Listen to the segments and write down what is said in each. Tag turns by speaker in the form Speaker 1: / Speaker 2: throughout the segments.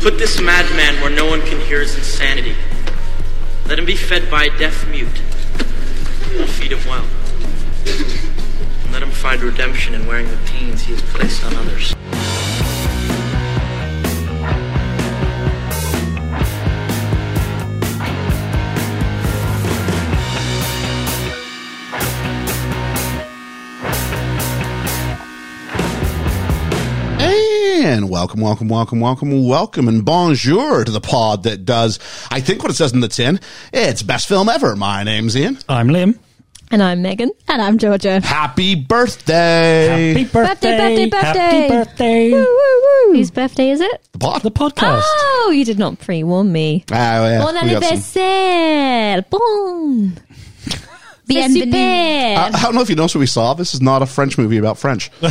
Speaker 1: Put this madman where no one can hear his insanity. Let him be fed by a deaf mute. I'll feed him well. And let him find redemption in wearing the pains he has placed on others.
Speaker 2: And welcome, welcome, welcome, welcome, welcome, and bonjour to the pod that does, I think what it says in the tin, it's best film ever. My name's Ian.
Speaker 3: I'm Liam.
Speaker 4: And I'm Megan. And I'm Georgia.
Speaker 2: Happy birthday!
Speaker 3: Happy birthday!
Speaker 4: birthday, birthday.
Speaker 3: Happy birthday!
Speaker 4: Whose birthday is it?
Speaker 2: The pod.
Speaker 3: The podcast.
Speaker 4: Oh, you did not pre warn me.
Speaker 2: Ah, yeah,
Speaker 4: bon
Speaker 2: we got some.
Speaker 4: anniversaire! Bon! C'est
Speaker 2: I,
Speaker 4: super!
Speaker 2: I don't know if you noticed what we saw. This is not a French movie about French.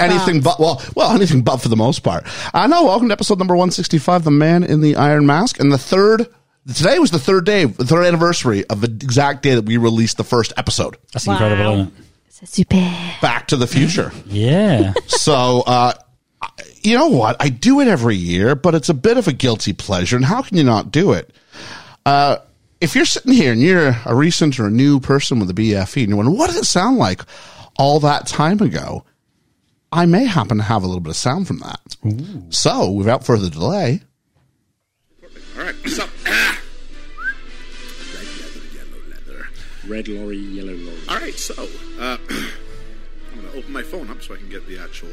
Speaker 2: anything but well, well, anything but for the most part. I know. Welcome to episode number one sixty five, the man in the iron mask, and the third. Today was the third day, the third anniversary of the exact day that we released the first episode,
Speaker 3: That's incredible, isn't it?
Speaker 4: C'est super!
Speaker 2: Back to the Future.
Speaker 3: Yeah.
Speaker 2: so, uh, I- you know what? I do it every year, but it's a bit of a guilty pleasure. And how can you not do it? Uh, if you're sitting here and you're a recent or a new person with a BFE and you're wondering, what did it sound like all that time ago? I may happen to have a little bit of sound from that. So, without further delay,
Speaker 5: All right, ah. what's up?
Speaker 6: Red leather, yellow leather. Red lorry, yellow lorry.
Speaker 5: All right, so uh, I'm going to open my phone up so I can get the actual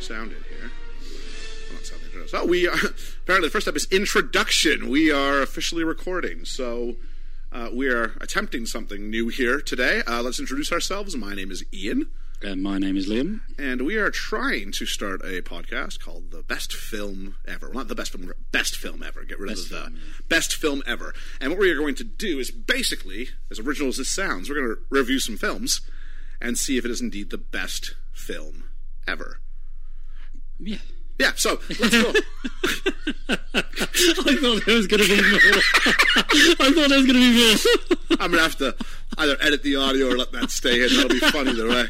Speaker 5: sound in here. Well, not sound the intro. So we are apparently the first step is introduction. We are officially recording, so uh, we are attempting something new here today. Uh, let's introduce ourselves. My name is Ian,
Speaker 6: Uh, my name is Liam.
Speaker 5: and we are trying to start a podcast called "The Best Film Ever." Well, not the best film, ever, best film ever. Get rid of the best film ever. And what we are going to do is basically, as original as this sounds, we're going to review some films and see if it is indeed the best film ever.
Speaker 6: Yeah.
Speaker 5: Yeah. So let's go.
Speaker 6: I thought there was going to be more. I thought there was going to be more.
Speaker 5: I'm gonna have to either edit the audio or let that stay in. That'll be funny either way.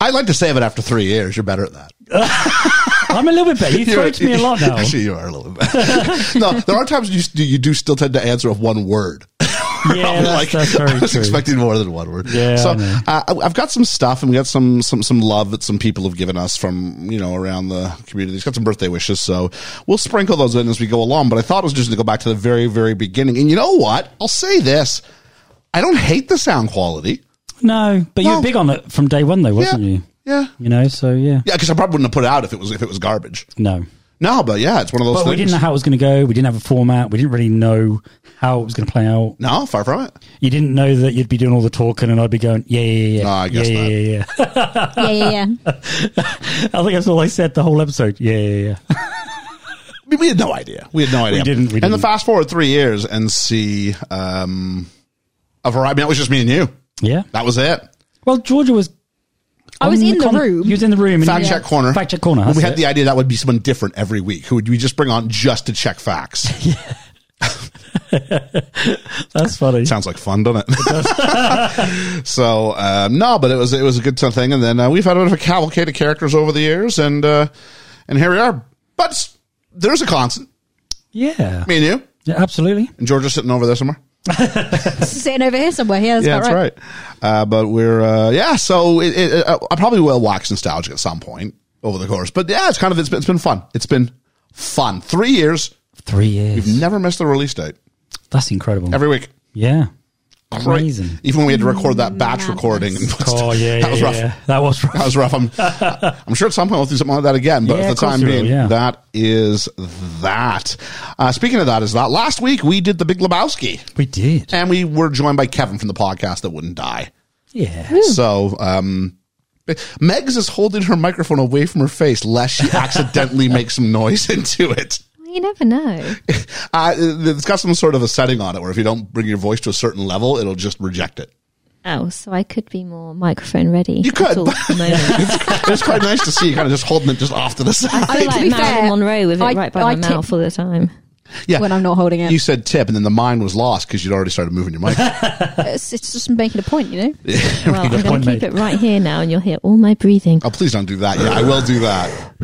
Speaker 2: I like to save it after three years. You're better at that.
Speaker 3: I'm a little bit better. You throw it to me a lot now.
Speaker 2: Actually, you are a little bit better. no, there are times you, do- you do still tend to answer with one word.
Speaker 3: yeah, that's,
Speaker 2: like
Speaker 3: that's very
Speaker 2: I was
Speaker 3: true.
Speaker 2: expecting more than one word.
Speaker 3: Yeah,
Speaker 2: So
Speaker 3: I know.
Speaker 2: uh, I- I've got some stuff, and we got some some some love that some people have given us from you know around the community. It's got some birthday wishes, so we'll sprinkle those in as we go along. But I thought it was just to go back to the very very beginning. And you know what? I'll say this: I don't hate the sound quality.
Speaker 3: no, but you
Speaker 2: Well-
Speaker 3: were big on it from day one, though, wasn't
Speaker 2: yeah,
Speaker 3: you?
Speaker 2: yeah,
Speaker 3: You know, so yeah.
Speaker 2: yeah. Because I probably wouldn't have put it out if it was if it was garbage.
Speaker 3: No.
Speaker 2: No, but yeah, it's one of those
Speaker 3: But
Speaker 2: things.
Speaker 3: we didn't know how it was going to go. We didn't have a format. We didn't really know how it was going to play out.
Speaker 2: no, far from it.
Speaker 3: You didn't know that you'd be doing all the talking, and I'd be going, "Yeah, yeah, yeah,
Speaker 2: No, I guess
Speaker 3: yeah,
Speaker 2: not.
Speaker 3: yeah, yeah, yeah."
Speaker 4: Yeah, yeah, yeah.
Speaker 3: I think that's all I said the whole episode. Yeah, yeah, yeah.
Speaker 2: I mean, we had no idea. We had no idea.
Speaker 3: didn't, we
Speaker 2: and then
Speaker 3: didn't.
Speaker 2: fast forward three years and see um, a variety. I mean, that was just me and you.
Speaker 3: yeah.
Speaker 2: That was it.
Speaker 3: Well, Georgia was.
Speaker 4: I was
Speaker 3: on
Speaker 4: in the
Speaker 3: con-
Speaker 4: room.
Speaker 3: You was in the room. and-
Speaker 2: Fact check corner.
Speaker 3: Fact check corner.
Speaker 2: And we
Speaker 3: that's
Speaker 2: had
Speaker 3: it.
Speaker 2: the idea that would be someone different every week who would we just bring on just to check facts.
Speaker 3: That's funny.
Speaker 2: Sounds like fun, doesn't it? so um, no, but it was it was a good sort of thing. And then uh, we've had a bit of a cavalcade of characters over the years, and uh, and here we are. But s- there's a constant.
Speaker 3: Yeah.
Speaker 2: Me and you
Speaker 3: yeah. Absolutely.
Speaker 2: and George are sitting over there somewhere.
Speaker 4: Sitting over here somewhere. Yeah, that's
Speaker 2: yeah,
Speaker 4: about
Speaker 2: that's right. Uh, but we're uh, yeah. So it, it, uh, I probably will wax nostalgic at some point over the course. But yeah, it's kind of it's been, it's been fun. It's been fun. Three years.
Speaker 3: Three years.
Speaker 2: Never missed the release date
Speaker 3: That's incredible.
Speaker 2: every week.
Speaker 3: yeah.
Speaker 2: Right.
Speaker 3: Amazing.
Speaker 2: Even when we had to record that batch recording. And
Speaker 3: Oh yeah.
Speaker 2: that was
Speaker 3: yeah,
Speaker 2: rough.
Speaker 3: yeah. That was rough.
Speaker 2: That was rough. I'm, I'm sure at some point we'll do something like that again, but
Speaker 3: Yeah,
Speaker 2: for
Speaker 3: of
Speaker 2: the
Speaker 3: course
Speaker 2: time
Speaker 3: we will,
Speaker 2: being,
Speaker 3: yeah.
Speaker 2: that is that. Uh, speaking of that, is that last week we did the Big Lebowski,
Speaker 3: we did.
Speaker 2: and we were joined by Kevin from the podcast that wouldn't die.
Speaker 3: Yeah.
Speaker 7: Hmm.
Speaker 2: So, um, Megs is holding her microphone away from her face lest she accidentally makes some noise into it.
Speaker 4: right. You never know.
Speaker 2: Uh, it's got some sort of a setting on it where if you don't bring your voice to a certain level, it'll just reject it.
Speaker 4: Oh, so I could be more microphone ready.
Speaker 2: You could,
Speaker 4: at all at the moment.
Speaker 2: It's quite nice to see you kind of just holding it just off to the side.
Speaker 4: I feel
Speaker 2: to
Speaker 4: like
Speaker 2: be
Speaker 4: Marilyn
Speaker 2: fair,
Speaker 4: Monroe with it
Speaker 7: I-
Speaker 4: right by my
Speaker 7: I tip-
Speaker 4: mouth all the time.
Speaker 2: yeah.
Speaker 7: when I'm not holding it.
Speaker 2: You said tip, and then the mind was lost because you'd already started moving your mic.
Speaker 7: it's, it's just making a point, you know.
Speaker 4: Well, I'm going
Speaker 3: point
Speaker 4: to keep
Speaker 3: made.
Speaker 4: it right here now, and you'll hear all my breathing.
Speaker 2: oh, please don't do that. Yeah, I will do that.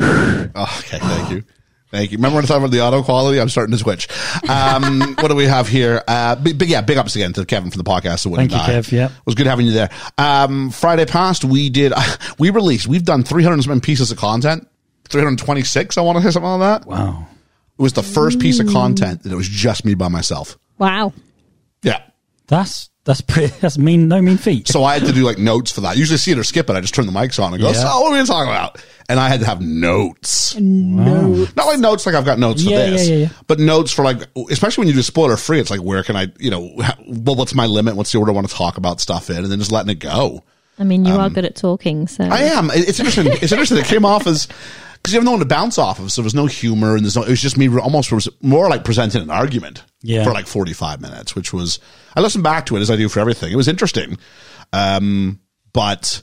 Speaker 2: Oh, okay, thank you. Thank you. Remember when I talked about the auto quality? I'm starting to switch. Um, what do we have here? Uh, but, but yeah, big ups again to Kevin for the podcast. that wouldn't
Speaker 3: Thank you,
Speaker 2: die.
Speaker 3: Kev. Yeah.
Speaker 2: It was good having you there. Um, Friday past, we did, we released, we've done 300 and some pieces of content. 326, I want to say something like that.
Speaker 3: Wow.
Speaker 2: It was the first piece of content that it was just me by myself.
Speaker 7: Wow.
Speaker 2: Yeah.
Speaker 3: That's that's pretty. That's mean. No mean feat.
Speaker 2: So I had to do like notes for that. Usually see it or skip it. I just turn the mics on and go,
Speaker 3: Yeah.
Speaker 2: so what are we talking about? And I had to have notes.
Speaker 3: Wow.
Speaker 2: Not like notes like I've got notes
Speaker 3: Yeah,
Speaker 2: for this,
Speaker 3: yeah, yeah, yeah.
Speaker 2: but notes for like, especially when you do spoiler free, it's like, where can I, you know, ha- well, what's my limit? What's the order I want to talk about stuff in? And then just letting it go.
Speaker 4: I mean, you are good at talking, so
Speaker 2: I am. It- It's interesting. It's interesting. It came off as, because you have no one to bounce off of. So there was no humor and there's no, it was just me re- almost was more like presenting an argument
Speaker 3: Yeah.
Speaker 2: for like 45 minutes, which was, I listened back to it as I do for everything. It was interesting, um, but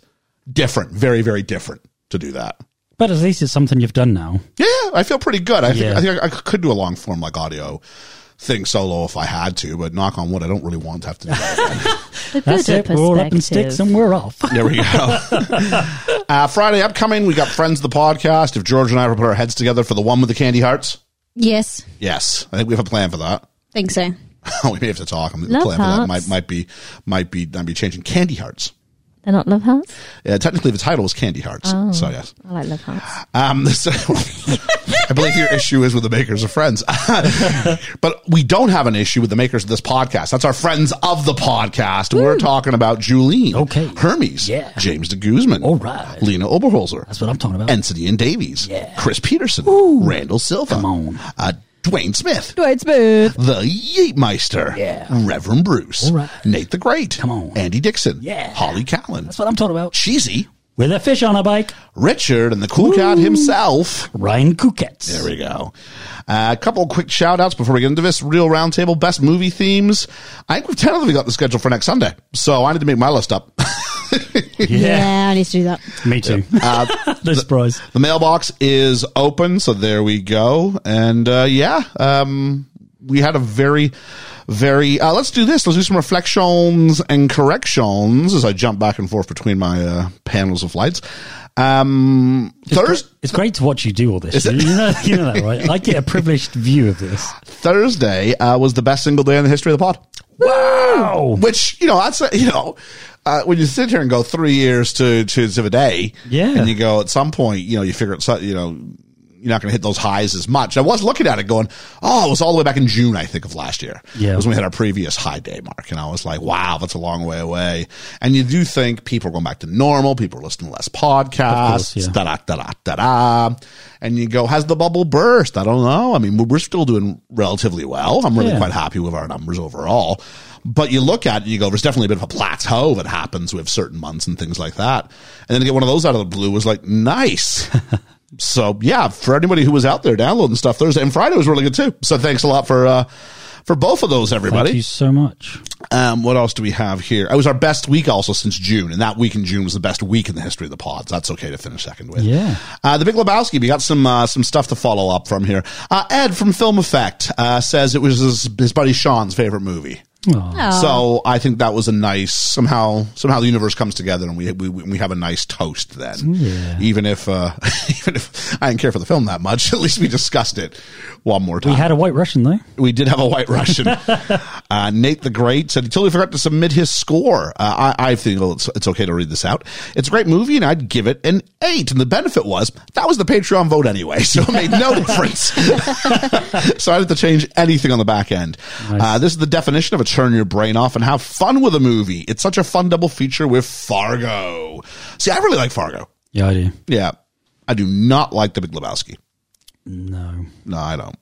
Speaker 2: different, very, very different to do that.
Speaker 3: But at least it's something you've done now.
Speaker 2: Yeah, I feel pretty good. I think
Speaker 3: Yeah.
Speaker 2: I think I, I could do a long form like audio thing solo if I had to, but knock on wood, I don't really want to have to do that.
Speaker 4: the
Speaker 3: That's
Speaker 4: Buddha
Speaker 3: it. We're all up in
Speaker 4: perspective.
Speaker 3: sticks and we're off.
Speaker 2: there we go. uh, Friday upcoming, we got friends of the podcast. If George and I ever put our heads together for the one with the candy hearts,
Speaker 7: Yes.
Speaker 2: yes, I think we have a plan for that.
Speaker 7: Think so.
Speaker 2: we may have to talk. I'm
Speaker 4: Love
Speaker 2: plan for that might
Speaker 4: hearts.
Speaker 2: might be might be might be changing candy hearts.
Speaker 4: They're not love hearts.
Speaker 2: Uh, technically, the title is Candy Hearts.
Speaker 3: Oh.
Speaker 2: So yes,
Speaker 4: I like love hearts.
Speaker 2: Um, so- I believe your issue is with the makers of Friends, but we don't have an issue with the makers of this podcast. That's our friends of the podcast. We're talking about Julene,
Speaker 3: Okay.
Speaker 2: Hermes,
Speaker 3: Yeah.
Speaker 2: James de Guzman,
Speaker 3: All right.
Speaker 2: Lena Oberholzer,
Speaker 3: That's what I'm talking about.
Speaker 2: Anthony and Davies,
Speaker 3: Uh-huh. Yeah.
Speaker 2: Chris Peterson, Randall Silva,
Speaker 3: Come on.
Speaker 2: Uh, Dwayne Smith,
Speaker 7: Dwight Smith.
Speaker 2: the Yeatmeister,
Speaker 3: Yeah.
Speaker 2: Reverend Bruce,
Speaker 3: All right.
Speaker 2: Nate the Great,
Speaker 3: Come on.
Speaker 2: Andy Dixon,
Speaker 3: Yeah.
Speaker 2: Holly Callan,
Speaker 3: that's what I'm talking about.
Speaker 2: Cheesy,
Speaker 3: With a fish on a bike,
Speaker 2: Richard, and the cool cat himself.
Speaker 3: Ryan Kukets.
Speaker 2: There we go. Uh, a couple of quick shout outs before we get into this real roundtable best movie themes. I think we've tentatively got the schedule for next Sunday, so I need to make my list up.
Speaker 3: Yeah.
Speaker 7: I need to do that.
Speaker 3: Me too. Uh, no surprise.
Speaker 2: the mailbox is open, so there we go. And uh, yeah, um, we had a very, very. Uh, let's do this. Let's do some reflections and corrections as I jump back and forth between my uh, panels of lights. Um, Thursday.
Speaker 3: It's great to watch you do all this. You know, you know that, right? I get a privileged view of this.
Speaker 2: Thursday uh, was the best single day in the history of the pod.
Speaker 3: Wow.
Speaker 2: Which you know, that's a- you know, uh, when you sit here and go three years to to to a day,
Speaker 3: Yeah.
Speaker 2: and you go at some point, you know, you figure it's so- you know. You're not going to hit those highs as much. I was looking at it going, oh, it was all the way back in June, I think, of last year.
Speaker 3: Yeah.
Speaker 2: It was when we had our previous high day mark. And I was like, wow, that's a long way away. And you do think people are going back to normal. People are listening to less podcasts,
Speaker 3: course, yeah.
Speaker 2: da da da da da da. And you go, has the bubble burst? I don't know. I mean, we're- we're still doing relatively well. I'm really
Speaker 3: Yeah.
Speaker 2: quite happy with our numbers overall. But you look at it and you go, there's definitely a bit of a plateau that happens with certain months and things like that. And then to get one of those out of the blue was like, nice. so yeah, for anybody who was out there downloading stuff Thursday and Friday was really good too. So thanks a lot for, uh, for both of those,
Speaker 3: Thank
Speaker 2: everybody.
Speaker 3: you so much.
Speaker 2: Um, what else do we have here? It was our best week also since June, and that week in June was the best week in the history of the pods. That's okay to finish second with.
Speaker 3: Yeah.
Speaker 2: Uh, the Big Lebowski. We got some uh, some stuff to follow up from here. Uh, Ed from Film Effect uh, says it was his, his buddy Sean's favorite movie.
Speaker 3: Oh,
Speaker 2: So I think that was a nice somehow somehow the universe comes together and we we, we have a nice toast then. Even if uh, even if I didn't care for the film that much, at least we discussed it one more time
Speaker 3: we had a white Russian, though.
Speaker 2: we did have a white Russian. uh, Nate the Great said he totally forgot to submit his score. Uh, I, I think it's, it's okay to read this out. It's a great movie, and I'd give it an eight. And the benefit was that was the Patreon vote anyway, so it made no difference. so I didn't have to change anything on the back end. Uh, this is the definition of a turn your brain off and have fun with a movie. It's such a fun double feature with Fargo. See, I really like Fargo.
Speaker 3: Yeah, I do.
Speaker 2: Yeah, I do not like The Big Lebowski.
Speaker 3: No.
Speaker 2: No, I don't.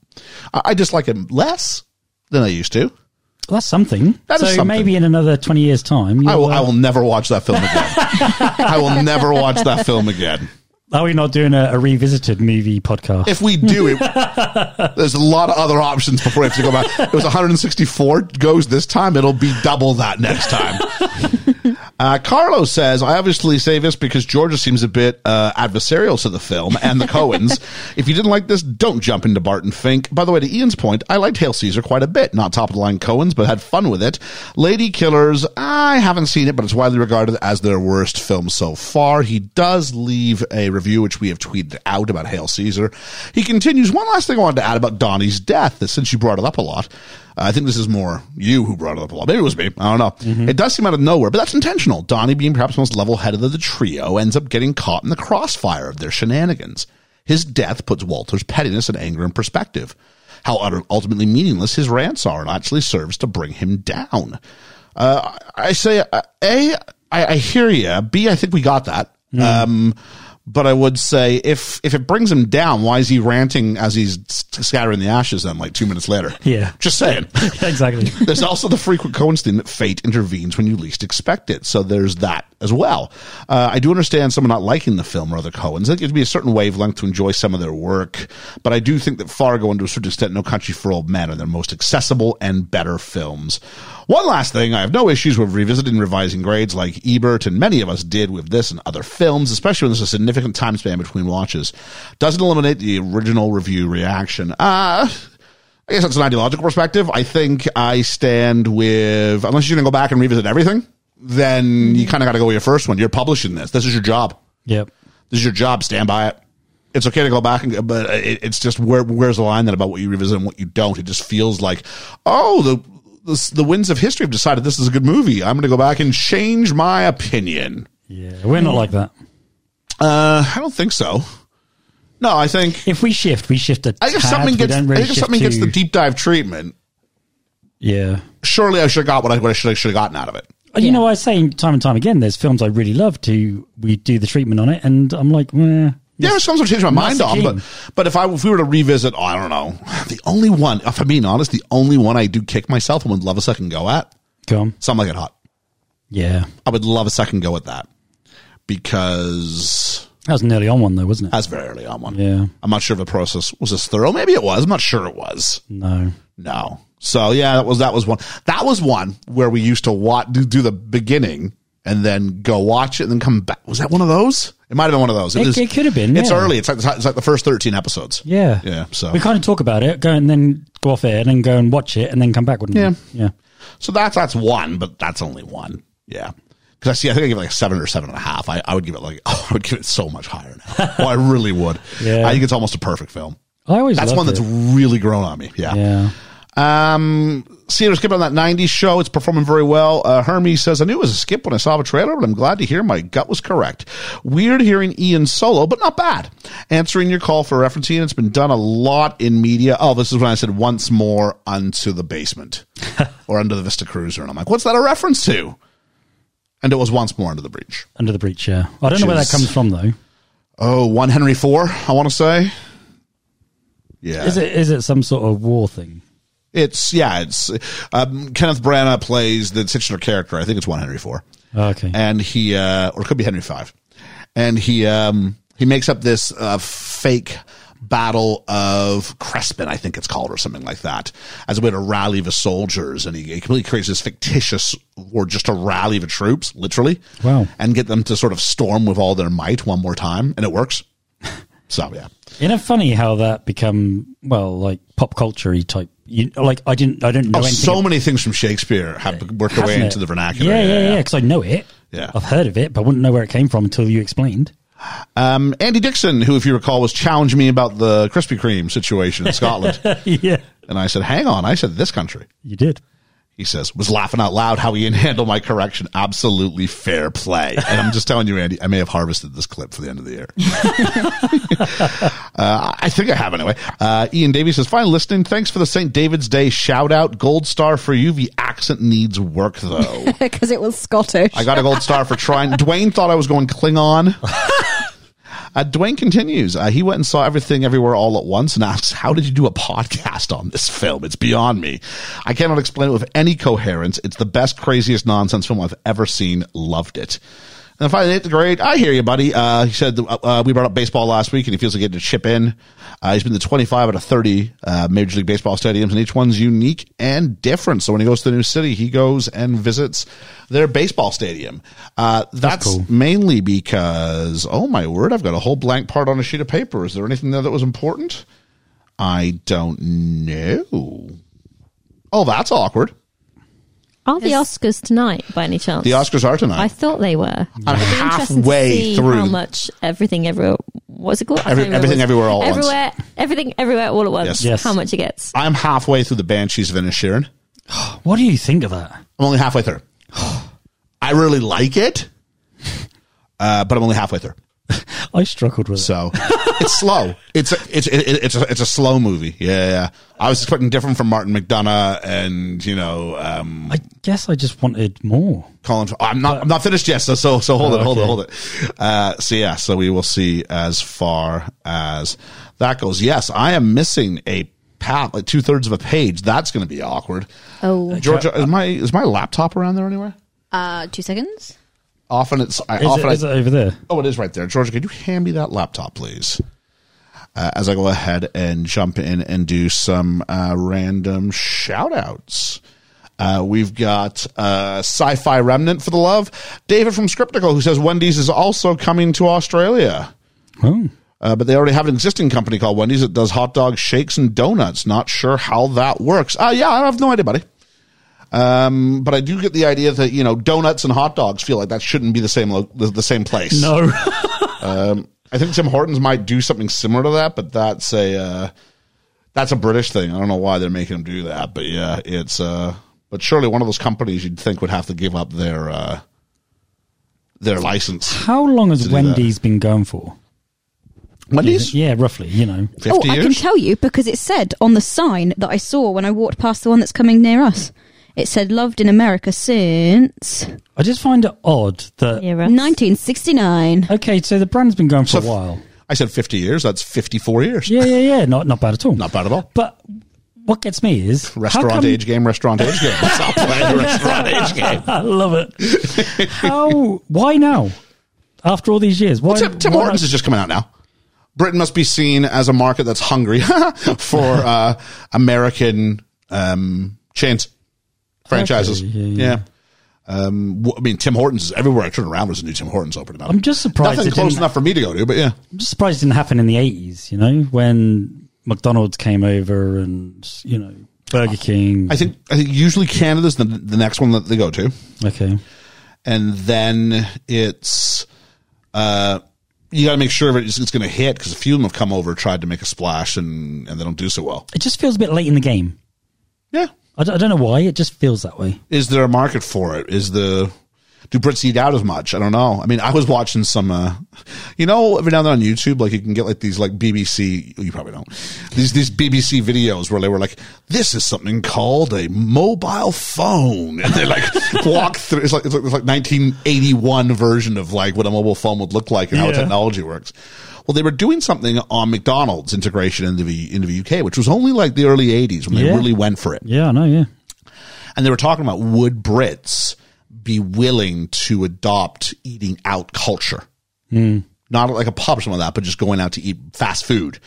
Speaker 2: I, I dislike him less than I used to.
Speaker 3: Well, that's something.
Speaker 2: That
Speaker 3: so
Speaker 2: is something.
Speaker 3: maybe in another 20 years' time.
Speaker 2: I
Speaker 3: you'll,
Speaker 2: will,
Speaker 3: uh,
Speaker 2: I will never watch that film again. I will never watch that film again.
Speaker 3: Are we not doing a, a revisited movie podcast?
Speaker 2: If we do it, there's a lot of other options before we have to go back. It was 164 goes this time. It'll be double that next time. Uh, Carlos says, I obviously say this because Georgia seems a bit uh, adversarial to the film and the Coens. if you didn't like this, don't jump into Barton Fink. By the way, to Ian's point, I liked Hail Caesar quite a bit. Not top of the line Coens, but had fun with it. Lady Killers, I haven't seen it, but it's widely regarded as their worst film so far. He does leave a review, which we have tweeted out about Hail Caesar. He continues, one last thing I wanted to add about Donnie's death, that since you brought it up a lot, I think this is more you who brought it up a lot. Maybe it was me. I don't know. It does seem out of nowhere, but that's intentional. Donnie, being perhaps the most level headed of the trio, ends up getting caught in the crossfire of their shenanigans. His death puts Walter's pettiness and anger in perspective. How utter, ultimately meaningless his rants are and actually serves to bring him down. Uh, I I say, uh, A, I, I hear you. B, I think we got that. Um, but I would say if if it brings him down, why is he ranting as he's s- scattering the ashes then, like two minutes later?
Speaker 3: Yeah.
Speaker 2: Just saying.
Speaker 3: exactly.
Speaker 2: There's also the frequent coincidence that fate intervenes when you least expect it. So there's that as well. Uh, I do understand someone not liking the film or the Coens. I think it'd be a certain wavelength to enjoy some of their work, but I do think that Fargo and to a certain extent No Country for Old Men are their most accessible and better films. One last thing, I have no issues with revisiting and revising grades like Ebert and many of us did with this and other films, especially when there's a significant time span between watches. Doesn't eliminate the original review reaction. Uh, I guess that's an ideological perspective. I think I stand with, unless you're going to go back and revisit everything, then you kind of got to go with your first one. You're publishing this. This is your job.
Speaker 3: Yep.
Speaker 2: This is your job. Stand by it. It's okay to go back, and, but it, it's just where where's the line then about what you revisit and what you don't? It just feels like, oh, the the, the winds of history have decided this is a good movie. I'm going to go back and change my opinion.
Speaker 3: Yeah. We're not like that.
Speaker 2: Uh, I don't think so. No, I think
Speaker 3: If we shift, we shift a
Speaker 2: I think if
Speaker 3: tad.
Speaker 2: something
Speaker 3: We
Speaker 2: gets
Speaker 3: don't really
Speaker 2: I think if
Speaker 3: shift
Speaker 2: something gets
Speaker 3: too-
Speaker 2: the deep dive treatment,
Speaker 3: Yeah.
Speaker 2: surely I should have got what I, what I should have gotten out of it.
Speaker 3: And You
Speaker 7: Yeah.
Speaker 3: know, I say time and time again, there's films I really love to, we do the treatment on it, and I'm like, meh.
Speaker 2: Yeah, there's films I've changed my mind on,
Speaker 3: Master
Speaker 2: but
Speaker 3: Keaton.
Speaker 2: but if I if we were to revisit, I don't know. The only one, if I'm being honest, the only one I do kick myself and would love a second go at,
Speaker 3: Go on.
Speaker 2: something like it hot.
Speaker 3: Yeah.
Speaker 2: I would love a second go at that because
Speaker 3: That was an early on one, though, wasn't it?
Speaker 2: that's very early on one.
Speaker 3: Yeah.
Speaker 2: I'm not sure if the process was as thorough. Maybe it was. I'm not sure it was.
Speaker 3: No.
Speaker 2: No. So yeah, that was that was one. That was one where we used to watch do, do the beginning and then go watch it and then come back. Was that one of those? It might have been one of those.
Speaker 3: It-
Speaker 2: is-
Speaker 3: it could have been,
Speaker 2: It's
Speaker 3: yeah.
Speaker 2: early. It's like it's like the first thirteen episodes.
Speaker 3: Yeah.
Speaker 2: Yeah. So
Speaker 3: We kind of talk about it, go and then go off air, and then go and watch it, and then come back, wouldn't
Speaker 2: Yeah.
Speaker 3: we? Yeah.
Speaker 2: so that's that's one, but that's only one. Yeah. Because I see, I think I give it like a seven or seven and a half. I, I would give it like, oh, I would give it so much higher now. oh, I really would.
Speaker 3: Yeah.
Speaker 2: I think it's almost a perfect film.
Speaker 3: I always
Speaker 2: That's
Speaker 3: loved
Speaker 2: one that's
Speaker 3: it.
Speaker 2: really grown on me. Yeah.
Speaker 3: yeah.
Speaker 2: Um, Cedar Skip on that 90s show. It's performing very well. Uh, Hermes says, I knew it was a skip when I saw the trailer, but I'm glad to hear my gut was correct. Weird hearing Ian solo, but not bad. Answering your call for reference, Ian, it's been done a lot in media. Oh, this is when I said once more unto the basement or under the Vista Cruiser. And I'm like, what's that a reference to? And it was once more under the breach.
Speaker 3: Under the breach. Yeah. I don't know where
Speaker 2: Which is-
Speaker 3: that comes from though.
Speaker 2: Oh, one Henry four, I want to say. Yeah.
Speaker 3: Is it is it some sort of war thing?
Speaker 2: It's yeah, it's um, Kenneth Branagh plays the titular character. I think it's one Henry four,
Speaker 3: Oh, Okay.
Speaker 2: and he uh, or it could be Henry five, and he um, he makes up this uh, fake battle of Crespin, I think it's called, or something like that, as a way to rally the soldiers, and he, he completely creates this fictitious war just to rally the troops, literally,
Speaker 3: Wow.
Speaker 2: and get them to sort of storm with all their might one more time, and it works. so yeah,
Speaker 3: Isn't it funny how that become well like pop culture y type? You, like I didn't I don't know
Speaker 2: oh,
Speaker 3: anything.
Speaker 2: so many things from Shakespeare have worked their
Speaker 3: hasn't
Speaker 2: way
Speaker 3: it?
Speaker 2: into the vernacular.
Speaker 3: Yeah, yeah, yeah. Because I know it.
Speaker 2: Yeah.
Speaker 3: I've heard of it, but I wouldn't know where it came from until you explained.
Speaker 2: Um, Andy Dixon, who, if you recall, was challenging me about the Krispy Kreme situation in Scotland.
Speaker 3: yeah,
Speaker 2: and I said, hang on. I said, this country.
Speaker 3: you did.
Speaker 2: He says, was laughing out loud how Ian handled my correction. Absolutely fair play. And I'm just telling you, Andy, I may have harvested this clip for the end of the year. uh, I think I have anyway. Uh, Ian Davies says, fine listening. Thanks for the St. David's Day shout out. Gold star for you. The accent needs work though.
Speaker 7: Because it was Scottish.
Speaker 2: I got a gold star for trying. Dwayne thought I was going Klingon. Uh, Dwayne continues. Uh, he went and saw everything everywhere all at once and asks, How did you do a podcast on this film? It's beyond me. I cannot explain it with any coherence. It's the best, craziest nonsense film I've ever seen. Loved it. And finally, eighth grade, I hear you, buddy. Uh, he said, uh, uh, We brought up baseball last week and he feels like getting to chip in. Uh, he's been to 25 out of 30 uh, Major League Baseball stadiums and each one's unique and different. So when he goes to the new city, he goes and visits their baseball stadium. Uh, that's
Speaker 3: cool.
Speaker 2: mainly because oh my word i've got a whole blank part on a sheet of paper is there anything there that was important i don't know oh that's awkward
Speaker 4: Are the
Speaker 7: Yes.
Speaker 4: Oscars tonight by any chance?
Speaker 2: The Oscars are tonight.
Speaker 4: I thought they were.
Speaker 2: I'm
Speaker 4: It'd be interesting to
Speaker 2: halfway
Speaker 4: see
Speaker 2: through.
Speaker 4: How much everything everywhere? What's it called? I can't
Speaker 2: Every-
Speaker 4: remember
Speaker 2: Everything
Speaker 4: what it was.
Speaker 2: Everywhere All at Once.
Speaker 4: everywhere, everything everywhere all at once.
Speaker 2: Yes.
Speaker 3: Yes.
Speaker 4: How much it gets?
Speaker 2: I'm halfway through the Banshees of Inisherin.
Speaker 3: What do you think of that?
Speaker 2: I'm only halfway through. I really like it, uh, but I'm only halfway through.
Speaker 3: I struggled with it.
Speaker 2: So it's slow. It's a, it's it, it's a, it's a slow movie. Yeah, yeah. I was expecting different from Martin McDonough and you know um,
Speaker 3: I guess I just wanted more.
Speaker 2: Colin. oh, I'm not. I'm not finished yet. So so so hold
Speaker 3: Oh,
Speaker 2: it, hold it,
Speaker 3: okay.
Speaker 2: hold it. Uh, so yeah. So we will see as far as that goes. Yes, I am missing a pat like two thirds of a page. That's going to be awkward.
Speaker 7: Oh,
Speaker 2: Georgia, is my is my laptop around there anywhere?
Speaker 7: uh, two seconds.
Speaker 2: Often it's. I,
Speaker 3: Is, it,
Speaker 2: often I,
Speaker 3: is it over there?
Speaker 2: Oh, it is right there. Georgia, could you hand me that laptop, please? Uh, as I go ahead and jump in and do some uh, random shout outs. Uh, we've got uh, Sci Fi Remnant for the Love, David from Scriptical, who says Wendy's is also coming to Australia.
Speaker 3: Oh.
Speaker 2: Uh, but they already have an existing company called Wendy's that does hot dogs, shakes, and donuts. Not sure how that works. Uh, yeah, I have no idea, buddy. Um, but I do get the idea that you know donuts and hot dogs feel like that shouldn't be the same lo- the, the same place.
Speaker 3: No.
Speaker 2: I think Tim Hortons might do something similar to that, but that's a uh, that's a British thing. I don't know why they're making them do that, but yeah, it's uh, but surely one of those companies you'd think would have to give up their uh, their license.
Speaker 3: How long has
Speaker 2: do that.
Speaker 3: Wendy's been going for?
Speaker 2: Wendy's
Speaker 3: Yeah, roughly, you know.
Speaker 7: Oh,
Speaker 2: 50
Speaker 7: I can
Speaker 2: years.
Speaker 7: tell you because it said on the sign that I saw when I walked past the one that's coming near us. It said "Loved in America since
Speaker 3: I just find it odd that.
Speaker 4: Yeah, Russ.
Speaker 7: 1969."
Speaker 3: Okay, so the brand's been going
Speaker 2: So-
Speaker 3: for a while.
Speaker 2: I said 50 years. That's 54 years.
Speaker 3: Yeah, yeah, yeah. Not not bad at all.
Speaker 2: Not bad at all.
Speaker 3: But what gets me is how
Speaker 2: Restaurant
Speaker 3: come-
Speaker 2: age game, restaurant age game. Stop playing the restaurant age game.
Speaker 3: I love it. How? Why now? After all these years, why?
Speaker 2: Tim, Tim
Speaker 3: why
Speaker 2: Hortons
Speaker 3: not-
Speaker 2: is just coming out now. Britain must be seen as a market that's hungry for uh, American um, chains, franchises.
Speaker 3: Okay,
Speaker 2: yeah.
Speaker 3: yeah, yeah.
Speaker 2: Um, wh- I mean, Tim Hortons is everywhere I turn around. There's a new Tim Hortons opening up.
Speaker 3: I'm just surprised.
Speaker 2: Nothing
Speaker 3: It
Speaker 2: close
Speaker 3: didn't,
Speaker 2: enough for me to go to, but yeah,
Speaker 3: I'm just surprised it didn't happen in the '80s. You know, when McDonald's came over and you know Burger King.
Speaker 2: I think I think usually Canada's the, the next one that they go to.
Speaker 3: okay.
Speaker 2: and then it's uh you got to make sure that it's, it's going to hit because a few of them have come over tried to make a splash and and they don't do so well
Speaker 3: It just feels a bit late in the game.
Speaker 2: yeah
Speaker 3: I don't, I don't know why. It just feels that way.
Speaker 2: is there a market for it is the do Brits eat out as much? I don't know. I mean, I was watching some, uh, you know, every now and then on YouTube, like you can get like these like BBC, you probably don't, these, these BBC videos where they were like, this is something called a mobile phone. And they like walk through, it's like, it's like, it's like 1981 version of like what a mobile phone would look like and how
Speaker 3: Yeah.
Speaker 2: technology works. Well, they were doing something on McDonald's integration into the, into the UK, which was only like the early 80s when they
Speaker 3: Yeah.
Speaker 2: really went for it
Speaker 3: Yeah, I know. Yeah.
Speaker 2: and they were talking about would Brits be willing to adopt eating out culture? Not like a pub or something like that, but just going out to eat fast food.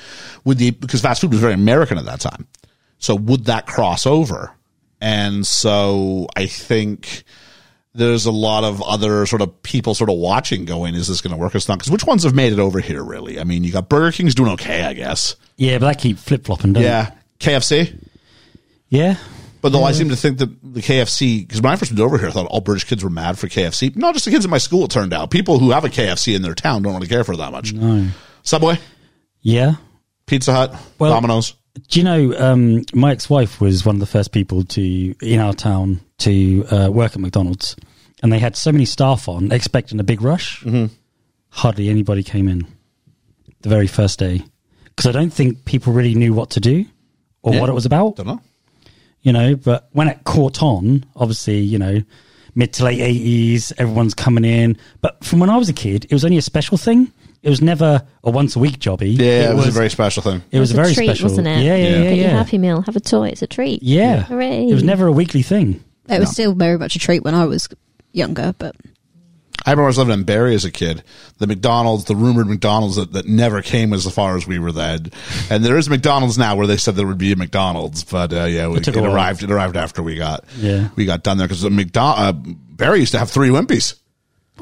Speaker 2: Would the because fast food was very American at that time, so would that cross over? And so I think there's a lot of other sort of people sort of watching, going, "Is this going to work? It's not." Because which ones have made it over here? Really, I mean, you got Burger King's doing okay, I guess.
Speaker 3: Yeah, but that keep flip flopping, don't it?
Speaker 2: Yeah, KFC.
Speaker 3: Yeah.
Speaker 2: But though I seem to think that the KFC, because when I first moved over here, I thought all British kids were mad for KFC. Not just the kids at my school, it turned out. People who have a KFC in their town don't really care for it that much. Subway,
Speaker 3: Yeah.
Speaker 2: Pizza Hut,
Speaker 3: Well-
Speaker 2: Domino's.
Speaker 3: Do you know, um, my ex-wife was one of the first people to in our town to uh, work at McDonald's, and they had so many staff on, expecting a big rush. Hardly anybody came in the very first day because I don't think people really knew what to do or what it was about.
Speaker 2: Don't know.
Speaker 3: You know, but when it caught on, obviously, you know, mid to late eighties, everyone's coming in. But from when I was a kid, it was only a special thing. It was never a once a week jobby.
Speaker 2: Yeah, it, was, a very special thing.
Speaker 3: It was,
Speaker 4: It
Speaker 3: a very
Speaker 4: treat,
Speaker 3: special,
Speaker 4: wasn't it?
Speaker 3: Yeah, yeah,
Speaker 2: Yeah.
Speaker 3: yeah.
Speaker 4: Get your
Speaker 3: yeah.
Speaker 4: Happy Meal, have a toy. It's a treat.
Speaker 3: Yeah.
Speaker 4: Hooray.
Speaker 3: It was never a weekly thing.
Speaker 7: It was still very much a treat when I was younger, but
Speaker 2: I remember I was living in Barrie as a kid. The McDonald's, the rumored McDonald's that, that never came as far as we were then. And there is a McDonald's now where they said there would be a McDonald's, but uh, yeah, we, it,
Speaker 3: took a while.
Speaker 2: arrived. It arrived after we got
Speaker 3: Yeah.
Speaker 2: we got done there because the McDon- uh, Barrie used to have three Wimpies.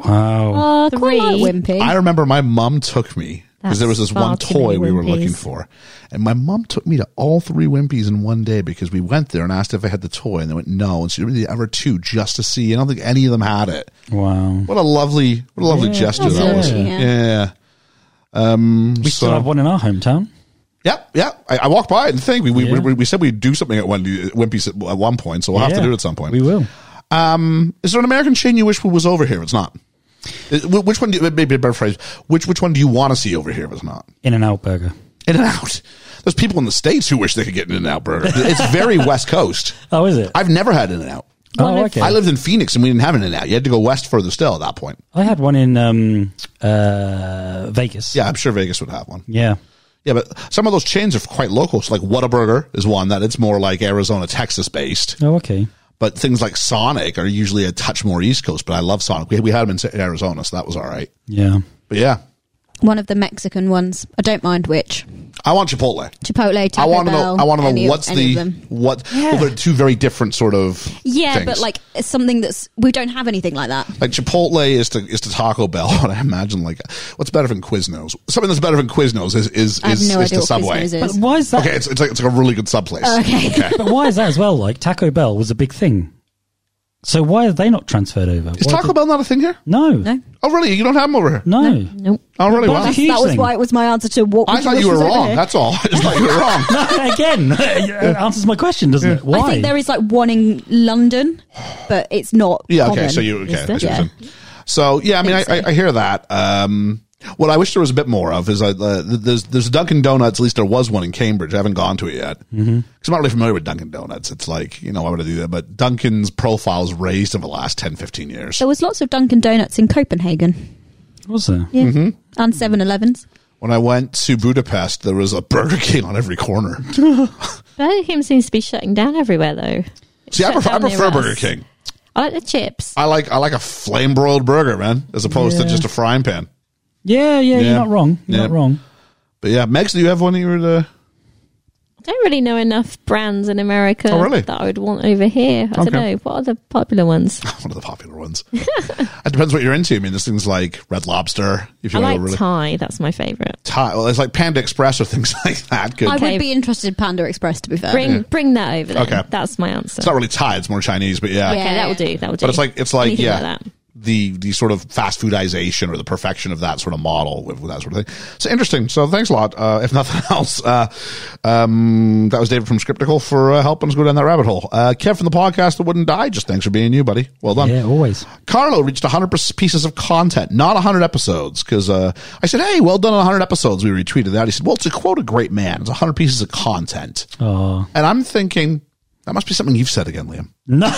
Speaker 3: Wow.
Speaker 4: Oh,
Speaker 7: quite like
Speaker 4: three.
Speaker 7: Wimpy.
Speaker 2: I remember my mum took me because there was this
Speaker 4: That's far
Speaker 2: one
Speaker 4: too many
Speaker 2: toy we were looking
Speaker 4: Wimpies.
Speaker 2: for. And my mom took me to all three Wimpies in one day because we went there and asked if I had the toy, and they went no, and she took me to the other two just to see. I don't think any of them had it.
Speaker 4: Oh.
Speaker 3: Wow.
Speaker 2: What a lovely, what a lovely gesture
Speaker 7: That's
Speaker 2: that was.
Speaker 7: lovely, yeah.
Speaker 2: Yeah. Um,
Speaker 3: We still have one in our hometown.
Speaker 2: Yep, yep. I, I walked by it and think we we,
Speaker 3: Yeah.
Speaker 2: we we said we'd do something at Wendy Wimpy's at, at one point, so we'll have to
Speaker 3: Yeah.
Speaker 2: do it at some point. Um,
Speaker 3: We will.
Speaker 2: Is there an American chain you wish was over here? It's not. Uh, wh- Which one? Do you, maybe a better phrase. Which which one do you want to see over here? If it's not
Speaker 3: In and Out Burger.
Speaker 2: In and Out. There's people in the states who wish they could get an In and Out burger. It's very West Coast.
Speaker 3: Oh, is it?
Speaker 2: I've never had In and Out.
Speaker 3: oh, okay.
Speaker 2: I lived in Phoenix and we didn't have an In and Out. You had to go west further still at that point.
Speaker 3: I had one in um, uh, Vegas.
Speaker 2: Yeah, I'm sure Vegas would have one.
Speaker 3: Yeah.
Speaker 2: Yeah, but some of those chains are quite local. So like Whataburger is one that it's more like Arizona, Texas based.
Speaker 3: Oh, okay.
Speaker 2: But things like Sonic are usually a touch more East Coast. But I love Sonic. We, we had them in Arizona, so that was all right.
Speaker 3: Yeah.
Speaker 2: But yeah,
Speaker 7: One of the Mexican ones. I don't mind which.
Speaker 2: I want Chipotle.
Speaker 7: Chipotle, Taco
Speaker 2: I want to know.
Speaker 7: Bell,
Speaker 2: I want to
Speaker 7: any
Speaker 2: know
Speaker 7: of-
Speaker 2: what's
Speaker 7: any of
Speaker 2: the
Speaker 7: them.
Speaker 2: what. Well, they're two very different sort of.
Speaker 7: Yeah,
Speaker 2: things.
Speaker 7: but like it's something that's we don't have anything like that.
Speaker 2: like Chipotle is to is to Taco Bell. And I imagine like what's better than Quiznos. Something that's better than Quiznos is is
Speaker 7: I have
Speaker 2: is,
Speaker 7: no
Speaker 2: is
Speaker 7: idea
Speaker 2: to
Speaker 7: what
Speaker 2: Subway.
Speaker 7: Quiznos
Speaker 3: But
Speaker 7: is. Oh,
Speaker 3: why is that?
Speaker 2: Okay, it's, it's like it's like a really good sub place.
Speaker 7: Okay.
Speaker 3: But why is that as well? Like Taco Bell was a big thing. So why are they not transferred over?
Speaker 2: Is
Speaker 3: Why
Speaker 2: Taco
Speaker 3: did-
Speaker 2: Bell not a thing here?
Speaker 3: No. No.
Speaker 7: No,
Speaker 2: Oh really? You don't have them over here?
Speaker 3: No.
Speaker 4: Nope.
Speaker 2: Oh really?
Speaker 3: But
Speaker 2: Wow.
Speaker 3: it's a huge
Speaker 7: that was
Speaker 3: thing.
Speaker 7: why it was my answer to what.
Speaker 2: I
Speaker 7: would
Speaker 2: thought you
Speaker 7: wish
Speaker 2: were
Speaker 7: was over
Speaker 2: wrong.
Speaker 7: here.
Speaker 2: That's all. I just thought you were wrong.
Speaker 3: Again, it answers my question, doesn't it? Why?
Speaker 7: I think there is like one in London, but it's not.
Speaker 2: Yeah. Okay.
Speaker 7: common.
Speaker 2: So you okay?
Speaker 4: Is
Speaker 2: I
Speaker 4: there?
Speaker 2: see what
Speaker 7: Yeah.
Speaker 2: you're saying. So yeah, I mean, I, I, I hear that. Um, what I wish there was a bit more of is uh, uh, there's there's Dunkin' Donuts. At least there was one in Cambridge. I haven't gone to it yet because
Speaker 4: Mm-hmm.
Speaker 2: I'm not really familiar with Dunkin' Donuts. It's like you know why would I do that? But Dunkin's profile's raised in the last 10, 15 years.
Speaker 7: There was lots of Dunkin' Donuts in Copenhagen
Speaker 3: Was there?
Speaker 7: yeah. and 7-Elevens.
Speaker 2: When I went to Budapest, there was a Burger King on every corner.
Speaker 4: Burger King seems to be shutting down everywhere, though. It
Speaker 2: See, I
Speaker 4: shut
Speaker 2: prefer, I
Speaker 4: down near
Speaker 2: prefer
Speaker 4: us.
Speaker 2: Burger King.
Speaker 4: I like the chips.
Speaker 2: I like I like a flame broiled burger, man, as opposed to
Speaker 3: Yeah.
Speaker 2: just a frying pan.
Speaker 3: Yeah, yeah,
Speaker 2: Yeah.
Speaker 3: you're not wrong. You're not
Speaker 2: Yeah.
Speaker 3: wrong.
Speaker 2: But yeah, Megs, do you have one of your? Uh,
Speaker 4: I don't really know enough brands in America
Speaker 2: Oh, really?
Speaker 4: that I would want over here. I
Speaker 2: Okay.
Speaker 4: don't know. What are the popular ones?
Speaker 2: one of the popular ones. it depends what you're into. I mean, there's things like Red Lobster. If
Speaker 4: I
Speaker 2: you
Speaker 4: like
Speaker 2: want to really
Speaker 4: Thai. That's my favorite.
Speaker 2: Thai, well, it's like Panda Express or things like that. Good.
Speaker 7: I
Speaker 4: Okay.
Speaker 7: would be interested in Panda Express to be fair.
Speaker 4: Bring bring that over. Then.
Speaker 2: Okay.
Speaker 4: that's my answer.
Speaker 2: It's not really Thai. It's more Chinese, but yeah.
Speaker 4: Okay,
Speaker 7: Yeah.
Speaker 4: that will do. That will do.
Speaker 2: But it's like it's like
Speaker 4: Anything
Speaker 2: yeah,
Speaker 4: that.
Speaker 2: the the sort of fast foodization or the perfection of that sort of model with, with that sort of thing. So interesting. So thanks a lot. Uh, if nothing else, uh, um, that was David from Scriptical for uh, helping us go down that rabbit hole. Uh, Kev from the podcast that wouldn't die. Just thanks for being you, buddy. Well done.
Speaker 3: Yeah, always.
Speaker 2: Carlo reached 100 pers- pieces of content, not 100 episodes, because uh, I said, hey, well done on 100 episodes. We retweeted that. He said, well, to quote a great man, it's 100 pieces of content.
Speaker 3: Oh
Speaker 2: And I'm thinking, that must be something you've said again, Liam.
Speaker 3: no.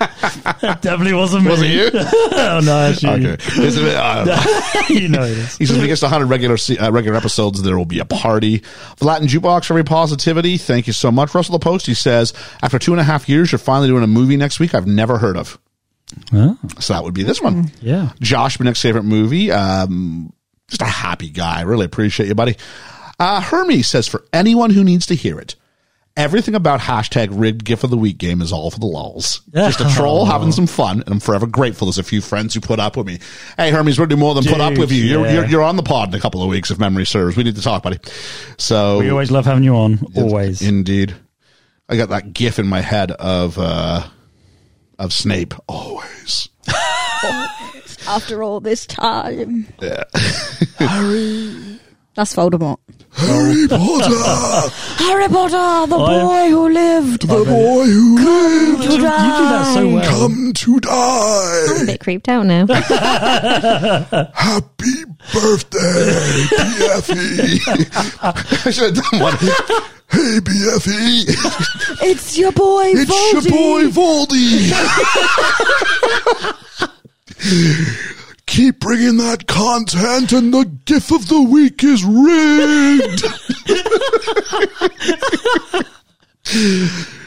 Speaker 3: that definitely wasn't me.
Speaker 2: Was it you?
Speaker 3: Oh no, actually,
Speaker 2: Okay. It's a bit- I don't know.
Speaker 3: you know it is.
Speaker 2: He says, when we get to 100 regular se- uh, regular episodes, there will be a party. The Latin Jukebox, every positivity. Thank you so much. Russell the Post, he says, after two and a half years, you're finally doing a movie next week I've never heard of.
Speaker 3: Oh, Mm.
Speaker 2: So that would be this one.
Speaker 3: yeah.
Speaker 2: Josh, my next favorite movie. Um, just a happy guy. Really appreciate you, buddy. Uh, Hermes says, for anyone who needs to hear it, everything about hashtag rigged gif of the week game is all for the lulls. Just a troll having some fun, and I'm forever grateful. There's a few friends who put up with me. Hey, Hermes, we're doing more than put up
Speaker 3: Dude,
Speaker 2: with you. You're,
Speaker 3: yeah.
Speaker 2: you're, you're on the pod in a couple of weeks, if memory serves. We need to talk, buddy. So
Speaker 3: We always love having you on. Always.
Speaker 2: Indeed. I got that gif in my head of uh, of Snape. Always.
Speaker 7: After all this time. Yeah. That's Voldemort.
Speaker 2: Harry Potter!
Speaker 7: Harry Potter, the
Speaker 3: I am-
Speaker 7: boy who lived.
Speaker 2: The boy who lived
Speaker 3: you, do that so well.
Speaker 2: come to die.
Speaker 4: I'm a bit creeped out now.
Speaker 2: Happy birthday, BFE. I should have done one. Hey, BFE.
Speaker 7: It's your boy,
Speaker 2: It's your boy, Voldy. Keep bringing that content, and the GIF of the week is rigged.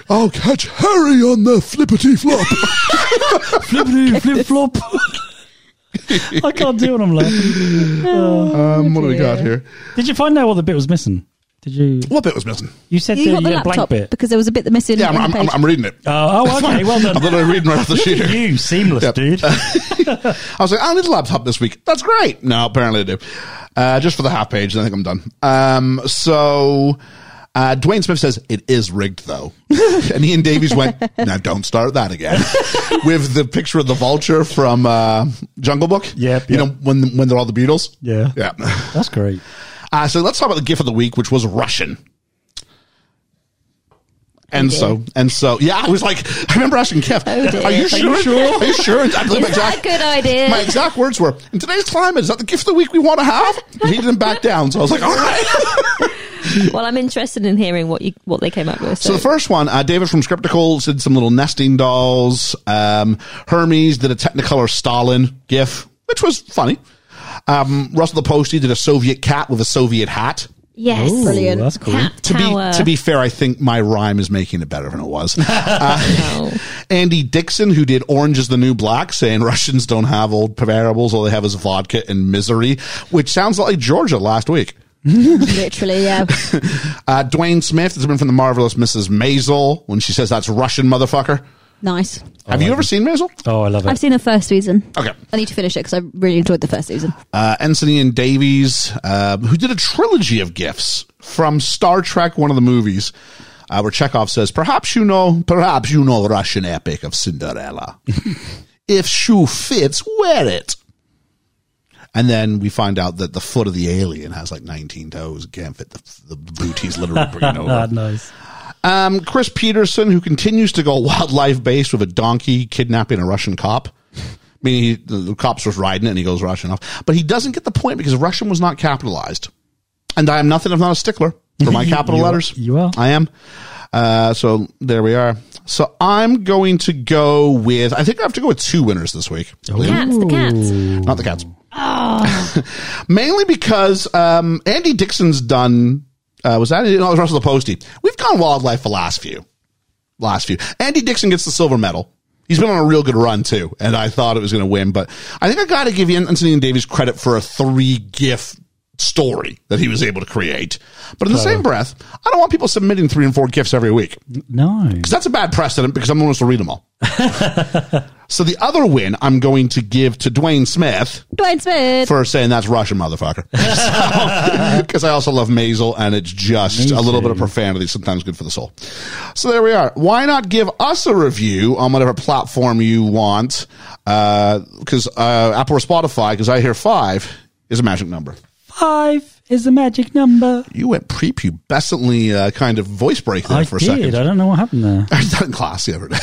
Speaker 2: I'll catch Harry on the flippity flop.
Speaker 3: Flippity flip flop. I can't do it. I'm laughing.
Speaker 2: Um, what do we got here?
Speaker 3: Did you find out what the bit was missing? Did you?
Speaker 2: What bit was missing?
Speaker 3: You said
Speaker 7: You
Speaker 3: the,
Speaker 7: got the
Speaker 3: uh, blank
Speaker 7: laptop
Speaker 3: bit.
Speaker 7: because there was a bit that missing.
Speaker 2: Yeah,
Speaker 7: on
Speaker 2: I'm,
Speaker 7: the
Speaker 2: I'm, I'm,
Speaker 7: page.
Speaker 2: I'm reading it.
Speaker 3: Oh, oh, okay. Well done.
Speaker 2: I'm literally reading right off the sheet.
Speaker 3: Look at
Speaker 2: here.
Speaker 3: you, seamless
Speaker 2: Yep.
Speaker 3: dude.
Speaker 2: I was like, "Oh, I need a laptop this week. That's great. No, apparently I do. Uh, just for the half page, and I think I'm done. Um, so uh, Dwayne Smith says it is rigged though, and Ian Davies went, "Now don't start that again." With the picture of the vulture from uh, Jungle Book.
Speaker 3: Yep,
Speaker 2: You
Speaker 3: yep.
Speaker 2: know when when they're all the Beatles.
Speaker 3: Yeah.
Speaker 2: Yeah.
Speaker 3: That's great.
Speaker 2: Uh, so let's talk about the GIF of the week, which was Russian. And so, and so, yeah, I was like, I remember asking Kev,
Speaker 7: dear.
Speaker 2: are Oh, you sure?
Speaker 3: sure?
Speaker 2: Are you sure? I believe my
Speaker 7: Is that a
Speaker 2: exact,
Speaker 7: good idea?
Speaker 2: my exact words were, in today's climate, is that the GIF of the week we want to have? And he didn't back down. So I was like, all right.
Speaker 4: Well, I'm interested in hearing what you what they came up with.
Speaker 2: So the first one, uh, David from Scriptical did some little nesting dolls. Um, Hermes did a Technicolor Stalin GIF, which was funny. Um, Russell the Postie did a Soviet cat with a Soviet hat.
Speaker 4: yes,
Speaker 3: Ooh, Brilliant. that's cool.
Speaker 4: Cat
Speaker 2: to
Speaker 4: tower.
Speaker 2: be to be fair, I think my rhyme is making it better than it was. Uh,
Speaker 4: Oh.
Speaker 2: Andy Dixon, who did Orange is the New Black, saying Russians don't have old variables, all they have is vodka and misery, which sounds like Georgia last week.
Speaker 7: Literally, yeah.
Speaker 2: Uh, Dwayne Smith, has been from the marvelous Mrs. Maisel, when she says that's Russian motherfucker.
Speaker 7: nice.
Speaker 2: Have you ever seen Maisel?
Speaker 3: Oh, I love it.
Speaker 7: I've seen the first season.
Speaker 2: Okay.
Speaker 7: I need to finish it because I really enjoyed the first season.
Speaker 2: Uh, Ensign Ian Davies, uh, who did a trilogy of gifts from Star Trek, one of the movies, uh, where Chekhov says, "Perhaps you know, perhaps you know, Russian epic of Cinderella. if shoe fits, wear it." And then we find out that the foot of the alien has like 19 toes. Can't fit the, the booties literally bringing
Speaker 3: Ah,
Speaker 2: over.
Speaker 3: nice.
Speaker 2: Um, Chris Peterson, who continues to go wildlife based with a donkey kidnapping a Russian cop. I mean, he, the, the cops was riding it and he goes Russian off. But he doesn't get the point because Russian was not capitalized. And I am nothing if not a stickler for my capital
Speaker 3: You are-
Speaker 2: letters.
Speaker 3: you are.
Speaker 2: I am. Uh, so there we are. So I'm going to go with, I think I have to go with two winners this week.
Speaker 4: cats, the cats.
Speaker 2: Not the cats. Mainly because um, Andy Dixon's done. Uh, was that? No, it was Russell the Postie. We've gone wildlife for last few. Last few. Andy Dixon gets the silver medal. He's been on a real good run too, and I thought it was going to win, but I think I got to give Ian- Anthony and Davies credit for a three gif story that he was able to create. But in the same breath, I don't want people submitting three and four gifs every week.
Speaker 3: No.
Speaker 2: Because that's a bad precedent because I'm the one who's to read them all. so the other win I'm going to give to Dwayne Smith
Speaker 7: Dwayne Smith.
Speaker 2: for saying that's Russian motherfucker. Because I also love Maisel and it's just
Speaker 3: Me
Speaker 2: a little
Speaker 3: too.
Speaker 2: bit of profanity, sometimes good for the soul. So there we are. Why not give us a review on whatever platform you want? Because uh, Apple or Spotify, because I hear five is a magic number.
Speaker 3: Five is the magic number.
Speaker 2: You went prepubescently uh, kind of voice break there
Speaker 3: I
Speaker 2: for
Speaker 3: did.
Speaker 2: a second.
Speaker 3: I don't know what happened there.
Speaker 2: I was not in class the other day.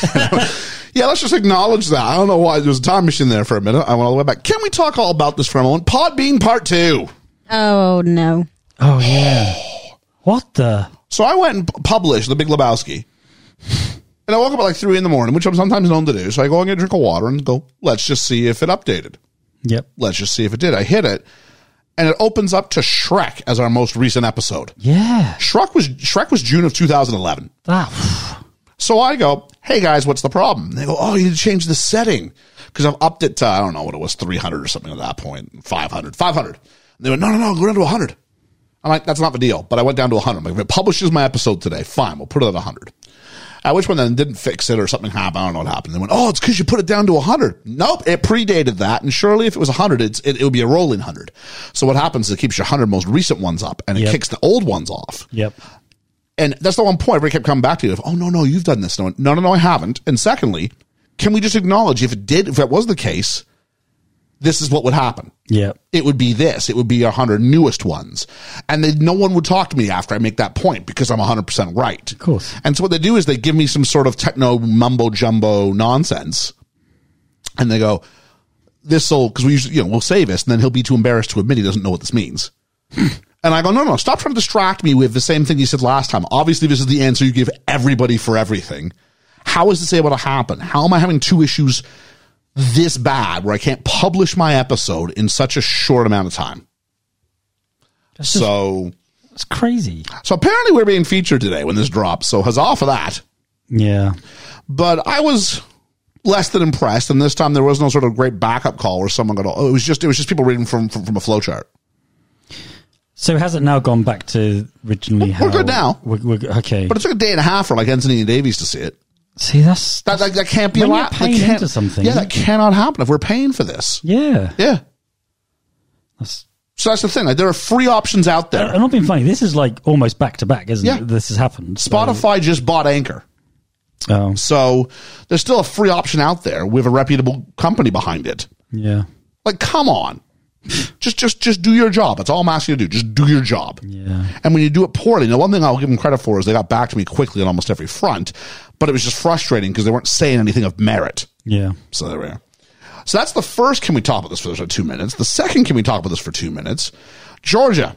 Speaker 2: yeah, let's just acknowledge that. I don't know why there was a time machine there for a minute. I went all the way back. Can we talk all about this for a moment? Podbean part two.
Speaker 7: Oh, no.
Speaker 3: Oh yeah. what the?
Speaker 2: So I went and p- published The Big Lebowski. And I woke up at like three in the morning, which I'm sometimes known to do. So I go and get a drink of water and go, let's just see if it updated.
Speaker 3: Yep.
Speaker 2: Let's just see if it did. I hit it and it opens up to Shrek as our most recent episode.
Speaker 3: Yeah.
Speaker 2: Shrek was Shrek was June of 2011.
Speaker 3: That.
Speaker 2: So I go, hey guys, what's the problem? They go, oh, you need to change the setting because I've upped it to, I don't know what it was, 300 or something at that point, 500, 500. And they went, no, no, no, go down to 100. I'm like, that's not the deal. But I went down to 100. I'm like, if it publishes my episode today, fine, we'll put it at 100. At which one then didn't fix it or something happened. I don't know what happened. They went, oh, it's because you put it down to 100. Nope, it predated that. And surely if it was 100, it's, it, it would be a rolling 100. So what happens is it keeps your 100 most recent ones up and it
Speaker 3: Yep.
Speaker 2: kicks the old ones off.
Speaker 3: Yep.
Speaker 2: And that's the one point where I kept coming back to you of, oh, no, no, you've done this. No, no, no, no, I haven't. And secondly, can we just acknowledge if it did, if that was the case, this is what would happen?
Speaker 3: Yep.
Speaker 2: It would be this. It would be our 100 newest ones. And then no one would talk to me after I make that point because I'm 100% right. Of
Speaker 3: course.
Speaker 2: And so what they do is they give me some sort of techno mumbo jumbo nonsense. And they go, this will, because we usually, you know, we'll say this. And then he'll be too embarrassed to admit he doesn't know what this means. And I go, no, no, stop trying to distract me with the same thing you said last time. Obviously, this is the answer you give everybody for everything. How is this able to happen? How am I having two issues this bad where I can't publish my episode in such a short amount of time?
Speaker 3: That's just-
Speaker 2: So,
Speaker 3: That's crazy.
Speaker 2: so apparently we're being featured today when this drops. So huzzah for that.
Speaker 3: Yeah.
Speaker 2: But I was less than impressed. And this time there was no sort of great backup call where someone got, oh, it was just, it was just people reading from, from, from a flowchart.
Speaker 3: So has it now gone back to originally?
Speaker 2: We're
Speaker 3: how
Speaker 2: good now.
Speaker 3: We're, we're good- okay.
Speaker 2: But it took a day and a half for like Anthony Davies to see it.
Speaker 3: See, that's
Speaker 2: That that, that can't be
Speaker 3: When you're
Speaker 2: allowed. That
Speaker 3: paying
Speaker 2: can't-
Speaker 3: into something-
Speaker 2: Yeah, that cannot happen if we're paying for this.
Speaker 3: yeah.
Speaker 2: Yeah.
Speaker 3: That's,
Speaker 2: So that's the thing. Like, there are free options out there.
Speaker 3: I'm not being funny. This is like almost back to back, isn't
Speaker 2: Yeah.
Speaker 3: it? This has happened. So-
Speaker 2: Spotify just bought Anchor.
Speaker 3: Oh,
Speaker 2: So there's still a free option out there with a reputable company behind it.
Speaker 3: yeah,
Speaker 2: Like, come on. just just just do your job. That's all I'm asking you to do. Just do your job.
Speaker 3: Yeah.
Speaker 2: And when you do it poorly, now one thing I'll give them credit for is they got back to me quickly on almost every front, but it was just frustrating because they weren't saying anything of merit.
Speaker 3: yeah.
Speaker 2: So there we are. So that's the first can we talk about this for two minutes. The second can we talk about this for two minutes? Georgia,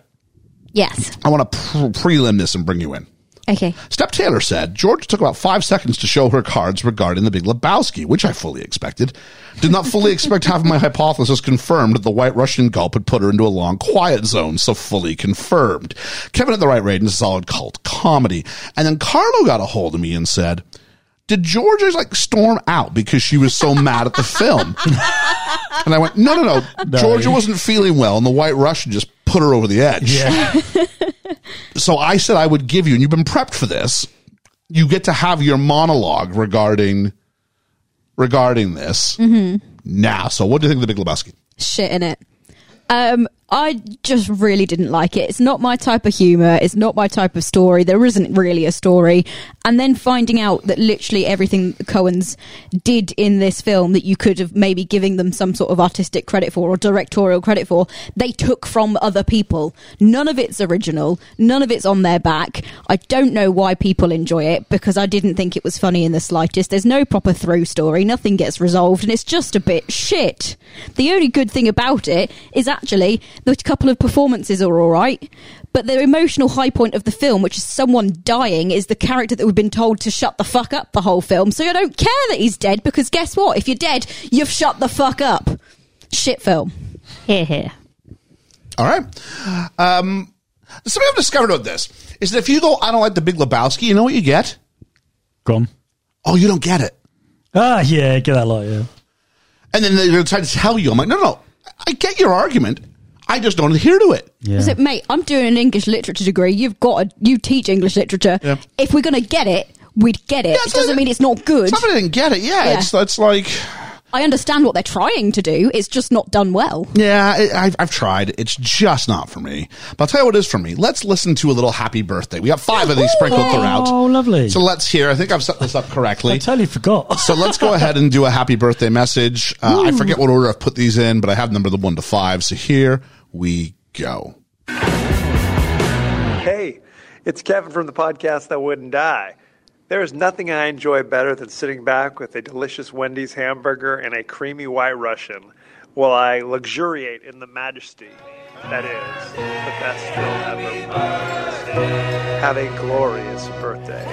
Speaker 4: Yes.
Speaker 2: I want to pre- prelim this and bring you in.
Speaker 4: Okay.
Speaker 2: Step Taylor said Georgia took about five seconds to show her cards regarding the Big Lebowski, which I fully expected. Did not fully expect having my hypothesis confirmed that the White Russian gulp had put her into a long quiet zone, so fully confirmed. Kevin at the right rate and solid cult comedy. And then Carlo got a hold of me and said, Did Georgia like storm out because she was so mad at the film? And I went, No, no, no. Georgia wasn't feeling well, and the White Russian just put her over the edge.
Speaker 3: Yeah.
Speaker 2: So I said I would give you, and you've been prepped for this. You get to have your monologue regarding regarding this
Speaker 7: Mm-hmm.
Speaker 2: now. So what do you think of the Big Lebowski?
Speaker 7: shit in it. Um, I just really didn't like it. It's not my type of humor. It's not my type of story. There isn't really a story. And then finding out that literally everything the Coens did in this film that you could have maybe giving them some sort of artistic credit for or directorial credit for, they took from other people. None of it's original. None of it's on their back. I don't know why people enjoy it because I didn't think it was funny in the slightest. There's no proper through story. Nothing gets resolved, and it's just a bit shit. The only good thing about it is actually the couple of performances are all right, but the emotional high point of the film, which is someone dying, is the character that we've been told to shut the fuck up the whole film. So I don't care that he's dead because guess what? If you're dead, you've shut the fuck up. Shit film.
Speaker 4: Here, here.
Speaker 2: All right. Um, something I've discovered about this is that if you go, I don't like the Big Lebowski, you know what you get?
Speaker 3: Gone.
Speaker 2: Oh, you don't get it.
Speaker 3: Ah, yeah. Get that lot. Yeah.
Speaker 2: And then they're trying to tell you. I'm like, no, no, I get your argument. I just don't adhere to it.
Speaker 3: Yeah.
Speaker 7: So, mate, I'm doing an English literature degree. You've got to, you teach English literature.
Speaker 2: Yeah.
Speaker 7: If we're going to get it, we'd get it.
Speaker 2: Yeah,
Speaker 7: it
Speaker 2: it's
Speaker 7: doesn't
Speaker 2: like-
Speaker 7: mean it's not good.
Speaker 2: Somebody didn't get it. Yeah,
Speaker 7: Yeah.
Speaker 2: It's, it's like,
Speaker 7: I understand what they're trying to do. It's just not done well.
Speaker 2: yeah, it, I've, I've tried. It's just not for me. But I'll tell you what it is for me. Let's listen to a little happy birthday. We got five of these sprinkled throughout.
Speaker 3: Oh, lovely.
Speaker 2: So let's hear. I think I've set this up
Speaker 3: I
Speaker 2: correctly.
Speaker 3: totally forgot.
Speaker 2: So let's go ahead and do a happy birthday message. Uh, I forget what order I've put these in, but I have number the one to five. So here we go.
Speaker 8: Hey, it's Kevin from the podcast That Wouldn't Die. There is nothing I enjoy better than sitting back with a delicious Wendy's hamburger and a creamy white Russian while I luxuriate in the majesty that is the best film ever. Have a glorious birthday.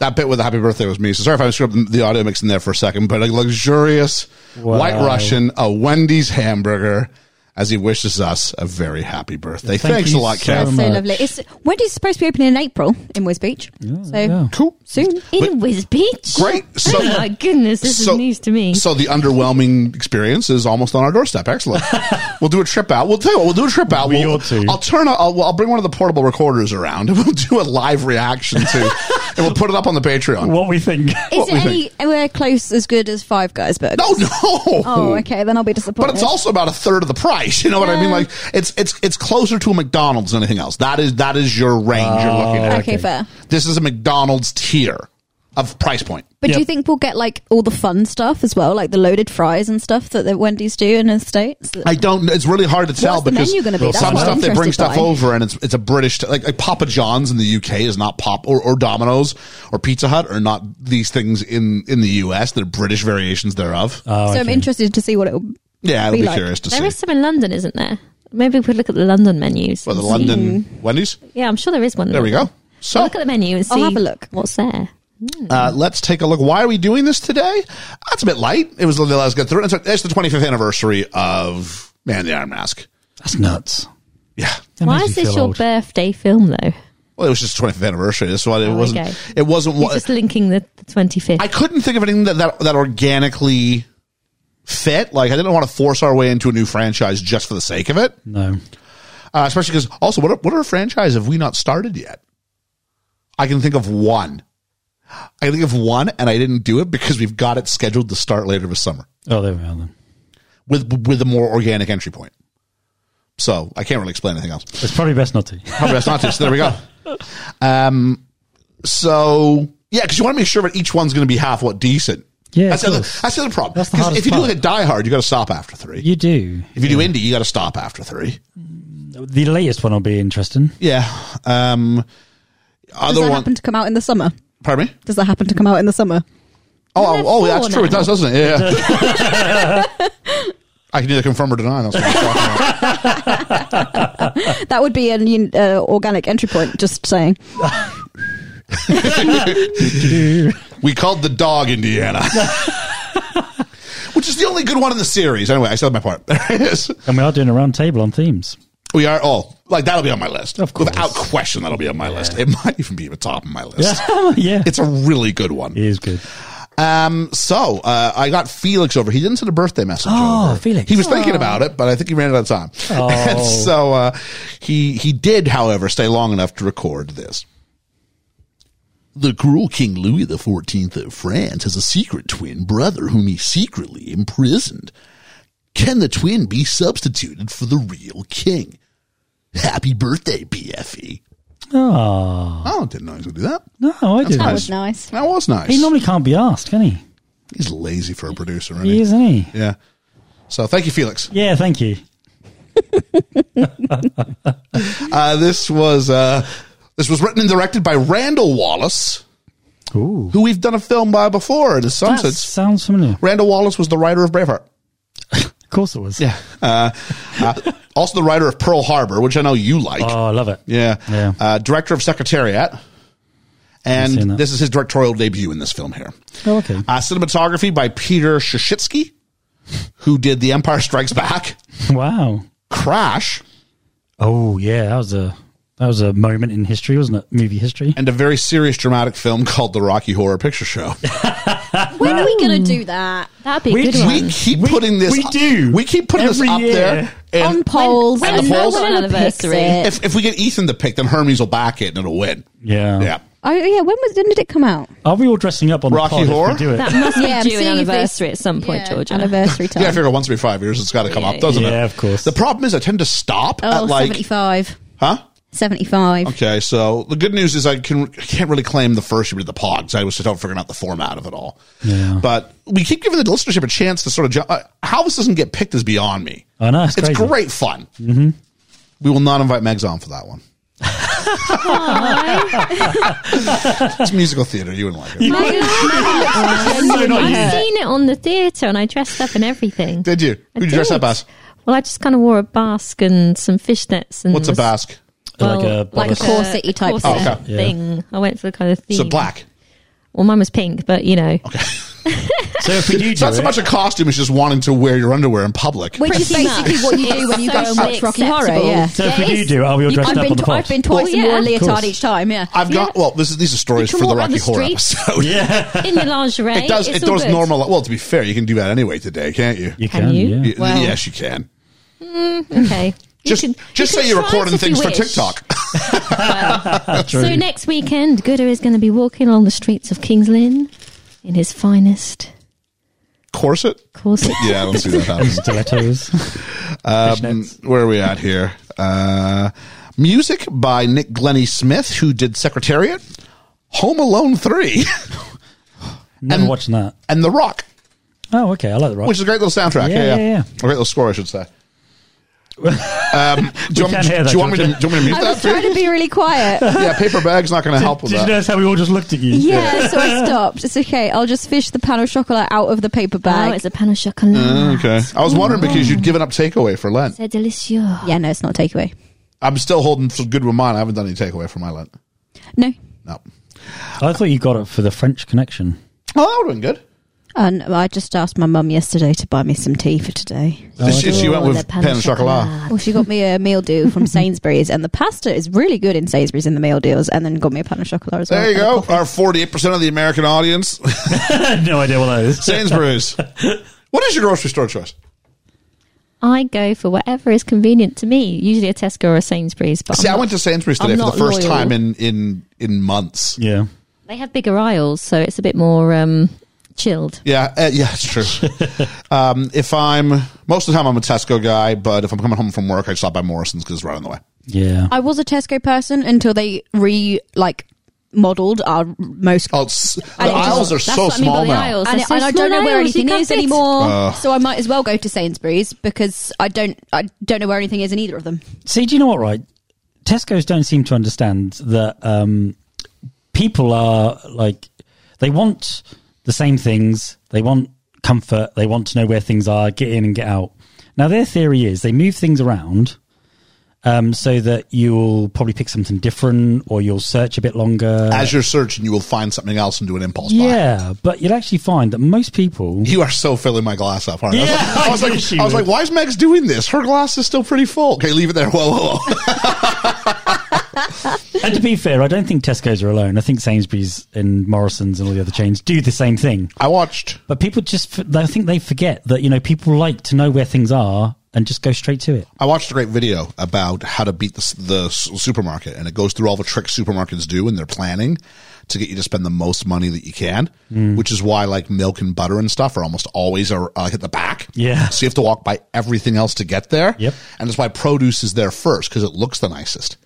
Speaker 2: That bit with the happy birthday was me. So sorry if I screwed up the audio mix in there for a second, but a luxurious
Speaker 3: Wow.
Speaker 2: white Russian, a Wendy's hamburger, as he wishes us a very happy birthday.
Speaker 3: Thank
Speaker 2: Thanks a
Speaker 3: you
Speaker 2: lot,
Speaker 3: so
Speaker 2: Kev.
Speaker 3: much.
Speaker 7: So
Speaker 3: Much.
Speaker 7: lovely. It's Wendy's supposed to be opening in April in Whiz Beach. so
Speaker 3: yeah.
Speaker 2: Cool.
Speaker 7: soon.
Speaker 4: In Whiz Beach.
Speaker 2: Great. So-
Speaker 4: oh my goodness, this
Speaker 2: So-
Speaker 4: is news to me.
Speaker 2: So the underwhelming experience is almost on our doorstep. Excellent. we'll do a trip out. We'll tell you what. We'll do a trip out.
Speaker 3: We
Speaker 2: We'll-
Speaker 3: ought to.
Speaker 2: I'll turn. i I'll, I'll bring one of the portable recorders around, and we'll do a live reaction to, and we'll put it up on the Patreon.
Speaker 3: what we think.
Speaker 7: Is
Speaker 2: What we
Speaker 7: it any, anywhere close as good as Five Guys Burgers?
Speaker 2: No, no.
Speaker 7: Oh, okay. Then I'll be disappointed.
Speaker 2: But it's also about a third of the price. You know what I mean?
Speaker 7: Yeah.
Speaker 2: Like it's it's it's closer to a McDonald's than anything else. That is that is your range you're looking at.
Speaker 7: okay,
Speaker 3: Oh, okay.
Speaker 7: fair.
Speaker 2: This is a McDonald's tier of price point.
Speaker 7: But do you
Speaker 3: Yep.
Speaker 7: think we'll get like all the fun stuff as well, like the loaded fries and stuff that the Wendy's do in the states?
Speaker 2: I don't. It's really hard to tell
Speaker 7: the
Speaker 2: because
Speaker 7: menu gonna be? That's
Speaker 2: some
Speaker 7: what I'm
Speaker 2: stuff they bring
Speaker 7: interested
Speaker 2: stuff
Speaker 7: by.
Speaker 2: over, and it's it's a British like, like Papa John's in the UK is not pop or, or Domino's or Pizza Hut are not these things in in the US. They're British variations thereof.
Speaker 3: Oh,
Speaker 7: so I'm
Speaker 3: okay.
Speaker 7: interested to see what it will.
Speaker 2: yeah, I'll
Speaker 7: be
Speaker 2: be
Speaker 7: like-
Speaker 2: curious to
Speaker 4: There
Speaker 2: see.
Speaker 4: is some in London, isn't there? Maybe we could look at the London menus.
Speaker 2: Well, the
Speaker 4: and
Speaker 2: London Wendy's.
Speaker 4: see- Yeah, I'm sure there is one. in
Speaker 2: There we go.
Speaker 4: London.
Speaker 2: So
Speaker 4: I'll look at the menu and see.
Speaker 7: I'll have a look.
Speaker 4: What's there?
Speaker 2: Uh, let's take a look. Why are we doing this today? That's a bit light. It was the last get through. it. It's, it's the 25th anniversary of Man in the Iron Mask.
Speaker 3: That's nuts.
Speaker 2: Yeah.
Speaker 3: That
Speaker 4: Why
Speaker 3: makes
Speaker 4: is
Speaker 3: me
Speaker 4: this
Speaker 3: feel
Speaker 4: your
Speaker 3: old.
Speaker 4: birthday film though?
Speaker 2: Well, it was just 25th anniversary. That's why it
Speaker 4: Oh,
Speaker 2: wasn't.
Speaker 4: okay.
Speaker 2: It wasn't
Speaker 4: You're
Speaker 2: what
Speaker 4: just linking the, the 25th.
Speaker 2: I couldn't think of anything that, that that organically fit. Like I didn't want to force our way into a new franchise just for the sake of it.
Speaker 3: No.
Speaker 2: Uh, especially because also what what other franchise have we not started yet? I can think of one. I can think of one, and I didn't do it because we've got it scheduled to start later this summer
Speaker 3: Oh, there we are then.
Speaker 2: with with a more organic entry point. So I can't really explain anything else.
Speaker 3: It's probably best not to.
Speaker 2: Probably best not to. So there we go. Um, so yeah, because you want to make sure that each one's going to be half what decent.
Speaker 3: Yeah,
Speaker 2: that's
Speaker 3: of
Speaker 2: the, other,
Speaker 3: course.
Speaker 2: that's the other problem.
Speaker 3: That's the
Speaker 2: 'Cause
Speaker 3: hardest
Speaker 2: if you do
Speaker 3: part.
Speaker 2: like a Die Hard, you got to stop after three.
Speaker 3: You do.
Speaker 2: if you do indie, you got to stop after three.
Speaker 3: The latest one will be interesting.
Speaker 2: Yeah. Um,
Speaker 7: Does
Speaker 2: other
Speaker 7: that
Speaker 2: one.
Speaker 7: happen to come out in the summer?
Speaker 2: pardon me.
Speaker 7: Does that happen to come out in the summer?
Speaker 2: Oh,
Speaker 4: Isn't that
Speaker 2: oh, that's
Speaker 4: four
Speaker 2: true. It
Speaker 4: now?
Speaker 2: does, doesn't it? Yeah. I can neither confirm or deny. That's what I'm talking about.
Speaker 7: That would be an un- uh, organic entry point. Just saying.
Speaker 2: We called the dog Indiana, which is the only good one in the series. Anyway, I said my part. There it is.
Speaker 3: And we are doing a round table on themes.
Speaker 2: We are all like that'll be on my list.
Speaker 3: Of course.
Speaker 2: Without question, that'll be on my list. It might even be at the top of my list.
Speaker 3: yeah.
Speaker 2: It's a really good one.
Speaker 3: it is good.
Speaker 2: Um, so uh, I got Felix over. He didn't send a birthday message.
Speaker 3: Oh,
Speaker 2: over.
Speaker 3: Felix.
Speaker 2: He was thinking about it, but I think he ran out of time.
Speaker 3: Oh.
Speaker 2: And so uh, he he did, however, stay long enough to record this. The cruel King Louis XIV of France has a secret twin brother whom he secretly imprisoned. Can the twin be substituted for the real king? Happy birthday, BFE.
Speaker 3: Oh.
Speaker 2: Oh, didn't know he was going to do that.
Speaker 3: No, I didn't.
Speaker 7: That was nice.
Speaker 2: That was nice.
Speaker 3: He normally can't be asked, can he?
Speaker 2: He's lazy for a producer, isn't
Speaker 3: He
Speaker 2: he?
Speaker 3: is, isn't he?
Speaker 2: Yeah. So thank you, Felix.
Speaker 3: Yeah, thank you.
Speaker 2: Uh, this was uh, this was written and directed by Randall Wallace,
Speaker 3: Ooh.
Speaker 2: who we've done a film by before in some
Speaker 3: That
Speaker 2: sense.
Speaker 3: sounds familiar.
Speaker 2: Randall Wallace was the writer of Braveheart.
Speaker 3: Of course it was.
Speaker 2: Yeah. Uh, uh, also the writer of Pearl Harbor, which I know you like.
Speaker 3: Oh, I love it.
Speaker 2: yeah.
Speaker 3: Yeah.
Speaker 2: Uh, director of Secretariat.
Speaker 3: seen
Speaker 2: And
Speaker 3: that.
Speaker 2: this is his directorial debut in this film here.
Speaker 3: Oh, okay.
Speaker 2: Uh, cinematography by Peter Shishitsky, who did The Empire Strikes Back,
Speaker 3: wow.
Speaker 2: Crash,
Speaker 3: Oh, yeah. That was a that was a moment in history, wasn't it? Movie history.
Speaker 2: and a very serious dramatic film called The Rocky Horror Picture Show.
Speaker 7: When are we gonna do that?
Speaker 4: That'd be a
Speaker 3: We-
Speaker 4: good
Speaker 3: we-
Speaker 4: one.
Speaker 2: we keep putting this.
Speaker 3: we do.
Speaker 2: We keep putting
Speaker 3: Every
Speaker 2: this up
Speaker 3: year.
Speaker 2: there. And
Speaker 7: On polls.
Speaker 4: when
Speaker 2: is
Speaker 7: and no
Speaker 2: polls?
Speaker 7: one ever picks
Speaker 4: Anniversary.
Speaker 7: it.
Speaker 2: if, if we get Ethan to pick, then Hermes will back it and it'll win.
Speaker 3: Yeah.
Speaker 2: Yeah.
Speaker 7: Oh yeah, when was when did it come out?
Speaker 3: Are we all dressing up on
Speaker 2: Rocky
Speaker 3: the pod if we
Speaker 2: Horror?
Speaker 3: do it?
Speaker 4: That must be
Speaker 7: Yeah, I'm
Speaker 4: due an
Speaker 7: seeing if
Speaker 4: anniversary at some point, Georgia.
Speaker 7: Anniversary
Speaker 2: Yeah, I
Speaker 7: time.
Speaker 2: figure once every five years it's got to come up, doesn't it?
Speaker 3: Yeah, of course.
Speaker 2: The problem is I tend to stop
Speaker 7: oh,
Speaker 2: at like,
Speaker 7: 75.
Speaker 2: huh?
Speaker 7: 75.
Speaker 2: Okay, so the good news is I can I can't really claim the first year of the pods. I was just out figuring out the format of it all.
Speaker 3: Yeah.
Speaker 2: But we keep giving the listenership a chance to sort of jump. Uh, how this doesn't get picked is beyond me.
Speaker 3: I know, it's crazy.
Speaker 2: great fun. Mm-hmm. We will not invite Megs on for that one. it's musical theater. You wouldn't like it.
Speaker 4: I've seen it on the theatre and I dressed up and everything.
Speaker 2: Did you?
Speaker 4: I
Speaker 2: Who did you dress
Speaker 4: did.
Speaker 2: up as?
Speaker 4: Well, I just kind of wore a basque and some fishnets. And
Speaker 2: What's a
Speaker 4: was-
Speaker 2: basque?
Speaker 4: Well,
Speaker 3: Like a- like a
Speaker 7: corset-y type
Speaker 4: corset
Speaker 2: thing. Oh, okay.
Speaker 3: Yeah.
Speaker 4: thing. I went for the kind of theme.
Speaker 2: So black.
Speaker 4: Well, mine was pink, but you know.
Speaker 3: So if we do
Speaker 2: It's not so
Speaker 3: do
Speaker 2: much
Speaker 3: it,
Speaker 2: a costume; it's just wanting to wear your underwear in public.
Speaker 7: Which is
Speaker 4: Pretty
Speaker 7: basically
Speaker 4: much.
Speaker 7: what you do when you go
Speaker 4: It's
Speaker 7: and
Speaker 4: so
Speaker 7: watch Rocky Horror.
Speaker 4: acceptable.
Speaker 7: Yeah.
Speaker 3: So if
Speaker 7: Yeah,
Speaker 3: we
Speaker 7: it
Speaker 3: do
Speaker 7: is.
Speaker 3: do, are we all
Speaker 7: You-
Speaker 3: dressed
Speaker 7: I've
Speaker 3: up
Speaker 7: been
Speaker 3: on the
Speaker 7: tw-
Speaker 3: pod?
Speaker 7: I've been twice
Speaker 4: Well,
Speaker 7: and wore a
Speaker 4: yeah.
Speaker 7: leotard
Speaker 3: Course.
Speaker 7: each time. Yeah.
Speaker 2: I've got.
Speaker 4: Yeah.
Speaker 2: Well, this is these are stories
Speaker 4: You
Speaker 2: for
Speaker 4: can
Speaker 2: the
Speaker 4: walk on
Speaker 2: Rocky
Speaker 4: the
Speaker 2: Horror
Speaker 4: streets.
Speaker 2: episode.
Speaker 4: In your lingerie.
Speaker 2: It does.
Speaker 4: It's
Speaker 2: it
Speaker 4: all
Speaker 2: does
Speaker 4: good.
Speaker 2: normal. Well, to be fair, you can do that anyway today, can't you?
Speaker 3: you
Speaker 4: Can
Speaker 3: can.
Speaker 4: you?
Speaker 3: Yeah.
Speaker 2: Y-
Speaker 4: Well-
Speaker 2: yes, you can.
Speaker 4: Okay. You
Speaker 2: Just,
Speaker 4: can-
Speaker 2: just say
Speaker 4: you can
Speaker 2: you're
Speaker 4: try us
Speaker 2: recording
Speaker 4: if you
Speaker 2: things for
Speaker 4: wish.
Speaker 2: TikTok.
Speaker 4: So next weekend, Gooder is going to be walking along the streets of King's Lynn in his finest
Speaker 2: Corset?
Speaker 4: corset.
Speaker 2: Yeah, I don't see that happening.
Speaker 3: Stilettos.
Speaker 2: Um, where are we at here? Uh, music by Nick Glennie Smith, who did Secretariat, Home Alone 3,
Speaker 3: Never
Speaker 2: and-
Speaker 3: watching that.
Speaker 2: and The Rock,
Speaker 3: Oh, okay. I like the rock.
Speaker 2: which is a great little soundtrack. Yeah,
Speaker 3: Yeah,
Speaker 2: yeah.
Speaker 3: yeah, yeah.
Speaker 2: A great little score, I should say. um, do, you want,
Speaker 3: can't hear
Speaker 2: do
Speaker 3: that,
Speaker 2: you want me to,
Speaker 3: Georgia.
Speaker 2: do you want me to mute
Speaker 7: I was
Speaker 2: that?
Speaker 7: trying to be really quiet.
Speaker 2: yeah, paper bag's not going to help with
Speaker 3: Did you
Speaker 2: that.
Speaker 3: notice how we all just looked at you?
Speaker 7: Yeah, so I stopped. It's okay. I'll just fish the pan of chocolate out of the paper
Speaker 4: Oh,
Speaker 7: bag.
Speaker 4: it's a pan au chocolat.
Speaker 2: Ah, Okay. I was wondering because you'd given up takeaway for Lent.
Speaker 4: C'est délicieux.
Speaker 7: yeah, no, it's not a takeaway.
Speaker 2: I'm still holding some good with mine. I haven't done any takeaway for my Lent.
Speaker 7: No.
Speaker 2: No.
Speaker 3: I thought you got it for the French connection.
Speaker 2: Oh, that would have been good.
Speaker 7: And I just asked my mum yesterday to buy me some tea for today.
Speaker 2: she, she went
Speaker 4: Oh,
Speaker 2: with
Speaker 4: the
Speaker 2: pan and chocolat.
Speaker 7: Well, she got me a meal deal from Sainsbury's, and the pasta is really good in Sainsbury's in the meal deals, and then got me a pan of chocolate as well.
Speaker 2: There you
Speaker 7: and a
Speaker 2: go.
Speaker 7: coffee.
Speaker 2: Our forty-eight percent of the American audience,
Speaker 3: no idea what that is.
Speaker 2: Sainsbury's. what is your grocery store choice?
Speaker 4: I go for whatever is convenient to me. Usually a Tesco or a Sainsbury's. But
Speaker 2: See, I
Speaker 4: I'm not-
Speaker 2: went to Sainsbury's today
Speaker 4: I'm
Speaker 2: for the
Speaker 4: not
Speaker 2: first
Speaker 4: loyal.
Speaker 2: time in in in months.
Speaker 3: Yeah.
Speaker 4: They have bigger aisles, so it's a bit more um, chilled.
Speaker 2: Yeah, uh, yeah, it's true. um, if I'm most of the time I'm a Tesco guy, but if I'm coming home from work, I stop by Morrison's because it's right on the way.
Speaker 3: Yeah.
Speaker 7: I was a Tesco person until they re like modeled our most.
Speaker 2: Oh, it's, the
Speaker 7: I don't just-
Speaker 2: aisles are
Speaker 4: That's
Speaker 2: so
Speaker 4: what I mean by
Speaker 2: small
Speaker 4: the
Speaker 2: now.
Speaker 4: aisles.
Speaker 7: and,
Speaker 4: They're so
Speaker 7: and I
Speaker 4: small
Speaker 7: don't know where
Speaker 4: aisles, you
Speaker 7: anything
Speaker 4: can't
Speaker 7: is
Speaker 4: fit.
Speaker 7: anymore, so I might as well go to Sainsbury's because I don't I don't know where anything is in either of them.
Speaker 3: See, do you know what, right? Tesco's don't seem to understand that um, people are like, they want the same things. They want comfort. They want to know where things are, get in and get out. Now, their theory is they move things around um, so that you'll probably pick something different or you'll search a bit longer.
Speaker 2: As you're searching, you will find something else and do an impulse buy.
Speaker 3: yeah, but you'll actually find that most people.
Speaker 2: You are so filling my glass up, aren't you?
Speaker 3: Yeah,
Speaker 2: I was like,
Speaker 3: I
Speaker 2: I
Speaker 3: knew
Speaker 2: was,
Speaker 3: she
Speaker 2: like, I was
Speaker 3: would.
Speaker 2: like, why is Meg's doing this? Her glass is still pretty full. Okay, leave it there. Whoa, whoa, whoa.
Speaker 3: And to be fair, I don't think Tesco's are alone. I think Sainsbury's and Morrison's and all the other chains do the same thing.
Speaker 2: I watched.
Speaker 3: But people just, f- I think they forget that, you know, people like to know where things are and just go straight to it.
Speaker 2: I watched a great video about how to beat the, s- the s- supermarket, and it goes through all the tricks supermarkets do in their planning to get you to spend the most money that you can,
Speaker 3: Mm.
Speaker 2: which is why like milk and butter and stuff are almost always are uh, like at the back.
Speaker 3: Yeah.
Speaker 2: so you have to walk by everything else to get there.
Speaker 3: Yep.
Speaker 2: and that's why produce is there first because it looks the nicest.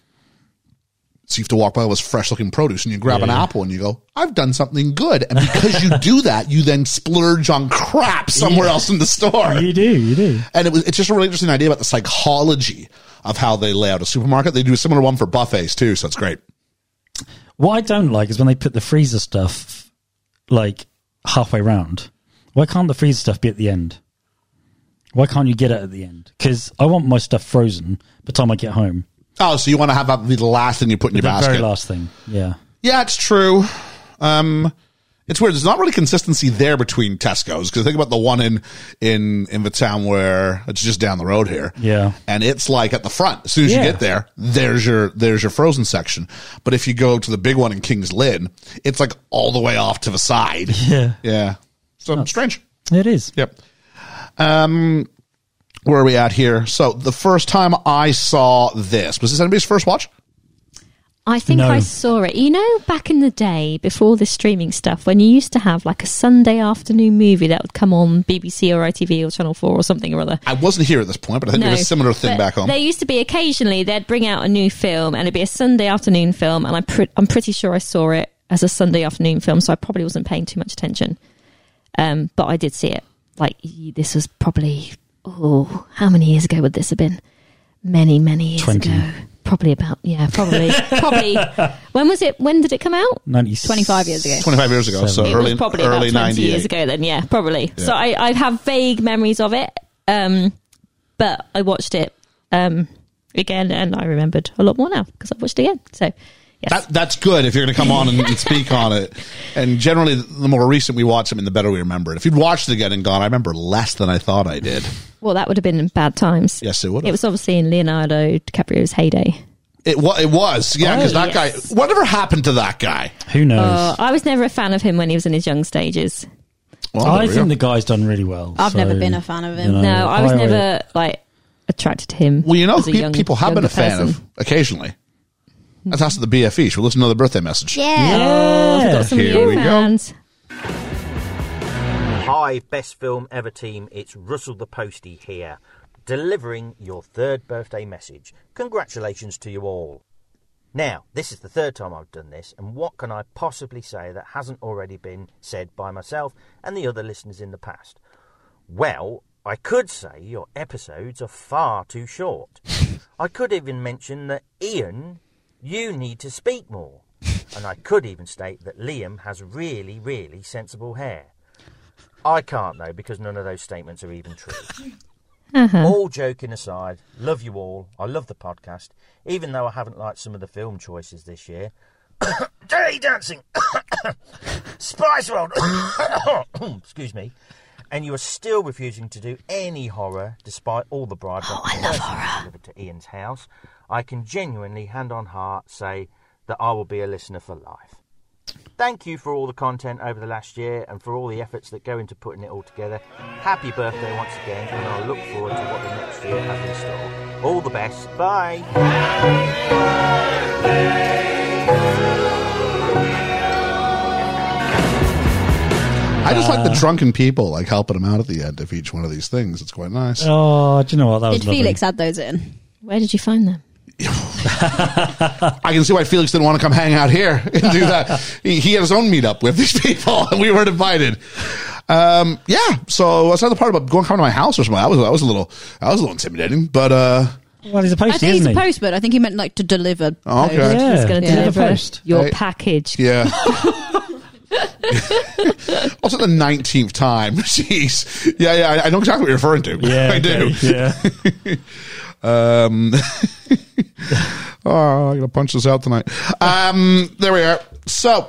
Speaker 2: So you have to walk by all this fresh looking produce, and you grab an
Speaker 3: Yeah.
Speaker 2: apple, and you go, "I've done something good." And because you do that, you then splurge on crap somewhere
Speaker 3: Yeah.
Speaker 2: else in the store.
Speaker 3: You do, you do.
Speaker 2: And it was it's just a really interesting idea about the psychology of how they lay out a supermarket. They do a similar one for buffets too, so it's great.
Speaker 3: What I don't like is when they put the freezer stuff like halfway round. Why can't the freezer stuff be at the end? Why can't you get it at the end? Because I want my stuff frozen by the time I get home.
Speaker 2: Oh, so you want to have that be the last thing you put in your
Speaker 3: the
Speaker 2: basket?
Speaker 3: very last thing. Yeah.
Speaker 2: Yeah, it's true. Um, it's weird. There's not really consistency there between Tesco's because think about the one in in in the town where it's just down the road here.
Speaker 3: Yeah.
Speaker 2: and it's like at the front. As soon as
Speaker 3: Yeah.
Speaker 2: you get there, there's your there's your frozen section. But if you go to the big one in Kings Lynn, it's like all the way off to the side.
Speaker 3: Yeah.
Speaker 2: yeah. So strange.
Speaker 3: It is.
Speaker 2: Yep. Um, where are we at here? So the first time I saw this was this anybody's first watch?
Speaker 4: I think
Speaker 3: No.
Speaker 4: I saw it. You know, back in the day, before the streaming stuff, when you used to have like a Sunday afternoon movie that would come on BBC or ITV or Channel 4 or something or other.
Speaker 2: I wasn't here at this point, but I think there was a similar thing
Speaker 4: but
Speaker 2: back home.
Speaker 4: There used to be occasionally they'd bring out a new film and it'd be a Sunday afternoon film, and I'm, pre- I'm pretty sure I saw it as a Sunday afternoon film, so I probably wasn't paying too much attention. Um, but I did see it. Like y- this was probably oh, how many years ago would this have been? Many, many years
Speaker 3: 20.
Speaker 4: ago. Probably about yeah, probably probably. When was it? When did it come out?
Speaker 3: 90,
Speaker 7: 25 years ago.
Speaker 2: 25 years ago, so
Speaker 3: Seven.
Speaker 4: It
Speaker 2: early,
Speaker 4: was probably
Speaker 2: early
Speaker 4: about 20 years
Speaker 2: 90s.
Speaker 4: ago then, yeah, probably. So I, I have vague memories of it, um, but I watched it um, again and I remembered a lot more now because I've watched it again. So, yes.
Speaker 2: That, that's good if you're going to come on and, and speak on it. And generally, the more recent we watch them, the better we remember it. If you'd watched it again and gone, I remember less than I thought I did.
Speaker 4: well, that would have been in bad times.
Speaker 2: Yes, it would.
Speaker 4: It was obviously in Leonardo DiCaprio's heyday.
Speaker 2: It, wa- it was, yeah, because that
Speaker 4: Oh, yes.
Speaker 2: guy. Whatever happened to that guy?
Speaker 3: Who knows?
Speaker 4: Uh, I was never a fan of him when he was in his young stages.
Speaker 2: Well, Oh, there
Speaker 3: I
Speaker 2: we
Speaker 3: think
Speaker 2: go.
Speaker 3: the guy's done really well.
Speaker 7: I've
Speaker 3: so,
Speaker 7: never been a fan of him.
Speaker 3: you know,
Speaker 4: No, I was
Speaker 3: I-
Speaker 4: never like attracted to him.
Speaker 2: Well, you know,
Speaker 4: as a
Speaker 2: pe-
Speaker 4: young-
Speaker 2: people have been a
Speaker 4: younger
Speaker 2: fan
Speaker 4: person.
Speaker 2: of occasionally. That's also the BFE. Should we listen to the birthday message?
Speaker 4: Yeah, I've got some
Speaker 2: Here
Speaker 4: new
Speaker 2: we go.
Speaker 4: fans.
Speaker 9: Hi, best film ever team. It's Russell the Postie here, delivering your third birthday message. Congratulations to you all. Now, this is the third time I've done this, and what can I possibly say that hasn't already been said by myself and the other listeners in the past? Well, I could say your episodes are far too short. I could even mention that Ian, you need to speak more. And I could even state that Liam has really, really sensible hair. I can't though because none of those statements are even true. All joking aside, love you all. I love the podcast, even though I haven't liked some of the film choices this year. Dirty Dancing, Spice World, excuse me, and you are still refusing to do any horror despite all the bribes oh, I love horror. delivered to Ian's house, I can genuinely, hand on heart, say that I will be a listener for life. Thank you for all the content over the last year and for all the efforts that go into putting it all together. Happy birthday once again, and I look forward to what the next year has in store. All the best. Bye.
Speaker 2: I just like the drunken people, like helping him out at the end of each one of these things. It's quite nice.
Speaker 3: Oh, do you know what? That was
Speaker 7: Did
Speaker 3: lovely.
Speaker 7: Felix add those in?
Speaker 4: Where did you find them?
Speaker 2: I can see why Felix didn't want to come hang out here and do that. he, he had his own meetup with these people, and we weren't invited. Um, yeah. So that's another part about going coming to my house or something. That was that was a little that was a little intimidating, but uh,
Speaker 3: Well, he's a
Speaker 7: I
Speaker 3: postie,
Speaker 7: think he's
Speaker 3: isn't
Speaker 7: a
Speaker 3: he?
Speaker 7: postman. I think he meant like to deliver.
Speaker 2: Oh, okay.
Speaker 7: post.
Speaker 3: yeah,
Speaker 4: He's going to
Speaker 7: Yeah.
Speaker 3: He's a
Speaker 4: deliver
Speaker 3: post.
Speaker 4: your
Speaker 2: Hey.
Speaker 4: package.
Speaker 2: yeah. also, the nineteenth time. Jeez. Yeah, yeah. I, I know exactly what you're referring to.
Speaker 3: Yeah,
Speaker 2: I do.
Speaker 3: okay, Yeah.
Speaker 2: Um, oh, I'm gonna punch this out tonight. Um, there we are. So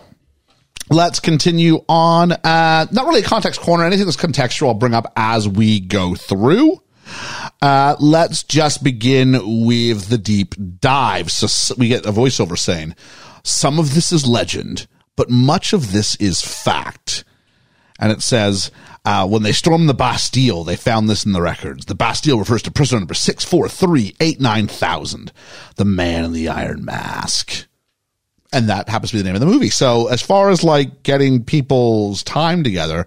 Speaker 2: let's continue on. Uh, not really a context corner. Anything that's contextual, I'll bring up as we go through. Uh, let's just begin with the deep dive. So s- we get a voiceover saying, "Some of this is legend, but much of this is fact." and it says uh, when they stormed the Bastille, they found this in the records. The Bastille refers to prisoner number six four three eight nine thousand, the man in the iron mask, and that happens to be the name of the movie. So as far as like getting people's time together.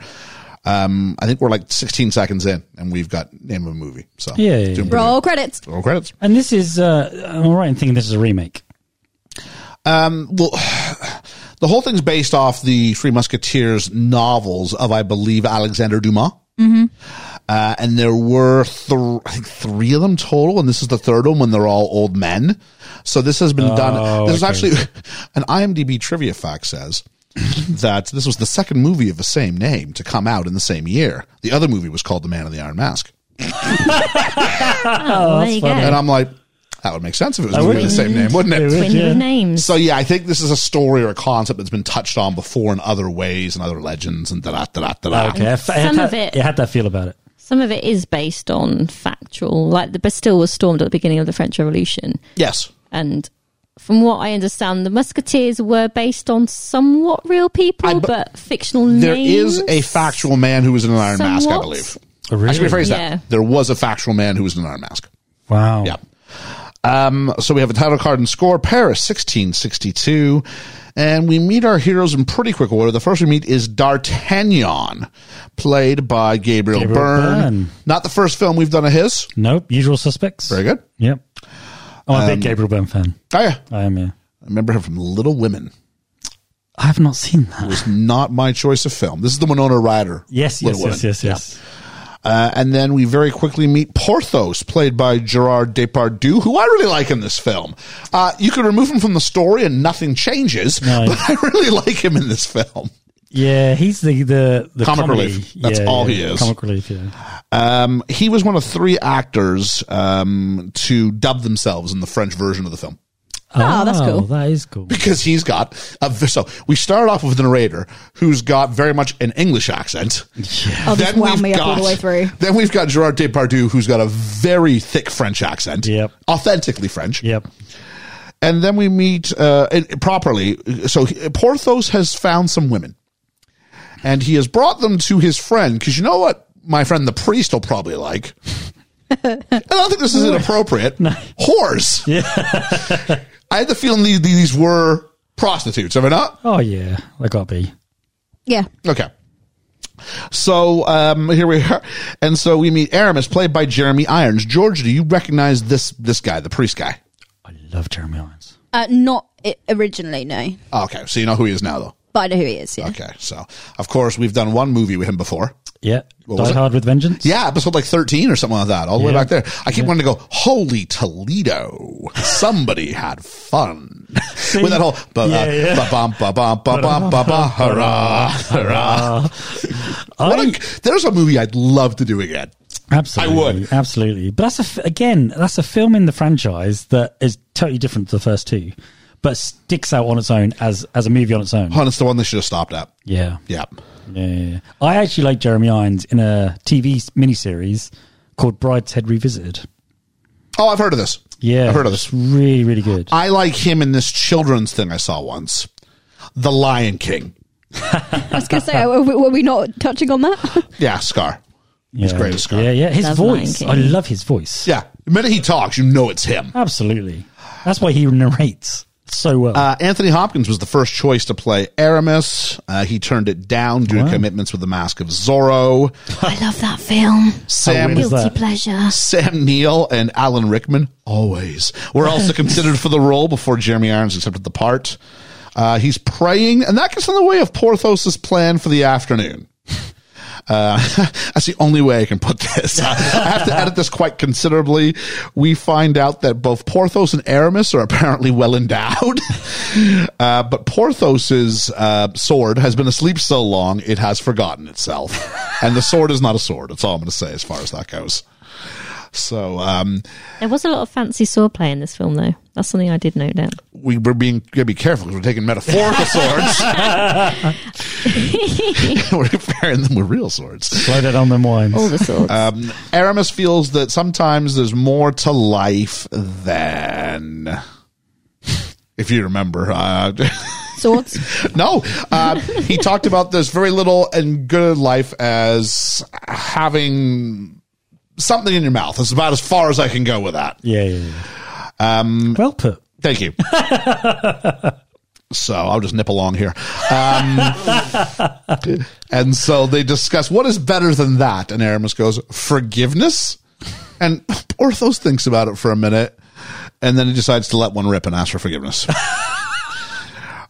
Speaker 2: Um, I think we're like 16 seconds in, and we've got name of a movie. So
Speaker 3: Yeah, yeah,
Speaker 2: doing
Speaker 3: yeah.
Speaker 2: pretty
Speaker 7: Roll credits.
Speaker 2: good. Roll credits.
Speaker 3: And this is, uh, I'm all right in thinking this is a remake.
Speaker 2: well, the whole thing's based off the Three Musketeers novels of, I believe, Alexander Dumas. Uh, and there were th- I think three of them total, and this is the third one when they're all old men. So this has been done. This is
Speaker 3: okay.
Speaker 2: actually an IMDb trivia fact says that this was the second movie of the same name to come out in the same year. The other movie was called The Man in the Iron Mask,
Speaker 4: Oh, there you
Speaker 2: and
Speaker 4: go.
Speaker 2: I'm like, that would make sense if it was
Speaker 3: That
Speaker 2: going to
Speaker 3: would.
Speaker 2: be the same name, wouldn't it?
Speaker 3: It would.
Speaker 4: Twin
Speaker 3: Yeah.
Speaker 4: with names.
Speaker 2: So yeah, I think this is a story or a concept that's been touched on before in other ways and other legends and da da da da da.
Speaker 3: Okay. It had
Speaker 4: some
Speaker 3: that-
Speaker 4: of it-
Speaker 3: had that feel about it.
Speaker 4: Some of it is based on factual, like the Bastille was stormed at the beginning of the French Revolution,
Speaker 2: Yes.
Speaker 4: and from what I understand, the Musketeers were based on somewhat real people,
Speaker 2: I- but
Speaker 4: but fictional
Speaker 2: There
Speaker 4: names.
Speaker 2: is a factual man who was in an iron mask, I
Speaker 4: Somewhat.
Speaker 2: believe.
Speaker 3: Oh,
Speaker 2: I should rephrase
Speaker 4: Yeah.
Speaker 2: that. There was a factual man who was in an iron mask.
Speaker 3: Wow.
Speaker 2: Yeah. Um, so we have a title card and score, Paris 1662. And we meet our heroes in pretty quick order. The first we meet is D'Artagnan, played by Gabriel,
Speaker 3: Gabriel
Speaker 2: Byrne.
Speaker 3: Byrne.
Speaker 2: Not the first film we've done of his.
Speaker 3: Nope. Usual suspects.
Speaker 2: Very good. Um,
Speaker 3: Yep. I'm a big Gabriel Byrne fan.
Speaker 2: Oh, yeah.
Speaker 3: I am, yeah.
Speaker 2: I remember him from Little Women.
Speaker 3: I have not seen that.
Speaker 2: was not my choice of film. This is the Winona Ryder.
Speaker 3: Yes, yes,
Speaker 2: Little Women.
Speaker 3: yes, yes, yes.
Speaker 2: Uh, and then we very quickly meet Porthos, played by Gerard Depardieu, who I really like in this film. Uh, you could remove him from the story and nothing changes,
Speaker 3: No.
Speaker 2: but I really like him in this film.
Speaker 3: Yeah, he's the the, the
Speaker 2: Comic
Speaker 3: comedy.
Speaker 2: relief. That's all he is.
Speaker 3: Comic relief. Yeah.
Speaker 2: Um, he was one of three actors um, to dub themselves in the French version of the film.
Speaker 7: Oh, that's cool.
Speaker 3: That is cool.
Speaker 2: because he's got a v so we start off with the narrator who's got very much an English accent.
Speaker 7: Oh, this wound me up all the way through.
Speaker 2: Then we've got Gerard Depardieu who's got a very thick French accent.
Speaker 3: Yep.
Speaker 2: Authentically French.
Speaker 3: Yep.
Speaker 2: And then we meet uh, it- properly. So he- Porthos has found some women and he has brought them to his friend because you know what? My friend the priest will probably like. And I don't think this is inappropriate. Whores. I had the feeling these, these were prostitutes, am I not?
Speaker 3: Oh yeah, I got to be.
Speaker 7: Yeah.
Speaker 2: Okay. So um, here we are, and so we meet Aramis, played by Jeremy Irons. George, do you recognize this this guy, the priest guy?
Speaker 3: I love Jeremy Irons.
Speaker 7: Uh, not i originally, no.
Speaker 2: Oh, Okay, so you know who he is now, though.
Speaker 7: But I know who he is, yeah.
Speaker 2: Okay, so of course we've done one movie with him before.
Speaker 3: Yeah.
Speaker 2: was
Speaker 3: Die
Speaker 2: it?
Speaker 3: Hard with Vengeance.
Speaker 2: Yeah, episode like thirteen or something like that, all the way
Speaker 3: Yeah.
Speaker 2: back there. I keep wanting to go, holy Toledo! Somebody had fun with that whole ba
Speaker 3: Yeah, yeah.
Speaker 2: ba bum ba bum ba bum ba ba hurrah hurrah. What
Speaker 3: I,
Speaker 2: a, there's a movie I'd love to do again.
Speaker 3: absolutely.
Speaker 2: I would.
Speaker 3: absolutely. But that's a f- again, that's a film in the franchise that is totally different to the first two. but sticks out on its own as as a movie on its own.
Speaker 2: Hun, it's the one they should have stopped at.
Speaker 3: Yeah.
Speaker 2: Yeah.
Speaker 3: Yeah, yeah, yeah. I actually like Jeremy Irons in a TV miniseries called Bride's Head Revisited.
Speaker 2: Oh, I've heard of this.
Speaker 3: Yeah,
Speaker 2: I've heard of
Speaker 3: it's
Speaker 2: this.
Speaker 3: Really, really good.
Speaker 2: I like him in this children's thing I saw once, The Lion King.
Speaker 7: I was going to say, are we- were we not touching on that?
Speaker 2: Yeah, Scar.
Speaker 3: yeah.
Speaker 2: he's great as Scar.
Speaker 3: Yeah, yeah. His
Speaker 4: Love Lion
Speaker 3: voice.
Speaker 4: King.
Speaker 3: I love his voice.
Speaker 2: Yeah, the minute he talks, you know it's him.
Speaker 3: Absolutely. That's why he narrates so well.
Speaker 2: Uh, Anthony Hopkins was the first choice to play Aramis. Uh, he turned it down due to commitments with The Mask of Zorro.
Speaker 4: I love that film.
Speaker 2: Sam
Speaker 3: weird is
Speaker 4: Guilty
Speaker 3: that?
Speaker 4: pleasure.
Speaker 2: Sam Neill and Alan Rickman, always, were also considered for the role before Jeremy Irons accepted the part. Uh, he's praying, and that gets in the way of Porthos's plan for the afternoon. Uh, that's the only way I can put this. I have to edit this quite considerably. We find out that both Porthos and Aramis are apparently well endowed, uh, but Porthos's uh, sword has been asleep so long it has forgotten itself, and the sword is not a sword. That's all I'm going to say as far as that goes. So um,
Speaker 4: There was a lot of fancy swordplay in this film, though. That's something I did note down.
Speaker 2: we, we're being gotta be careful because we're taking metaphorical swords. we're comparing them with real swords.
Speaker 3: Slow down on them wines.
Speaker 4: All the swords.
Speaker 2: Um, Aramis feels that sometimes there's more to life than, if you remember, uh,
Speaker 7: Swords.
Speaker 2: no, uh, he talked about there's very little and good life as having something in your mouth. That's about as far as I can go with that.
Speaker 3: yeah, yeah, yeah. Um, well put.
Speaker 2: Thank you. so I'll just nip along here. Um, and so they discuss what is better than that. And Aramis goes, forgiveness? And Porthos thinks about it for a minute and then he decides to let one rip and ask for forgiveness.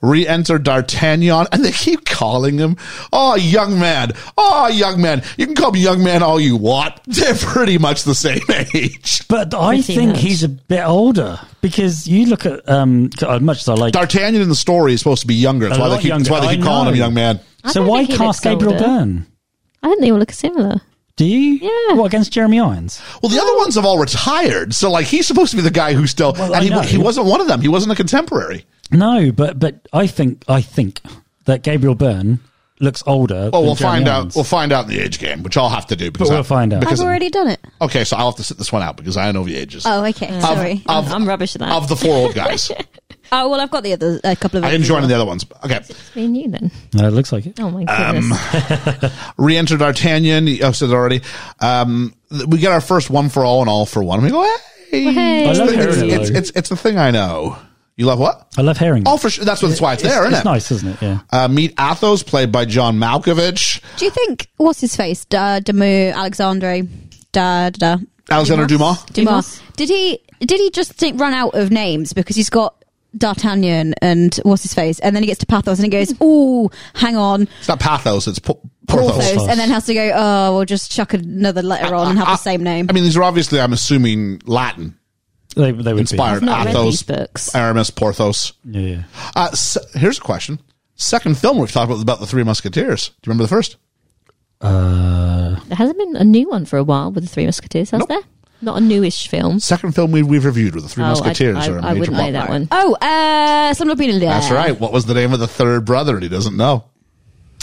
Speaker 2: Re enter D'Artagnan, and they keep calling him, Oh, young man. Oh, young man. You can call me young man all you want. They're pretty much the same age.
Speaker 3: But I
Speaker 4: Pretty
Speaker 3: think
Speaker 4: much.
Speaker 3: he's a bit older because you look at um as much as I like.
Speaker 2: D'Artagnan in the story is supposed to be younger. That's
Speaker 3: A
Speaker 2: why they
Speaker 3: lot
Speaker 2: keep, that's why
Speaker 3: younger.
Speaker 2: they keep
Speaker 3: I
Speaker 2: calling him
Speaker 3: know.
Speaker 2: young man.
Speaker 4: I
Speaker 3: so
Speaker 4: don't
Speaker 3: why
Speaker 4: think he
Speaker 3: cast
Speaker 4: looks
Speaker 3: Gabriel
Speaker 4: older.
Speaker 3: Byrne?
Speaker 4: I think they all look similar.
Speaker 3: Do you?
Speaker 4: Yeah.
Speaker 3: What against Jeremy Irons?
Speaker 2: Well, the other ones have all retired, so like he's supposed to be the guy who still,
Speaker 3: Well, I
Speaker 2: and he,
Speaker 3: know.
Speaker 2: he wasn't one of them. He wasn't a contemporary.
Speaker 3: No, but but I think I think that Gabriel Byrne looks older.
Speaker 2: Oh, Well,
Speaker 3: than
Speaker 2: we'll
Speaker 3: Jeremy
Speaker 2: find
Speaker 3: Irons.
Speaker 2: out. We'll find out in the age game, which I'll have to do. Because
Speaker 3: we'll
Speaker 2: I-
Speaker 3: find out.
Speaker 2: Because,
Speaker 7: I've already done it.
Speaker 2: okay, so I'll have to sit this one out because I know the ages.
Speaker 7: Oh, okay.
Speaker 2: Of-
Speaker 7: Sorry.
Speaker 2: Of,
Speaker 4: I'm rubbish at that.
Speaker 2: of the four old guys.
Speaker 7: Oh, well, I've got the other a couple of.
Speaker 2: I
Speaker 7: others
Speaker 2: didn't
Speaker 7: as
Speaker 2: join in
Speaker 7: well.
Speaker 2: the other ones. Okay,
Speaker 4: Me and you, then.
Speaker 3: No, it looks like it.
Speaker 4: Oh my
Speaker 2: Um,
Speaker 4: goodness.
Speaker 2: re-enter D'Artagnan. I said already. Um, th- we get our first one for all and all for one. We go. Hey,
Speaker 4: hey. I
Speaker 2: It's,
Speaker 3: love
Speaker 2: the-
Speaker 3: her
Speaker 2: it's,
Speaker 3: in it,
Speaker 2: it's,
Speaker 3: though.
Speaker 2: it's, it's the thing I know. You love what?
Speaker 3: I love herring.
Speaker 2: Oh, for sure. That's what. That's why it's, there, isn't
Speaker 3: it's
Speaker 2: it?
Speaker 3: nice, isn't it? Yeah.
Speaker 2: Uh, meet Athos, played by John Malkovich.
Speaker 7: Do you think what's his face? Da Demu Alexandre. Da da. da.
Speaker 2: Alexander Dumas.
Speaker 7: Dumas. Did he? Did he just think, run out of names because he's got D'Artagnan and what's his face, and then he gets to Pathos and he goes, "Oh, hang on,
Speaker 2: It's not Pathos. It's Por- Porthos.
Speaker 7: Porthos," and then has to go, "Oh, we'll just chuck another letter on and have the same name."
Speaker 2: I mean, these are obviously, I'm assuming, Latin
Speaker 3: They, they would
Speaker 2: inspired.
Speaker 4: not read
Speaker 2: Athos,
Speaker 4: these books.
Speaker 2: Aramis, Porthos.
Speaker 3: Be. Yeah, yeah.
Speaker 2: Uh, s here's a question. Second film we've talked about about the Three Musketeers. Do you remember the first?
Speaker 3: Uh,
Speaker 4: There hasn't been a new one for a while with the Three Musketeers, has
Speaker 2: Nope.
Speaker 4: there? Not a newish film.
Speaker 2: Second film we, we've reviewed with the Three
Speaker 4: Oh, I-
Speaker 2: Musketeers.
Speaker 4: I,
Speaker 2: are a
Speaker 4: I
Speaker 2: major
Speaker 4: wouldn't know
Speaker 2: plot
Speaker 4: that
Speaker 2: line.
Speaker 4: one.
Speaker 7: oh, uh, Slumdog Millionaire.
Speaker 2: That's right. What was the name of the third brother? And he doesn't know.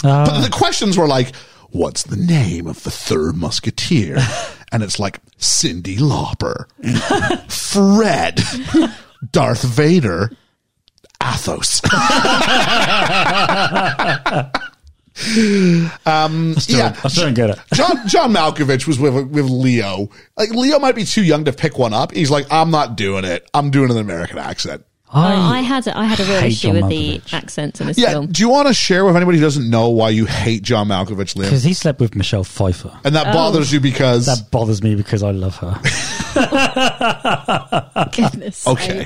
Speaker 2: but the questions were like, what's the name of the third musketeer? and it's like Cindy Lauper, Fred, Darth Vader, Athos. um, yeah.
Speaker 3: I still don't get it.
Speaker 2: John John Malkovich was with with Leo. Like Leo might be too young to pick one up. He's like, I'm not doing it. I'm doing an American accent.
Speaker 4: I, Oh, I had a, I had a real
Speaker 3: hate
Speaker 4: issue
Speaker 3: John
Speaker 4: with the
Speaker 3: Malkovich.
Speaker 4: accents in this
Speaker 2: Yeah.
Speaker 4: film.
Speaker 2: Do you want to share with anybody who doesn't know why you hate John Malkovich, Leo?
Speaker 3: because he slept with Michelle Pfeiffer.
Speaker 2: And
Speaker 4: Oh.
Speaker 2: that bothers you because
Speaker 3: That bothers me because I love her.
Speaker 7: Oh,
Speaker 4: Goodness.
Speaker 2: okay.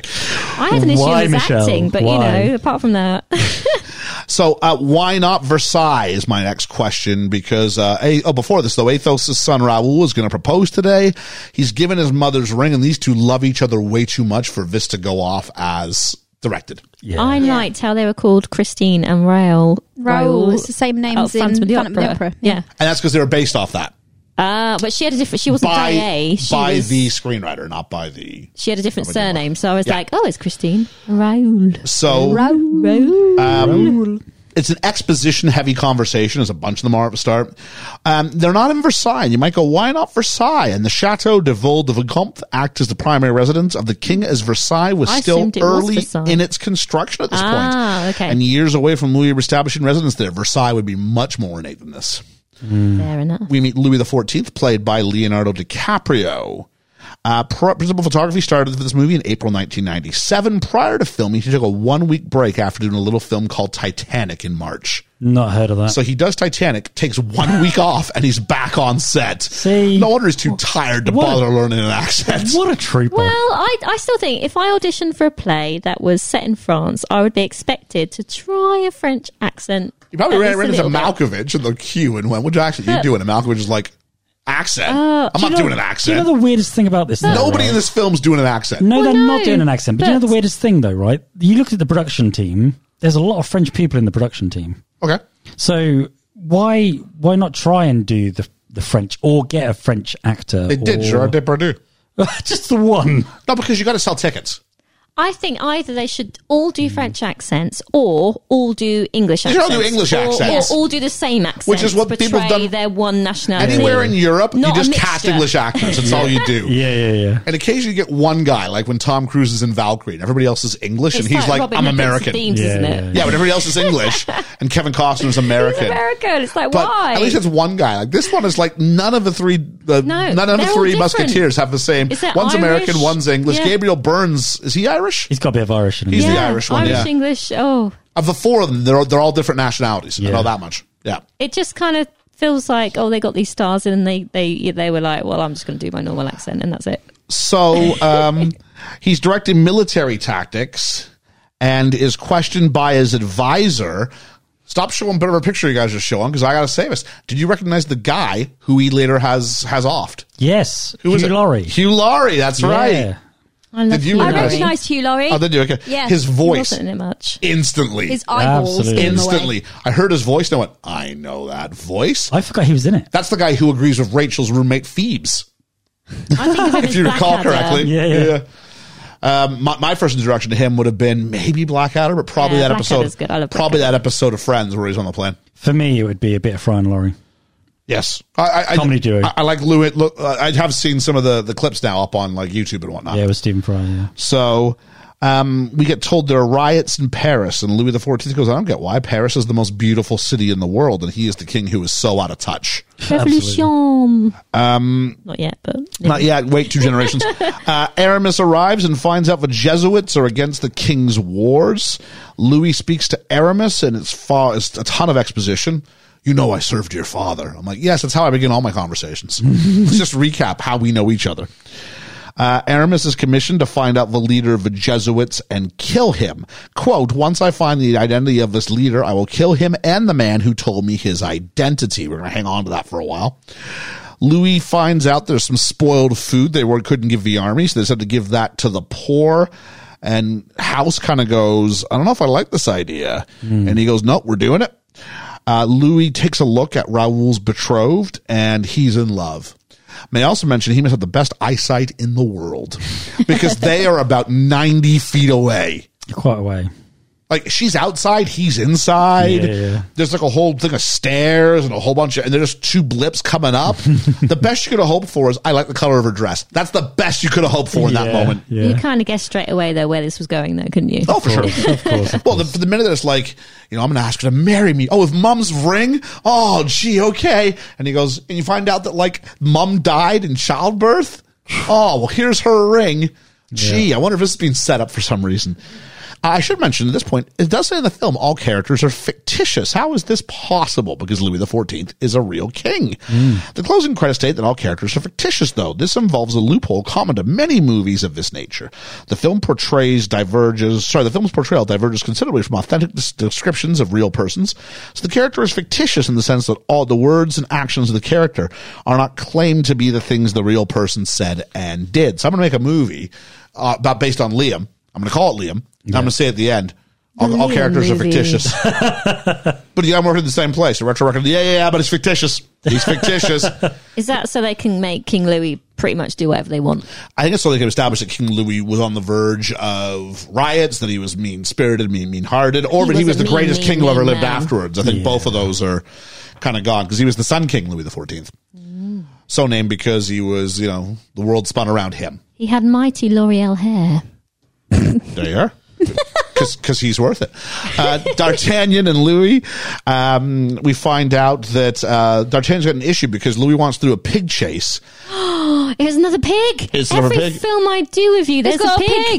Speaker 4: I had an issue
Speaker 3: Why,
Speaker 4: with his
Speaker 3: Michelle?
Speaker 4: acting, but
Speaker 3: Why?
Speaker 4: you know, apart from that,
Speaker 2: So uh, why not Versailles is my next question because uh, A- oh before this though Athos' son Raoul is going to propose today. He's given his mother's ring and these two love each other way too much for this to go off as directed.
Speaker 3: Yeah.
Speaker 4: I liked how they were called Christine and Raoul.
Speaker 7: Raoul. It's the same name
Speaker 4: Oh,
Speaker 7: as in Phantom of the Opera.
Speaker 2: And that's because they were based off that.
Speaker 4: Ah, but she had a different. She wasn't
Speaker 2: by
Speaker 4: Dai. She
Speaker 2: by
Speaker 4: was,
Speaker 2: the screenwriter, not by the.
Speaker 4: She had a different
Speaker 2: Probably not.
Speaker 4: surname, so I was
Speaker 2: Yeah.
Speaker 4: like, "Oh, it's Christine Raoul."
Speaker 2: So
Speaker 4: Raoul.
Speaker 2: um, it's an exposition heavy conversation, as a bunch of them are at the start. Um, they're not in Versailles. You might go, why not Versailles? And the Chateau de Ville de Vicomte act as the primary residence of the king, as Versailles was
Speaker 4: I
Speaker 2: still
Speaker 4: assumed it was
Speaker 2: early
Speaker 4: Versailles.
Speaker 2: in its construction at this
Speaker 4: Ah,
Speaker 2: point.
Speaker 4: okay.
Speaker 2: And years away from Louis establishing residence there, Versailles would be much more ornate than this Mm.
Speaker 4: Fair enough.
Speaker 2: we meet Louis XIV, played by Leonardo DiCaprio. Uh, pro- principal photography started for this movie in April 1997. Prior to filming, he took a one week break after doing a little film called Titanic in March.
Speaker 3: Not heard of that.
Speaker 2: So he does Titanic, takes one week off, and he's back on set.
Speaker 3: See?
Speaker 2: no wonder he's too tired to
Speaker 3: What a-
Speaker 2: bother learning an accent.
Speaker 3: what a trooper.
Speaker 4: Well, I, I still think if I auditioned for a play that was set in France, I would be expected to try a French accent.
Speaker 2: You probably
Speaker 4: at
Speaker 2: ran,
Speaker 4: least
Speaker 2: ran
Speaker 4: a
Speaker 2: into
Speaker 4: little bit.
Speaker 2: Malkovich in the queue and went, What accent you
Speaker 4: But-
Speaker 2: doing? And Malkovich is like, Accent?
Speaker 4: Uh,
Speaker 2: I'm
Speaker 3: Do you
Speaker 2: not
Speaker 3: know-
Speaker 2: doing an
Speaker 3: Do
Speaker 2: accent.
Speaker 3: you know the weirdest thing about this? though,
Speaker 2: Nobody
Speaker 3: right?
Speaker 2: in this film's doing an accent.
Speaker 3: No,
Speaker 4: Well,
Speaker 3: they're not
Speaker 4: no,
Speaker 3: doing an accent. But, do you know
Speaker 4: but-
Speaker 3: the weirdest thing though, right? You look at the production team. There's a lot of French people in the production team.
Speaker 2: Okay.
Speaker 3: So why why not try and do the the French or get a French actor?
Speaker 2: They did
Speaker 3: or-
Speaker 2: Gerard Depardieu.
Speaker 3: just the one.
Speaker 2: No, because you got to sell tickets.
Speaker 4: I think either they should all do French accents or all do English
Speaker 2: They should all
Speaker 4: accents.
Speaker 2: Mm-hmm. do English
Speaker 4: or,
Speaker 2: accents.
Speaker 4: Or all do the same accent.
Speaker 2: Which is what
Speaker 4: portray
Speaker 2: people have done
Speaker 4: their one nationality.
Speaker 2: Anywhere in Europe,
Speaker 4: Not
Speaker 2: you
Speaker 4: a
Speaker 2: just cast
Speaker 4: mixture.
Speaker 2: English accents. That's all you do.
Speaker 3: Yeah, yeah, yeah.
Speaker 2: And occasionally you get one guy, like when Tom Cruise is in Valkyrie and everybody else is English and
Speaker 4: It's
Speaker 2: he's like,
Speaker 4: Robin
Speaker 2: I'm
Speaker 4: Hood's
Speaker 2: American.
Speaker 4: Themes,
Speaker 3: Yeah,
Speaker 4: isn't
Speaker 3: yeah,
Speaker 4: it?
Speaker 2: Yeah, but everybody else is English and Kevin Costner's
Speaker 4: It's
Speaker 2: American.
Speaker 4: American. It's like,
Speaker 2: But
Speaker 4: why?
Speaker 2: at least it's one guy. Like this one is like none of the three, the, none
Speaker 4: No,
Speaker 2: of the
Speaker 4: they're all
Speaker 2: three
Speaker 4: different.
Speaker 2: Musketeers have the same.
Speaker 4: Is that
Speaker 2: One's American,
Speaker 4: Irish?
Speaker 2: one's English.
Speaker 4: Yeah.
Speaker 2: Gabriel Burns is he Irish?
Speaker 3: He's got a bit of Irish in him.
Speaker 2: He's
Speaker 3: yeah.
Speaker 2: the Irish one, yeah.
Speaker 4: English. Oh,
Speaker 2: Of the four of them, they're all, they're all different nationalities. I
Speaker 3: Yeah.
Speaker 2: know that much. Yeah.
Speaker 4: it just kind of feels like oh, they got these stars in, and they they they were like, well, I'm just going to do my normal accent, and that's it.
Speaker 2: So um, he's directing military tactics and is questioned by his advisor. Stop showing whatever picture you guys are showing because I got to save us. Did you recognize the guy who he later has has offed?
Speaker 3: Yes,
Speaker 2: Who
Speaker 3: Hugh
Speaker 2: was it?
Speaker 3: Laurie.
Speaker 2: Hugh Laurie. That's right.
Speaker 3: Yeah.
Speaker 4: I love
Speaker 2: Did you
Speaker 4: Hugh
Speaker 7: I
Speaker 2: Nice.
Speaker 4: Laurie.
Speaker 7: recognised Hugh Laurie.
Speaker 2: Oh, did you? Okay.
Speaker 7: Yeah.
Speaker 2: His
Speaker 4: He
Speaker 2: voice
Speaker 4: wasn't in it much.
Speaker 2: instantly.
Speaker 7: His eyeballs.
Speaker 3: Absolutely.
Speaker 7: gave him away.
Speaker 2: instantly. I heard his voice and I went, I know that voice.
Speaker 3: I forgot he was in it.
Speaker 2: That's the guy who agrees with Rachel's roommate Phoebes.
Speaker 4: I think of him
Speaker 2: if
Speaker 4: as
Speaker 2: you recall
Speaker 4: Blackadder.
Speaker 2: correctly.
Speaker 3: Yeah, yeah.
Speaker 2: Um, my, my first introduction to him would have been maybe Blackadder, but probably
Speaker 4: Yeah,
Speaker 2: that
Speaker 4: Blackadder's
Speaker 2: episode,
Speaker 4: good. I love
Speaker 2: probably that episode of Friends where he's on the plane.
Speaker 3: For me, it would be a bit of Fry and Laurie.
Speaker 2: Yes, I, I, I-
Speaker 3: Comedy duo.
Speaker 2: I, I like Louis. Look, I have seen some of the, the clips now up on like YouTube and whatnot.
Speaker 3: Yeah, with Stephen Fry. Yeah.
Speaker 2: So um, we get told there are riots in Paris, and Louis XIV goes, "I don't get why Paris is the most beautiful city in the world, and he is the king who is so out of touch."
Speaker 4: Revolution. Not yet, but
Speaker 2: Um, Not yet. Wait two generations. uh, Aramis arrives and finds out the Jesuits are against the king's wars. Louis speaks to Aramis, and it's far it's a ton of exposition. You know, I served your father. I'm like, yes, that's how I begin all my conversations. Let's just recap how we know each other. Uh, Aramis is commissioned to find out the leader of the Jesuits and kill him. Quote, once I find the identity of this leader, I will kill him and the man who told me his identity. We're going to hang on to that for a while. Louis finds out there's some spoiled food they were, couldn't give the army, so they said to give that to the poor. And House kind of goes, I don't know if I like this idea. And he goes, Nope, we're doing it. Uh, Louis takes a look at Raoul's betrothed, and he's in love. May I also mention he must have the best eyesight in the world because they are about 90 feet away.
Speaker 3: Quite a way.
Speaker 2: Like she's outside, he's inside.
Speaker 3: Yeah, yeah.
Speaker 2: There's like a whole thing of stairs and a whole bunch of, and there's two blips coming up. the best you could have hoped for is I like the color of her dress. That's the best you could have hoped for in that
Speaker 3: Yeah,
Speaker 2: moment.
Speaker 3: Yeah.
Speaker 4: you kind of guessed straight away though where this was going, though, couldn't you?
Speaker 2: Oh, for sure.
Speaker 3: Of course. of
Speaker 2: Well,
Speaker 3: course.
Speaker 2: the, for the minute that it's like, you know, I'm going to ask her to marry me. Oh, with mum's ring? Oh, gee, okay. And he goes, and you find out that like mum died in childbirth? Oh, well, here's her ring. Gee, I wonder if this is being set up for some reason. I should mention at this point, it does say in the film all characters are fictitious. How is this possible? Because Louis XIV is a real king. The closing credits state that all characters are fictitious, though. This involves a loophole common to many movies of this nature. The film portrays diverges, sorry, the film's portrayal diverges considerably from authentic des- descriptions of real persons. So the character is fictitious in the sense that all the words and actions of the character are not claimed to be the things the real person said and did. So I'm going to make a movie uh, about based on Liam. I'm going to call it Liam. And I'm going to say at the end, all, all
Speaker 4: Liam
Speaker 2: characters are
Speaker 4: movie.
Speaker 2: fictitious. but yeah, I'm working in the same place. A retro record. Yeah, yeah, yeah, but it's fictitious. He's fictitious. I
Speaker 4: Is that so they can make King Louis pretty much do whatever they want?
Speaker 2: think it's so they can establish that King Louis was on the verge of riots, that he was mean spirited, mean mean hearted, or
Speaker 4: He
Speaker 2: that he was
Speaker 4: was
Speaker 2: the
Speaker 4: a mean,
Speaker 2: greatest
Speaker 4: mean,
Speaker 2: king who ever
Speaker 4: mean
Speaker 2: lived
Speaker 4: man.
Speaker 2: afterwards. I think both of those are kind of gone because he was the Sun King, Louis the Fourteenth,
Speaker 4: Mm.
Speaker 2: so named because he was, you know, the world spun around him.
Speaker 4: He had mighty L'Oreal hair.
Speaker 2: There you are. Because he's worth it. Uh, D'Artagnan and Louis, um, we find out that uh, D'Artagnan's got an issue because Louis wants to do a pig chase.
Speaker 4: There's another pig.
Speaker 2: It's another
Speaker 4: Every
Speaker 2: pig.
Speaker 4: film I do with you, there's
Speaker 7: It's got
Speaker 4: a
Speaker 7: a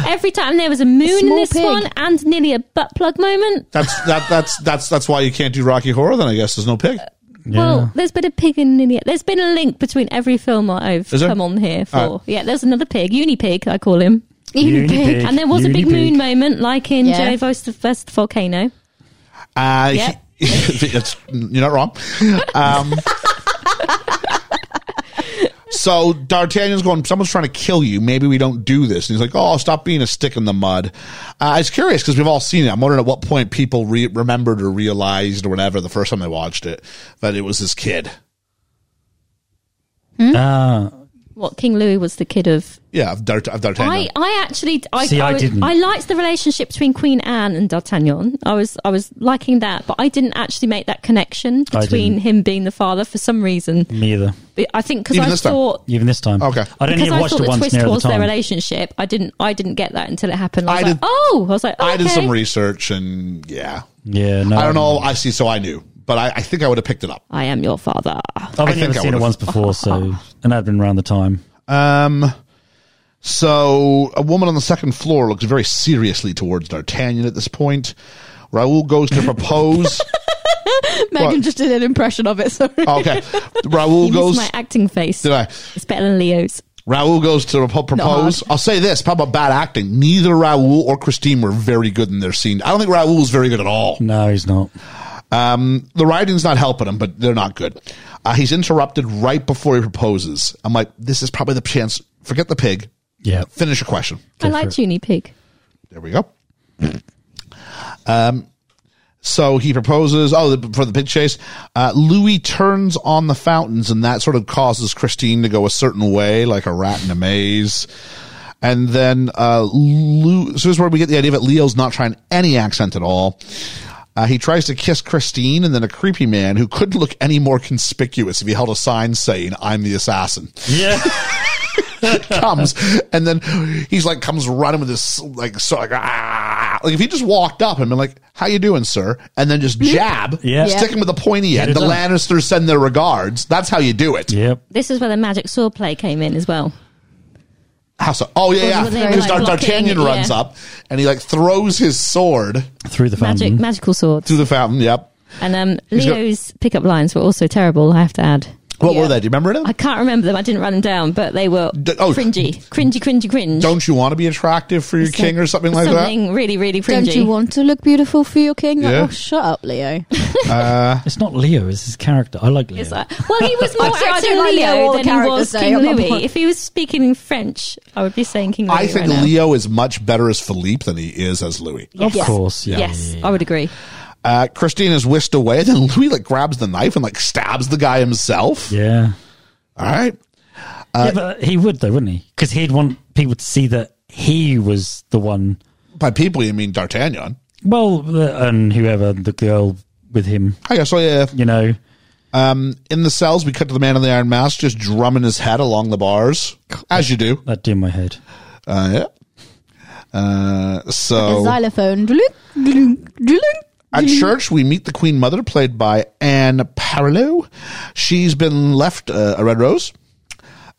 Speaker 4: pig. Every time there was a moon in
Speaker 7: Small
Speaker 4: this
Speaker 7: pig.
Speaker 4: one and nearly a butt plug moment.
Speaker 2: That's that, that's that's that's why you can't do Rocky Horror. Then I guess there's no pig.
Speaker 4: Well, there's been a pig in nearly. There's been a link between every film that I've
Speaker 2: Is there?
Speaker 4: come on here for.
Speaker 2: Alright.
Speaker 4: Yeah, there's another pig, Unipig, I call him.
Speaker 3: Unipig.
Speaker 4: And there was a big
Speaker 3: Unipig.
Speaker 4: moon moment, like in
Speaker 7: Yeah.
Speaker 4: Joe Voice the First Volcano.
Speaker 2: Uh,
Speaker 4: Yeah.
Speaker 2: it's- you're not wrong. Um, so D'Artagnan's going, someone's trying to kill you. Maybe we don't do this. And he's like, oh, stop being a stick in the mud. Uh, I was curious because we've all seen it. I'm wondering at what point people re- remembered or realized or whatever the first time they watched it that it was this kid.
Speaker 3: Ah,
Speaker 4: What King Louis was the kid of.
Speaker 2: Yeah, of, D'Art- of D'Artagnan.
Speaker 4: I, I actually I,
Speaker 3: See, I
Speaker 4: was-
Speaker 3: didn't.
Speaker 4: I liked the relationship between Queen Anne and D'Artagnan. I was I was liking that, but I didn't actually make that connection
Speaker 3: I
Speaker 4: between
Speaker 3: didn't.
Speaker 4: him being the father for some reason.
Speaker 3: me either.
Speaker 4: But I think because
Speaker 2: Even
Speaker 4: I
Speaker 2: this time?
Speaker 4: thought
Speaker 3: Even this time.
Speaker 2: Okay.
Speaker 3: I don't
Speaker 4: because
Speaker 3: even
Speaker 4: I
Speaker 3: watch
Speaker 4: thought
Speaker 3: the
Speaker 4: the
Speaker 3: ones
Speaker 4: twist
Speaker 3: near the
Speaker 4: was their
Speaker 3: time.
Speaker 4: relationship. I didn't I didn't get that until it happened. I, was
Speaker 2: I
Speaker 4: like,
Speaker 2: did-
Speaker 4: oh, I was like, oh,
Speaker 2: I did
Speaker 4: okay.
Speaker 2: some research and yeah.
Speaker 3: yeah, no.
Speaker 2: I don't know. I see. So I knew, but I, I think I would have picked it up.
Speaker 4: I am your father.
Speaker 3: I've
Speaker 2: I
Speaker 3: only
Speaker 2: think
Speaker 3: ever
Speaker 2: I
Speaker 3: seen
Speaker 2: would've.
Speaker 3: it once before, so and that'd been around the time.
Speaker 2: Um, so a woman on the second floor looks very seriously towards D'Artagnan at this point. Raoul goes to propose.
Speaker 7: Megan
Speaker 2: What?
Speaker 7: just did an impression of it. Sorry.
Speaker 2: okay, Raoul
Speaker 4: You missed
Speaker 2: goes.
Speaker 4: my acting face.
Speaker 2: Did I?
Speaker 4: It's better than Leo's.
Speaker 2: Raoul goes to propo- propose. I'll say this: how about bad acting? Neither Raoul or Christine were very good in their scene. I don't think Raoul was very good at all. Um,
Speaker 3: No, he's not.
Speaker 2: The writing's not helping him, but they're not good. Uh, he's interrupted right before he proposes. I'm like, this is probably the chance. Forget the pig.
Speaker 3: Yeah.
Speaker 2: Finish your question.
Speaker 4: I like Junie Pig.
Speaker 2: There we go. Um, so he proposes. Oh, the, for the pig chase, uh, Louis turns on the fountains, and that sort of causes Christine to go a certain way, like a rat in a maze. And then, uh, Lou, so this is where we get the idea that Leo's not trying any accent at all. Uh, he tries to kiss Christine, and then a creepy man who couldn't look any more conspicuous if he held a sign saying, "I'm the assassin."
Speaker 3: Yeah.
Speaker 2: comes and then he's like comes running with this like so like ah like if he just walked up and been like how you doing sir and then just jab
Speaker 3: Yeah. Yeah.
Speaker 2: stick him with the pointy end
Speaker 3: it
Speaker 2: the
Speaker 3: done.
Speaker 2: Lannisters send their regards that's how you do it
Speaker 3: yep.
Speaker 4: This is where the magic sword play came in as
Speaker 3: Um,
Speaker 4: well.
Speaker 2: how so oh yeah yeah
Speaker 4: Well, they were,
Speaker 2: because
Speaker 4: like,
Speaker 2: D'Artagnan
Speaker 4: blocking,
Speaker 2: runs
Speaker 4: yeah.
Speaker 2: up and he like throws his sword
Speaker 3: Through the
Speaker 4: Magic,
Speaker 3: fountain.
Speaker 4: magical swords.
Speaker 2: through the fountain yep
Speaker 4: And um,
Speaker 2: got-
Speaker 4: Leo's pickup lines were also terrible. I have to add.
Speaker 2: what
Speaker 7: Yeah.
Speaker 2: were they do you remember them
Speaker 4: I can't remember them. I didn't write them down, but they were
Speaker 2: D- oh.
Speaker 4: cringy, cringy, cringy, cringe.
Speaker 2: don't you want to be attractive for your
Speaker 4: It's
Speaker 2: king
Speaker 4: like
Speaker 2: or something like that
Speaker 4: Something really, really cringy.
Speaker 7: Don't you want to look beautiful for your king? Like,
Speaker 2: Yeah.
Speaker 7: oh, shut up, Leo.
Speaker 3: It's not Leo, it's his character. I like Leo.
Speaker 4: It's like- well, he was more
Speaker 7: I'm sorry, I
Speaker 4: acting
Speaker 7: don't like Leo,
Speaker 4: Leo
Speaker 7: all the
Speaker 4: than he was
Speaker 7: characters say,
Speaker 4: King
Speaker 7: I'm not
Speaker 4: Louis.
Speaker 7: bothered.
Speaker 4: If he was speaking in French, I would be saying King Louis.
Speaker 2: I think
Speaker 4: right now.
Speaker 2: Leo is much better as Philippe than he is as Louis.
Speaker 3: of course, yeah.
Speaker 4: yes, I would agree.
Speaker 2: Uh, Christine is whisked away. Then Louis like grabs the knife and like stabs the guy himself.
Speaker 3: Yeah.
Speaker 2: All right. Uh,
Speaker 3: yeah, but he would though, wouldn't he? Because he'd want people to see that he was the one.
Speaker 2: By people, you mean D'Artagnan.
Speaker 3: Well, the- and whoever the girl with him,
Speaker 2: I guess. So yeah.
Speaker 3: you know.
Speaker 2: In the cells, we cut to the man in the iron mask just drumming his head along the bars, as you do.
Speaker 3: That do in my head.
Speaker 2: Uh, yeah. Uh,
Speaker 7: A
Speaker 2: so
Speaker 7: xylophone. Dulung, dulung, dulung.
Speaker 2: at church, we meet the Queen Mother, played by Anne Parlow. She's been left uh, a red rose.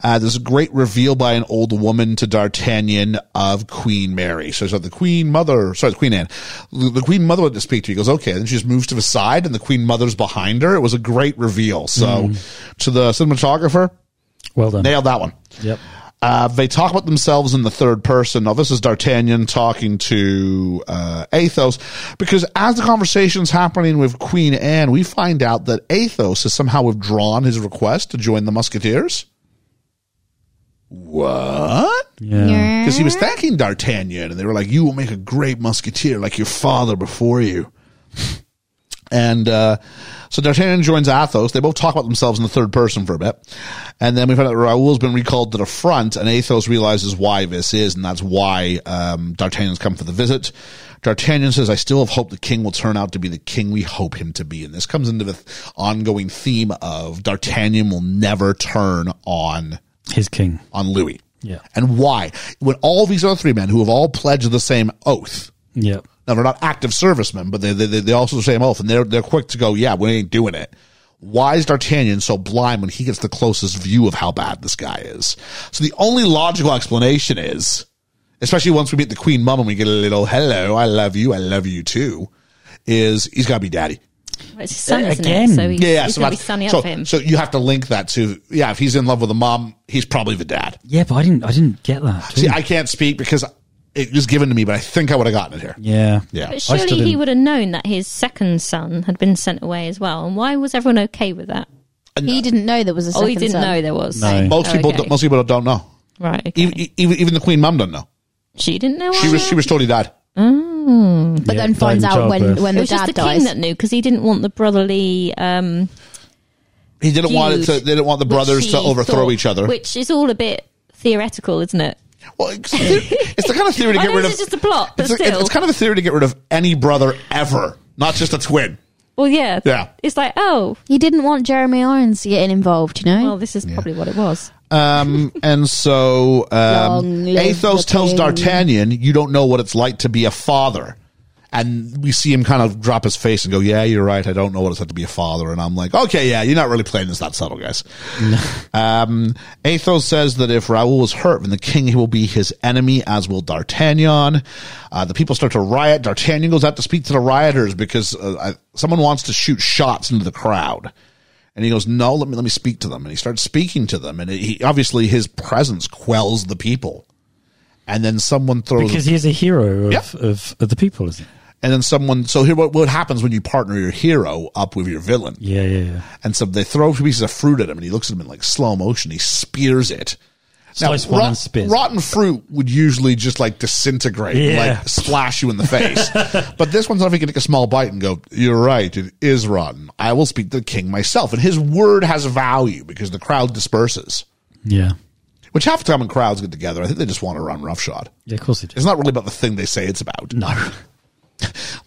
Speaker 2: Uh, there's a great reveal by an old woman to D'Artagnan of Queen Mary. So, so the Queen Mother, sorry, the Queen Anne, the, the Queen Mother went to speak to. you. He goes, okay. Then she just moves to the side, and the Queen Mother's behind her. It was a great reveal. So, to the cinematographer,
Speaker 3: Well done.
Speaker 2: nailed that one.
Speaker 3: Yep.
Speaker 2: Uh, they talk about themselves in the third person. Now, this is D'Artagnan talking to uh, Athos, because as the conversation's happening with Queen Anne, we find out that Athos has somehow withdrawn his request to join the Musketeers. What?
Speaker 3: Yeah.
Speaker 2: Because he was thanking D'Artagnan, and they were like, "You will make a great Musketeer, like your father before you." And uh, so D'Artagnan joins Athos. They both talk about themselves in the third person for a bit. And then we find out that Raoul's been recalled to the front, and Athos realizes why this is, and that's why um, D'Artagnan's come for the visit. D'Artagnan says, I still have hope the king will turn out to be the king we hope him to be. And this comes into the th- ongoing theme of D'Artagnan will never turn on
Speaker 3: His king.
Speaker 2: on Louis.
Speaker 3: Yeah.
Speaker 2: And why? When all these other three men who have all pledged the same oath,
Speaker 3: Yeah.
Speaker 2: now they're not active servicemen, but they they they, they also the same oath, and they're they're quick to go, yeah, we ain't doing it. Why is D'Artagnan so blind when he gets the closest view of how bad this guy is? So the only logical explanation is, especially once we meet the Queen Mum and we get a little hello, I love you, I love you too, is he's got to be daddy.
Speaker 4: Well, it's his son, isn't
Speaker 3: Again.
Speaker 4: it? So he's,
Speaker 2: Yeah, yeah.
Speaker 4: he's
Speaker 2: so,
Speaker 4: going to
Speaker 2: that's-
Speaker 4: be sunny
Speaker 2: so,
Speaker 4: up him.
Speaker 2: so you have to link that to yeah. If he's in love with a mom, he's probably the dad.
Speaker 3: Yeah, but I didn't. I didn't get that.
Speaker 2: See, I can't speak because it was given to me, but I think I would have gotten it here.
Speaker 3: yeah.
Speaker 2: Yeah.
Speaker 4: but
Speaker 3: still
Speaker 4: surely he
Speaker 3: didn't-
Speaker 4: would have known that his second son had been sent away as well. And why was everyone okay with that?
Speaker 7: He didn't know there was a
Speaker 4: Oh,
Speaker 7: second
Speaker 4: he didn't
Speaker 7: son.
Speaker 4: know there was.
Speaker 3: No.
Speaker 2: Most
Speaker 4: Oh,
Speaker 2: people,
Speaker 4: okay.
Speaker 2: most people don't know.
Speaker 4: Right. okay.
Speaker 2: Even, e, even, even the Queen Mum don't know.
Speaker 4: she didn't know.
Speaker 2: She was she was told he died.
Speaker 7: But
Speaker 3: Yeah,
Speaker 7: then finds
Speaker 3: died in
Speaker 7: out when,
Speaker 3: childbirth.
Speaker 7: when
Speaker 4: It
Speaker 7: the
Speaker 4: was just
Speaker 7: dad
Speaker 4: the
Speaker 7: dies.
Speaker 4: king that knew because he didn't want the brotherly. Um,
Speaker 2: He didn't want it to.
Speaker 4: feud,
Speaker 2: They didn't want the
Speaker 4: which
Speaker 2: brothers to
Speaker 4: he
Speaker 2: overthrow
Speaker 4: thought-
Speaker 2: each other.
Speaker 4: which is all a bit theoretical, isn't it?
Speaker 2: Well, it's, it's the kind of theory to
Speaker 4: I
Speaker 2: get
Speaker 4: know
Speaker 2: rid
Speaker 4: this
Speaker 2: of.
Speaker 4: is just a plot, but
Speaker 2: it's, a-
Speaker 4: still.
Speaker 2: it's kind of a theory to get rid of any brother ever, not just a twin.
Speaker 4: Well, yeah,
Speaker 2: Yeah.
Speaker 4: It's like, oh,
Speaker 7: He didn't want Jeremy Irons getting involved, you know?
Speaker 4: well, this is probably what it was.
Speaker 2: Um, and so
Speaker 7: Long
Speaker 2: um,
Speaker 7: live
Speaker 2: Athos
Speaker 7: the
Speaker 2: tells
Speaker 7: king.
Speaker 2: D'Artagnan, "You don't know what it's like to be a father." And we see him kind of drop his face and go, "Yeah, you're right. I don't know what it's like to be a father." And I'm like, "Okay, yeah, you're not really playing this that subtle, guys." um, Athos says that if Raoul is hurt, then the king will be his enemy, as will D'Artagnan. Uh, the people start to riot. D'Artagnan goes out to speak to the rioters because uh, I, someone wants to shoot shots into the crowd. And he goes, "No, let me let me speak to them." And he starts speaking to them, and he obviously his presence quells the people. And then someone throws,
Speaker 3: Because he is a hero of,
Speaker 2: Yeah.
Speaker 3: of, of the people, isn't he?
Speaker 2: and then someone. So here, what, what happens when you partner your hero up with your villain?
Speaker 3: Yeah, yeah, yeah.
Speaker 2: And so they throw pieces of fruit at him, and he looks at them in like slow motion. He spears it.
Speaker 3: Slice one
Speaker 2: rot-
Speaker 3: and spit.
Speaker 2: rotten fruit would usually just like disintegrate, and,
Speaker 3: Yeah.
Speaker 2: like splash you in the face. but this one's not even going to take a small bite and go, You're right, it is rotten. I will speak to the king myself. And his word has value because the crowd disperses,
Speaker 3: Yeah.
Speaker 2: which half the time when crowds get together, I think they just want to run roughshod.
Speaker 3: Yeah, of course he did.
Speaker 2: It's not really about the thing they say it's about.
Speaker 3: No.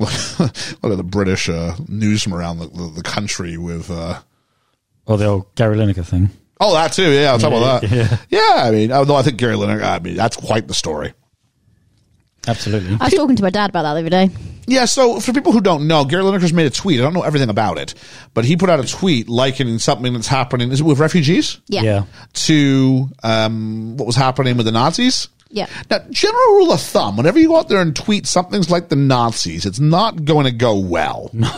Speaker 2: Look at the British uh, news from around the, the, the country with. Uh,
Speaker 3: Or Oh, the old Gary Lineker thing.
Speaker 2: Oh, that too. Yeah, I'll talk about that. Yeah.
Speaker 3: Yeah.
Speaker 2: I mean, although I think Gary Lineker, I mean, that's quite the story.
Speaker 3: Absolutely.
Speaker 7: I was talking to my dad about that the other day.
Speaker 2: Yeah, so for people who don't know, Gary Lineker's made a tweet. I don't know everything about it, but he put out a tweet likening something that's happening. Is it with refugees?
Speaker 7: Yeah.
Speaker 3: yeah.
Speaker 2: To um, what was happening with the Nazis?
Speaker 7: Yeah.
Speaker 2: Now, general rule of thumb, whenever you go out there and tweet something's like the Nazis, it's not going to go well. No.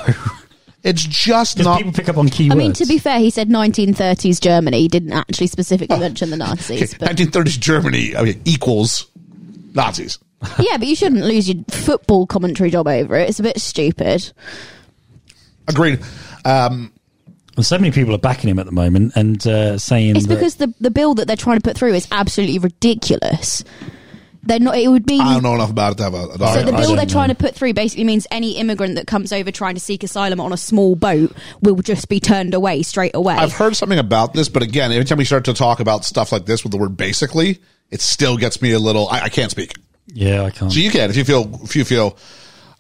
Speaker 2: It's just
Speaker 3: Because
Speaker 2: not.
Speaker 3: people pick up on keywords.
Speaker 7: I mean, to be fair, he said 1930s Germany. He didn't actually specifically mention the Nazis. But
Speaker 2: 1930s Germany I mean, equals Nazis.
Speaker 7: yeah, but you shouldn't lose your football commentary job over it. It's a bit stupid.
Speaker 2: Agreed. Um,
Speaker 3: And so many people are backing him at the moment and uh, saying
Speaker 7: It's
Speaker 3: that-
Speaker 7: because the, the bill that they're trying to put through is absolutely ridiculous. They're not. It would be
Speaker 2: I don't know enough about it to have a. a
Speaker 7: So the
Speaker 3: I
Speaker 7: bill
Speaker 3: don't
Speaker 7: they're
Speaker 3: know.
Speaker 7: trying to put through basically means any immigrant that comes over trying to seek asylum on a small boat will just be turned away straight away.
Speaker 2: I've heard something about this, but again, every time we start to talk about stuff like this with the word basically, it still gets me a little. I, I can't speak.
Speaker 3: yeah, I can't.
Speaker 2: So you can if you feel if you feel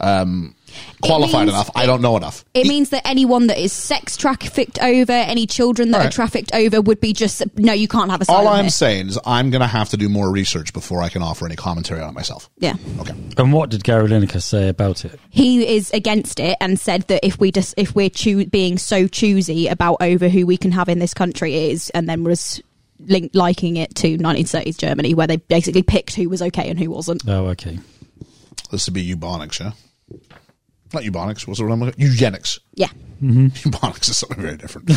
Speaker 2: um, qualified
Speaker 7: means-
Speaker 2: enough. I don't know enough.
Speaker 7: it means that anyone that is sex trafficked over, any children that
Speaker 2: All
Speaker 7: are
Speaker 2: right.
Speaker 7: trafficked over, would be just no. You can't have asylum.
Speaker 2: All I'm
Speaker 7: here.
Speaker 2: saying is I'm going to have to do more research before I can offer any commentary on it myself.
Speaker 7: yeah,
Speaker 2: Okay.
Speaker 3: and what did Gary Lineker say about it?
Speaker 7: he is against it and said that if we just if we're choo- being so choosy about over who we can have in this country it is, and then was linked liking it to 1930s Germany, where they basically picked who was okay and who wasn't.
Speaker 3: Oh, okay.
Speaker 2: This would be eubonics, yeah. Not eubonics. What's the word I'm looking? Eugenics.
Speaker 7: Yeah.
Speaker 2: Eubonics is something very different.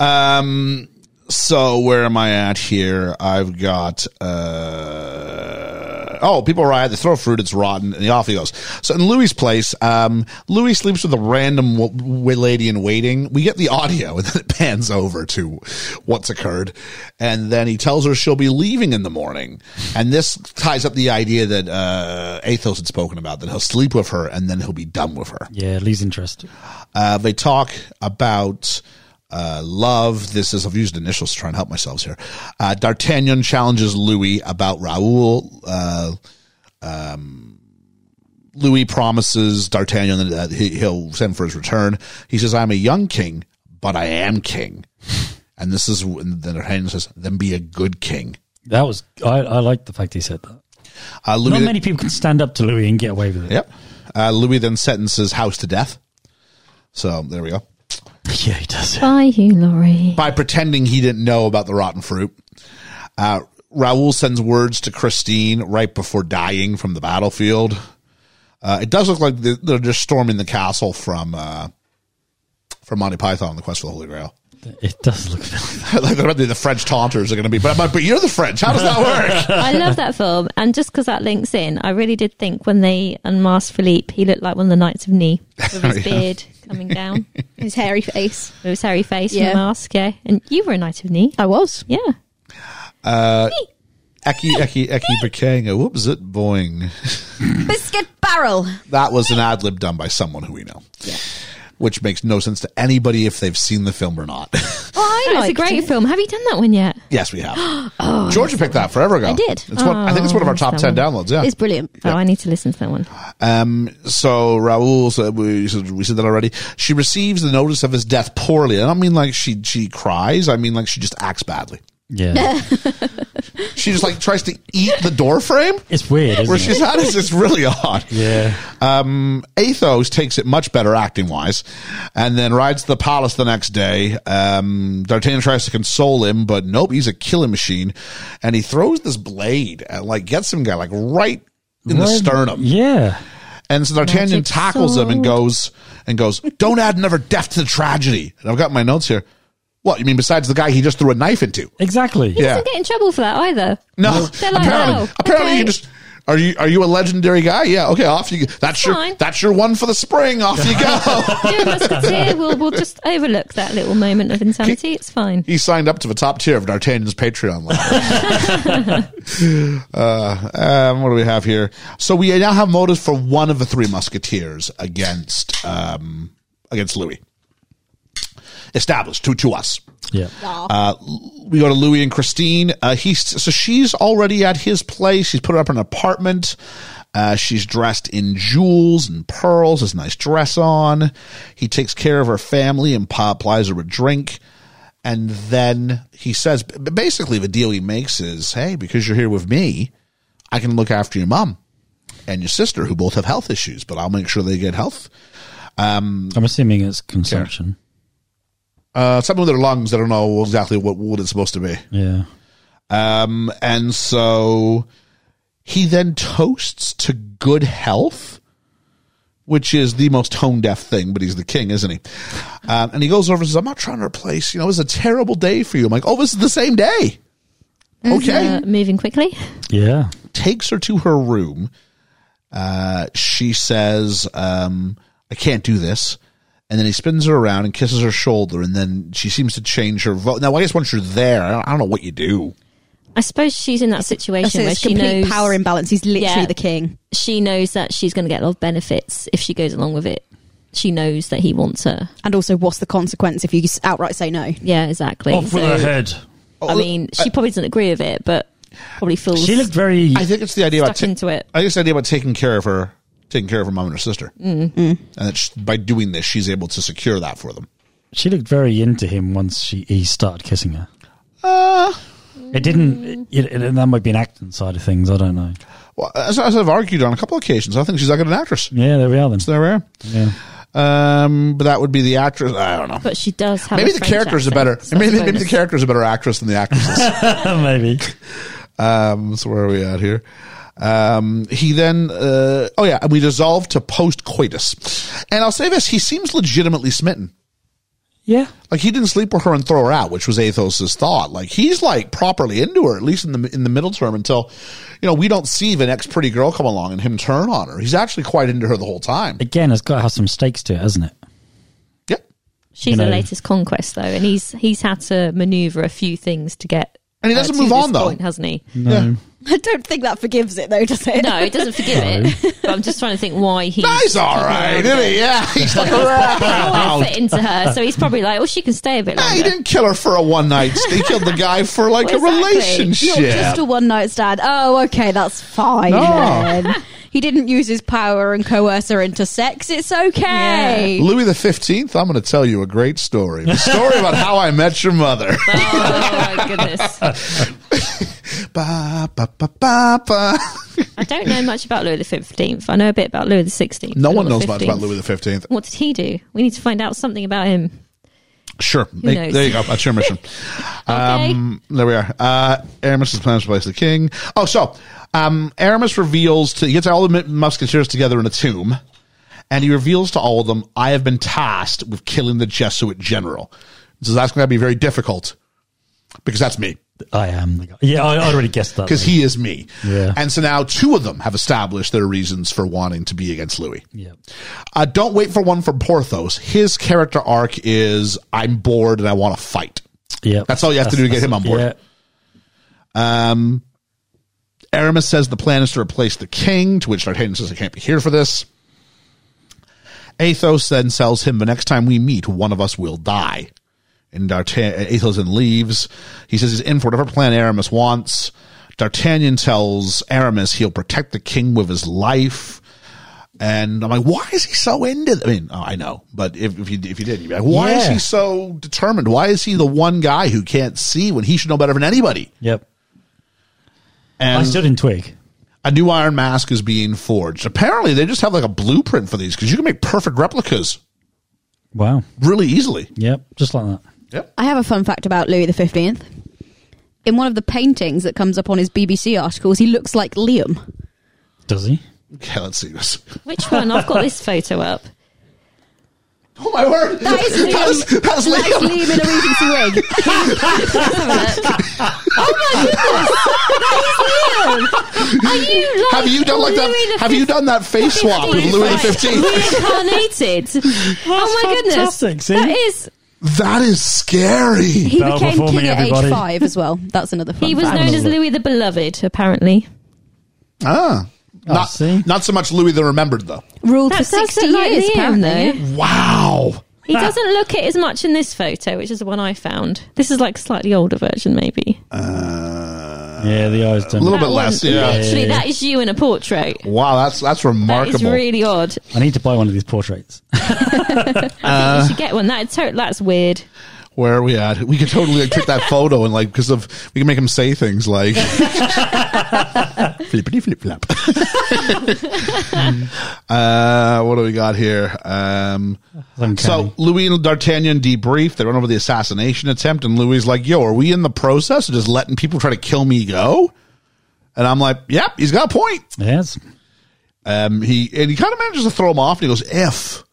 Speaker 2: um, so where am I at here? I've got uh, oh, people riot. They throw fruit. It's rotten. And off he goes. So in Louis's place, um, Louis sleeps with a random w- w- lady in waiting. We get the audio and then it pans over to what's occurred. And then he tells her she'll be leaving in the morning. And this ties up the idea that, uh, Athos had spoken about that he'll sleep with her and then he'll be done with her.
Speaker 3: Yeah, lose interest.
Speaker 2: Uh, they talk about uh, love. This is, I've used initials to try and help myself here. Uh, D'Artagnan challenges Louis about Raoul. Uh, um, Louis promises D'Artagnan that uh, he, he'll send for his return. He says, I'm a young king, but I am king. And this is when then D'Artagnan says, then be a good king.
Speaker 3: That was I, I like the fact he said that.
Speaker 2: Uh, Louis,
Speaker 3: Not many people can stand up to Louis and get away with it.
Speaker 2: Yep. Uh, Louis then sentences House to death. So there we go.
Speaker 3: Yeah, he does.
Speaker 4: Bye, you, Laurie.
Speaker 2: by pretending he didn't know about the rotten fruit. Uh, Raoul sends words to Christine right before dying from the battlefield. Uh, it does look like they're- they're just storming the castle from uh, from Monty Python: The Quest for the Holy Grail.
Speaker 3: It does look. Villain.
Speaker 2: like they're the French taunters are going to be, but, but but you're the French. How does that work?
Speaker 4: I love that film. And just because that links in, I really did think when they unmasked Philippe, he looked like one of the Knights of Knee with his
Speaker 2: Yeah.
Speaker 4: beard coming down,
Speaker 7: His hairy face.
Speaker 4: with his hairy face and
Speaker 7: Yeah.
Speaker 4: the mask. Yeah. And you were a Knight of Knee.
Speaker 7: I was.
Speaker 4: Yeah.
Speaker 2: Eki Eki Eki Bakanga. Whoops it boing.
Speaker 7: Biscuit barrel.
Speaker 2: That was an ad lib done by someone who we know. Yeah. Which makes no sense to anybody if they've seen the film or not.
Speaker 7: I
Speaker 4: That's a great film. Have you done that one yet?
Speaker 2: Yes, we have. Georgia picked that forever ago.
Speaker 7: I did.
Speaker 2: It's one, I think it's one of our top
Speaker 4: Oh,
Speaker 2: ten
Speaker 4: that
Speaker 2: downloads. Yeah.
Speaker 7: It's brilliant.
Speaker 4: Oh, I need to listen to that one.
Speaker 2: Um. So Raoul, so we said we said that already. She receives the notice of his death poorly. I don't mean like she she cries. I mean like she just acts badly.
Speaker 3: Yeah,
Speaker 2: She just like tries to eat the door frame
Speaker 3: it's weird,
Speaker 2: where
Speaker 3: isn't
Speaker 2: she's
Speaker 3: it?
Speaker 2: at. It's, it's really odd.
Speaker 3: Yeah,
Speaker 2: Um, Athos takes it much better acting wise, and then rides to the palace the next day. Um, D'Artagnan tries to console him, but nope, he's a killing machine, and he throws this blade and like gets some guy like right in the
Speaker 3: Well,
Speaker 2: sternum.
Speaker 3: Yeah,
Speaker 2: And so D'Artagnan
Speaker 4: Magic
Speaker 2: tackles him and
Speaker 4: sword.
Speaker 2: goes and goes, "Don't add another death to the tragedy." And I've got my notes here. What you mean? Besides the guy he just threw a knife into?
Speaker 3: exactly.
Speaker 4: He doesn't get in trouble for that either.
Speaker 2: No,
Speaker 4: They're like,
Speaker 2: apparently,
Speaker 4: "Oh,
Speaker 2: apparently you
Speaker 4: okay."
Speaker 2: just are you are you a legendary guy? Yeah, okay, off you. go. That's your
Speaker 4: Fine.
Speaker 2: that's your one for the spring. Off you go.
Speaker 4: Do a musketeer. We'll, we'll just overlook that little moment of insanity. It's fine.
Speaker 2: he signed up to the top tier of D'Artagnan's Patreon ladder. uh, um, what do we have here? So we now have motives for one of the three musketeers against um, against Louis. Established to to us.
Speaker 3: Yeah,
Speaker 2: we go to Louis and Christine. Uh, he's so she's already at his place. He's put up an apartment. Uh, she's dressed in jewels and pearls, has a nice dress on. He takes care of her family and pa plies her a drink. And then he says, b- basically, the deal he makes is, hey, because you're here with me, I can look after your mom and your sister, who both have health issues, but I'll make sure they get health.
Speaker 3: I'm assuming it's consumption.
Speaker 2: Uh, something with their lungs, I don't know exactly what, what it's supposed to be.
Speaker 3: Yeah,
Speaker 2: And so he then toasts to good health, which is the most tone deaf thing, but he's the king, isn't he? Um, and he goes over and says, I'm not trying to replace, you know, it's a terrible day for you. I'm like, oh, this is the same day. Okay.
Speaker 4: Uh, moving quickly.
Speaker 3: yeah.
Speaker 2: Takes her to her room. Uh, she says, um, I can't do this. And then he spins her around and kisses her shoulder, and then she seems to change her vote. Now, I guess once you're there, I don't, I don't know what you do.
Speaker 4: I suppose she's in that
Speaker 7: That's
Speaker 4: situation where
Speaker 7: his
Speaker 4: she
Speaker 7: complete
Speaker 4: knows
Speaker 7: power imbalance. He's literally
Speaker 4: Yeah.
Speaker 7: the king.
Speaker 4: she knows that she's going to get a lot of benefits if she goes along with it. She knows that he wants her.
Speaker 7: And also, what's the consequence if you s- outright say no?
Speaker 4: Yeah, exactly.
Speaker 3: Off with
Speaker 4: So,
Speaker 3: her head.
Speaker 4: I mean, she probably doesn't agree with it, but probably feels
Speaker 3: She looked very.
Speaker 2: I think it's the idea about
Speaker 4: stuck into it.
Speaker 2: I think it's the idea about taking care of her, taking care of her mom and her sister, mm-hmm. and that sh by doing this, she's able to secure that for them.
Speaker 3: She looked very into him once she he started kissing her.
Speaker 2: Uh,
Speaker 3: It didn't. It, it- that might be an acting side of things. I don't know.
Speaker 2: well, as, as I've argued on a couple of occasions, I think she's like an actress.
Speaker 3: Yeah, there we are then.
Speaker 2: So there we are.
Speaker 3: Yeah.
Speaker 2: Um, but that would be the actress. I don't know.
Speaker 4: But she does have.
Speaker 2: Maybe
Speaker 4: a
Speaker 2: the
Speaker 4: French
Speaker 2: character's a
Speaker 4: accent,
Speaker 2: better.
Speaker 4: so
Speaker 2: maybe,
Speaker 4: that's
Speaker 2: maybe the
Speaker 4: bonus.
Speaker 2: character's a better actress than the actress.
Speaker 3: Maybe.
Speaker 2: um, so where are we at here? Um, he then. Uh, oh yeah, and we dissolve to post coitus, and I'll say this: he seems legitimately smitten.
Speaker 3: Yeah.
Speaker 2: Like he didn't sleep with her and throw her out, which was Athos's thought. Like he's like properly into her, at least in the in the middle term, until you know we don't see the next pretty girl come along and him turn on her. He's actually quite into her the whole time.
Speaker 3: Again, it's got to have some stakes to it, hasn't it?
Speaker 2: Yep.
Speaker 4: She's
Speaker 3: You know.
Speaker 4: the latest conquest though, and he's he's had to manoeuvre a few things to get.
Speaker 2: And he
Speaker 4: her
Speaker 2: doesn't
Speaker 4: to
Speaker 2: move
Speaker 4: this
Speaker 2: on, though.
Speaker 4: point, hasn't he?
Speaker 2: Yeah.
Speaker 7: I don't think that forgives it though, does it?
Speaker 4: No, it doesn't forgive it. But I'm just trying to think why he.
Speaker 2: He's all right, isn't he? Yeah, he's like, "Wow."
Speaker 4: Fit into her, so he's probably like, "Oh, she can stay a bit
Speaker 2: Nah, he
Speaker 4: longer."
Speaker 2: didn't kill her for a one night. stand. He killed the guy for like
Speaker 4: Well,
Speaker 2: a
Speaker 4: exactly.
Speaker 2: relationship.
Speaker 7: You're just a one night stand. Oh, okay, that's fine.
Speaker 2: No.
Speaker 7: then. He didn't use his power and coerce her into sex. It's okay.
Speaker 2: Louis the Fifteenth. I'm going to tell you a great story. The story about how I met your mother.
Speaker 4: Oh my goodness!
Speaker 2: Ba, ba, ba, ba, ba.
Speaker 4: I don't know much about Louis the Fifteenth. I know a bit about Louis the Sixteenth.
Speaker 2: No one knows much about Louis the Fifteenth.
Speaker 4: What did he do? We need to find out something about him.
Speaker 2: Sure. Make,
Speaker 4: knows?
Speaker 2: there you go. That's your mission.
Speaker 4: Okay.
Speaker 2: um, there we are. Uh, Aramis is plans to replace the king. Oh, so um, Aramis reveals to, he gets all the mu- musketeers together in a tomb, and he reveals to all of them, I have been tasked with killing the Jesuit general. He says, that's going to be very difficult because that's me
Speaker 3: I am the guy. Yeah, I, I already guessed that.
Speaker 2: because he is me.
Speaker 3: Yeah.
Speaker 2: And so now two of them have established their reasons for wanting to be against Louis.
Speaker 3: Yeah.
Speaker 2: Uh, don't wait for one from Porthos. His character arc is I'm bored and I want to fight.
Speaker 3: Yeah.
Speaker 2: That's all you have to do to get
Speaker 3: that's-
Speaker 2: him on board.
Speaker 3: Yeah.
Speaker 2: Aramis says the plan is to replace the king, to which D'Artagnan says, I can't be here for this. Athos then tells him, The next time we meet, one of us will die. And D'Artagnan, Athos then leaves. He says he's in for whatever plan Aramis wants. D'Artagnan tells Aramis he'll protect the king with his life. And I'm like, why is he so into? Th-? I mean, oh, I know, but if, if you if you did, you'd be like, why is
Speaker 3: Yeah.
Speaker 2: he so determined? Why is he the one guy who can't see when he should know better than anybody?
Speaker 3: Yep.
Speaker 2: And
Speaker 3: I still didn't twig.
Speaker 2: a new iron mask is being forged. Apparently, they just have like a blueprint for these because you can make perfect replicas
Speaker 3: Wow.
Speaker 2: really easily.
Speaker 3: Yep. Just like that.
Speaker 7: I have a fun fact about Louis the Fifteenth. In one of the paintings that comes up on his BBC articles, he looks like Liam.
Speaker 3: Does he?
Speaker 2: Okay, let's see this.
Speaker 4: Which one? I've got this photo up.
Speaker 2: Oh my word!
Speaker 7: That is Liam.
Speaker 2: That's, that's
Speaker 7: That is
Speaker 2: Liam.
Speaker 7: Liam in a Regency wig.
Speaker 2: Have you done like that? Have you done that face swap with Louis the Fifteenth?
Speaker 4: Reincarnated. oh my
Speaker 3: fantastic,
Speaker 4: goodness.
Speaker 3: see?
Speaker 4: That is
Speaker 2: That is scary.
Speaker 7: He
Speaker 3: Bow
Speaker 7: became
Speaker 3: before me,
Speaker 7: king at
Speaker 3: everybody.
Speaker 7: age five as well. That's another fun
Speaker 4: he was
Speaker 7: fact.
Speaker 4: known as Louis the Beloved, apparently.
Speaker 2: Ah,
Speaker 3: Oh,
Speaker 2: not
Speaker 3: see?
Speaker 2: not so much Louis the Remembered though.
Speaker 7: Ruled
Speaker 4: That
Speaker 7: for
Speaker 4: does
Speaker 7: sixty
Speaker 4: look like
Speaker 7: years.
Speaker 4: Liam,
Speaker 7: apparently,
Speaker 4: though.
Speaker 7: yeah.
Speaker 2: Wow.
Speaker 4: He doesn't look it as much in this photo, which is the one I found. This is like slightly older version, maybe.
Speaker 2: Uh,
Speaker 3: Yeah, the eyes
Speaker 2: a
Speaker 3: don't.
Speaker 2: little
Speaker 4: That
Speaker 2: bit less.
Speaker 4: one,
Speaker 2: Yeah.
Speaker 4: Literally, that is you in a portrait.
Speaker 2: Wow, that's that's
Speaker 4: That is
Speaker 2: remarkable.
Speaker 4: really odd.
Speaker 3: I need to buy one of these portraits.
Speaker 4: you
Speaker 2: Uh.
Speaker 4: should get one. That, to- that's weird.
Speaker 2: Where are we at? We could totally like, pick that photo and like because of we can make him say things like flippity flip flap. uh, what do we got here? Um,
Speaker 3: Uncanny.
Speaker 2: so Louis and D'Artagnan debrief. They run over the assassination attempt, and Louis is like, "Yo, are we in the process of just letting people try to kill me go?" And I'm like, "Yep, he's got a point."
Speaker 3: yes.
Speaker 2: Um, he and he kind of manages to throw him off, and he goes, "If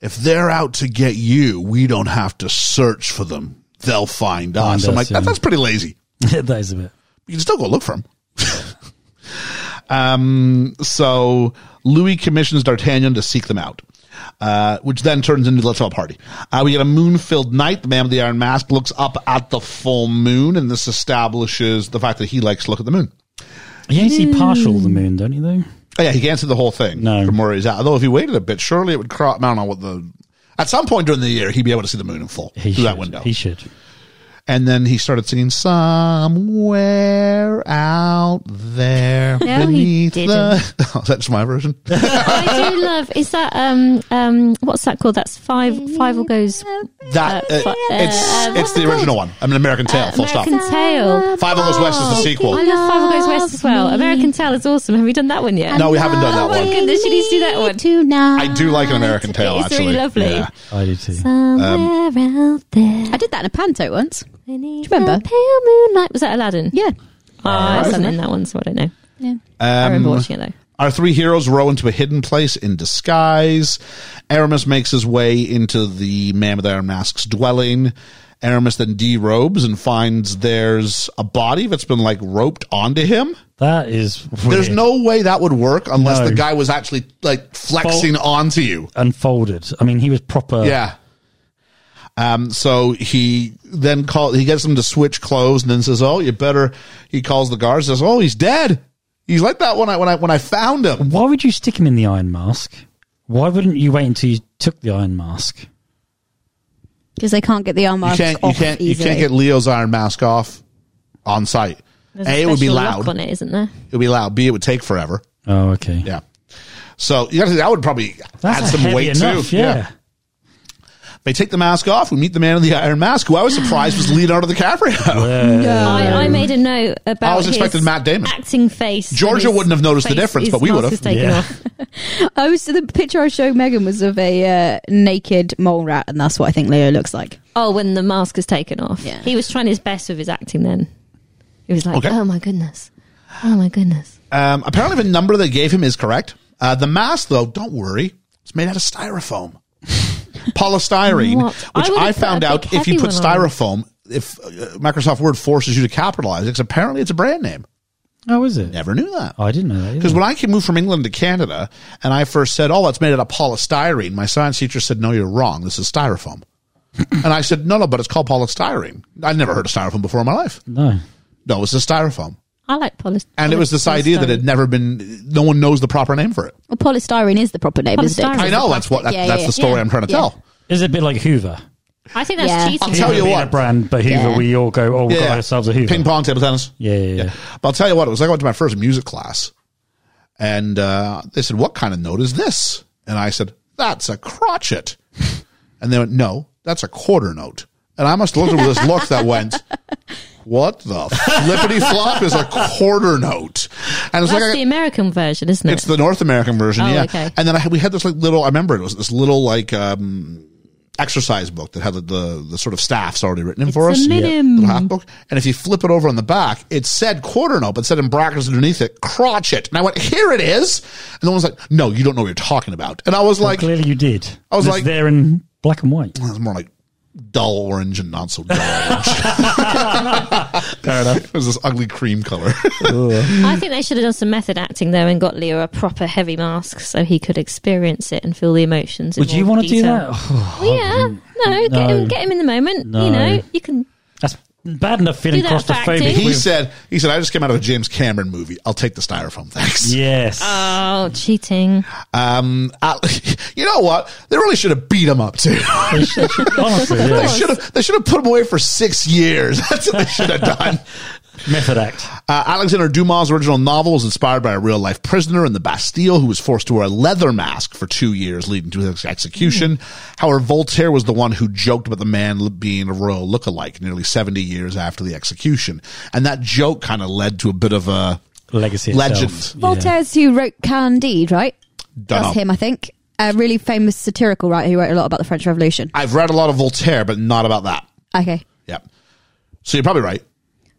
Speaker 2: if they're out to get you, we don't have to search for them; they'll find us."
Speaker 3: Find
Speaker 2: I'm
Speaker 3: us,
Speaker 2: like, that,
Speaker 3: yeah.
Speaker 2: "That's pretty lazy."
Speaker 3: that is a bit.
Speaker 2: You can still go look for him. um, so Louis commissions D'Artagnan to seek them out. Uh, which then turns into let's have a party. Uh, we get a moon-filled night. The man with the iron mask looks up at the full moon, and this establishes the fact that he likes to look at the moon.
Speaker 3: You only see partial of the moon, don't you, though?
Speaker 2: Oh, yeah, he can see the whole thing
Speaker 3: No.
Speaker 2: from where he's at. Although if he waited a bit, surely it would crop. I don't know what the. At some point during the year, he'd be able to see the moon in full
Speaker 3: He
Speaker 2: through
Speaker 3: should.
Speaker 2: that window.
Speaker 3: He should.
Speaker 2: and then he started singing "Somewhere Out There
Speaker 4: No, he
Speaker 2: Beneath the."
Speaker 4: didn't.
Speaker 2: Oh, that's my version.
Speaker 4: I do love. Is that um um what's that called? That's five. Five will goes.
Speaker 2: That
Speaker 4: Uh,
Speaker 2: uh,
Speaker 4: uh,
Speaker 2: it's
Speaker 4: uh,
Speaker 2: it's the original one. I'm an American Tale. full
Speaker 4: American
Speaker 2: stop.
Speaker 4: Tail.
Speaker 2: Five Almost West is the sequel.
Speaker 4: Oh, I love Five Will Goes West as well. American Tail is awesome. Have you done that one yet?
Speaker 2: No, we haven't done that
Speaker 4: Oh my
Speaker 2: one.
Speaker 4: goodness, you need to do that one.
Speaker 2: I do like an American Tale.
Speaker 4: It's
Speaker 2: actually,
Speaker 4: really lovely.
Speaker 2: Yeah.
Speaker 3: I do too.
Speaker 4: Somewhere out there.
Speaker 7: I did that in a panto once.
Speaker 4: beneath
Speaker 7: remember?
Speaker 4: the Pale moonlight. Was that Aladdin?
Speaker 7: Yeah.
Speaker 4: Oh, I wasn't in that one, so I don't know.
Speaker 7: Yeah.
Speaker 2: Um,
Speaker 4: I remember watching it though.
Speaker 2: Our three heroes row into a hidden place in disguise. Aramis makes his way into the man with iron mask's dwelling. Aramis then derobes and finds there's a body that's been like roped onto him.
Speaker 3: That is weird.
Speaker 2: There's no way that would work unless
Speaker 3: No.
Speaker 2: the guy was actually like flexing onto you.
Speaker 3: unfolded. I mean, he was proper.
Speaker 2: Yeah. Um, so he then call he gets him to switch clothes and then says, "Oh, you better." He calls the guards. Says, "Oh, he's dead." He's like that when I when I when I found him.
Speaker 3: Why would you stick him in the iron mask? Why wouldn't you wait until you took the iron mask?
Speaker 7: because they can't get the arm
Speaker 2: You can't you
Speaker 7: off
Speaker 2: can't you
Speaker 7: easily.
Speaker 2: can't get Leo's iron mask off on site.
Speaker 4: There's
Speaker 2: a it would be
Speaker 4: special lock
Speaker 2: loud.
Speaker 4: on
Speaker 2: It
Speaker 4: it, isn't there?
Speaker 2: would be loud. B it would take forever.
Speaker 3: Oh, okay.
Speaker 2: Yeah. So you gotta, that would probably
Speaker 3: That's
Speaker 2: add
Speaker 3: a
Speaker 2: some
Speaker 3: heavy
Speaker 2: weight
Speaker 3: enough,
Speaker 2: too.
Speaker 3: Yeah.
Speaker 2: They take the mask off. We meet the man in the iron mask, who I was surprised was Leonardo DiCaprio.
Speaker 4: I, I made a note about.
Speaker 2: I was expecting
Speaker 4: his
Speaker 2: Matt Damon.
Speaker 4: acting face.
Speaker 2: Georgia
Speaker 4: and his
Speaker 2: wouldn't have noticed the
Speaker 4: face
Speaker 2: difference,
Speaker 4: is
Speaker 2: but we would
Speaker 4: mask
Speaker 2: have.
Speaker 4: is taken
Speaker 3: Yeah.
Speaker 4: off.
Speaker 7: I was the picture I showed Megan was of a uh, naked mole rat, and that's what I think Leo looks like.
Speaker 4: Oh, when the mask was taken off,
Speaker 7: Yeah.
Speaker 4: he was trying his best with his acting. Then he was like,
Speaker 2: Okay.
Speaker 4: "Oh my goodness, oh my goodness."
Speaker 2: Um, apparently, the number they gave him is correct. Uh, the mask, though, don't worry, it's made out of styrofoam, polystyrene,
Speaker 4: What? I
Speaker 2: which
Speaker 4: would've
Speaker 2: I,
Speaker 4: put a
Speaker 2: found
Speaker 4: big
Speaker 2: out if
Speaker 4: heavy
Speaker 2: you put
Speaker 4: one on.
Speaker 2: styrofoam, if uh, Microsoft Word forces you to capitalize, because apparently it's a brand name.
Speaker 3: Oh, is it?
Speaker 2: Never knew that.
Speaker 3: Oh, I didn't know that.
Speaker 2: Because
Speaker 7: Hmm.
Speaker 3: Either.
Speaker 2: when I came moved from England to Canada, and I first said, "Oh, that's made out of polystyrene," my science teacher said, "No, you're wrong. This is styrofoam." and I said, "No, no, but it's called polystyrene. I'd never heard of styrofoam before in my life.
Speaker 3: No.
Speaker 2: No, it's a styrofoam."
Speaker 4: I like poly.
Speaker 2: And it
Speaker 7: Oh,
Speaker 2: was this
Speaker 4: poly-
Speaker 2: idea that it had
Speaker 4: polystyrene.
Speaker 2: never been. No one knows the proper name for it.
Speaker 7: Well, polystyrene is the proper name, isn't it?
Speaker 4: Polystyrene.
Speaker 2: I know that's what that,
Speaker 7: Yeah,
Speaker 2: that's
Speaker 7: yeah,
Speaker 2: the story
Speaker 7: yeah.
Speaker 2: I'm trying to
Speaker 7: Yeah.
Speaker 2: tell.
Speaker 3: Is it a bit like Hoover?
Speaker 4: I think that's
Speaker 7: Yeah.
Speaker 4: cheating.
Speaker 2: I'll tell
Speaker 3: Hoover
Speaker 2: you
Speaker 3: being
Speaker 2: what.
Speaker 3: a brand, but Hoover,
Speaker 7: Yeah.
Speaker 3: we all go, oh, we got ourselves a Hoover.
Speaker 2: Ping pong, table tennis.
Speaker 3: Yeah, yeah, yeah.
Speaker 2: But I'll tell you what, it was like I went to my first music class, and uh, they said, "What kind of note is this?" And I said, "That's a crotchet." and they went, "No, that's a quarter note." And I must have looked at them with this look that went, "What the flippity flop is a quarter note?" And it's
Speaker 4: That's
Speaker 2: like I-
Speaker 4: the American version, isn't it?
Speaker 2: It's the North American version,
Speaker 4: Oh,
Speaker 2: yeah.
Speaker 4: okay.
Speaker 2: And then I, had- we had this like little. I remember it was this little like um, exercise book that had the, the the sort of staffs already written in for
Speaker 4: It's
Speaker 2: us.
Speaker 4: a minim.
Speaker 2: Little half book. And if you flip it over on the back, it said quarter note, but said in brackets underneath it, crotchet. And I went, "Here it is." And the one was like, "No, you don't know what you're talking about." And I was like,
Speaker 3: Clearly you did.
Speaker 2: I was
Speaker 3: It's
Speaker 2: like-
Speaker 3: there in black and white.
Speaker 2: "It's more like dull orange and not so dull orange."
Speaker 3: Fair enough.
Speaker 2: it was this ugly cream color.
Speaker 4: I think they should have done some method acting though and got Leo a proper heavy mask so he could experience it and feel the emotions. in
Speaker 3: Would you
Speaker 4: more
Speaker 3: want to do
Speaker 4: detail.
Speaker 3: that? Oh,
Speaker 4: Well, yeah, no, Get,
Speaker 3: No.
Speaker 4: him, get him in the moment.
Speaker 3: No.
Speaker 4: You know, you can.
Speaker 3: that's bad enough feeling
Speaker 4: Do that for
Speaker 3: claustrophobic.
Speaker 4: acting.
Speaker 2: he
Speaker 3: with-
Speaker 2: said, "He said I just came out of a James Cameron movie. I'll take the styrofoam, thanks."
Speaker 3: yes.
Speaker 2: Uh.
Speaker 4: Oh, cheating!
Speaker 2: Um, I- you know what? They really should have beat him up too.
Speaker 3: Honestly,
Speaker 2: They
Speaker 3: yeah.
Speaker 2: should have. They should have put him away for six years. That's what they should have done.
Speaker 3: Method act.
Speaker 2: Uh, Alexander Dumas' original novel was inspired by a real life prisoner in the Bastille who was forced to wear a leather mask for two years, leading to his execution.
Speaker 7: Hmm.
Speaker 2: However, Voltaire was the one who joked about the man l- being a royal lookalike nearly seventy years after the execution, and that joke kind of led to a bit of a
Speaker 3: Legacy.
Speaker 2: Legend.
Speaker 3: Itself. Yeah.
Speaker 7: Voltaire's who wrote Candide, right?
Speaker 2: Dunno.
Speaker 7: That's him, I think. A really famous satirical writer who wrote a lot about the French Revolution.
Speaker 2: I've read a lot of Voltaire, but not about that.
Speaker 7: Okay.
Speaker 2: Yeah, so you're probably right.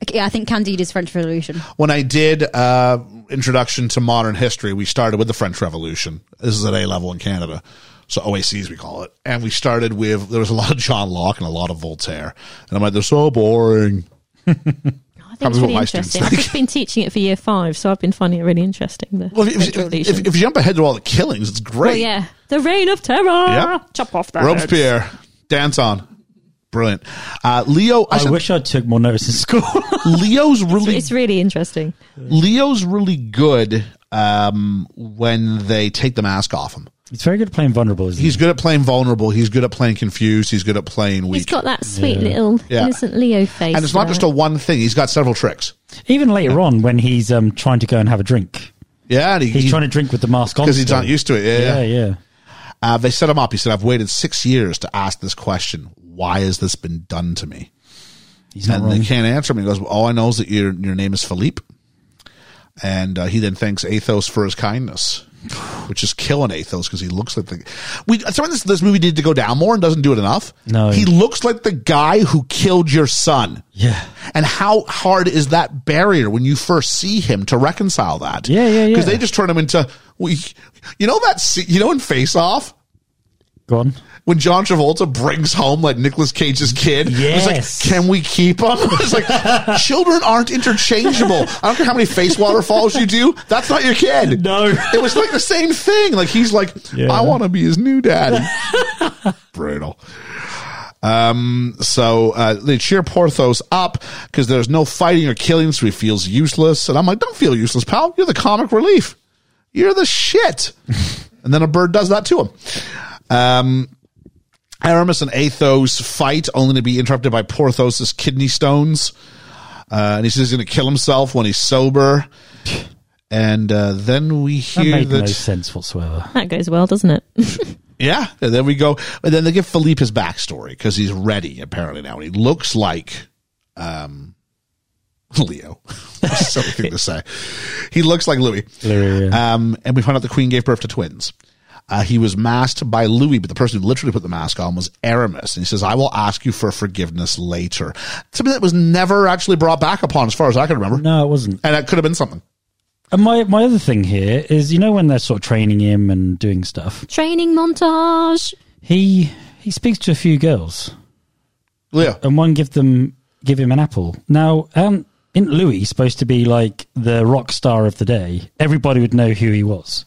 Speaker 7: okay yeah, I think Candide is French Revolution.
Speaker 2: when I did uh, introduction to modern history, we started with the French Revolution. This is at A level in Canada, so OACs we call it. And we started with there was a lot of John Locke and a lot of Voltaire, and I'm like they're so boring.
Speaker 4: I think
Speaker 2: Probably
Speaker 4: it's
Speaker 2: what
Speaker 4: really
Speaker 2: my students
Speaker 4: interesting. I've
Speaker 2: think.
Speaker 4: just been teaching it for year five, so I've been finding it really interesting. The
Speaker 2: Well, if, if,
Speaker 4: French
Speaker 2: if,
Speaker 4: Revolution.
Speaker 2: if, if you jump ahead to all the killings, it's great.
Speaker 4: well, yeah, the reign of terror.
Speaker 2: Yep.
Speaker 4: Chop off that.
Speaker 2: Robespierre, dance on, brilliant. Uh, Leo, I,
Speaker 3: I
Speaker 2: said,
Speaker 3: wish I took more notice in school.
Speaker 2: Leo's really
Speaker 4: It's really interesting.
Speaker 2: Leo's really good um, when they take the mask off him.
Speaker 3: He's very good at playing vulnerable, isn't
Speaker 2: He's good at playing vulnerable. He's good at playing confused. He's good at playing weak.
Speaker 4: He's got that sweet little
Speaker 2: Yeah.
Speaker 4: innocent Leo face,
Speaker 2: and it's not
Speaker 4: about
Speaker 2: just a one thing. He's got several tricks.
Speaker 3: he? Even later on, when he's um, trying to go and have a drink,
Speaker 2: Yeah, and he,
Speaker 3: he's trying to drink with the mask on
Speaker 2: because he's
Speaker 3: still.
Speaker 2: not used to it. Yeah, yeah.
Speaker 3: Yeah, yeah.
Speaker 2: Uh, they set him up. He said, "I've waited six years to ask this question. Why has this been done to me?"
Speaker 3: He's not
Speaker 2: and
Speaker 3: wrong.
Speaker 2: they can't answer him. He goes, well, "All I know is that your your name is Philippe." And uh, he then thanks Athos for his kindness. which is killing Athos because he looks like the. We someone this this movie needed to go down more and doesn't do it enough.
Speaker 3: No.
Speaker 2: he looks like the guy who killed your son.
Speaker 3: Yeah.
Speaker 2: and how hard is that barrier when you first see him to reconcile that?
Speaker 3: Yeah, yeah, yeah.
Speaker 2: Because they just turn him into we. You know that. se- You know in Face Off.
Speaker 3: Go on.
Speaker 2: When John Travolta brings home like Nicolas Cage's kid, it's
Speaker 3: Yes.
Speaker 2: like, can we keep him? It's like, children aren't interchangeable. I don't care how many face waterfalls you do, that's not your kid.
Speaker 3: No.
Speaker 2: It was like the same thing. Like he's like,
Speaker 3: Yeah.
Speaker 2: I want to be his new daddy. Brutal. Um, so uh, they cheer Porthos up because there's no fighting or killing, so he feels useless. And I'm like, don't feel useless, pal. You're the comic relief. You're the shit. and then a bird does that to him. Um, Aramis and Athos fight, only to be interrupted by Porthos's kidney stones. Uh, and he says he's going to kill himself when he's sober. And uh, then we
Speaker 3: That
Speaker 2: hear
Speaker 3: made
Speaker 2: that.
Speaker 3: no sense whatsoever.
Speaker 4: That goes well, doesn't it?
Speaker 2: Yeah, and then we go. And then they give Philippe his backstory because he's ready apparently now, and he looks like um, Leo. so thing to say. He looks like Louis.
Speaker 3: Louis,
Speaker 2: Um, and we find out the Queen gave birth to twins. Uh, he was masked by Louis, but the person who literally put the mask on was Aramis. And he says, I will ask you for forgiveness later. Something that was never actually brought back upon, as far as I can remember.
Speaker 3: No, it wasn't.
Speaker 2: And that could have been something.
Speaker 3: And my, my other thing here is, you know, when they're sort of training him and doing stuff,
Speaker 4: Training montage.
Speaker 3: he he speaks to a few girls,
Speaker 2: Leo.
Speaker 3: and one give them give him an apple. Now, um, isn't Louis supposed to be like the rock star of the day? Everybody would know who he was.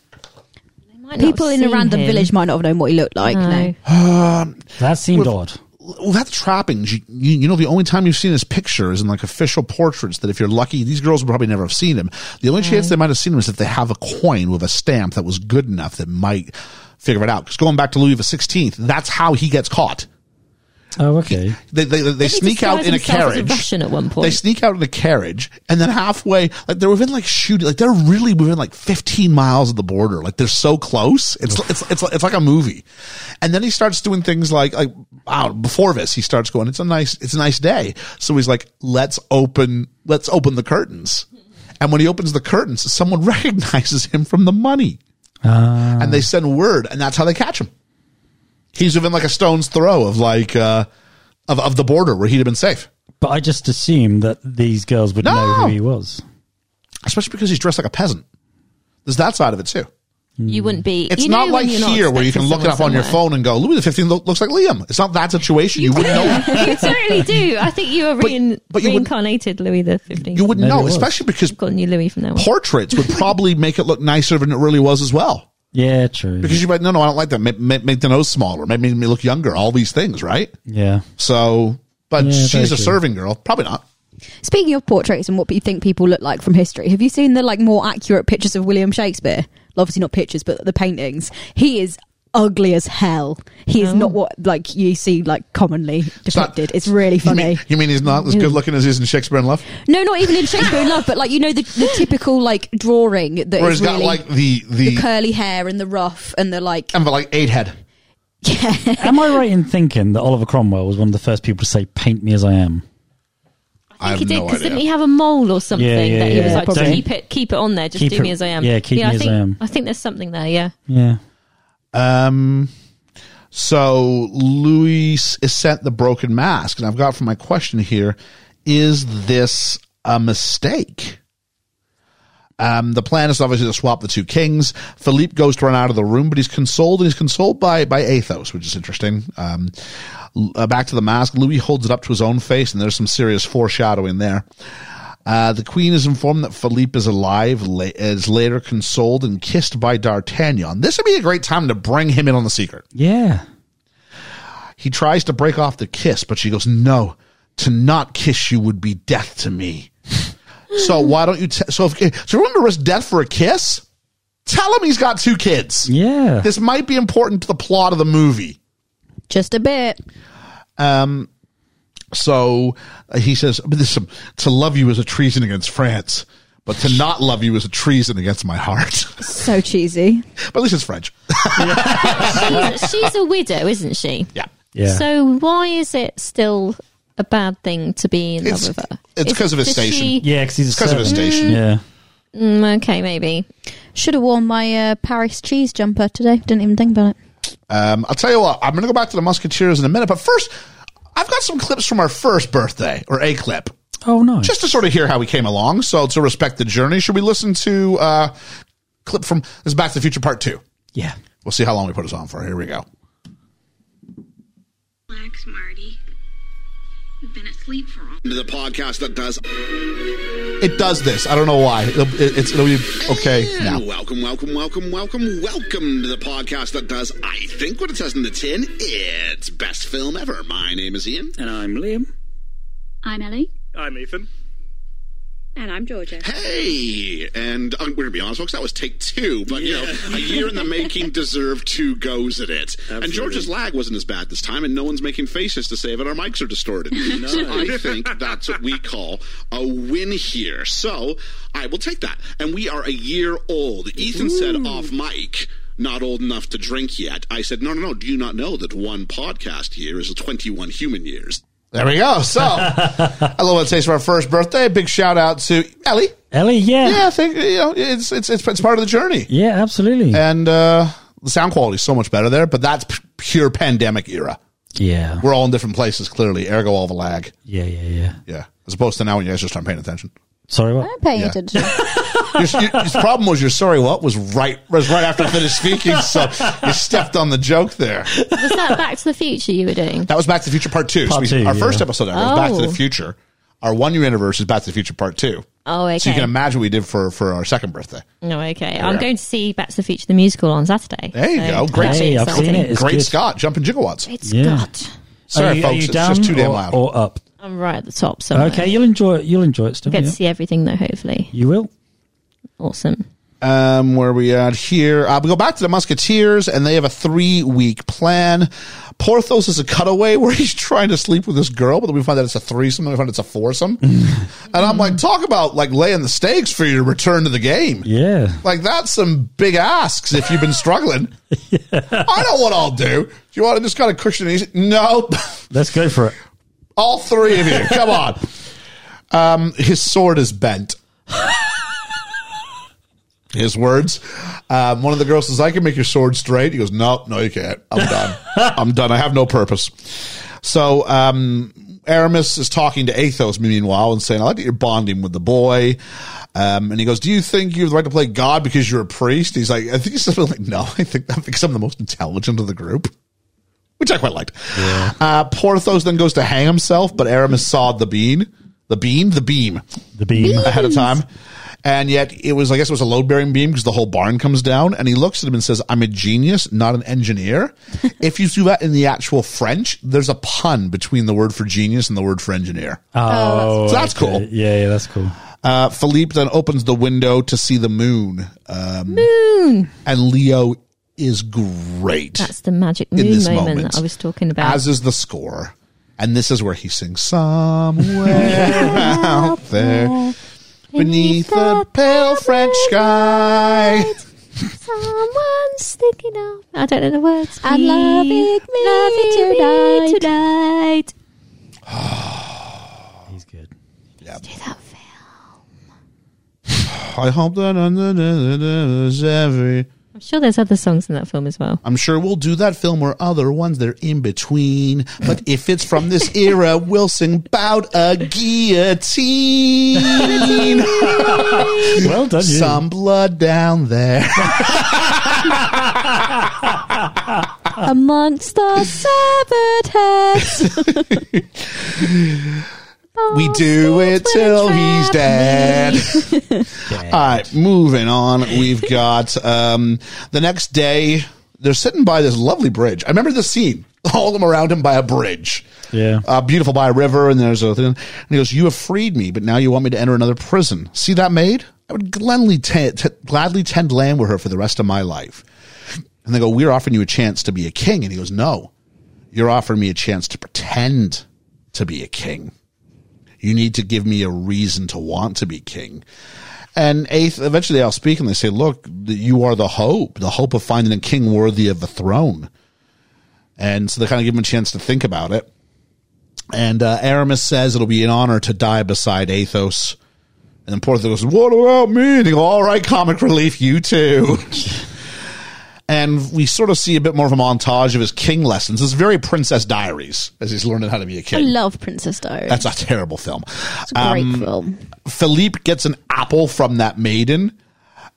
Speaker 4: They might not
Speaker 7: People
Speaker 4: have
Speaker 7: in a
Speaker 4: seen
Speaker 7: random
Speaker 4: him.
Speaker 7: village might not have known what he looked like.
Speaker 4: No.
Speaker 7: No.
Speaker 3: That seemed odd.
Speaker 2: well, that's trappings. You, you, you know, the only time you've seen his picture is in like official portraits. That if you're lucky, these girls will probably never have seen him. The only chance they might have seen him is if they have a coin with a stamp that was good enough that might figure it out. Because going back to Louis the Sixteenth, that's how he gets caught.
Speaker 3: Oh, okay.
Speaker 2: They they, they,
Speaker 4: he
Speaker 2: sneak out
Speaker 4: disguised
Speaker 2: in a
Speaker 4: himself as a
Speaker 2: carriage.
Speaker 4: Russian at one point.
Speaker 2: They sneak out in a carriage, and then halfway, like they're within like shooting, like they're really within like 15 miles of the border. Like they're so close. It's it's it's like, it's like a movie. And then he starts doing things like like wow. Before this, he starts going. It's a nice it's a nice day. So he's like, let's open let's open the curtains. And when he opens the curtains, someone recognizes him from the money, and they send word, and that's how they catch him. He's within like a stone's throw of like uh, of of the border where he'd have been safe.
Speaker 3: But I just assumed that these girls would know
Speaker 2: No.
Speaker 3: who he was.
Speaker 2: especially because he's dressed like a peasant. There's that side of it too.
Speaker 4: you wouldn't be.
Speaker 2: It's
Speaker 4: you know
Speaker 2: not
Speaker 4: when
Speaker 2: like
Speaker 4: you're
Speaker 2: here where you
Speaker 4: expecting
Speaker 2: can look it
Speaker 4: someone
Speaker 2: up on your
Speaker 4: somewhere.
Speaker 2: phone and go, Louis the Fifteenth looks like Liam. It's not that situation. You, wouldn't know.
Speaker 4: you totally do. I think you are rein,
Speaker 2: but you would-
Speaker 4: reincarnated Louis the Fifteenth.
Speaker 2: You wouldn't
Speaker 3: Maybe it
Speaker 2: know,
Speaker 3: was.
Speaker 2: especially because
Speaker 4: I've got a new Louis from now on.
Speaker 2: portraits would probably make it look nicer than it really was as well.
Speaker 3: Yeah, true.
Speaker 2: Because you might no, no, I don't like that. Make, make, make the nose smaller. Make me look younger. All these things, right?
Speaker 3: yeah.
Speaker 2: So, but
Speaker 3: Yeah, very
Speaker 2: she's a
Speaker 3: true.
Speaker 2: serving girl. Probably not.
Speaker 7: Speaking of portraits and what you think people look like from history, have you seen the like more accurate pictures of William Shakespeare? Obviously not pictures, but the paintings. He is ugly as hell. He is
Speaker 2: Oh.
Speaker 7: not what like you see like commonly
Speaker 2: not-
Speaker 7: depicted. It's really funny.
Speaker 2: You mean, you mean he's not as
Speaker 4: Mm.
Speaker 2: good looking as he is in Shakespeare in Love,
Speaker 7: no, not even in Shakespeare in Love, but like you know the, the typical like drawing that
Speaker 2: where
Speaker 7: is
Speaker 2: he's got
Speaker 7: really
Speaker 2: like the the,
Speaker 7: the curly hair and the ruff and the like.
Speaker 2: and like eight head.
Speaker 3: Am I right in thinking that Oliver Cromwell was one of the first people to say, paint me as I am?
Speaker 2: I
Speaker 4: I
Speaker 2: have
Speaker 4: think he did
Speaker 2: no
Speaker 4: because
Speaker 2: idea.
Speaker 4: didn't he have a mole or something
Speaker 3: Yeah, yeah,
Speaker 4: that he was
Speaker 3: yeah.
Speaker 4: like
Speaker 3: Probably.
Speaker 4: keep it keep it on there just
Speaker 3: Keep
Speaker 4: do
Speaker 3: it-
Speaker 4: me as I am
Speaker 3: yeah, keep me
Speaker 4: I
Speaker 3: as I
Speaker 4: think,
Speaker 3: am.
Speaker 4: I think there's something there yeah
Speaker 3: Yeah.
Speaker 2: Um, so Luis is sent the broken mask, and I've got for my question here: Is this a mistake? Um, the plan is obviously to swap the two kings. Philippe goes to run out of the room, but he's consoled, and he's consoled by by Athos, which is interesting. Um, l- uh, back to the mask, Louis holds it up to his own face, and there's some serious foreshadowing there. Uh, the queen is informed that Philippe is alive, la- is later consoled and kissed by D'Artagnan. This would be a great time to bring him in on the secret.
Speaker 3: Yeah.
Speaker 2: He tries to break off the kiss, but she goes, No, to not kiss you would be death to me. so why don't you? T- so, if, so you want to risk death for a kiss? Tell him he's got two kids.
Speaker 3: Yeah.
Speaker 2: This might be important to the plot of the movie.
Speaker 7: Just a bit.
Speaker 2: So uh, he says, but this, um, To love you is a treason against France, but to not love you is a treason against my heart.
Speaker 7: So cheesy.
Speaker 2: but at least it's French.
Speaker 4: she's, she's a widow isn't she
Speaker 2: Yeah.
Speaker 3: yeah.
Speaker 4: so why is it still a bad thing to be in
Speaker 2: It's-
Speaker 4: love with her
Speaker 2: it's 'cause of his
Speaker 4: does
Speaker 2: station.
Speaker 4: she-
Speaker 3: yeah, because he's a
Speaker 2: Because of his
Speaker 3: servant.
Speaker 2: station.
Speaker 3: Yeah.
Speaker 4: mm, okay maybe
Speaker 7: Should have worn my uh, Paris cheese jumper today. Didn't even think about it.
Speaker 2: Um, I'll tell you what, I'm going to go back to the Musketeers in a minute, but first, I've got some clips from our first birthday, or a clip,
Speaker 3: Oh, nice.
Speaker 2: just to sort of hear how we came along. So, to respect the journey, should we listen to uh, clip from this is Back to the Future Part 2?
Speaker 3: yeah.
Speaker 2: We'll see how long we put us on for. Here we go.
Speaker 10: Relax, Marty. You've been asleep for all.
Speaker 5: The podcast that does.
Speaker 2: It does this. I don't know why. It'll, it, it's, it'll be okay now.
Speaker 5: Welcome, welcome, welcome, welcome, welcome to the podcast that does, I think, what it says in the tin. It's best film ever. My name is Ian.
Speaker 6: And I'm Liam.
Speaker 10: I'm Ellie.
Speaker 8: I'm Ethan.
Speaker 10: And I'm Georgia.
Speaker 5: Hey, and I'm going to be honest, folks, that was take two, but you know, a year in the making deserved two goes at it. And George's lag wasn't as bad this time, and no one's making faces to say that our mics are distorted. So I think that's what we call a win here. So I will take that. And we are a year old. Ethan said off mic. Not old enough to drink yet. I said, no, no, no. Do you not know that one podcast year is 21 human years?
Speaker 2: There we go. So, a little bit of taste of our first birthday. Big shout out to Ellie.
Speaker 3: Ellie, yeah.
Speaker 2: Yeah,
Speaker 3: Yeah,
Speaker 2: I think you know it's it's it's, it's part of the journey,
Speaker 3: absolutely.
Speaker 2: and uh, the sound quality is so much better there. But that's p- pure pandemic era.
Speaker 3: yeah.
Speaker 2: We're all in different places, clearly. Ergo, all the lag.
Speaker 3: Yeah, yeah, yeah.
Speaker 2: Yeah, as opposed to now when you guys just aren't paying attention.
Speaker 3: Sorry,
Speaker 7: I
Speaker 3: what?
Speaker 7: don't pay
Speaker 2: Yeah.
Speaker 7: attention.
Speaker 2: Your, your, your problem was your sorry what was right was right after I finished speaking, so you stepped on the joke there.
Speaker 4: Was that Back to the Future you were doing?
Speaker 2: That was Back to the Future Part Two.
Speaker 3: Part
Speaker 2: so we,
Speaker 3: two,
Speaker 2: our
Speaker 3: yeah.
Speaker 2: first episode ever was Back to
Speaker 4: Oh.
Speaker 2: the Future. Our one year anniversary is Back to the Future Part Two.
Speaker 4: Oh,
Speaker 2: So you
Speaker 4: okay.
Speaker 2: can imagine what we did for for our second birthday.
Speaker 4: No, okay. I'm going to see Back to the Future the musical on Saturday.
Speaker 2: There you go. Great.
Speaker 4: that'll be
Speaker 3: Hey, I've seen
Speaker 4: exciting.
Speaker 3: it. It's
Speaker 2: Great
Speaker 3: good.
Speaker 2: Scott, jumping gigawatts.
Speaker 4: It's
Speaker 3: Yeah.
Speaker 4: got.
Speaker 2: Sorry,
Speaker 3: Are you- are
Speaker 2: folks,
Speaker 3: you
Speaker 2: it's just
Speaker 3: down
Speaker 2: too damn
Speaker 3: or-
Speaker 2: loud.
Speaker 3: Or up.
Speaker 4: I'm right at the top. So
Speaker 3: Okay, you'll enjoy it. You'll enjoy it still.
Speaker 4: Get
Speaker 3: yeah.
Speaker 4: to see everything though. Hopefully,
Speaker 3: You will.
Speaker 4: awesome.
Speaker 2: um, where we at here. Uh, we go back to the Musketeers, and they have a three week plan. Porthos is a cutaway where he's trying to sleep with this girl, but then we find out it's a threesome, and we find it's a foursome. and I'm like, talk about like laying the stakes for you to return to the game.
Speaker 3: Yeah.
Speaker 2: Like that's some big asks if you've been struggling. I know what I'll do. Do you want to just kind of cushion it? easy? No,
Speaker 3: Let's go for it.
Speaker 2: all three of you. Come on. Um, his sword is bent. His words. Um, one of the girls says, "I can make your sword straight." He goes, "No, no, you can't. I'm done. I'm done. I have no purpose." So um, Aramis is talking to Athos meanwhile and saying, "I like that you're bonding with the boy." Um, and he goes, "Do you think you have the right to play God because you're a priest?" He's like, "I think he's something like, no. I think I think I'm the most intelligent of the group." which I quite liked. Uh, Porthos then goes to hang himself, but Aramis saw the bean, the beam, the beam
Speaker 3: The beam.
Speaker 2: ahead of time. And yet it was, I guess it was a load bearing beam because the whole barn comes down. And he looks at him and says, I'm a genius, not an engineer. if you do that in the actual French, there's a pun between the word for genius and the word for engineer.
Speaker 3: Oh,
Speaker 2: So that's
Speaker 3: okay.
Speaker 2: cool.
Speaker 3: Yeah, yeah, that's cool.
Speaker 2: Uh, Philippe then opens the window to see the moon. Um, And Leo is great
Speaker 4: That's the magic
Speaker 2: in
Speaker 4: moon
Speaker 2: this
Speaker 4: moment,
Speaker 2: moment
Speaker 4: that I was talking about.
Speaker 2: As is the score. And this is where he sings somewhere out there beneath the pale French sky.
Speaker 4: Someone's thinking of. I don't know the words.
Speaker 7: And
Speaker 4: Please.
Speaker 7: loving me
Speaker 4: loving me tonight.
Speaker 3: He's good.
Speaker 2: I hope that under is every.
Speaker 4: I'm sure there's other songs in that film as well.
Speaker 2: I'm sure we'll do that film or other ones. They're in between. But if it's from this era, we'll sing about a guillotine.
Speaker 3: Well done, you.
Speaker 2: Some blood down there.
Speaker 7: Amongst the severed heads.
Speaker 2: We do it till he's dead. All right, moving on. We've got um, the next day. They're sitting by this lovely bridge. I remember the scene. All of them around him by a bridge.
Speaker 3: Yeah.
Speaker 2: Uh, beautiful by a river, and there's a thing. And he goes, You have freed me, but now you want me to enter another prison. See that maid? I would gladly, ta- t- gladly tend land with her for the rest of my life. And they go, We're offering you a chance to be a king. And he goes, No, you're offering me a chance to pretend to be a king. You need to give me a reason to want to be king. And eighth, eventually they'll speak and they say, look, th- you are the hope, the hope of finding a king worthy of a throne. And so they kind of give him a chance to think about it. And uh, Aramis says it'll be an honor to die beside Athos. And then Porter goes, What about me? And they go, All right, comic relief, you too. and we sort of see a bit more of a montage of his king lessons. It's very Princess Diaries as he's learning how to be a
Speaker 7: I
Speaker 2: king.
Speaker 7: love Princess Diaries.
Speaker 2: That's um, a terrible film.
Speaker 7: it's a great film.
Speaker 2: Philippe gets an apple from that maiden.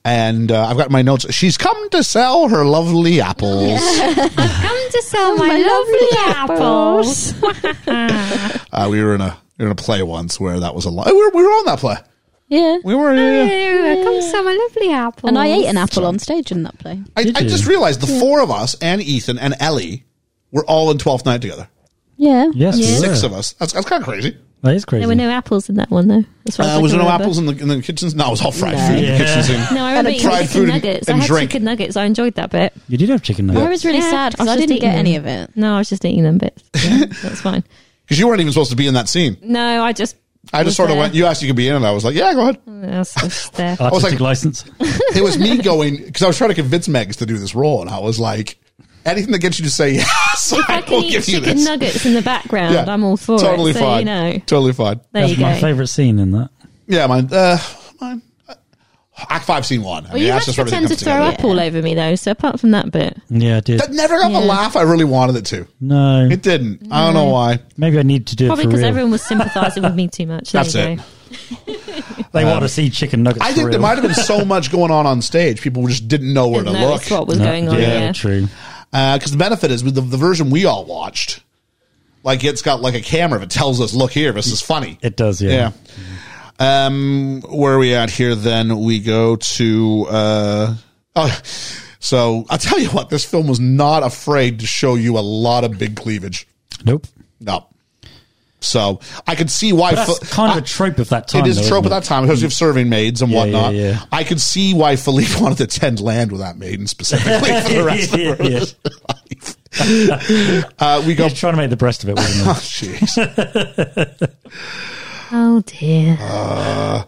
Speaker 2: And uh, I've got my notes. She's come to sell her lovely apples.
Speaker 4: I've come to sell
Speaker 7: Oh, my lovely
Speaker 2: Uh, we were in a we were in a play once where that was a lot. We were, we were on that play.
Speaker 4: Yeah.
Speaker 2: We were. yeah.
Speaker 4: I've come to sell my lovely apples.
Speaker 7: And I ate an apple on stage in that play.
Speaker 2: I,
Speaker 3: Did
Speaker 2: I
Speaker 3: you?
Speaker 2: just realized the four of us and Ethan and Ellie were all in Twelfth Night together.
Speaker 7: Yeah.
Speaker 3: Yes,
Speaker 4: Yeah.
Speaker 3: we
Speaker 2: Six
Speaker 3: were.
Speaker 2: of us. That's, that's kind of crazy.
Speaker 3: That is crazy.
Speaker 4: There were no apples in that one, though. That's what
Speaker 2: Uh,
Speaker 4: I
Speaker 2: was
Speaker 4: can
Speaker 2: there no
Speaker 4: remember.
Speaker 2: apples in the in the kitchens? No, it was all fried
Speaker 7: No.
Speaker 2: food in the
Speaker 3: Yeah.
Speaker 2: kitchens. And,
Speaker 4: No, I remember
Speaker 7: And
Speaker 4: eating
Speaker 2: fried
Speaker 4: chicken
Speaker 2: food and-
Speaker 4: nuggets.
Speaker 2: and
Speaker 4: I had
Speaker 2: drink.
Speaker 4: chicken nuggets. I enjoyed that bit.
Speaker 3: you did have chicken
Speaker 7: I
Speaker 3: nuggets.
Speaker 7: was really
Speaker 4: Yeah,
Speaker 7: sad because
Speaker 4: was
Speaker 7: I
Speaker 4: just
Speaker 7: didn't get
Speaker 4: eating
Speaker 7: any
Speaker 4: them.
Speaker 7: of it.
Speaker 4: No, I was just eating them bits. Yeah, that's fine.
Speaker 2: Because you weren't even supposed to be in that scene.
Speaker 4: No, I just.
Speaker 2: I just
Speaker 4: was
Speaker 2: sort of
Speaker 4: there.
Speaker 2: went. You asked you could be in, and I was like, "Yeah, go ahead."
Speaker 4: I was just there.
Speaker 2: was
Speaker 3: Artistic
Speaker 2: like-
Speaker 3: license.
Speaker 2: It was me going because I was trying to convince Megs to do this role, and I was like, "Anything that gets you to say yes,
Speaker 4: if I
Speaker 2: I
Speaker 4: can
Speaker 2: will
Speaker 4: eat
Speaker 2: give you
Speaker 4: chicken
Speaker 2: this."
Speaker 4: nuggets in the background,
Speaker 2: Yeah.
Speaker 4: I'm all for
Speaker 2: totally
Speaker 4: it. So,
Speaker 2: fine.
Speaker 4: you know,
Speaker 2: Totally fine.
Speaker 4: there
Speaker 3: That's
Speaker 4: you go.
Speaker 3: my favorite scene in that.
Speaker 2: Yeah, mine. Uh, mine. Act five, scene one. I
Speaker 4: Well, you had to pretend to throw up all over me, though. So apart from that bit,
Speaker 3: Yeah, I did.
Speaker 2: That never got the laugh I really wanted it to.
Speaker 3: no,
Speaker 2: It didn't. I don't
Speaker 4: Mm.
Speaker 2: know why.
Speaker 3: maybe I need to do
Speaker 4: probably
Speaker 3: it for
Speaker 4: because
Speaker 3: real.
Speaker 4: everyone was sympathising with me too much. There
Speaker 2: That's
Speaker 4: you
Speaker 2: it.
Speaker 4: go.
Speaker 3: they want to see chicken nuggets.
Speaker 2: I
Speaker 3: for
Speaker 2: think there
Speaker 3: real.
Speaker 2: might have been so much going on on stage, people just didn't know where
Speaker 4: Didn't
Speaker 2: to
Speaker 4: notice
Speaker 2: look.
Speaker 4: what was
Speaker 3: No,
Speaker 4: going on.
Speaker 3: Yeah,
Speaker 4: Yeah,
Speaker 3: true.
Speaker 2: Because the benefit is with the, the version we all watched, like it's got like a camera that tells us, "Look here, this is funny."
Speaker 3: It does. Yeah.
Speaker 2: Yeah. Um, where are we at here? Then we go to. Uh, oh, so I'll tell you what, this film was not afraid to show you a lot of big cleavage.
Speaker 3: Nope.
Speaker 2: No. So I could see why
Speaker 3: But that's
Speaker 2: Phil-
Speaker 3: kind of
Speaker 2: I-
Speaker 3: a trope of that time.
Speaker 2: it is
Speaker 3: though,
Speaker 2: a trope at
Speaker 3: isn't
Speaker 2: that time, especially of serving maids and
Speaker 3: Yeah,
Speaker 2: whatnot.
Speaker 3: yeah, yeah.
Speaker 2: I could see why Philippe wanted to tend land with that maiden specifically for the rest of her
Speaker 3: Yeah,
Speaker 2: life. Uh, we go.
Speaker 3: He's trying to make the best of it. Wasn't he?
Speaker 2: Jeez.
Speaker 4: Oh dear.
Speaker 2: Back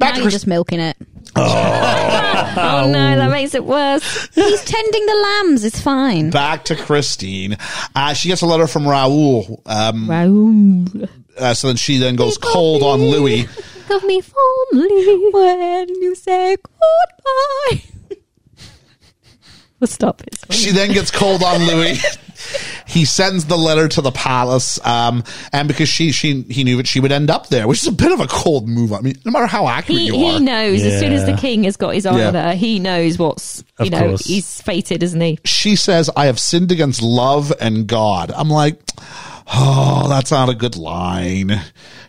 Speaker 7: Now
Speaker 2: to
Speaker 7: you're
Speaker 2: Chris-
Speaker 7: just milking it.
Speaker 4: Oh no, that makes it worse.
Speaker 7: He's tending the lambs. It's fine.
Speaker 2: back to Christine. Uh, she gets a letter from Raoul. Um,
Speaker 4: Raoul,
Speaker 2: uh, so then she then goes cold on Louis.
Speaker 4: love me fondly when you say goodbye. well, stop it. It's
Speaker 2: She then gets cold on Louis. He sends the letter to the palace, um, and because she she he knew that she would end up there, which is a bit of a cold move. I mean, no matter how accurate
Speaker 4: he,
Speaker 2: you
Speaker 4: he
Speaker 2: are,
Speaker 4: knows as soon as the
Speaker 3: Yeah.
Speaker 4: king has got his eye
Speaker 2: Yeah.
Speaker 4: on her, he knows what's you
Speaker 3: Of
Speaker 4: know
Speaker 3: course.
Speaker 4: he's fated, isn't he?
Speaker 2: she says, I have sinned against love and God. I'm like, oh, that's not a good line.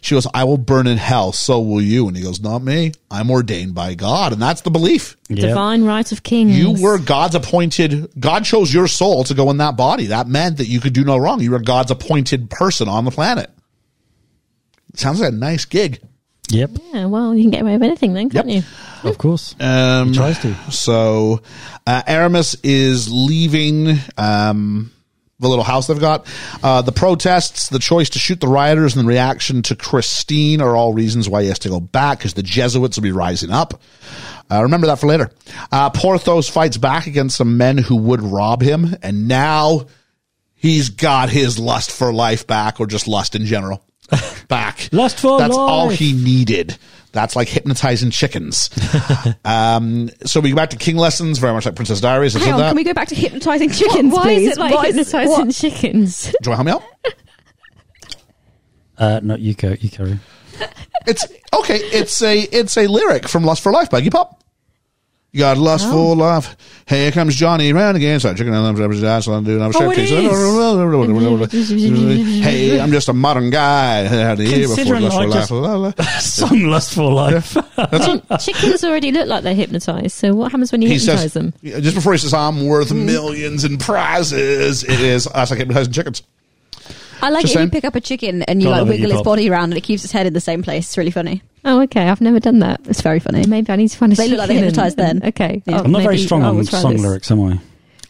Speaker 2: She goes, I will burn in hell, so will you. And he goes, Not me. I'm ordained by God. And that's the belief.
Speaker 3: Yeah.
Speaker 4: Divine right of kings.
Speaker 2: You were God's appointed, God chose your soul to go in that body. That meant that you could do no wrong. You were God's appointed person on the planet. Sounds like a nice gig.
Speaker 3: Yep.
Speaker 4: Yeah, well, you can get away with anything then, can't
Speaker 2: Yep.
Speaker 4: you?
Speaker 3: Of course.
Speaker 2: Um,
Speaker 3: Tries to.
Speaker 2: So uh, Aramis is leaving um, the little house they've got. Uh, the protests, the choice to shoot the rioters, and the reaction to Christine are all reasons why he has to go back because the Jesuits will be rising up. Uh, remember that for later. Uh, Porthos fights back against some men who would rob him, and now he's got his lust for life back, or just lust in general. Back.
Speaker 3: Lust for
Speaker 2: That's all
Speaker 3: life.
Speaker 2: he needed. That's like hypnotizing chickens so we go back to King Lessons, very much like Princess Diaries. I said
Speaker 7: Hang on,
Speaker 2: that.
Speaker 7: can we go back to hypnotizing chickens,
Speaker 4: Why
Speaker 7: please?
Speaker 4: is it like
Speaker 7: Why
Speaker 4: hypnotising
Speaker 7: what-
Speaker 4: chickens?
Speaker 2: Do you want to help me out?
Speaker 3: Uh, no, you go. You carry.
Speaker 2: It's okay. It's a it's a lyric from Lust for Life by Iggy Pop. You got lust for life. Here comes Johnny round again. Sorry, chicken and
Speaker 3: Oh, it
Speaker 2: I'm Hey, I'm just a modern guy. Had a year before
Speaker 3: Considering
Speaker 2: lust for
Speaker 3: I
Speaker 2: life.
Speaker 3: just-
Speaker 2: La, la, la.
Speaker 3: Some lust for life.
Speaker 4: chickens already look like they're hypnotized. So what happens when you
Speaker 2: He
Speaker 4: hypnotise
Speaker 2: says
Speaker 4: them?
Speaker 2: just before he says I'm worth millions in prizes. It is us like hypnotizing chickens.
Speaker 7: I like
Speaker 2: Just
Speaker 7: it if
Speaker 2: saying.
Speaker 7: you pick up a chicken and you
Speaker 3: Gotta
Speaker 7: like
Speaker 3: love it,
Speaker 7: wiggle
Speaker 3: you
Speaker 7: its
Speaker 3: pop.
Speaker 7: body around and it keeps its head in the same place. It's really funny.
Speaker 4: Oh, okay. I've never done that.
Speaker 7: It's very funny.
Speaker 4: Maybe I need to find a
Speaker 7: They
Speaker 4: chicken.
Speaker 7: look like they're
Speaker 4: and-
Speaker 7: hypnotised then.
Speaker 4: Okay.
Speaker 7: Yeah.
Speaker 4: Oh,
Speaker 3: I'm not very
Speaker 4: maybe
Speaker 3: strong
Speaker 4: I
Speaker 3: on
Speaker 4: will try
Speaker 3: song
Speaker 4: this.
Speaker 3: lyrics, am I?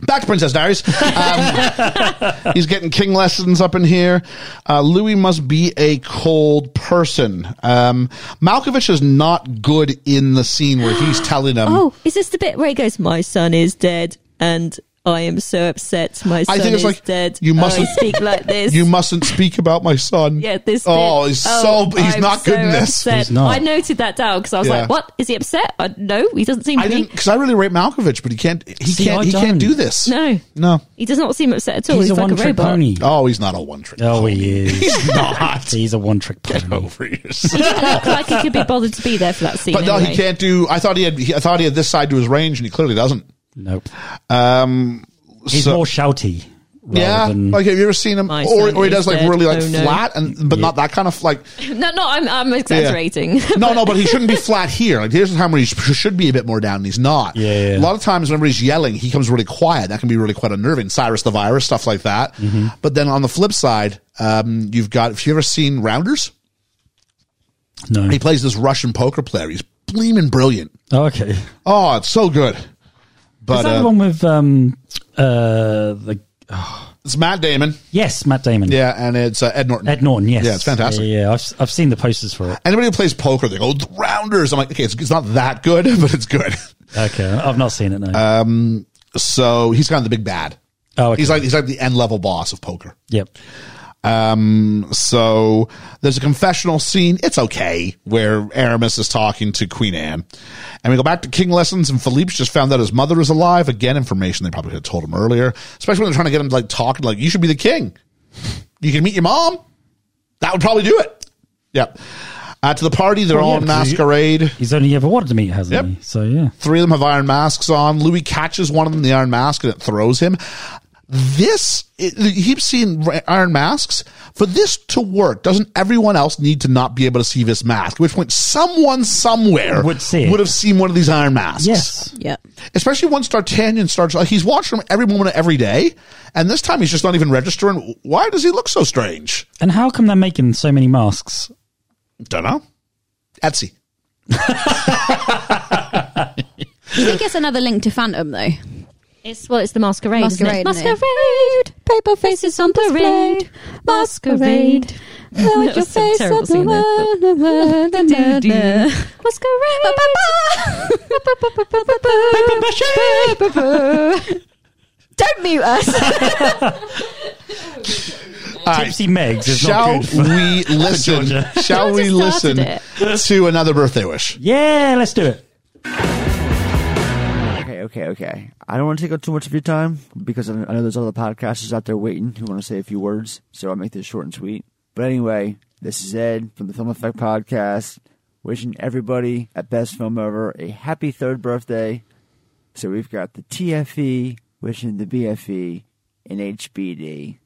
Speaker 2: back to Princess Diaries. Um, he's getting king lessons up in here. Uh, Louis must be a cold person. Um, Malkovich is not good in the scene where he's telling him.
Speaker 4: Oh, is this the bit where he goes, "My son is dead," and I am so upset. My
Speaker 2: I
Speaker 4: son
Speaker 2: think it's
Speaker 4: is
Speaker 2: like,
Speaker 4: dead.
Speaker 2: you
Speaker 4: Oh,
Speaker 2: mustn't-
Speaker 4: I speak like this.
Speaker 2: You mustn't speak about my son.
Speaker 4: yeah, this.
Speaker 2: Oh,
Speaker 4: bit.
Speaker 2: he's
Speaker 4: Oh,
Speaker 2: so he's
Speaker 4: I'm
Speaker 2: not good
Speaker 4: so
Speaker 2: in this.
Speaker 4: upset.
Speaker 3: He's not.
Speaker 4: I noted that down because I was
Speaker 2: Yeah.
Speaker 4: like, "What is he upset?" I, no, he doesn't seem
Speaker 2: I
Speaker 4: to be.
Speaker 2: didn't because I really rate Malkovich, but he can't. He
Speaker 3: See,
Speaker 2: can't.
Speaker 3: I
Speaker 2: He can't
Speaker 3: don't.
Speaker 2: do this.
Speaker 4: No,
Speaker 2: No.
Speaker 4: he does not seem upset at all.
Speaker 3: He's
Speaker 4: Oh, He's,
Speaker 3: a
Speaker 4: like a
Speaker 3: one-trick
Speaker 4: robot.
Speaker 3: pony.
Speaker 2: Oh, he's not a one trick.
Speaker 3: Oh, he is.
Speaker 2: He's not.
Speaker 3: He's a one-trick pony.
Speaker 2: Get over
Speaker 4: He
Speaker 2: yourself.
Speaker 4: didn't look like he could be bothered to be there for that scene.
Speaker 2: But no,
Speaker 4: anyway.
Speaker 2: he can't do. I thought he had. He, I thought he had this side to his range, and he clearly doesn't.
Speaker 3: Nope.
Speaker 2: Um,
Speaker 3: He's
Speaker 2: so-
Speaker 3: more shouty. rather
Speaker 2: yeah.
Speaker 3: than-
Speaker 2: like, have you ever seen him?
Speaker 4: My
Speaker 2: Or,
Speaker 4: son
Speaker 2: or he
Speaker 4: is
Speaker 2: does like
Speaker 4: dead.
Speaker 2: really like
Speaker 4: Oh, no.
Speaker 2: flat, and but not that kind of like.
Speaker 4: No, no, I'm, I'm exaggerating.
Speaker 2: No, no, but he shouldn't be flat here. Like, here's the time where he sh- should be a bit more down, and he's not.
Speaker 3: Yeah, yeah.
Speaker 2: A lot of times, whenever he's yelling, he comes really quiet. That can be really quite unnerving. Cyrus the Virus, stuff like that.
Speaker 3: Mm-hmm.
Speaker 2: But then on the flip side, um, you've got. Have you ever seen Rounders?
Speaker 3: no.
Speaker 2: He plays this Russian poker player. He's gleaming brilliant.
Speaker 3: Oh, okay.
Speaker 2: Oh, it's so good.
Speaker 3: Is
Speaker 2: But
Speaker 3: that
Speaker 2: uh,
Speaker 3: the one with um uh the
Speaker 2: it's Matt Damon.
Speaker 3: yes Matt Damon?
Speaker 2: Yeah, and it's uh, Ed Norton.
Speaker 3: Ed Norton. Yes.
Speaker 2: Yeah, it's fantastic.
Speaker 3: Yeah, yeah, I've I've seen the posters for it.
Speaker 2: Anybody who plays poker, they go "Oh, the rounders. I'm like, okay, it's, it's not that good, but it's good.
Speaker 3: Okay, I've not seen it. No.
Speaker 2: So he's kind of the big bad.
Speaker 3: oh, okay.
Speaker 2: Uh, He's like he's like the end level boss of poker.
Speaker 3: yep.
Speaker 2: So there's a confessional scene. It's okay where Aramis is talking to Queen Anne, and we go back to King lessons. And Philippe's just found out his mother is alive. Again, information they probably could have told him earlier, especially when they're trying to get him to like talking like you should be the king. You can meet your mom. That would probably do it. Yep. Uh, to the party, they're
Speaker 3: Well,
Speaker 2: all
Speaker 3: Oh, yeah,
Speaker 2: in
Speaker 3: because he-
Speaker 2: masquerade.
Speaker 3: He's only ever wanted to meet, hasn't
Speaker 2: Yep.
Speaker 3: he? So yeah.
Speaker 2: Three of them have iron masks on. Louis catches one of them, the iron mask, and it throws him. This, it, he's seen ra- iron masks. For this to work, doesn't everyone else need to not be able to see this mask? At which point, someone somewhere
Speaker 3: Would see it.
Speaker 2: would have seen one of these iron masks.
Speaker 3: Yes.
Speaker 7: Yeah.
Speaker 2: Especially once D'Artagnan starts, like, he's watching them every moment of every day. And this time he's just not even registering. Why does he look so strange?
Speaker 3: And how come they're making so many masks?
Speaker 2: Don't know. Etsy.
Speaker 7: Do you think it's another link to Phantom though?
Speaker 4: It's well, it's the masquerade. isn't it?
Speaker 7: Masquerade, isn't it?
Speaker 4: masquerade, paper faces on parade, masquerade. Throw your face at the
Speaker 7: Masquerade. Don't mute us.
Speaker 2: All right.
Speaker 3: Tipsy Megs is
Speaker 2: Shall
Speaker 3: not good. For-
Speaker 2: we listen?
Speaker 3: Georgia.
Speaker 2: Shall we
Speaker 4: Georgia
Speaker 2: listen
Speaker 4: started
Speaker 2: to another birthday wish?
Speaker 3: yeah, let's do it.
Speaker 9: Okay, okay, okay. I don't want to take up too much of your time because I I know there's other podcasters out there waiting who want to say a few words, so I'll make this short and sweet. But anyway, this is Ed from the Film Effect Podcast, wishing everybody at Best Film Ever a happy third birthday. So we've got the TFE wishing the E BFE and HBD.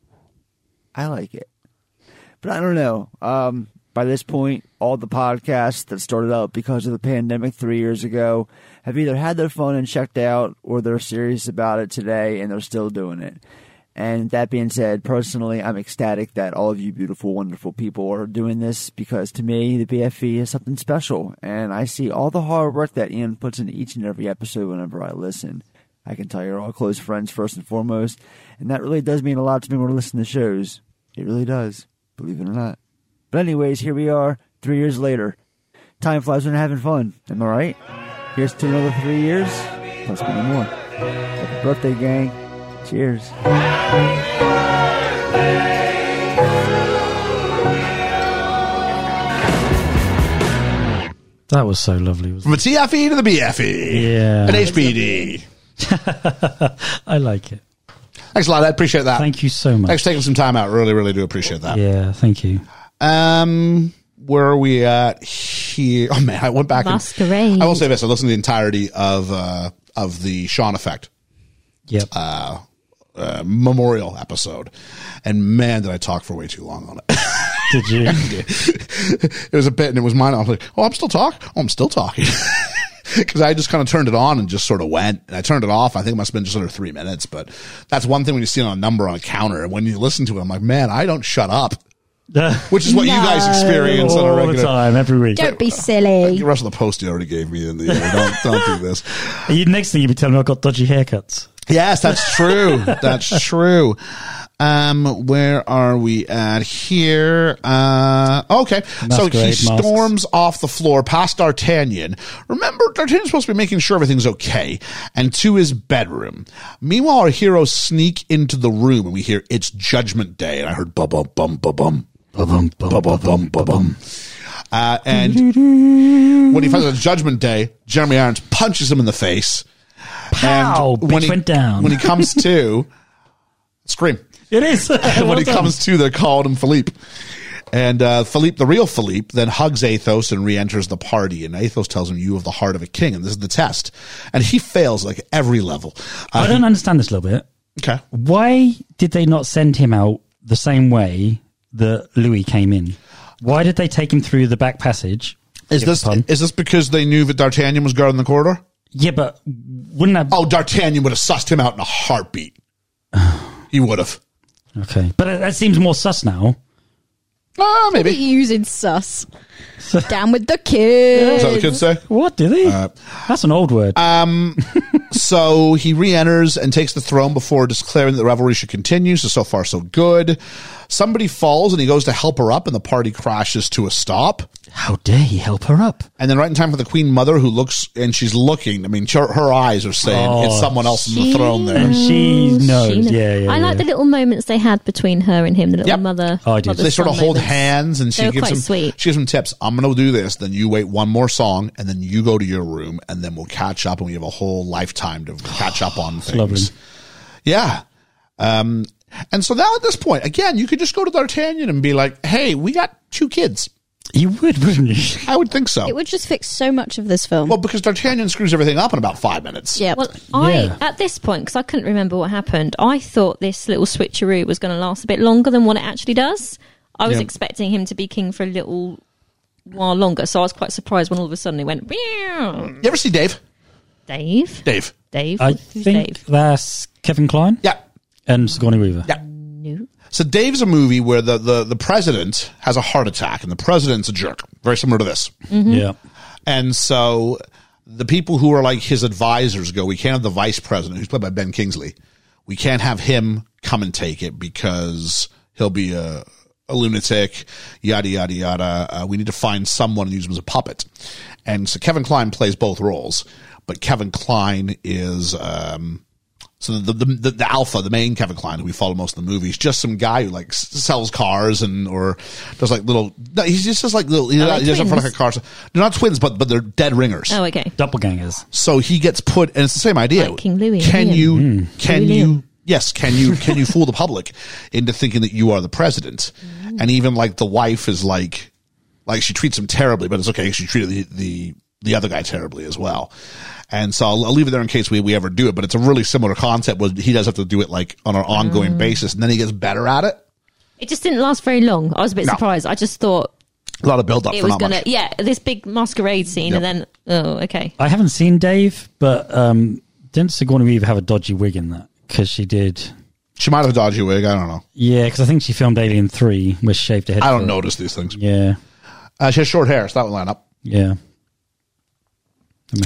Speaker 9: I like it. But I don't know. Um, by this point, all the podcasts that started out because of the pandemic three years ago have either had their phone and checked out, or they're serious about it today and they're still doing it. And that being said, personally, I'm ecstatic that all of you beautiful, wonderful people are doing this because to me, the BFE is something special. And I see all the hard work that Ian puts into each and every episode whenever I listen. I can tell you're all close friends first and foremost, and that really does mean a lot to me when I listen to shows. It really does, believe it or not. But anyways, here we are, three years later. Time flies when you're having fun, am I right? Here's to another three years, plus one more. Happy birthday, gang. Cheers.
Speaker 3: That was so lovely. Wasn't
Speaker 2: From the TFE E to the E. BFE.
Speaker 3: Yeah.
Speaker 2: And HBD.
Speaker 3: it? I like it.
Speaker 2: Thanks a lot. I appreciate that.
Speaker 3: Thank you so
Speaker 2: Thanks
Speaker 3: much.
Speaker 2: for taking some time out. Really, really do appreciate that.
Speaker 3: Yeah, thank you.
Speaker 2: Um, where are we at here? Oh man, I went back. and-
Speaker 4: Masquerade.
Speaker 2: I will say this: I listened to the entirety of uh of the Sean Effect
Speaker 3: Yep.
Speaker 2: uh, memorial episode, and man, did I talk for way too long on it.
Speaker 3: Did you?
Speaker 2: it was a bit, and it was mine. I was like, "Oh, I'm still talking. Oh, I'm still talking." Because I just kind of turned it on and just sort of went, and I turned it off. I think it must have been just under three minutes, but that's one thing when you see it on a number on a counter, and when you listen to it, I'm like, man, I don't shut up, which is what you guys experience on a
Speaker 3: all the
Speaker 2: regular.
Speaker 3: time, every week.
Speaker 7: Don't be silly.
Speaker 2: The rest of the post you already gave me in the don't, don't do this.
Speaker 3: You, next thing you'll be telling me I've got dodgy haircuts.
Speaker 2: Yes, that's true. that's true. Um, where are we at here? Uh, okay. so he
Speaker 3: Masquerade masks.
Speaker 2: storms off the floor past D'Artagnan. Remember, D'Artagnan's supposed to be making sure everything's okay and to his bedroom. Meanwhile, our heroes sneak into the room and we hear it's judgment day. And I heard bum, bum, bum, bum, bum. Ba-bum, ba-bum, ba-bum, ba-bum. Uh, and when he finds out it's Judgment Day, Jeremy Irons punches him in the face.
Speaker 3: Pow! Bitch went down.
Speaker 2: When he comes to, scream.
Speaker 3: It is.
Speaker 2: And when
Speaker 3: Well
Speaker 2: he
Speaker 3: done.
Speaker 2: comes to, they're calling him Philippe. And uh, Philippe, the real Philippe, then hugs Athos and re-enters the party. And Athos tells him, "You have the heart of a king, and this is the test." And he fails like every level.
Speaker 3: I
Speaker 2: Uh,
Speaker 3: don't understand this a little bit.
Speaker 2: okay,
Speaker 3: Why did they not send him out the same way that Louis came in? Why did they take him through the back passage?
Speaker 2: is
Speaker 3: Give a
Speaker 2: this
Speaker 3: pun.
Speaker 2: is this because they knew that D'Artagnan was guarding the corridor?
Speaker 3: yeah, but wouldn't that?
Speaker 2: Oh, D'Artagnan would have sussed him out in a heartbeat. he would have. Oh.
Speaker 3: Okay, but that- that seems more sus now.
Speaker 2: Ah, maybe.
Speaker 7: Using sus. Down with the
Speaker 2: Is
Speaker 7: kids.
Speaker 2: that what the kids say?
Speaker 3: What do they?
Speaker 2: Uh,
Speaker 3: That's an old word.
Speaker 2: So he re-enters and takes the throne before declaring that the revelry should continue. So so far so good. Somebody falls and he goes to help her up, and the party crashes to a stop.
Speaker 3: How dare he help her up?
Speaker 2: And then right in time for the queen mother, who looks and she's looking. I mean, her, her eyes are saying
Speaker 3: Oh,
Speaker 2: it's someone else in the throne there.
Speaker 3: And she
Speaker 4: Ooh,
Speaker 3: knows.
Speaker 4: she kno-
Speaker 3: Yeah, yeah,
Speaker 4: I like
Speaker 3: yeah.
Speaker 4: the little moments they had between her and him. The little
Speaker 2: Yep.
Speaker 4: mother.
Speaker 3: Oh, I do.
Speaker 4: mother
Speaker 2: they sort of
Speaker 4: son
Speaker 2: hold
Speaker 4: moments.
Speaker 2: hands and
Speaker 4: They
Speaker 2: she
Speaker 4: were
Speaker 2: gives
Speaker 4: quite
Speaker 2: him
Speaker 4: sweet.
Speaker 2: she gives him tips. I'm gonna do this, then you wait one more song, and then you go to your room, and then we'll catch up, and we have a whole lifetime to catch up on things.
Speaker 3: lovely.
Speaker 2: Yeah. Um, and so now at this point, again, you could just go to D'Artagnan and be like, "Hey, we got two kids."
Speaker 3: You would, wouldn't you?
Speaker 2: I would think so.
Speaker 7: It would just fix so much of this film.
Speaker 2: well, because D'Artagnan screws everything up in about five minutes.
Speaker 7: yeah.
Speaker 4: Well, I
Speaker 3: Yeah.
Speaker 4: at this point because I couldn't remember what happened. I thought this little switcheroo was going to last a bit longer than what it actually does. I was
Speaker 2: Yeah.
Speaker 4: expecting him to be king for a little while longer, so I was quite surprised when all of a sudden he went. "Meow."
Speaker 2: You ever see Dave?
Speaker 4: Dave,
Speaker 2: Dave.
Speaker 4: Dave,
Speaker 3: I
Speaker 4: Who's
Speaker 3: think
Speaker 4: Dave?
Speaker 3: that's Kevin Klein
Speaker 2: Yeah.
Speaker 3: and Sigourney Weaver.
Speaker 2: Yeah. So Dave's a movie where the, the, the president has a heart attack and the president's a jerk, very similar to this.
Speaker 3: Yeah.
Speaker 2: And so the people who are like his advisors go, we can't have the vice president, who's played by Ben Kingsley. We can't have him come and take it because he'll be a, a lunatic, yada, yada, yada. Uh, we need to find someone and use him as a puppet. And so Kevin Klein plays both roles, but Kevin Klein is, um, so the, the, the, the alpha, the main Kevin Klein who we follow most of the movies, just some guy who like s- sells cars and, or does like little, no, he's just, just like little, you know,
Speaker 4: like
Speaker 2: he doesn't for like a
Speaker 4: twins.
Speaker 2: cars. They're not twins, but but they're dead ringers.
Speaker 4: Oh, okay.
Speaker 3: Doppelgangers.
Speaker 2: So he gets put, and it's the same idea.
Speaker 4: Like King Louis,
Speaker 2: Can
Speaker 4: Liam.
Speaker 2: you? Can
Speaker 4: Louis
Speaker 2: you?
Speaker 4: Liam.
Speaker 2: Yes. Can you? Can you fool the public into thinking that you are the president?
Speaker 4: Mm.
Speaker 2: And even like the wife is like, like she treats him terribly, but it's okay. She treated the the, the other guy terribly as well. And so I'll, I'll leave it there in case we, we ever do it. But it's a really similar concept. Was he does have to do it like on an ongoing
Speaker 4: Mm.
Speaker 2: basis, and then he gets better at it.
Speaker 4: It just didn't last very long. I was a bit
Speaker 2: No.
Speaker 4: surprised. I just thought
Speaker 2: A lot of build up
Speaker 4: it
Speaker 2: for
Speaker 4: was
Speaker 2: not
Speaker 4: going to
Speaker 2: much.
Speaker 4: yeah this big masquerade scene, and then oh okay.
Speaker 3: I haven't seen Dave, but um, didn't Sigourney Weaver have a dodgy wig in that? Because she did.
Speaker 2: She might have a dodgy wig. I don't know.
Speaker 3: Yeah, because I think she filmed Alien 3, where she shaved her head.
Speaker 2: I don't
Speaker 3: for-
Speaker 2: notice these things.
Speaker 3: Yeah.
Speaker 2: Uh, she has short hair, so that would line up.
Speaker 3: Yeah.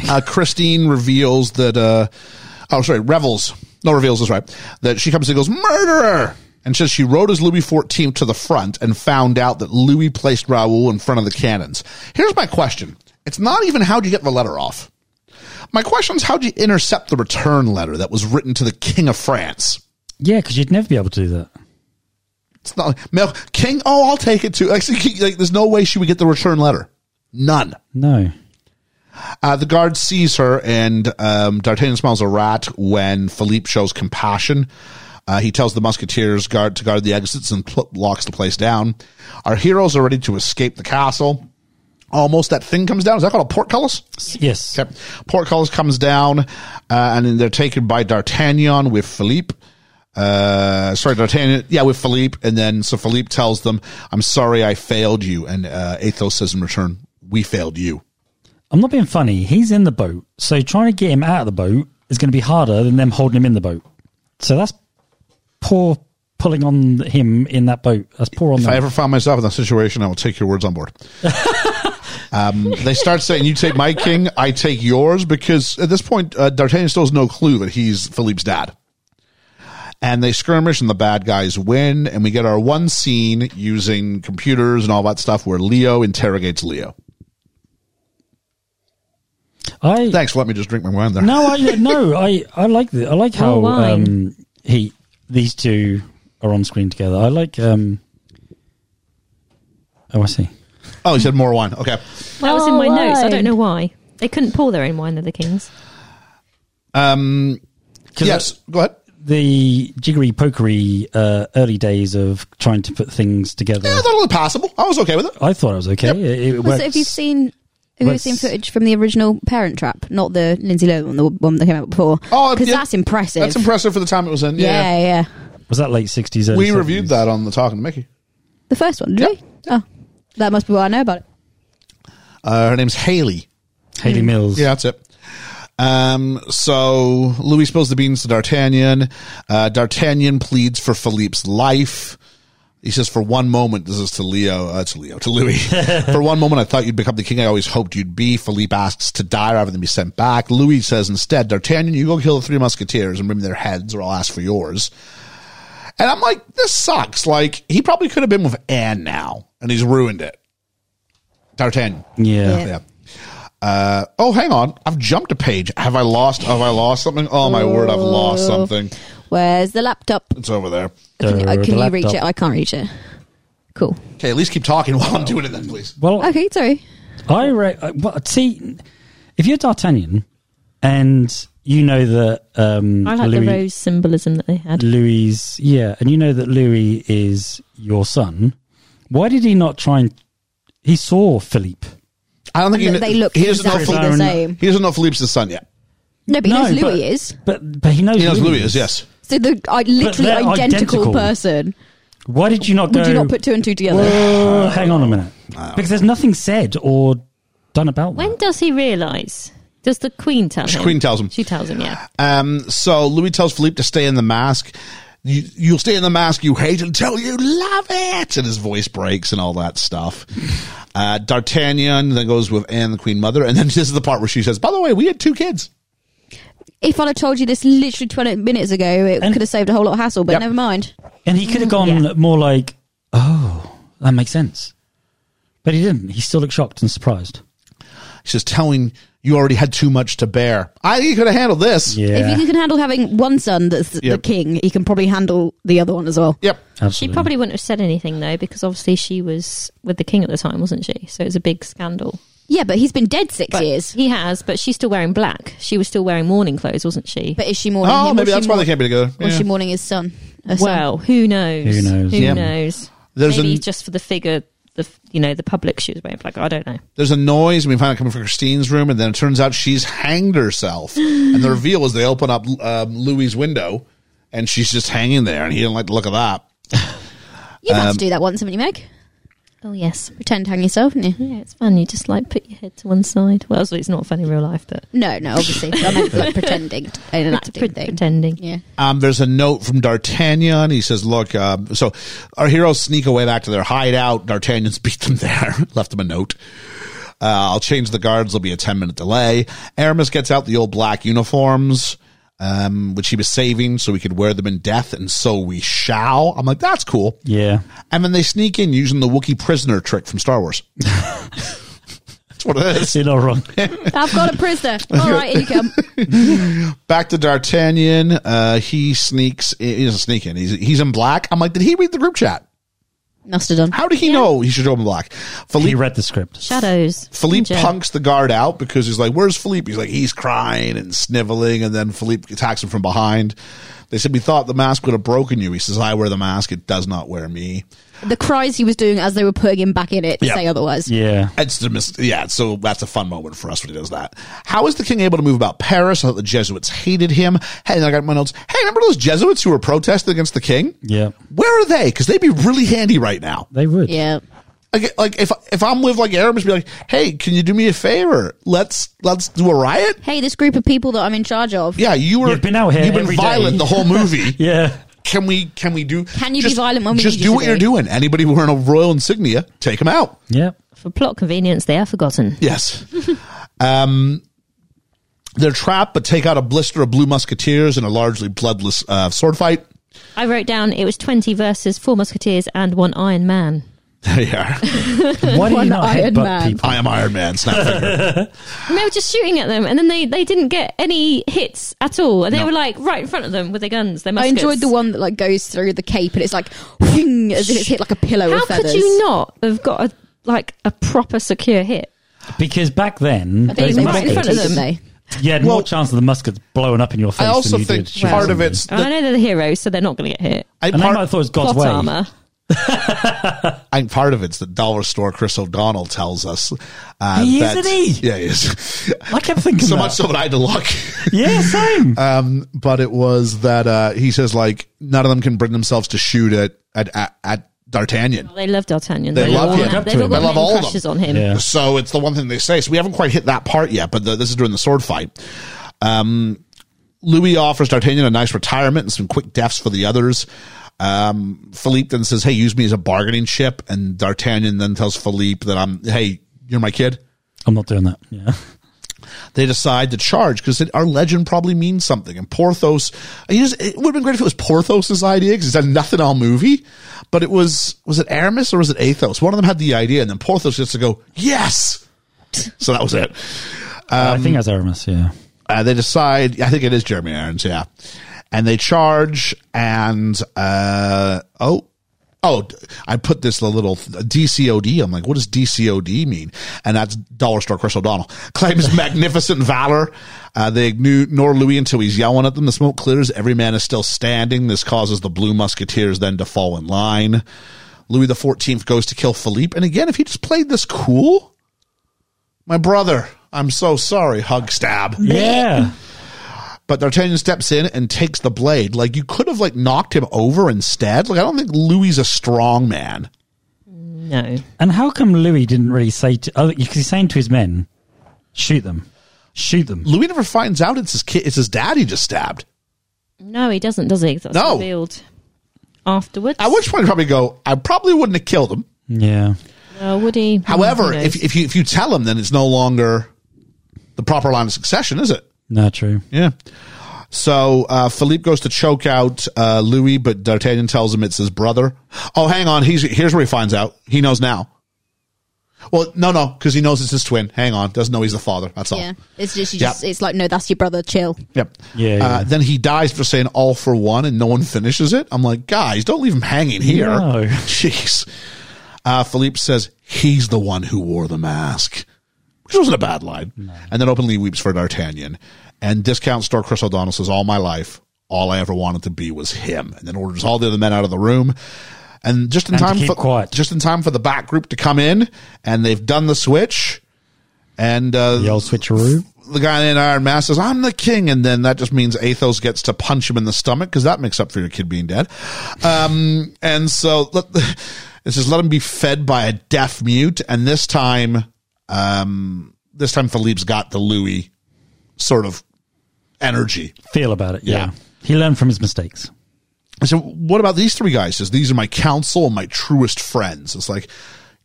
Speaker 2: uh, Christine reveals that, uh, oh, sorry, Revels, no, Reveals is right, that she comes and goes, murderer! And says she rode as Louis XIV to the front and found out that Louis placed Raoul in front of the cannons. Here's my question. It's not even how do you get the letter off. My question is how do you intercept the return letter that was written to the King of France?
Speaker 3: Yeah, because you'd never be able to do that.
Speaker 2: It's not like, Mel, King, oh, I'll take it too. Like, like, there's no way she would get the return letter. None.
Speaker 3: No.
Speaker 2: Uh, the guard sees her, and um, D'Artagnan smells a rat when Philippe shows compassion. Uh, he tells the musketeers guard to guard the exits and pl- locks the place down. Our heroes are ready to escape the castle. Almost that thing comes down. Is that called a portcullis?
Speaker 3: Yes.
Speaker 2: Okay. Portcullis comes down, uh, and then they're taken by D'Artagnan with Philippe. Uh, sorry, D'Artagnan. Yeah, with Philippe. And then, so Philippe tells them, I'm sorry I failed you. And uh, Athos says in return, We failed you.
Speaker 3: I'm not being funny. He's in the boat. So trying to get him out of the boat is going to be harder than them holding him in the boat. So that's poor pulling on him in that boat. That's poor on
Speaker 2: If I
Speaker 3: them.
Speaker 2: ever found myself in that situation, I will take your words on board. Um, they start saying, "You take my king, I take yours," because at this point, uh, D'Artagnan still has no clue that he's Philippe's dad. And they skirmish, and the bad guys win, and we get our one scene using computers and all that stuff where Leo interrogates Leo.
Speaker 3: I
Speaker 2: Thanks. Let me just drink my wine there.
Speaker 3: no, I no, I I like the I like how
Speaker 4: More wine.
Speaker 3: um, he these two are on screen together. I like um. Oh, I see.
Speaker 2: Oh, he said more wine. Okay.
Speaker 4: That was in my notes. I
Speaker 7: Alright.
Speaker 4: don't know why. They couldn't pour their own wine, they're the kings.
Speaker 2: Um,
Speaker 3: 'Cause
Speaker 2: yes. Go ahead.
Speaker 3: the jiggery pokery uh, early days of trying to put things together.
Speaker 2: Yeah, I thought it was passable. I was okay with it.
Speaker 3: I thought it was okay. It, it
Speaker 7: Well,
Speaker 3: works.
Speaker 7: so have you seen have you
Speaker 3: works-
Speaker 7: seen footage from the original Parent Trap, not the Lindsay Lohan one, the one that came out before?
Speaker 2: Oh,
Speaker 7: because
Speaker 2: yeah.
Speaker 7: that's impressive.
Speaker 2: That's impressive for the time it was in. Yeah.
Speaker 7: Yeah, yeah.
Speaker 3: was that late sixties?
Speaker 2: We reviewed that on the Talking to Mickey.
Speaker 7: The first one, did we? Oh, that must be what I know about it.
Speaker 2: Uh, her name's Haley.
Speaker 3: Haley Mills.
Speaker 2: Yeah, that's it. Um, so Louis spills the beans to D'Artagnan. Uh, D'Artagnan pleads for Philippe's life. He says, for one moment, this is to Leo, uh, to Leo, to Louis. for one moment, I thought you'd become the king I always hoped you'd be. Philippe asks to die rather than be sent back. Louis says instead, D'Artagnan, you go kill the three musketeers and bring me their heads or I'll ask for yours. And I'm like, this sucks. Like, he probably could have been with Anne now and he's ruined it. D'Artagnan.
Speaker 3: Yeah.
Speaker 2: Yeah. Uh, oh, hang on. I've jumped a page. Have I lost? Have I lost something? Oh my word! I've lost
Speaker 7: Oh.
Speaker 2: something.
Speaker 7: Where's the laptop?
Speaker 2: It's over there.
Speaker 7: Can, you-
Speaker 3: Uh,
Speaker 7: uh,
Speaker 3: the
Speaker 7: can you reach
Speaker 3: laptop.
Speaker 7: it? I can't reach it. Cool.
Speaker 2: Okay, at least keep talking while I'm doing it, then, please.
Speaker 3: Well,
Speaker 7: Oh, Okay, sorry.
Speaker 3: I re- I- well, see if you're D'Artagnan and you know that um,
Speaker 4: I like the
Speaker 3: Louis,
Speaker 4: rose symbolism that they had.
Speaker 3: Louis, yeah, and you know that Louis is your son. Why did he not try and? He saw Philippe.
Speaker 2: I don't think he,
Speaker 7: They-
Speaker 2: kn-
Speaker 7: they look
Speaker 2: he doesn't know.
Speaker 7: exactly
Speaker 2: Phil-
Speaker 7: the same.
Speaker 2: He doesn't know Philippe's his son yet.
Speaker 7: No, but he knows
Speaker 3: but-
Speaker 7: Louis is.
Speaker 3: but but he knows
Speaker 2: He knows Louis is. Yes.
Speaker 7: So the I literally
Speaker 3: they're
Speaker 7: identical,
Speaker 3: identical.
Speaker 7: person.
Speaker 3: Why did you not go?
Speaker 7: Would you not put two and two together?
Speaker 3: Whoa, hang on a minute, because there's nothing said or done about
Speaker 4: When
Speaker 3: that.
Speaker 4: does he realise? Does the queen tell him?
Speaker 2: Queen tells him.
Speaker 4: She tells him, yeah.
Speaker 2: Um, so Louis tells Philippe to stay in the mask. You, you'll stay in the mask you hate until you love it. And his voice breaks and all that stuff. Uh, D'Artagnan then goes with Anne, the Queen Mother. And then this is the part where she says, by the way, we had two kids.
Speaker 7: If I'd have told you this literally 20 minutes ago, it
Speaker 3: And-
Speaker 7: could have saved a whole lot of hassle, but
Speaker 2: Yep.
Speaker 7: never mind.
Speaker 3: And he could have gone
Speaker 4: Yeah.
Speaker 3: more like, "Oh, that makes sense," but he didn't. He still looked shocked and surprised.
Speaker 2: She's just telling you already had too much to bear. I think you could have handled this.
Speaker 3: Yeah,
Speaker 7: If you can handle having one son that's the-
Speaker 2: Yep.
Speaker 7: the king, you can probably handle the other one as well.
Speaker 2: Yep.
Speaker 4: She
Speaker 3: absolutely.
Speaker 4: probably wouldn't have said anything though, because obviously she was with the king at the time, wasn't she? So it was a big scandal.
Speaker 7: Yeah, but he's been dead six
Speaker 4: But
Speaker 7: years.
Speaker 4: He has, but she's still wearing black. She was still wearing mourning clothes, wasn't she?
Speaker 7: But is she mourning
Speaker 2: Oh,
Speaker 7: him?
Speaker 2: maybe
Speaker 7: or
Speaker 2: that's
Speaker 7: she
Speaker 2: why
Speaker 7: mour-
Speaker 2: they can't be together.
Speaker 7: or is she
Speaker 2: Yeah.
Speaker 7: mourning his son? Her son?
Speaker 4: well, who knows?
Speaker 3: Who knows?
Speaker 4: Who
Speaker 3: Yeah.
Speaker 4: knows?
Speaker 2: There's
Speaker 4: Maybe
Speaker 2: an-
Speaker 4: just for the figure, the f- you know the public she was wearing black. I don't know.
Speaker 2: There's a noise, and we find it coming from Christine's room, and then it turns out she's hanged herself. and the reveal is they open up um, Louis's window, and she's just hanging there, and he didn't like the look of that.
Speaker 7: You've
Speaker 2: um,
Speaker 7: had to do that once, haven't you, Meg?
Speaker 4: Oh yes,
Speaker 7: Pretend to hang yourself, haven't you?
Speaker 4: yeah, it's fun. You just like put your head to one side. Well, it's not fun in real life, but
Speaker 7: No, no, obviously. I meant like pretending t-
Speaker 4: Pret-
Speaker 7: and acting
Speaker 4: pret-
Speaker 7: thing.
Speaker 4: pretending.
Speaker 7: Yeah.
Speaker 2: Um, there's a note from D'Artagnan. He says, "Look, uh, so our heroes sneak away back to their hideout. D'Artagnan's beat them there. Left them a note. Uh, I'll change the guards. There'll be a ten minute delay. Aramis gets out the old black uniforms, um, which he was saving so we could wear them in death, and so we shall. I'm like, that's cool.
Speaker 3: yeah.
Speaker 2: And then they sneak in using the Wookiee prisoner trick from Star Wars. that's what it is.
Speaker 3: You're not wrong.
Speaker 7: I've got a prisoner. All right, here you come.
Speaker 2: Back to D'Artagnan. Uh, he sneaks. He doesn't sneak in. He's he's in black. I'm like, did he read the group chat?
Speaker 7: Must have done.
Speaker 2: How did he know he should open black?
Speaker 3: he
Speaker 2: Philippe,
Speaker 3: read the script.
Speaker 4: Shadows.
Speaker 2: Philippe
Speaker 4: Ninja.
Speaker 2: punks the guard out because he's like, Where's Philippe? He's like, He's crying and sniveling. And then Philippe attacks him from behind. They said, We thought the mask would have broken you. He says, I wear the mask. It does not wear me.
Speaker 7: The cries he was doing as they were putting him back in it
Speaker 2: Yeah.
Speaker 7: say otherwise.
Speaker 3: Yeah.
Speaker 2: It's the mis- yeah, so that's a fun moment for us when he does that. How is the king able to move about Paris? I thought the Jesuits hated him. Hey, I got my notes. Hey, remember those Jesuits who were protesting against the king?
Speaker 3: Yeah.
Speaker 2: Where are they? Because they'd be really handy right now.
Speaker 3: They would.
Speaker 7: Yeah.
Speaker 2: like, like if if I'm with like Aramis, be like, hey, can you do me a favor? Let's let's do a riot.
Speaker 7: Hey, this group of people that I'm in charge of,
Speaker 2: Yeah, you were
Speaker 3: You've been out here
Speaker 2: You've been
Speaker 3: every
Speaker 2: violent
Speaker 3: day.
Speaker 2: the whole movie.
Speaker 3: Yeah.
Speaker 2: Can we can we do?
Speaker 7: Can you be violent when we
Speaker 2: just do
Speaker 7: need you to
Speaker 2: what you're
Speaker 7: be?
Speaker 2: doing? Anybody wearing a royal insignia, take them out.
Speaker 3: Yeah.
Speaker 4: For plot convenience, they are forgotten.
Speaker 2: Yes. um, they're trapped, but take out a blister of blue musketeers in a largely bloodless uh, sword fight.
Speaker 4: I wrote down it was 20 versus four Musketeers and one Iron Man.
Speaker 2: There you are.
Speaker 3: Why do
Speaker 7: One
Speaker 3: you not
Speaker 7: Iron
Speaker 3: headbutt
Speaker 7: Man.
Speaker 3: people?
Speaker 2: I am Iron Man. Snap finger.
Speaker 4: And they were just shooting at them, and then they, they didn't get any hits at all. And they
Speaker 2: No.
Speaker 4: were like right in front of them with their guns, their
Speaker 7: I
Speaker 4: muskets.
Speaker 7: enjoyed the one that like goes through the cape and it's like whing, as if it's hit like a pillow
Speaker 4: How
Speaker 7: of feathers.
Speaker 4: could you not have got a, like a proper secure hit?
Speaker 3: Because back then,
Speaker 7: They
Speaker 3: those
Speaker 7: were right in front of
Speaker 3: muskets-
Speaker 7: them. They.
Speaker 3: you had
Speaker 2: Well-
Speaker 3: more chance of the muskets blowing up in your face.
Speaker 2: I also
Speaker 3: than you
Speaker 2: think
Speaker 3: did
Speaker 2: part
Speaker 3: shooting
Speaker 2: of
Speaker 3: them.
Speaker 2: it's
Speaker 4: I
Speaker 2: the,
Speaker 4: know they're the heroes, so they're not going to get hit.
Speaker 2: I,
Speaker 3: And I might
Speaker 2: part,
Speaker 3: have thought it was God's
Speaker 4: Plot
Speaker 3: way.
Speaker 4: armor.
Speaker 2: I think part of it's that dollar store Chris O'Donnell tells us. Uh,
Speaker 3: He is,
Speaker 2: that-
Speaker 3: isn't he?
Speaker 2: Yeah, he is.
Speaker 3: I kept thinking
Speaker 2: so
Speaker 3: that.
Speaker 2: much so that I had to look.
Speaker 3: Yeah, same.
Speaker 2: Um, but it was that uh, he says like none of them can bring themselves to shoot at at at, at D'Artagnan.
Speaker 4: They love D'Artagnan.
Speaker 2: They love
Speaker 4: all
Speaker 2: him.
Speaker 4: mad-
Speaker 3: They
Speaker 4: They've all got
Speaker 2: love all of
Speaker 4: man crushes
Speaker 2: them.
Speaker 4: on him.
Speaker 3: Yeah.
Speaker 2: So it's the one thing they say. So we haven't quite hit that part yet, but the, this is during the sword fight. Um, Louis offers D'Artagnan a nice retirement and some quick deaths for the others. Um, Philippe then says, "Hey, use me as a bargaining chip," and D'Artagnan then tells Philippe that I'm, "Hey, you're my kid."
Speaker 3: I'm not doing that. Yeah. Uh,
Speaker 2: they decide to charge because our legend probably means something. And Porthos, he just, it would have been great if it was Porthos's idea because he's done nothing all movie. But it was, was it Aramis or was it Athos? One of them had the idea, and then Porthos gets to go, yes. So that was it.
Speaker 3: I
Speaker 2: um,
Speaker 3: think that's Aramis. Yeah.
Speaker 2: Uh, they decide, I think it is Jeremy Irons, yeah. And they charge, and uh, oh, oh, I put this little DCOD. I'm like, what does DCOD mean? And that's Dollar Store Chris O'Donnell. Claims magnificent valor. Uh, they ignore Louis until he's yelling at them. The smoke clears. Every man is still standing. This causes the Blue Musketeers then to fall in line. Louis the Fourteenth goes to kill Philippe, and again, if he just played this cool, my brother, I'm so sorry. Hug stab.
Speaker 3: Yeah.
Speaker 2: But D'Artagnan steps in and takes the blade. Like you could have like knocked him over instead. Like I don't think Louis is a strong man.
Speaker 4: No.
Speaker 3: And how come Louis didn't really say to? Oh, because he's saying to his men, "Shoot them, shoot them."
Speaker 2: Louis never finds out it's his kid. It's his dad he just stabbed.
Speaker 4: No, he doesn't, does he? That's
Speaker 2: No.
Speaker 4: revealed afterwards.
Speaker 2: At which point he'd probably go, I probably wouldn't have killed him.
Speaker 3: Yeah.
Speaker 4: Uh, would he?
Speaker 2: However,
Speaker 4: Who knows?
Speaker 2: if if you if you tell him, then it's no longer the proper line of succession, is it?
Speaker 3: No, true.
Speaker 2: Yeah. So uh, Philippe goes to choke out uh, Louis, but D'Artagnan tells him it's his brother. Oh, hang on. He's here's where he finds out. He knows now. Well, no, no, because he knows it's his twin. Hang on, doesn't know he's the father. That's all.
Speaker 7: Yeah, it's just, you
Speaker 2: Yep.
Speaker 7: just it's like no, that's your brother. Chill.
Speaker 2: Yep.
Speaker 3: Yeah,
Speaker 2: Uh,
Speaker 3: yeah.
Speaker 2: then he dies for saying all for one, and no one finishes it. I'm like, guys, don't leave him hanging here.
Speaker 3: No.
Speaker 2: Jeez. Uh, Philippe says he's the one who wore the mask, which wasn't a bad line. And then openly weeps for D'Artagnan. And discount store Chris O'Donnell says, "All my life, all I ever wanted to be was him." And then orders all the other men out of the room. And just in
Speaker 3: And to
Speaker 2: time
Speaker 3: keep
Speaker 2: for
Speaker 3: quiet.
Speaker 2: just in time for the back group to come in, and they've done the switch. And uh,
Speaker 3: The old switcheroo.
Speaker 2: the guy in Iron Mask says, I'm the king. And then that just means Athos gets to punch him in the stomach because that makes up for your kid being dead. Um, and so let, it says, let him be fed by a deaf mute. And this time, um, this time Philippe's got the Louis sort of energy.
Speaker 3: Feel about it. Yeah.
Speaker 2: Yeah.
Speaker 3: He learned from his mistakes.
Speaker 2: I said, what about these three guys? He says, these are my counsel and my truest friends. It's like,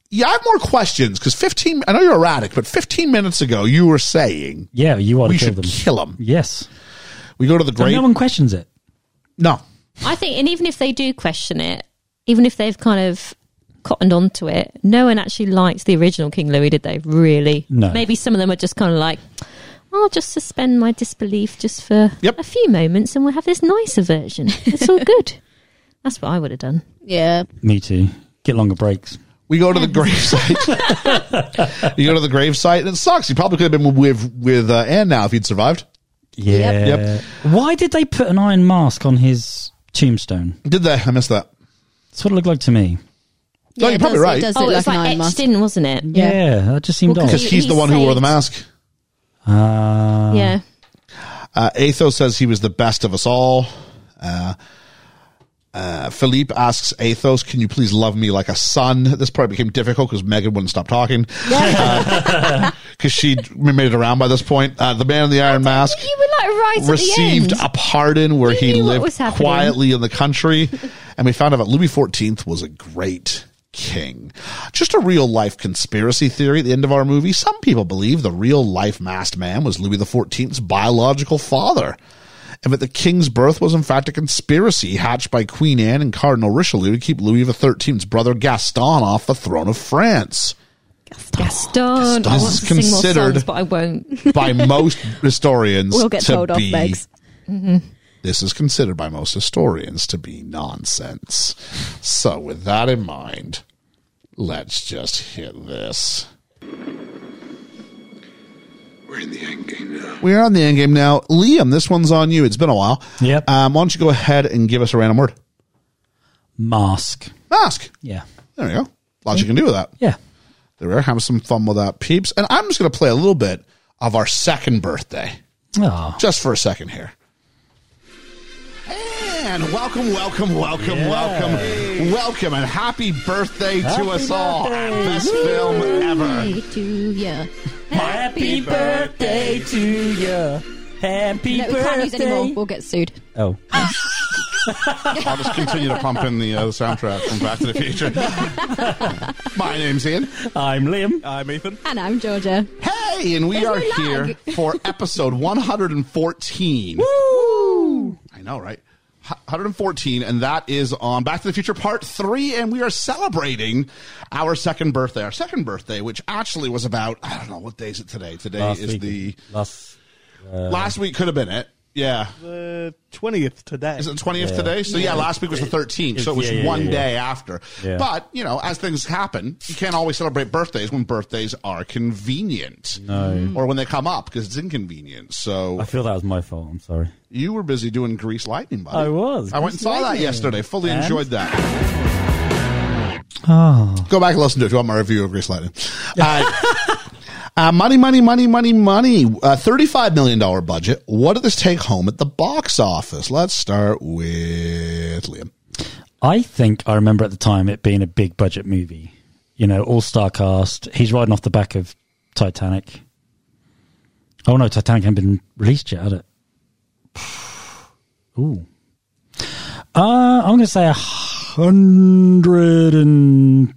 Speaker 2: yeah, I have more questions because 15, I know you're erratic, but 15 minutes ago you were saying
Speaker 3: Yeah, you ought
Speaker 2: we
Speaker 3: to kill
Speaker 2: should
Speaker 3: them.
Speaker 2: kill him.
Speaker 3: Yes.
Speaker 2: We go to the
Speaker 3: And
Speaker 2: great.
Speaker 3: no one questions it.
Speaker 2: No.
Speaker 4: I think, and even if they do question it, even if they've kind of cottoned onto it, no one actually likes the original King Louis, did they? Really?
Speaker 3: No.
Speaker 4: Maybe some of them are just kind of like, I'll just suspend my disbelief just for
Speaker 2: Yep.
Speaker 4: a few moments and we'll have this nicer version. It's all good. That's what I would have done.
Speaker 7: Yeah,
Speaker 3: Me too. Get longer breaks.
Speaker 2: We go to the gravesite. you go to the gravesite, and it sucks. You probably could have been with with uh, Anne now if he'd survived.
Speaker 3: Yeah.
Speaker 2: Yep.
Speaker 3: Why did they put an iron mask on his tombstone?
Speaker 2: Did they? I missed that.
Speaker 3: That's what it looked like to me.
Speaker 2: No,
Speaker 7: Yeah,
Speaker 2: you're
Speaker 7: it
Speaker 2: probably
Speaker 7: does-
Speaker 2: right.
Speaker 7: It does
Speaker 4: oh,
Speaker 7: look
Speaker 4: it
Speaker 7: like,
Speaker 4: was
Speaker 7: an
Speaker 4: like
Speaker 7: iron
Speaker 4: etched
Speaker 7: mask.
Speaker 4: in, wasn't it?
Speaker 7: Yeah.
Speaker 3: Yeah, that just seemed
Speaker 4: Well,
Speaker 3: odd.
Speaker 2: Because he's the
Speaker 4: He's
Speaker 2: one who wore
Speaker 4: saved.
Speaker 2: the mask.
Speaker 3: Ah.
Speaker 4: Yeah.
Speaker 2: Uh, Athos says he was the best of us all. Uh, uh, Philippe asks Athos, "Can you please love me like a son?" This part became difficult because Megan wouldn't stop talking Uh, because she made it around by this point. Uh, the man in the iron mask.
Speaker 4: You were like right at
Speaker 2: received
Speaker 4: the end.
Speaker 2: a pardon where
Speaker 4: You
Speaker 2: he
Speaker 4: knew what
Speaker 2: lived
Speaker 4: was happening.
Speaker 2: quietly in the country. and we found out that Louis XIV was a great King. Just a real life conspiracy theory at the end of our movie. Some people believe the real life masked man was Louis XIV's biological father, and that the king's birth was in fact a conspiracy hatched by Queen Anne and Cardinal Richelieu to keep Louis XIII's brother Gaston off the throne of France.
Speaker 4: Gaston. I
Speaker 2: This
Speaker 4: want
Speaker 2: is
Speaker 4: to sing more
Speaker 2: considered-
Speaker 4: songs, but I won't.
Speaker 2: By most historians,
Speaker 4: We'll get
Speaker 2: to
Speaker 4: told off,
Speaker 2: be Mm-hmm.
Speaker 4: Megs.
Speaker 2: This is considered by most historians to be nonsense. So, with that in mind, let's just hit this.
Speaker 11: We're in the end game now.
Speaker 2: We are on the end game now. Liam, this one's on you. It's been a while.
Speaker 3: Yep.
Speaker 2: Um, why don't you go ahead and give us a random word?
Speaker 3: Mask.
Speaker 2: Mask.
Speaker 3: Yeah.
Speaker 2: There you go. Lots you can do with that.
Speaker 3: Yeah.
Speaker 2: There we are. Have some fun with that, peeps. And I'm just going to play a little bit of our second birthday,
Speaker 3: Oh.
Speaker 2: just for a second here. And welcome, welcome, welcome, welcome, welcome, and happy birthday to us all. Best film ever.
Speaker 3: Happy birthday to you. Happy
Speaker 7: No, we can't use anymore. We'll get sued.
Speaker 3: Oh.
Speaker 2: I'll just continue to pump in the uh, soundtrack from Back to the Future. My name's Ian.
Speaker 3: I'm Liam.
Speaker 12: I'm Ethan.
Speaker 7: And I'm Georgia.
Speaker 2: Hey, and we
Speaker 7: There's
Speaker 2: are
Speaker 7: no
Speaker 2: here
Speaker 7: lag.
Speaker 2: for episode 114.
Speaker 3: Woo!
Speaker 2: I know, right? H- 114, and that is on Back to the Future Part 3, and we are celebrating our second birthday. Our second birthday, which actually was about, I don't know, what day is it today? Today
Speaker 3: Last
Speaker 2: is
Speaker 3: week. Uh,
Speaker 2: the.
Speaker 3: Last.
Speaker 2: last week could have been it. Yeah.
Speaker 12: The twentieth today.
Speaker 2: Is it the 20th today? So, yeah, last week was the 13th. So it was
Speaker 3: yeah, yeah,
Speaker 2: one
Speaker 3: yeah,
Speaker 2: day after.
Speaker 3: Yeah.
Speaker 2: But, you know, as things happen, you can't always celebrate birthdays when birthdays are convenient. No. Or when they come up because it's inconvenient. So
Speaker 3: I feel that was my fault. I'm sorry.
Speaker 2: you were busy doing Grease Lightning, buddy.
Speaker 3: I was.
Speaker 2: I went and
Speaker 3: Grease
Speaker 2: saw that
Speaker 3: Lightning.
Speaker 2: yesterday. Fully
Speaker 3: And?
Speaker 2: enjoyed that.
Speaker 3: Oh.
Speaker 2: Go back and listen to it if you want my review of Grease Lightning. Uh, uh, money, money, money, money, money. Uh, $35 million budget. What did this take home at the box office? Let's start with Liam.
Speaker 3: I think I remember at the time it being a big budget movie. You know, all star cast. He's riding off the back of Titanic. Oh no, Titanic hadn't been released yet, had it? Ooh. Uh, I'm going to say a hundred and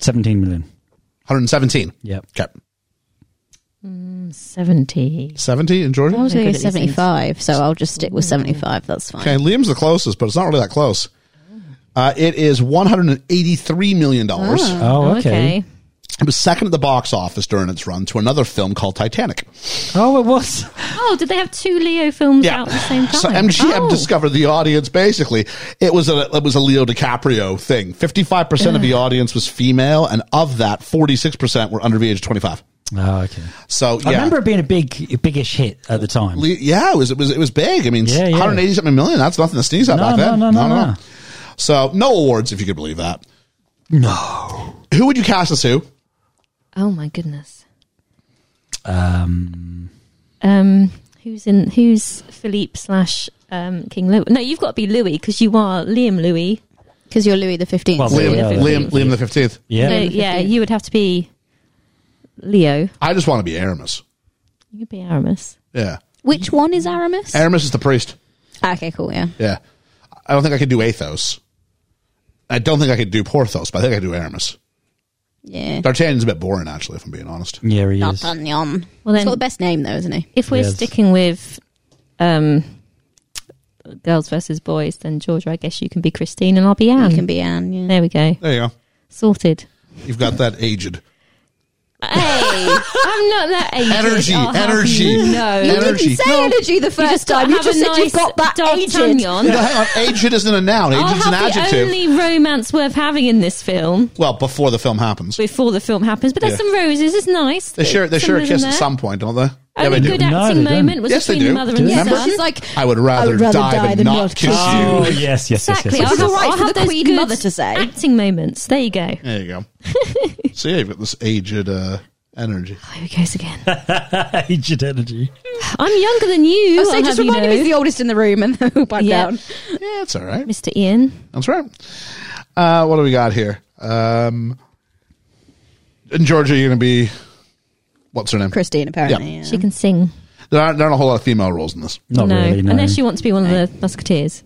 Speaker 3: seventeen million.
Speaker 2: 117.
Speaker 3: Yep.
Speaker 2: Okay.
Speaker 4: 70.
Speaker 2: 70 in Georgia?
Speaker 4: I was going
Speaker 7: 75, so I'll just stick with 75. That's fine.
Speaker 2: Okay, Liam's the closest, but it's not really that close. Uh, it is $183 million.
Speaker 3: Oh, okay.
Speaker 2: It was second at the box office during its run to another film called Titanic.
Speaker 3: Oh, it was.
Speaker 4: Oh, did they have two Leo films out at the same time?
Speaker 2: So MGM
Speaker 4: oh.
Speaker 2: discovered the audience basically. It was a it was a Leo DiCaprio thing. 55% of the audience was female and of that 46% were under the age of 25.
Speaker 3: Oh, okay.
Speaker 2: So yeah.
Speaker 3: I remember it being a big, a biggish hit at the time.
Speaker 2: Le- yeah, it was it was it was big. I mean,
Speaker 3: Yeah, yeah.
Speaker 2: 180 something million. That's nothing to sneeze at
Speaker 3: No,
Speaker 2: back
Speaker 3: no,
Speaker 2: then.
Speaker 3: no, no, no.
Speaker 2: So no awards, if you could believe that. No. Who would you cast as who?
Speaker 4: Oh, my goodness.
Speaker 3: Um,
Speaker 4: Um, who's in? Who's Philippe slash um, King Louis? No, you've got to be Louis because you are Liam Louis.
Speaker 7: Because you're Louis the 15th.
Speaker 3: Well,
Speaker 7: so
Speaker 2: Liam,
Speaker 3: yeah,
Speaker 4: yeah,
Speaker 2: Liam, Liam the fifteenth.
Speaker 3: yeah.
Speaker 4: Yeah, so,
Speaker 7: Liam the
Speaker 4: yeah
Speaker 7: 15th.
Speaker 4: you would have to be Leo.
Speaker 2: I just want to be Aramis.
Speaker 4: You could be Aramis.
Speaker 2: Yeah,
Speaker 7: Which one is Aramis? Ah,
Speaker 2: Aramis is the priest.
Speaker 7: okay, cool, yeah.
Speaker 2: Yeah, I don't think I could do Athos. I don't think I could do Porthos, but I think I could do Aramis.
Speaker 7: Yeah.
Speaker 2: D'Artagnan's a bit boring, actually, if I'm being honest.
Speaker 3: Yeah, he is.
Speaker 7: D'Artagnan.
Speaker 4: Well,
Speaker 7: He's
Speaker 4: then-
Speaker 7: got the best name, though, isn't he?
Speaker 4: If we're
Speaker 3: Yes.
Speaker 4: sticking with um, girls versus boys, then Georgia, I guess you can be Christine and I'll be Anne.
Speaker 7: He can be Anne, yeah.
Speaker 4: There we go.
Speaker 2: There you go.
Speaker 4: Sorted.
Speaker 2: You've got that aged
Speaker 4: Hey, I'm not that aged. Oh,
Speaker 2: energy,
Speaker 4: I'll have
Speaker 2: energy,
Speaker 4: you know.
Speaker 7: You
Speaker 2: energy.
Speaker 7: didn't say energy the first time. You
Speaker 4: have a
Speaker 7: just said you've got that agent.
Speaker 4: D'Artagnan.
Speaker 2: No, hang on. Aged isn't a noun.
Speaker 4: I'll
Speaker 2: Aged's an
Speaker 4: have the
Speaker 2: adjective.
Speaker 4: only romance worth having in this film
Speaker 2: well, before the film happens,
Speaker 4: before the film happens. But there's
Speaker 2: Yeah.
Speaker 4: some roses. It's nice.
Speaker 2: they share they share a
Speaker 4: Symbolism
Speaker 2: kiss
Speaker 4: there. Oh,
Speaker 2: at some point, don't they?
Speaker 4: Only good
Speaker 3: No,
Speaker 4: acting
Speaker 3: they don't.
Speaker 4: moment uh, was
Speaker 2: Yes, they do.
Speaker 4: between the mother
Speaker 2: Do
Speaker 4: and
Speaker 2: they?
Speaker 4: the
Speaker 2: Remember?
Speaker 7: Yeah,
Speaker 4: son.
Speaker 7: she's like,
Speaker 2: I would rather, die, than, not kiss you.
Speaker 3: Oh, yes, yes, yes, yes.
Speaker 4: Exactly.
Speaker 3: yes.
Speaker 4: I'll
Speaker 7: It's
Speaker 4: have,
Speaker 7: all right
Speaker 4: I'll
Speaker 7: for
Speaker 4: have
Speaker 7: the
Speaker 4: those
Speaker 7: Queen
Speaker 4: good
Speaker 7: mother to say.
Speaker 4: acting moments. There you go.
Speaker 2: There you go. so yeah, you've got this aged uh, energy.
Speaker 4: Here he goes again.
Speaker 3: Aged energy.
Speaker 4: I'm younger than you.
Speaker 7: Oh, so
Speaker 4: I'll have
Speaker 7: just
Speaker 4: you
Speaker 7: remind him
Speaker 4: know.
Speaker 7: he's the oldest in the room and then we'll back
Speaker 4: Yeah.
Speaker 7: down.
Speaker 2: Yeah, it's all right.
Speaker 4: Mr. Ian.
Speaker 2: That's right. Uh, what do we got here? Um, in Georgia, you're going to be what's her name?
Speaker 7: Christine, apparently.
Speaker 2: Yeah.
Speaker 7: yeah.
Speaker 4: She can sing.
Speaker 2: There aren't, there aren't a whole lot of female roles in this.
Speaker 3: Not really, no.
Speaker 4: Unless you want to be one of the musketeers.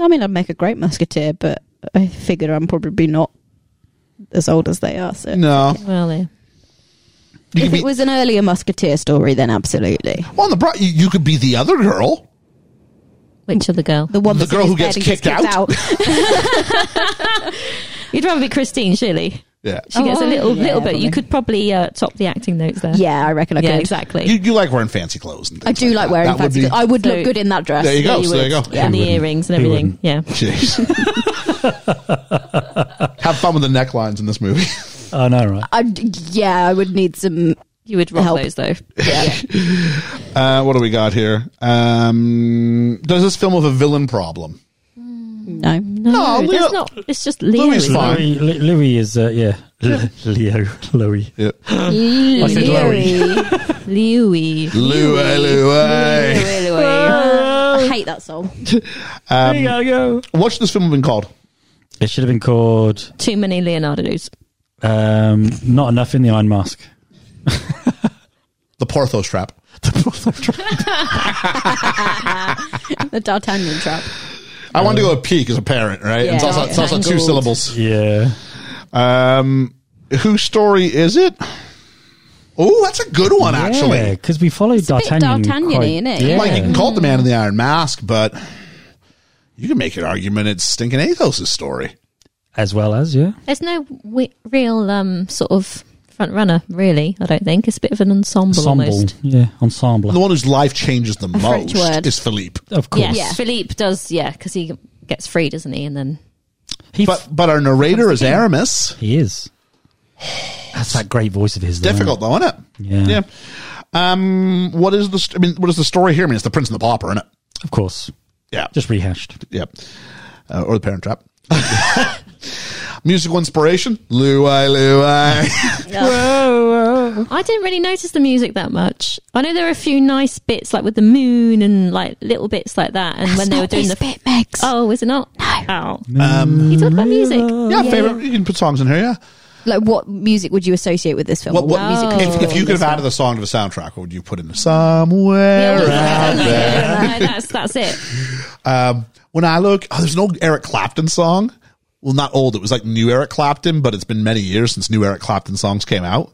Speaker 7: I mean, I'd make a great musketeer, but I figured I'm probably not as old as they are. So
Speaker 2: No.
Speaker 4: Well, uh, yeah.
Speaker 7: if it was an earlier Musketeer story, then absolutely.
Speaker 2: Well, on the bright, you, you could be the other girl.
Speaker 4: Which other girl?
Speaker 7: The one,
Speaker 2: The
Speaker 7: that's in
Speaker 2: girl
Speaker 7: his
Speaker 2: who gets
Speaker 7: bed and
Speaker 2: kicked out.
Speaker 4: You'd rather be Christine, surely.
Speaker 2: Yeah.
Speaker 4: She gets a
Speaker 7: Oh,
Speaker 4: little,
Speaker 7: yeah,
Speaker 4: little bit.
Speaker 7: probably.
Speaker 4: You could probably uh, top the acting notes there.
Speaker 7: Yeah, I reckon I
Speaker 4: yeah,
Speaker 7: could.
Speaker 4: exactly.
Speaker 2: You, you like wearing fancy clothes. And
Speaker 7: I
Speaker 2: things
Speaker 7: do like
Speaker 2: that.
Speaker 7: wearing
Speaker 2: That would
Speaker 7: fancy.
Speaker 2: be-
Speaker 7: clothes. I would
Speaker 4: So-
Speaker 7: look good in that dress.
Speaker 2: There you go.
Speaker 4: Yeah, you
Speaker 2: so there you go.
Speaker 4: would. Yeah. And the earrings and
Speaker 3: Who
Speaker 4: everything. Yeah.
Speaker 2: Jeez. Have fun with the necklines in this movie.
Speaker 3: I know, Oh, right?
Speaker 7: I, yeah, I would need some.
Speaker 4: You would rock
Speaker 7: Help.
Speaker 4: those though.
Speaker 2: Uh, what do we got here? Um, does this film have a villain problem?
Speaker 7: No,
Speaker 4: No,
Speaker 2: No,
Speaker 4: there's
Speaker 2: Leo-
Speaker 4: not. It's just Leo.
Speaker 2: Louis
Speaker 4: isn't
Speaker 2: fine.
Speaker 4: it?
Speaker 3: Louis, Li- Louis is, uh, yeah, L- Leo, Louis.
Speaker 2: Yeah.
Speaker 3: I said Louis.
Speaker 4: Louis.
Speaker 2: Louie, Louie.
Speaker 4: Louis, Louis.
Speaker 7: I hate that song.
Speaker 3: We gotta go.
Speaker 2: What should Um, this film have been called?
Speaker 3: It should have been called
Speaker 4: Too many Leonardo's.
Speaker 3: um, "Not Enough in the Iron Mask."
Speaker 2: The Porthos Trap.
Speaker 7: The D'Artagnan trap.
Speaker 2: I want to go with peak as a parent, right? it's
Speaker 7: Uh, Yeah.
Speaker 2: also, it's also two
Speaker 7: Tangled.
Speaker 2: syllables.
Speaker 3: Yeah,
Speaker 2: Um, whose story is it? Oh, that's a good one, actually.
Speaker 3: because we followed
Speaker 7: a bit
Speaker 3: D'Artagnan.
Speaker 7: D'Artagnan-y,
Speaker 3: quite-
Speaker 7: isn't it?
Speaker 3: Yeah.
Speaker 2: Like, you can call it the man in the iron mask, but you can make an argument it's stinking Athos' story.
Speaker 3: as well as yeah.
Speaker 4: There's no w- real um, sort of front runner, really. I don't think it's a bit of an ensemble,
Speaker 3: Ensemble,
Speaker 4: almost.
Speaker 3: yeah, ensemble.
Speaker 2: The one whose life changes the
Speaker 7: French
Speaker 2: most
Speaker 7: word.
Speaker 2: is Philippe.
Speaker 3: of course,
Speaker 4: Yes, Philippe does. Yeah, because he gets free, doesn't he? And then
Speaker 3: he,
Speaker 2: But but our narrator is Aramis.
Speaker 3: he is. That's that great voice of his. though,
Speaker 2: difficult though, isn't it?
Speaker 3: Yeah.
Speaker 2: Um, what is the? St- I mean, what is the story here? I mean, it's the Prince and the Pauper, isn't it?
Speaker 3: isn't it? Of course,
Speaker 2: Yeah.
Speaker 3: just rehashed.
Speaker 2: Yep. Uh, or the Parent Trap. Musical inspiration, Louie Louie.
Speaker 4: I didn't really notice the music that much. I know there are a few nice bits, like with the moon and like little bits like that. And when they were doing the
Speaker 7: bit, Megs.
Speaker 4: oh, is it not? No. you talk about music.
Speaker 2: Um, yeah, favorite. You can put songs in here. Yeah.
Speaker 7: Like, what music would you associate with this film?
Speaker 2: What,
Speaker 7: Or
Speaker 2: what
Speaker 4: Wow.
Speaker 7: music?
Speaker 2: if, if you could have added a song to the soundtrack, what would you put in there? Somewhere out there.
Speaker 4: Yeah, no, that's that's it.
Speaker 2: Um, when I look, oh, there's no Eric Clapton song. Well, not old. It was like new Eric Clapton, but it's been many years since new Eric Clapton songs came out.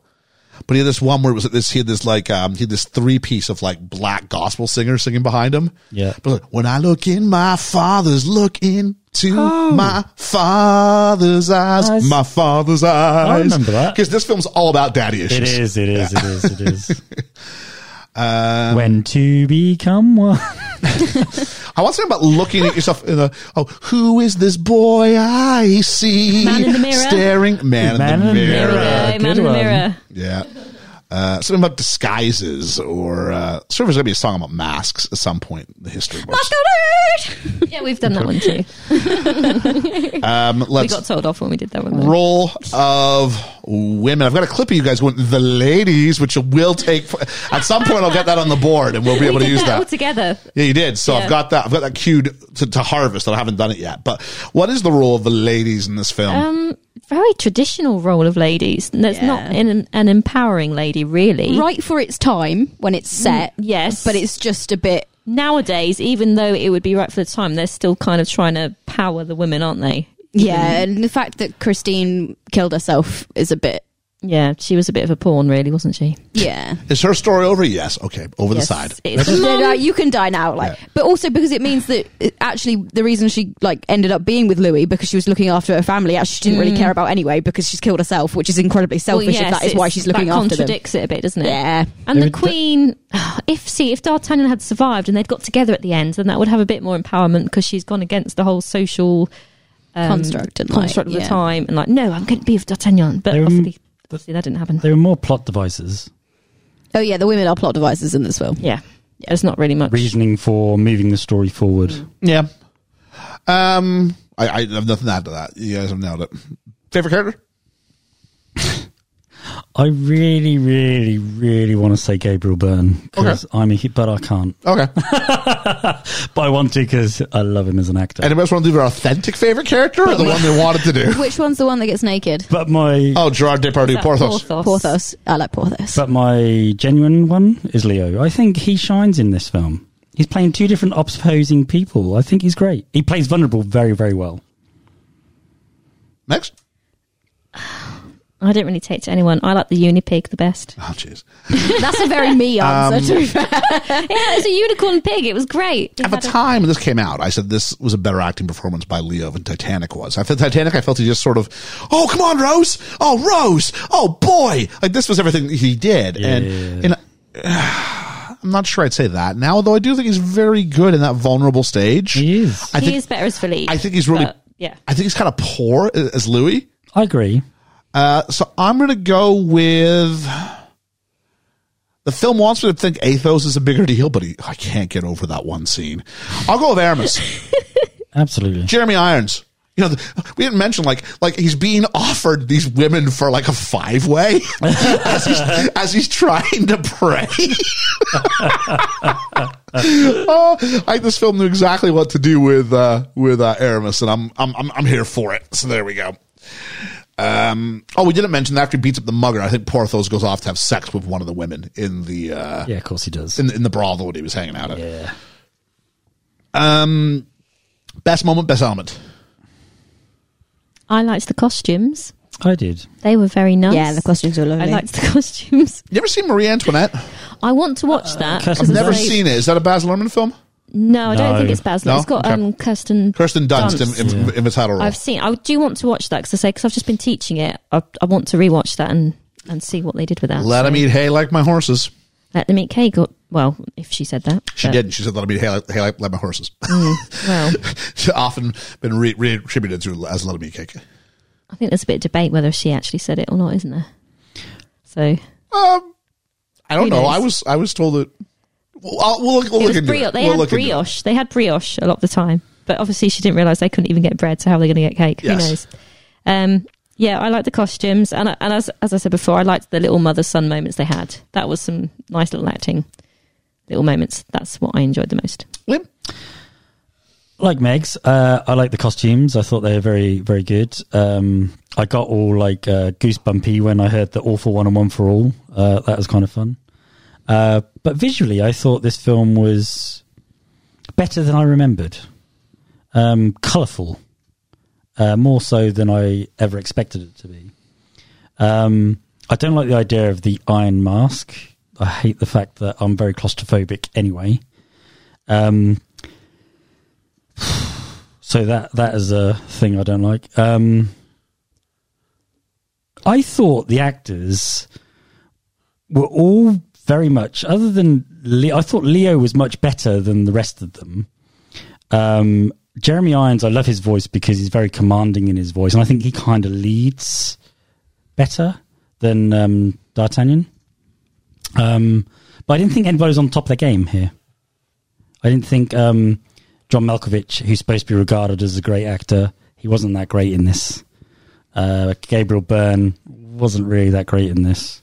Speaker 2: But he had this one where it was this. He had this like um, he had this three piece of like black gospel singer singing behind him.
Speaker 3: Yeah.
Speaker 2: But like, when I look in my father's look into my father's eyes,
Speaker 3: Oh. Eyes.
Speaker 2: my father's eyes.
Speaker 3: remember that.
Speaker 2: because this film's all about daddy
Speaker 3: It
Speaker 2: issues.
Speaker 3: is. Um, It is. It is. It is. when to become one.
Speaker 2: I want something about looking at yourself in the oh, who is this boy I see?
Speaker 4: Man in the mirror.
Speaker 2: Staring man,
Speaker 3: Man
Speaker 2: in the
Speaker 3: in the
Speaker 2: mirror.
Speaker 3: mirror.
Speaker 4: Yeah,
Speaker 3: good
Speaker 4: man in the
Speaker 3: one.
Speaker 4: mirror.
Speaker 2: Yeah. Uh, something about disguises or uh, sure there's gonna be a song about masks at some point in the history books.
Speaker 4: Yeah, we've done that one too.
Speaker 2: Um,
Speaker 4: We
Speaker 2: let's
Speaker 4: got told off when we did that one. though.
Speaker 2: roll of women. I've got a clip of you guys going the ladies, which will take at some point. I'll get that on the board and we'll be
Speaker 4: We
Speaker 2: able to
Speaker 4: did
Speaker 2: use
Speaker 4: that all
Speaker 2: that.
Speaker 4: together.
Speaker 2: Yeah, you did. So
Speaker 4: Yeah.
Speaker 2: I've got that. I've got that queued to, to harvest. and I haven't done it yet. But what is the role of the ladies in this film?
Speaker 4: Um, very traditional role of ladies. And That's not
Speaker 7: Yeah.
Speaker 4: an, an empowering lady, really.
Speaker 7: Right Mm. for its time when it's set,
Speaker 4: yes.
Speaker 7: but it's just a bit.
Speaker 4: Nowadays, even though it would be right for the time, they're still kind of trying to power the women, aren't they?
Speaker 7: Yeah, and the fact that Christine killed herself is a bit.
Speaker 4: Yeah, she was a bit of a pawn, really, wasn't she?
Speaker 7: Yeah.
Speaker 2: Is her story over? Yes. Okay. Over
Speaker 4: Yes,
Speaker 2: the side.
Speaker 4: it's-
Speaker 2: That's-
Speaker 7: No, no, you can die now. Like, but also because it means that it- actually the reason she like ended up being with Louis because she was looking after her family. Actually, she didn't really care about anyway because she's killed herself, which is incredibly selfish.
Speaker 4: yes,
Speaker 7: if that is
Speaker 4: it's-
Speaker 7: why she's looking
Speaker 4: that
Speaker 7: after them.
Speaker 4: contradicts it a bit, doesn't it?
Speaker 7: Yeah.
Speaker 4: And
Speaker 3: They
Speaker 4: the
Speaker 3: would-
Speaker 4: Queen, if see, if D'Artagnan had survived and they'd got together at the end, then that would have a bit more empowerment because she's gone against the whole social um,
Speaker 7: Construct and, like,
Speaker 4: construct of
Speaker 7: yeah.
Speaker 4: the time and like, no, I'm going to be with D'Artagnan, but
Speaker 3: They were-
Speaker 4: obviously, obviously that didn't happen.
Speaker 3: There were more plot devices,
Speaker 7: Oh yeah, the women are plot devices in this film.
Speaker 4: yeah. there's not really much.
Speaker 3: reasoning for moving the story forward.
Speaker 2: yeah. Um, I, I have nothing to add to that. You guys have nailed it. Favorite character?
Speaker 3: I really, really, really want to say Gabriel Byrne because I'm a, but I can't.
Speaker 2: Okay.
Speaker 3: But I want to because I love him as an actor.
Speaker 2: Anybody else want to do their authentic favorite character or the one they wanted to do?
Speaker 7: Which one's the one that gets naked?
Speaker 3: but my
Speaker 2: Oh, Gerard Depardieu, Porthos.
Speaker 7: Porthos. I like Porthos.
Speaker 3: but my genuine one is Leo. I think he shines in this film. He's playing two different opposing people. I think he's great. He plays vulnerable very, very well.
Speaker 2: Next.
Speaker 4: I don't really take to anyone. I like the unipig the best.
Speaker 2: Oh, jeez.
Speaker 7: That's a very me answer,
Speaker 2: Um,
Speaker 7: to be fair.
Speaker 4: yeah, it's a unicorn pig. It was great. We
Speaker 2: At the
Speaker 4: had a-
Speaker 2: time this came out, I said this was a better acting performance by Leo than Titanic was. After Titanic, I felt he just sort of, oh, come on, Rose. Oh, Rose. Oh, boy. Like this was everything he did. And, and uh, I'm not sure I'd say that now, though I do think he's very good in that vulnerable stage. He is. I
Speaker 4: he
Speaker 2: think,
Speaker 4: is better as Philippe.
Speaker 2: I think he's really,
Speaker 4: but, uh, yeah.
Speaker 2: I think he's kind of poor a- as Louis.
Speaker 3: I agree.
Speaker 2: Uh, so I'm going to go with the film wants me to think Athos is a bigger deal, but he, I can't get over that one scene. I'll go with Aramis,
Speaker 3: Absolutely.
Speaker 2: Jeremy Irons. You know, the, we didn't mention like like he's being offered these women for like a five way as, he's, as he's trying to pray. Oh, I think this film knew exactly what to do with uh, with uh, Aramis, and I'm, I'm I'm I'm here for it. So there we go. Um, oh, we didn't mention that after he beats up the mugger, I think Porthos goes off to have sex with one of the women in the uh,
Speaker 3: Yeah, of course he does.
Speaker 2: in, in the brothel that he was hanging out at. Yeah. Um, best moment, best element.
Speaker 4: I liked the costumes.
Speaker 3: I did.
Speaker 4: They were very nice.
Speaker 7: Yeah, the costumes were lovely.
Speaker 4: I liked the costumes.
Speaker 2: You ever seen Marie Antoinette?
Speaker 4: I want to watch that.
Speaker 3: Kirsten
Speaker 2: I've never
Speaker 4: Save-
Speaker 2: seen it. Is that a Baz Luhrmann film?
Speaker 4: No, I don't
Speaker 3: No.
Speaker 4: think it's Baz.
Speaker 2: No?
Speaker 4: It's got
Speaker 2: Okay.
Speaker 4: um, Kirsten.
Speaker 2: Kirsten Dunst in, in, in the title role.
Speaker 4: I've seen. I do want to watch that because I say because I've just been teaching it. I, I want to rewatch that and and see what they did with that.
Speaker 2: Let
Speaker 4: So,
Speaker 2: him eat hay like my horses.
Speaker 4: Let them eat cake. Or, well, if she said that,
Speaker 2: She
Speaker 4: but-
Speaker 2: didn't. She said, "Let me hay like, hay like, like my horses."
Speaker 4: Well,
Speaker 2: She's often been re- reattributed to as Let Me Cake.
Speaker 4: I think there's a bit of debate whether she actually said it or not, isn't there? So
Speaker 2: Um, I don't
Speaker 4: Who
Speaker 2: know.
Speaker 4: knows?
Speaker 2: I was I was told that. Well, I'll, we'll look, we'll
Speaker 4: it
Speaker 2: look
Speaker 4: was
Speaker 2: into
Speaker 4: brioche.
Speaker 2: it.
Speaker 4: They
Speaker 2: We'll
Speaker 4: had
Speaker 2: look into it.
Speaker 4: brioche. They had brioche a lot of the time, but obviously she didn't realize they couldn't even get bread. So how are they going to get cake?
Speaker 2: Yes.
Speaker 4: Who knows? Um, yeah, I like the costumes, and I, and as as I said before, I liked the little mother son moments they had. That was some nice little acting, little moments. That's what I enjoyed the most.
Speaker 2: Lim?
Speaker 3: like Meg's, uh, I like the costumes. I thought they were very, very good. Um, I got all like uh, goosebumpy when I heard the all for one and one for all. Uh, that was kind of fun. Uh, but visually, I thought this film was better than I remembered. Um, Colourful, uh, more so than I ever expected it to be. Um, I don't like the idea of the iron mask. I hate the fact that I'm very claustrophobic anyway. Um, so that that is a thing I don't like. Um, I thought the actors were all very much, other than Le- I thought Leo was much better than the rest of them. Um, Jeremy Irons, I love his voice because he's very commanding in his voice, and I think he kind of leads better than um, D'Artagnan. Um, but I didn't think anybody was on top of their game here. I didn't think um, John Malkovich, who's supposed to be regarded as a great actor, he wasn't that great in this. Uh, Gabriel Byrne wasn't really that great in this.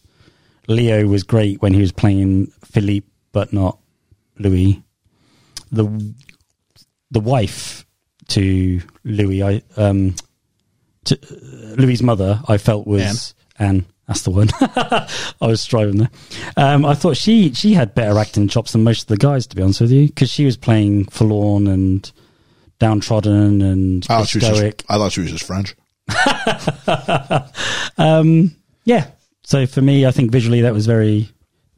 Speaker 3: Leo was great when he was playing Philippe, but not Louis. The the wife to Louis, I um, to uh, Louis's mother, I felt was Anne. that's the one. I was striving there. Um, I thought she she had better acting chops than most of the guys, to be honest with you, because she was playing forlorn and downtrodden and
Speaker 2: I thought, Ah, she was
Speaker 3: stoic.
Speaker 2: just, I thought she was just French.
Speaker 3: Um, yeah. So for me, I think visually that was very,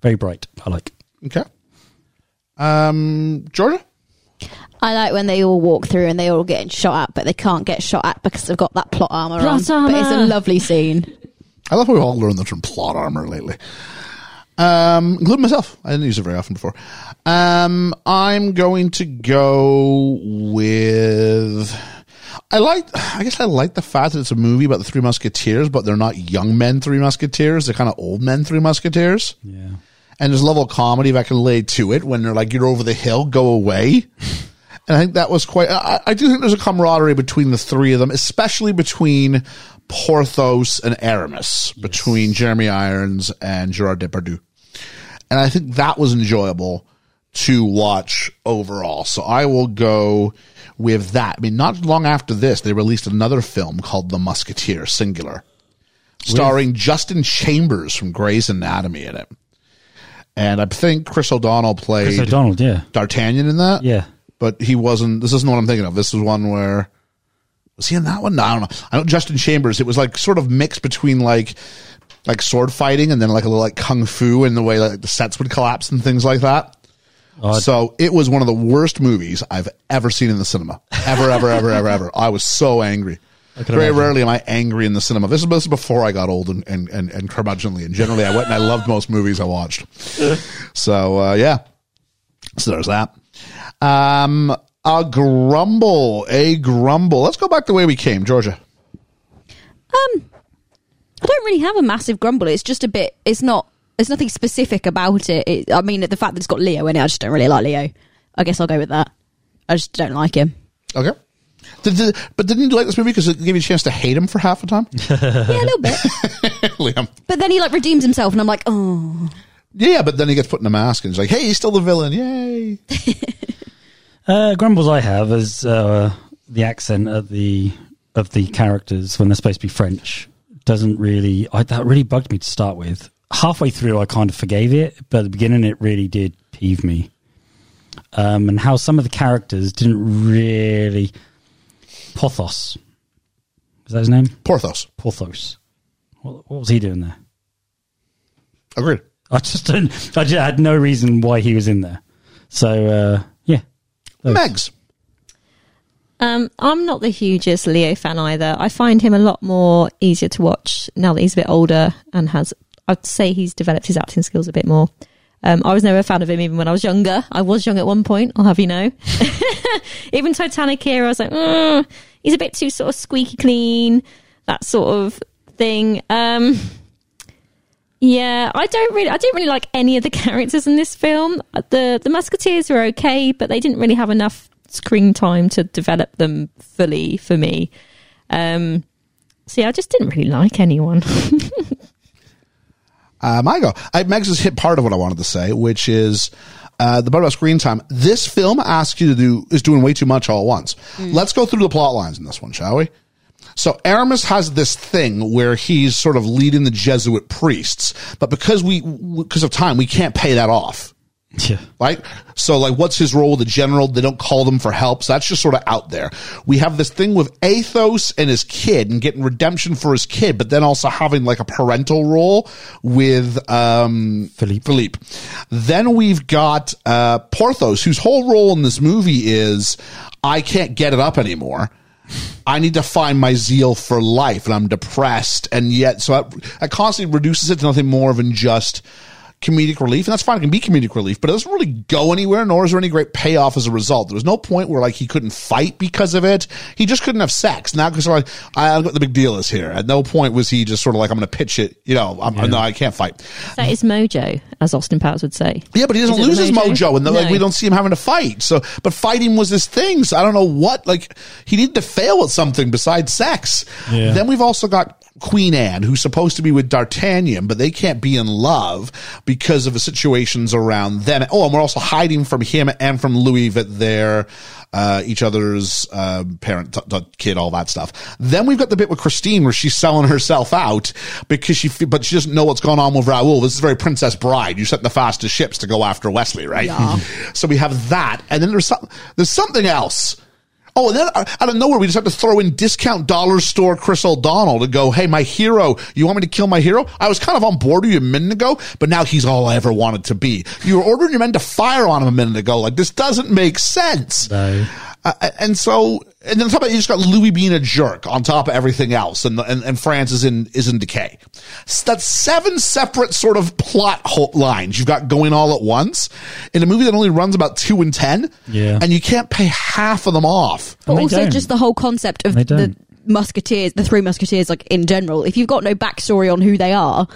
Speaker 3: very bright. I like.
Speaker 2: Okay. Um, Georgia?
Speaker 7: I like when they all walk through and they all getting shot at, but they can't get shot at because they've got that plot armor
Speaker 4: Plot
Speaker 7: on. But it's a
Speaker 4: armor.
Speaker 7: lovely scene.
Speaker 2: I love how we've all learned this from plot armor lately. Um, including myself. I didn't use it very often before. Um, I'm going to go with. I like, I guess I like the fact that it's a movie about the Three Musketeers, but they're not young men Three Musketeers. They're kind of old men Three Musketeers.
Speaker 3: Yeah.
Speaker 2: and there's a level of comedy that can lay to it when they're like, you're over the hill, go away. And I think that was quite, I, I do think there's a camaraderie between the three of them, especially between Porthos and Aramis, between Jeremy Irons and Gerard Depardieu. And I think that was enjoyable to watch overall. So I will go with that. I mean, not long after this, they released another film called The Musketeer, singular, starring Justin Chambers from Grey's Anatomy in it. And I think Chris O'Donnell played
Speaker 3: Chris O'Donnell, yeah,
Speaker 2: D'Artagnan in that.
Speaker 3: yeah.
Speaker 2: But he wasn't. This isn't what I'm thinking of. This is one where Was he in that one? No, I don't know. I know Justin Chambers. It was like sort of mixed between like like sword fighting and then like a little like kung fu and the way like the sets would collapse and things like that. so it was one of the worst movies I've ever seen in the cinema. Ever, ever, ever, ever, ever. I was so angry.
Speaker 13: I can
Speaker 2: Very
Speaker 13: imagine.
Speaker 2: rarely am I angry in the cinema. This is, this is before I got old and, and, and, and curmudgeonly. And generally, I went and I loved most movies I watched. So, uh, yeah. So there's that. Um, a grumble, a grumble. Let's go back the way we came, Georgia.
Speaker 7: I don't really have a massive grumble. It's just a bit. It's not. There's nothing specific about it. it. I mean, the fact that it's got Leo in it, I just don't really like Leo. I guess I'll go with that. I just don't like him.
Speaker 2: Okay. Did, did- but didn't you like this movie because it gave you a chance to hate him for half the time? yeah, a
Speaker 7: little bit.
Speaker 2: Liam.
Speaker 7: But then he like redeems himself, and I'm like, oh,
Speaker 2: Yeah, but then he gets put in a mask and he's like, hey, he's still the villain. Yay.
Speaker 3: Uh, grumbles I have is uh, the accent of the of the characters when they're supposed to be French doesn't really. I, that really bugged me to start with. Halfway through, I kind of forgave it, but at the beginning, it really did peeve me. Um, and how some of the characters didn't really Porthos. Is that his name?
Speaker 2: Porthos.
Speaker 3: Porthos. What, what was he doing there?
Speaker 2: Agreed.
Speaker 3: I just don't. I just had no reason why he was in there. So uh, yeah,
Speaker 2: Megs.
Speaker 4: Um, I'm not the hugest Leo fan either. I find him a lot more easier to watch now that he's a bit older and has, I'd say he's developed his acting skills a bit more. Um, I was never a fan of him even when I was younger. I was young at one point, I'll have you know. even Titanic here, I was like, mm, he's a bit too sort of squeaky clean, that sort of thing. Um, yeah, I don't really, I didn't really like any of the characters in this film. the The Musketeers were okay, but they didn't really have enough screen time to develop them fully for me. Um, so yeah, I just didn't really like anyone.
Speaker 2: Um, I go. I, Megs has hit part of what I wanted to say, which is uh, the part about screen time. This film asks you to do is doing way too much all at once. Let's go through the plot lines in this one, shall we? So Aramis has this thing where he's sort of leading the Jesuit priests, but because we because of time, we can't pay that off.
Speaker 3: Yeah.
Speaker 2: Right? So, like, what's his role with the general? They don't call them for help. So that's just sort of out there. We have this thing with Athos and his kid and getting redemption for his kid, but then also having like a parental role with, um, Philippe. Philippe. Then we've got, uh, Porthos, whose whole role in this movie is, I can't get it up anymore. I need to find my zeal for life and I'm depressed. And yet, so that, that constantly reduces it to nothing more than just comedic relief. And that's fine. It can be comedic relief, but it doesn't really go anywhere, nor is there any great payoff as a result. There was no point where like he couldn't fight because of it. He just couldn't have sex. Now, because like, I look what the big deal is here. At no point was he just sort of like, I'm going to pitch it. You know, I'm, no, I can't fight.
Speaker 4: that is mojo, as Austin Powers would say.
Speaker 2: Yeah, but he doesn't
Speaker 4: Is it
Speaker 2: lose
Speaker 4: the
Speaker 2: his mojo, and the, like,
Speaker 4: No.
Speaker 2: we don't see him having to fight. So, but fighting was his thing. So I don't know what like he needed to fail at something besides sex.
Speaker 13: Yeah.
Speaker 2: Then we've also got Queen Anne, who's supposed to be with D'Artagnan, but they can't be in love because of the situations around them. Oh, and we're also hiding from him and from Louis that they're uh, each other's uh, parent, t- t- kid, all that stuff. Then we've got the bit with Christine where she's selling herself out because she, f- but she doesn't know what's going on with Raoul. This is very Princess Bride. You sent the fastest ships to go after Wesley, right?
Speaker 13: Yeah.
Speaker 2: so we have that, and then there's some, there's something else. Oh, and then uh, out of nowhere, we just have to throw in discount dollar store Chris O'Donnell to go, hey, my hero, you want me to kill my hero? I was kind of on board with you a minute ago, but now he's all I ever wanted to be. You were ordering your men to fire on him a minute ago. Like, this doesn't make sense.
Speaker 3: No.
Speaker 2: Uh, and so, and then on top of it, you just got Louis being a jerk on top of everything else, and and, and France is in is in decay. So that's seven separate sort of plot ho- lines you've got going all at once in a movie that only runs about two and ten.
Speaker 3: Yeah.
Speaker 2: and you can't pay half of them off.
Speaker 7: But also just the whole concept of
Speaker 2: They
Speaker 7: the
Speaker 2: don't.
Speaker 7: musketeers, the three musketeers, like in general. If you've got no backstory on who they are,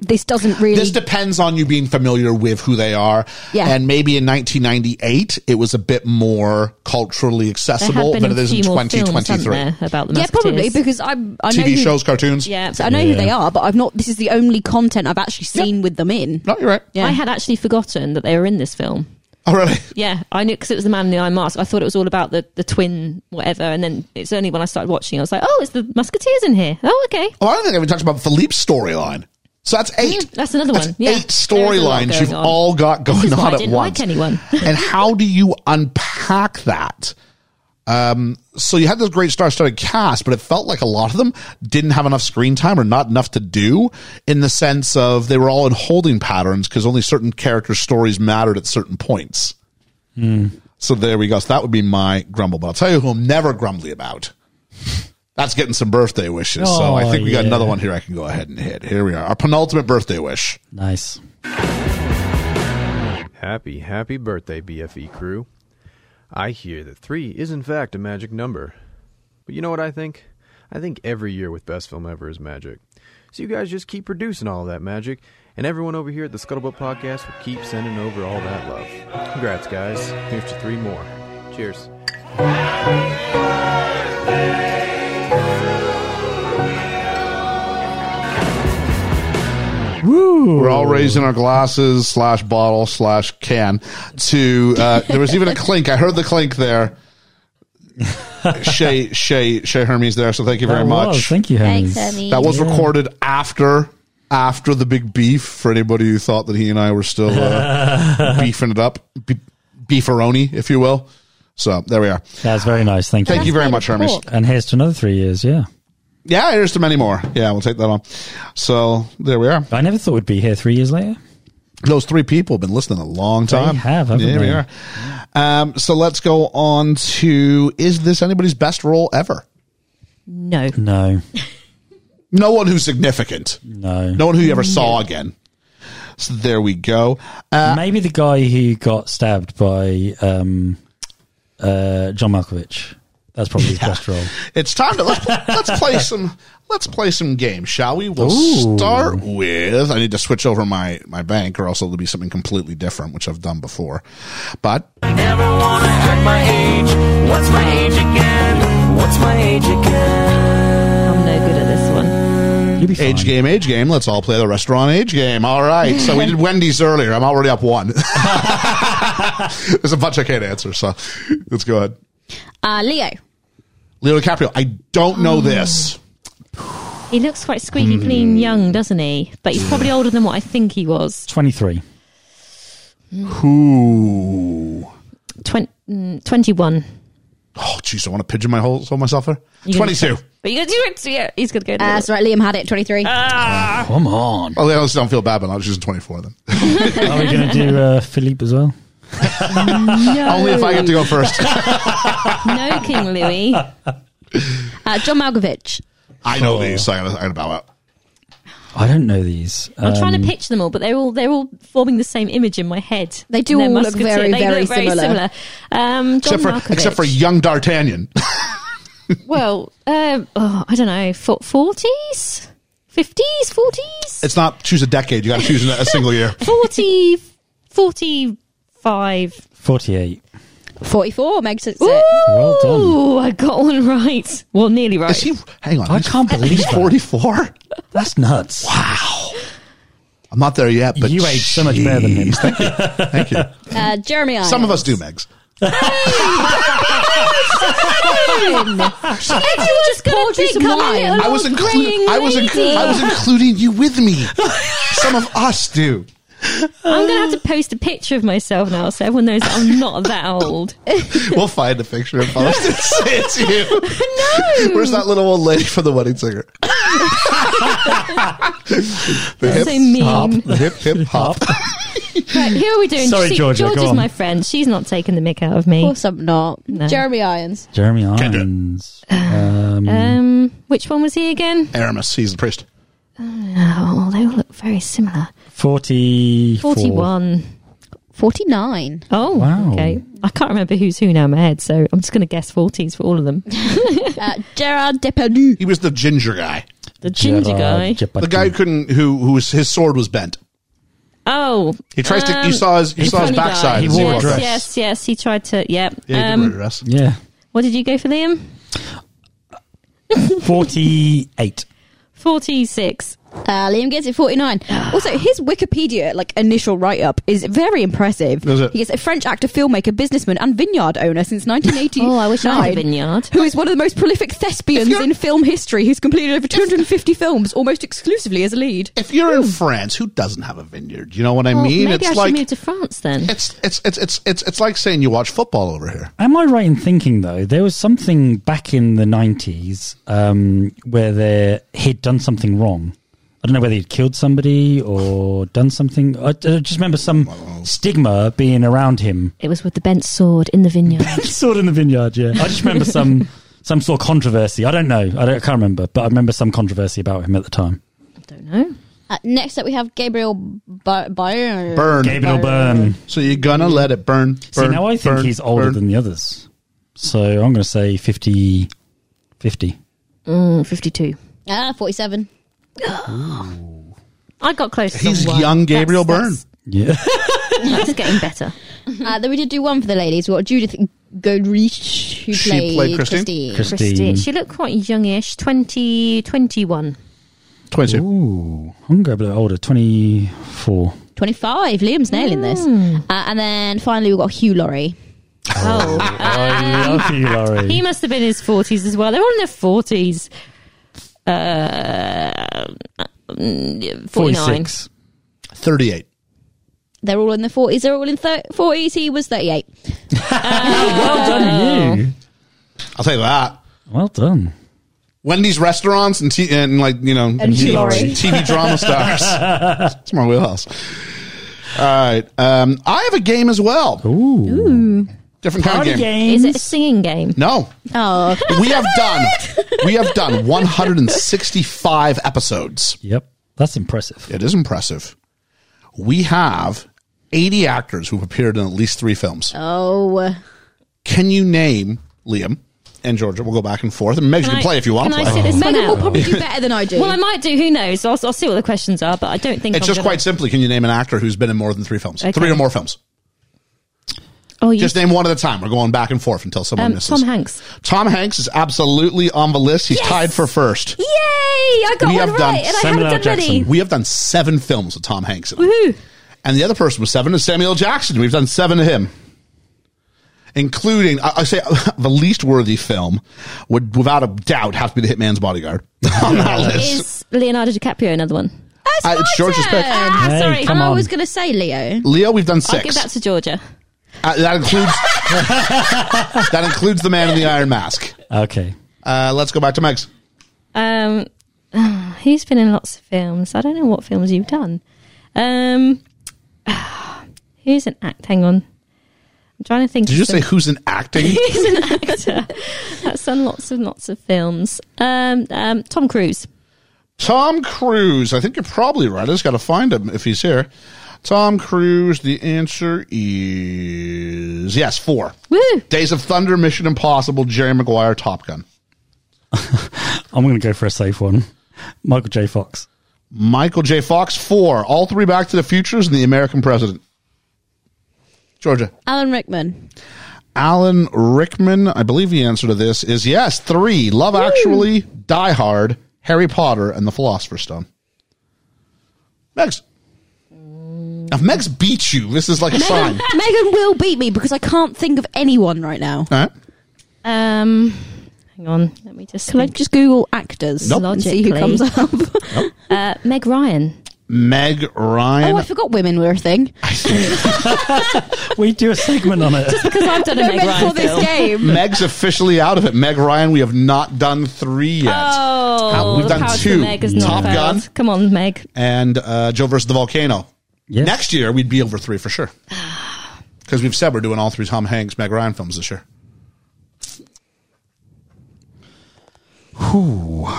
Speaker 7: this doesn't really.
Speaker 2: This depends on you being familiar with who they are.
Speaker 7: Yeah.
Speaker 2: And maybe in 1998, it was a bit more culturally accessible
Speaker 4: been
Speaker 2: than
Speaker 4: a
Speaker 2: it is
Speaker 4: few
Speaker 2: in
Speaker 4: more films, haven't
Speaker 2: 2023.
Speaker 4: there, about the
Speaker 7: yeah, probably
Speaker 4: Musketeers?
Speaker 7: because I'm. I know
Speaker 2: TV
Speaker 7: who-
Speaker 2: shows, cartoons.
Speaker 4: Yeah.
Speaker 7: I know who
Speaker 4: Yeah.
Speaker 7: they are, but I've not. This is the only content I've actually seen with them in.
Speaker 2: No, you're right.
Speaker 7: Yeah.
Speaker 4: I had actually forgotten that they were in this film.
Speaker 2: Oh, really?
Speaker 4: Yeah, I knew because it was the man in the iron mask. I thought it was all about the, the twin whatever, and then it's only when I started watching, I was like, oh, it's the musketeers in here. Oh, okay.
Speaker 2: Oh, I don't think I even talked about Philippe's storyline. So that's eight.
Speaker 4: Mm, that's another one. Yeah.
Speaker 2: Eight
Speaker 4: There is a lot
Speaker 2: storylines
Speaker 4: going
Speaker 2: you've
Speaker 4: on.
Speaker 2: all got
Speaker 4: This
Speaker 2: going
Speaker 4: is why
Speaker 2: on
Speaker 4: I
Speaker 2: at
Speaker 4: didn't
Speaker 2: once.
Speaker 4: like anyone.
Speaker 2: and how do you unpack that? Um, so you had this great star studded cast, but it felt like a lot of them didn't have enough screen time or not enough to do in the sense of they were all in holding patterns because only certain character stories mattered at certain points. So there we go. So that would be my grumble. But I'll tell you who I'm never grumbly about. That's getting some birthday wishes. so I
Speaker 3: Oh,
Speaker 2: think we got
Speaker 3: yeah.
Speaker 2: another one here I can go ahead and hit. Here we are. Our penultimate birthday wish.
Speaker 3: Nice.
Speaker 13: Happy, happy birthday, BFE crew. I hear that three is in fact a magic number. But you know what I think? I think every year with Best Film Ever is magic. So you guys just keep producing all that magic, and everyone over here at the Scuttlebutt Podcast will keep sending over all that love. Congrats, guys. Here's to three more. Cheers.
Speaker 2: Woo. We're all raising our glasses slash bottle slash can to. Uh, there was even a clink. I heard the clink there. Shay Shay Shay Hermes there. So thank you very
Speaker 3: That
Speaker 2: much.
Speaker 3: was. Oh, Thank you, Hermes. Thanks, Hermes.
Speaker 2: That was
Speaker 3: Yeah.
Speaker 2: recorded after after the big beef. For anybody who thought that he and I were still uh, beefing it up, be- beefaroni, if you will. So there we are.
Speaker 3: That's very nice. Thank you.
Speaker 2: Thank you very much, Hermes.
Speaker 3: And here's to another three years. Yeah.
Speaker 2: Yeah, here's to many more. Yeah, we'll take that on. So there we are.
Speaker 3: I never thought we'd be here three years later.
Speaker 2: Those three people have been listening a long
Speaker 3: They
Speaker 2: time.
Speaker 3: have, haven't
Speaker 2: yeah, we
Speaker 3: they?
Speaker 2: are. Um, so let's go on to is this anybody's best role ever?
Speaker 4: No.
Speaker 3: No.
Speaker 2: No one who's significant.
Speaker 3: No.
Speaker 2: No one who you ever saw again. So there we go.
Speaker 3: Uh, Maybe the guy who got stabbed by um, uh, John Malkovich. That's probably his best role.
Speaker 2: It's time to let, let's play some let's play some games, shall we? We'll
Speaker 3: Ooh.
Speaker 2: start with I need to switch over my my bank, or else it'll be something completely different, which I've done before. But
Speaker 14: Never wanna act my age. What's my age again? What's my age again?
Speaker 4: I'm no good at this one.
Speaker 2: age game, age game. Let's all play the restaurant age game. All right. So we did Wendy's earlier. I'm already up one. There's a bunch I can't answer, so let's go ahead.
Speaker 7: Uh, Leo.
Speaker 2: Leo DiCaprio. I don't know this.
Speaker 4: He looks quite squeaky
Speaker 2: Hmm.
Speaker 4: clean young, doesn't he? But he's probably older than what I think he was.
Speaker 3: 23.
Speaker 2: Who?
Speaker 4: Twen- mm, 21.
Speaker 2: Oh, jeez, I want to pigeon my whole, hold myself there.
Speaker 4: You're gonna-
Speaker 2: 22.
Speaker 4: But you're going to do it. so Yeah, Uh. he's going to Ah. go.
Speaker 7: Uh, that's right. Liam had it. Twenty-three.
Speaker 3: Come on.
Speaker 2: Oh, yeah, I don't feel bad, but I was using 24 then.
Speaker 3: Are we going to do uh, Philippe as well?
Speaker 4: no.
Speaker 2: Only if I get to go first.
Speaker 4: no, King Louis.
Speaker 7: Uh, John Malkovich.
Speaker 2: I know these, so I gotta, I gotta bow out.
Speaker 3: I don't know these.
Speaker 4: I'm trying
Speaker 3: Um,
Speaker 4: to pitch them all, but they're all they're all forming the same image in my head.
Speaker 7: They do
Speaker 4: They're
Speaker 7: all look
Speaker 4: musketeer-
Speaker 7: very,
Speaker 4: they
Speaker 7: very
Speaker 4: look
Speaker 7: similar.
Speaker 4: Um, John
Speaker 2: Except for,
Speaker 4: Malkovich.
Speaker 2: except for young D'Artagnan.
Speaker 4: well, um, oh, I don't know, forties, fifties, forties,
Speaker 2: It's not choose a decade, you gotta choose a, a single year.
Speaker 4: forty, forty-five.
Speaker 3: 48.
Speaker 7: Forty-four. Meg six.
Speaker 3: Well done.
Speaker 4: Ooh, I got one right. Well, nearly right.
Speaker 2: Is he, hang on.
Speaker 3: I
Speaker 2: he's-
Speaker 3: can't believe
Speaker 2: He's
Speaker 3: that.
Speaker 2: 44?
Speaker 3: That's nuts.
Speaker 2: I'm not there yet, but
Speaker 3: you ate so much better than him.
Speaker 2: Thank you. Thank you.
Speaker 7: Uh, Jeremy. Irons.
Speaker 2: Some of us do, Megs.
Speaker 7: Everyone just poured you some wine.
Speaker 2: I was including. I was inclu- I was including you with me. Some of us do.
Speaker 4: I'm gonna have to post a picture of myself now, so everyone knows that I'm not that old.
Speaker 2: We'll find a picture and post it. Say it's you. No. Where's that little old lady from the wedding singer? the
Speaker 4: That's so mean.
Speaker 2: hop, the hip hip hop.
Speaker 4: Right, who are we doing?
Speaker 3: Sorry, Georgia,
Speaker 4: George
Speaker 3: go
Speaker 4: is
Speaker 3: on.
Speaker 4: my friend. She's not taking the mick out of
Speaker 7: Of
Speaker 4: me.
Speaker 7: course I'm not. Jeremy Irons.
Speaker 3: Jeremy Irons.
Speaker 4: Uh,
Speaker 3: Um,
Speaker 4: Um, which one was he again?
Speaker 2: Aramis, he's the priest.
Speaker 4: Oh, they all look very similar.
Speaker 3: 44.
Speaker 4: 41.
Speaker 7: Forty-nine.
Speaker 4: Oh,
Speaker 3: Wow.
Speaker 4: okay. I can't remember who's who now in my head, so I'm just going to guess 40s for all of them.
Speaker 7: Uh, Gerard Depardieu.
Speaker 2: He was the ginger guy,
Speaker 4: The ginger
Speaker 3: Gerard
Speaker 4: guy.
Speaker 3: Depardieu.
Speaker 2: the guy who couldn't, who who was his sword was bent.
Speaker 4: Oh.
Speaker 2: He tries to.
Speaker 4: um,
Speaker 2: You saw his. You
Speaker 3: he
Speaker 2: saw his
Speaker 4: funny guy.
Speaker 2: backside.
Speaker 3: He
Speaker 2: as
Speaker 3: wore a
Speaker 4: yes,
Speaker 3: dress.
Speaker 4: yes, yes. He tried to. Yep.
Speaker 2: Yeah, he did wear a
Speaker 4: um,
Speaker 2: dress.
Speaker 3: Yeah.
Speaker 4: what did you go for, Liam?
Speaker 3: 48.
Speaker 4: 46.
Speaker 7: Uh, Liam gets it 49. also, his Wikipedia like initial write up is very impressive.
Speaker 2: Is it?
Speaker 7: He is a French actor, filmmaker, businessman, and vineyard owner since 1980.
Speaker 4: Oh, I wish I had a vineyard.
Speaker 7: Who is one of the most prolific thespians in film history? Who's completed over 250 films, almost exclusively as a lead.
Speaker 2: If you're in France, who doesn't have a vineyard? You know what I mean?
Speaker 4: Hmm. maybe I
Speaker 2: It's
Speaker 4: should
Speaker 2: like
Speaker 4: move to France then.
Speaker 2: it's, it's it's it's it's it's like saying you watch football over here.
Speaker 3: Am I right in thinking though there was something back in the nineties um, where there he'd done something wrong. I don't know whether he'd killed somebody or done something. I, I just remember some stigma being around him.
Speaker 4: It was with the bent sword in the vineyard.
Speaker 3: Sword in the vineyard. Yeah, I just remember some some sort of controversy. I don't know. I, don't, I can't remember, but I remember some controversy about him at the time.
Speaker 4: don't know.
Speaker 15: Uh, next up, we have Gabriel Byrne. Byrne.
Speaker 2: Burn,
Speaker 3: Gabriel Byrne.
Speaker 2: So you're gonna let it burn?
Speaker 3: Um, See,
Speaker 2: burn,
Speaker 3: now I think
Speaker 2: burn,
Speaker 3: he's older
Speaker 2: burn.
Speaker 3: than the others. So I'm going to say 50, 50.
Speaker 4: Mm, 52.
Speaker 15: Ah, 47.
Speaker 4: I got close. to
Speaker 2: He's
Speaker 4: one.
Speaker 2: young Gabriel Byrne.
Speaker 4: That's-
Speaker 3: Yeah.
Speaker 4: That's, that's getting better.
Speaker 15: uh, then we did do one for the ladies. We got Judith Godrich, who
Speaker 2: She
Speaker 15: played,
Speaker 2: played Christine?
Speaker 4: Christine. She looked quite youngish, 20, 21.
Speaker 2: 22.
Speaker 3: Ooh, I'm going to go a bit older, 24.
Speaker 15: 25. Liam's nailing this.
Speaker 7: Hmm.
Speaker 15: Uh, and then finally, we got Hugh Laurie.
Speaker 4: Oh.
Speaker 3: I love you, Laurie.
Speaker 4: he must have been in his 40s as well. They're all in their 40s. Uh, mm, 49.
Speaker 3: 46.
Speaker 2: 38.
Speaker 15: They're all in their 40s. They're all in thir- 40s. He was 38.
Speaker 3: Well done, you.
Speaker 2: I'll tell you that.
Speaker 3: Well done.
Speaker 2: Wendy's restaurants and, t- and like you know
Speaker 15: And
Speaker 2: TV,
Speaker 15: Laurie.
Speaker 2: TV drama stars. That's my wheelhouse. All right, um, I have a game as well.
Speaker 3: Ooh.
Speaker 2: Different kind of game.
Speaker 4: Is it a singing game?
Speaker 2: No,
Speaker 15: Oh,
Speaker 2: we have done we have done 165 episodes.
Speaker 3: Yep. That's impressive.
Speaker 2: It is impressive. We have 80 actors who've appeared in at least three films.
Speaker 15: oh.
Speaker 2: Can you name Liam and Georgia? We'll go back and forth, and Meg, you
Speaker 4: Can
Speaker 2: can
Speaker 4: I-
Speaker 2: play if you want to
Speaker 4: can I
Speaker 2: play.
Speaker 4: sit this one
Speaker 7: Megan will
Speaker 4: out?
Speaker 7: probably do better than I do.
Speaker 4: Well, I might do. Who knows? I'll, I'll see what the questions are, but I don't think
Speaker 2: It's
Speaker 4: I'm
Speaker 2: just
Speaker 4: gonna-
Speaker 2: quite simply, can you name an actor who's been in more than three films?
Speaker 4: Okay.
Speaker 2: Three or more films.
Speaker 4: Oh, you,
Speaker 2: Just name one at a time. We're going back and forth until someone
Speaker 4: um,
Speaker 2: misses.
Speaker 4: Tom Hanks.
Speaker 2: Tom Hanks is absolutely on the list. He's tied for first.
Speaker 4: Yay! I got
Speaker 2: We
Speaker 4: one
Speaker 2: have
Speaker 4: right,
Speaker 2: done
Speaker 4: and I
Speaker 3: Samuel
Speaker 4: haven't done
Speaker 3: L. Jackson.
Speaker 4: many.
Speaker 2: We have done seven films with Tom Hanks in them.
Speaker 4: Woohoo!
Speaker 2: And the other person with seven is Samuel Jackson. We've done seven of him, including, I, I say, the least worthy film would, without a doubt, have to be The Hitman's Bodyguard on that list.
Speaker 4: Is Leonardo DiCaprio another one?
Speaker 2: Uh, it's George's pick.
Speaker 4: Ah,
Speaker 3: Hey,
Speaker 4: sorry.
Speaker 3: come
Speaker 15: I
Speaker 3: on.
Speaker 15: was going to say Leo.
Speaker 2: Leo, we've done
Speaker 4: I'll give
Speaker 2: six.
Speaker 4: that to Georgia.
Speaker 2: Uh, that includes that includes the man in the iron mask.
Speaker 3: Okay.
Speaker 2: Uh, let's go back to Meg's.
Speaker 4: Um, he's been in lots of films. I don't know what films you've done. Um, here's an act. Hang on. I'm trying to think.
Speaker 2: Did
Speaker 4: of
Speaker 2: you just
Speaker 4: some-
Speaker 2: say who's in acting?
Speaker 4: he's an actor? That's done lots and lots of films. Um, um, Tom Cruise.
Speaker 2: Tom Cruise. I think you're probably right. I just got to find him if he's here. Tom Cruise. The answer is yes, four.
Speaker 4: Woo!
Speaker 2: Days of Thunder, Mission Impossible, Jerry Maguire, Top Gun.
Speaker 3: I'm going to go for a safe one. Michael J. Fox.
Speaker 2: Michael J. Fox, four. All three Back to the Futures and the American President. Georgia.
Speaker 15: Alan Rickman.
Speaker 2: Alan Rickman, I believe the answer to this is yes, three. Love Actually, Die Hard, Harry Potter, and the Philosopher's Stone. Megs. Now, If Megs beats you, this is like a sign.
Speaker 7: Megan will beat me because I can't think of anyone right now.
Speaker 2: All right.
Speaker 4: Um, hang on. Let me just.
Speaker 7: Can I
Speaker 4: Think.
Speaker 7: just Google actors
Speaker 2: Nope.
Speaker 7: and see who comes
Speaker 4: Logically.
Speaker 7: up?
Speaker 4: Uh, Meg Ryan.
Speaker 2: Meg
Speaker 7: Oh,
Speaker 2: Ryan.
Speaker 7: I forgot women were a thing.
Speaker 3: We do a segment on it.
Speaker 4: Because I've done a Meg
Speaker 7: meant
Speaker 4: Ryan
Speaker 7: for this
Speaker 4: film.
Speaker 7: game.
Speaker 2: Meg's officially out of it. Meg Ryan, we have not done three yet.
Speaker 4: Oh,
Speaker 2: We've
Speaker 4: the
Speaker 2: done
Speaker 4: power to
Speaker 2: two.
Speaker 4: Meg is not
Speaker 2: Top
Speaker 4: failed.
Speaker 2: Gun.
Speaker 4: Come on, Meg.
Speaker 2: and uh, Joe versus the Volcano.
Speaker 3: Yes.
Speaker 2: Next year, we'd be over three for sure. Because we've said we're doing all three Tom Hanks, Meg Ryan films this year.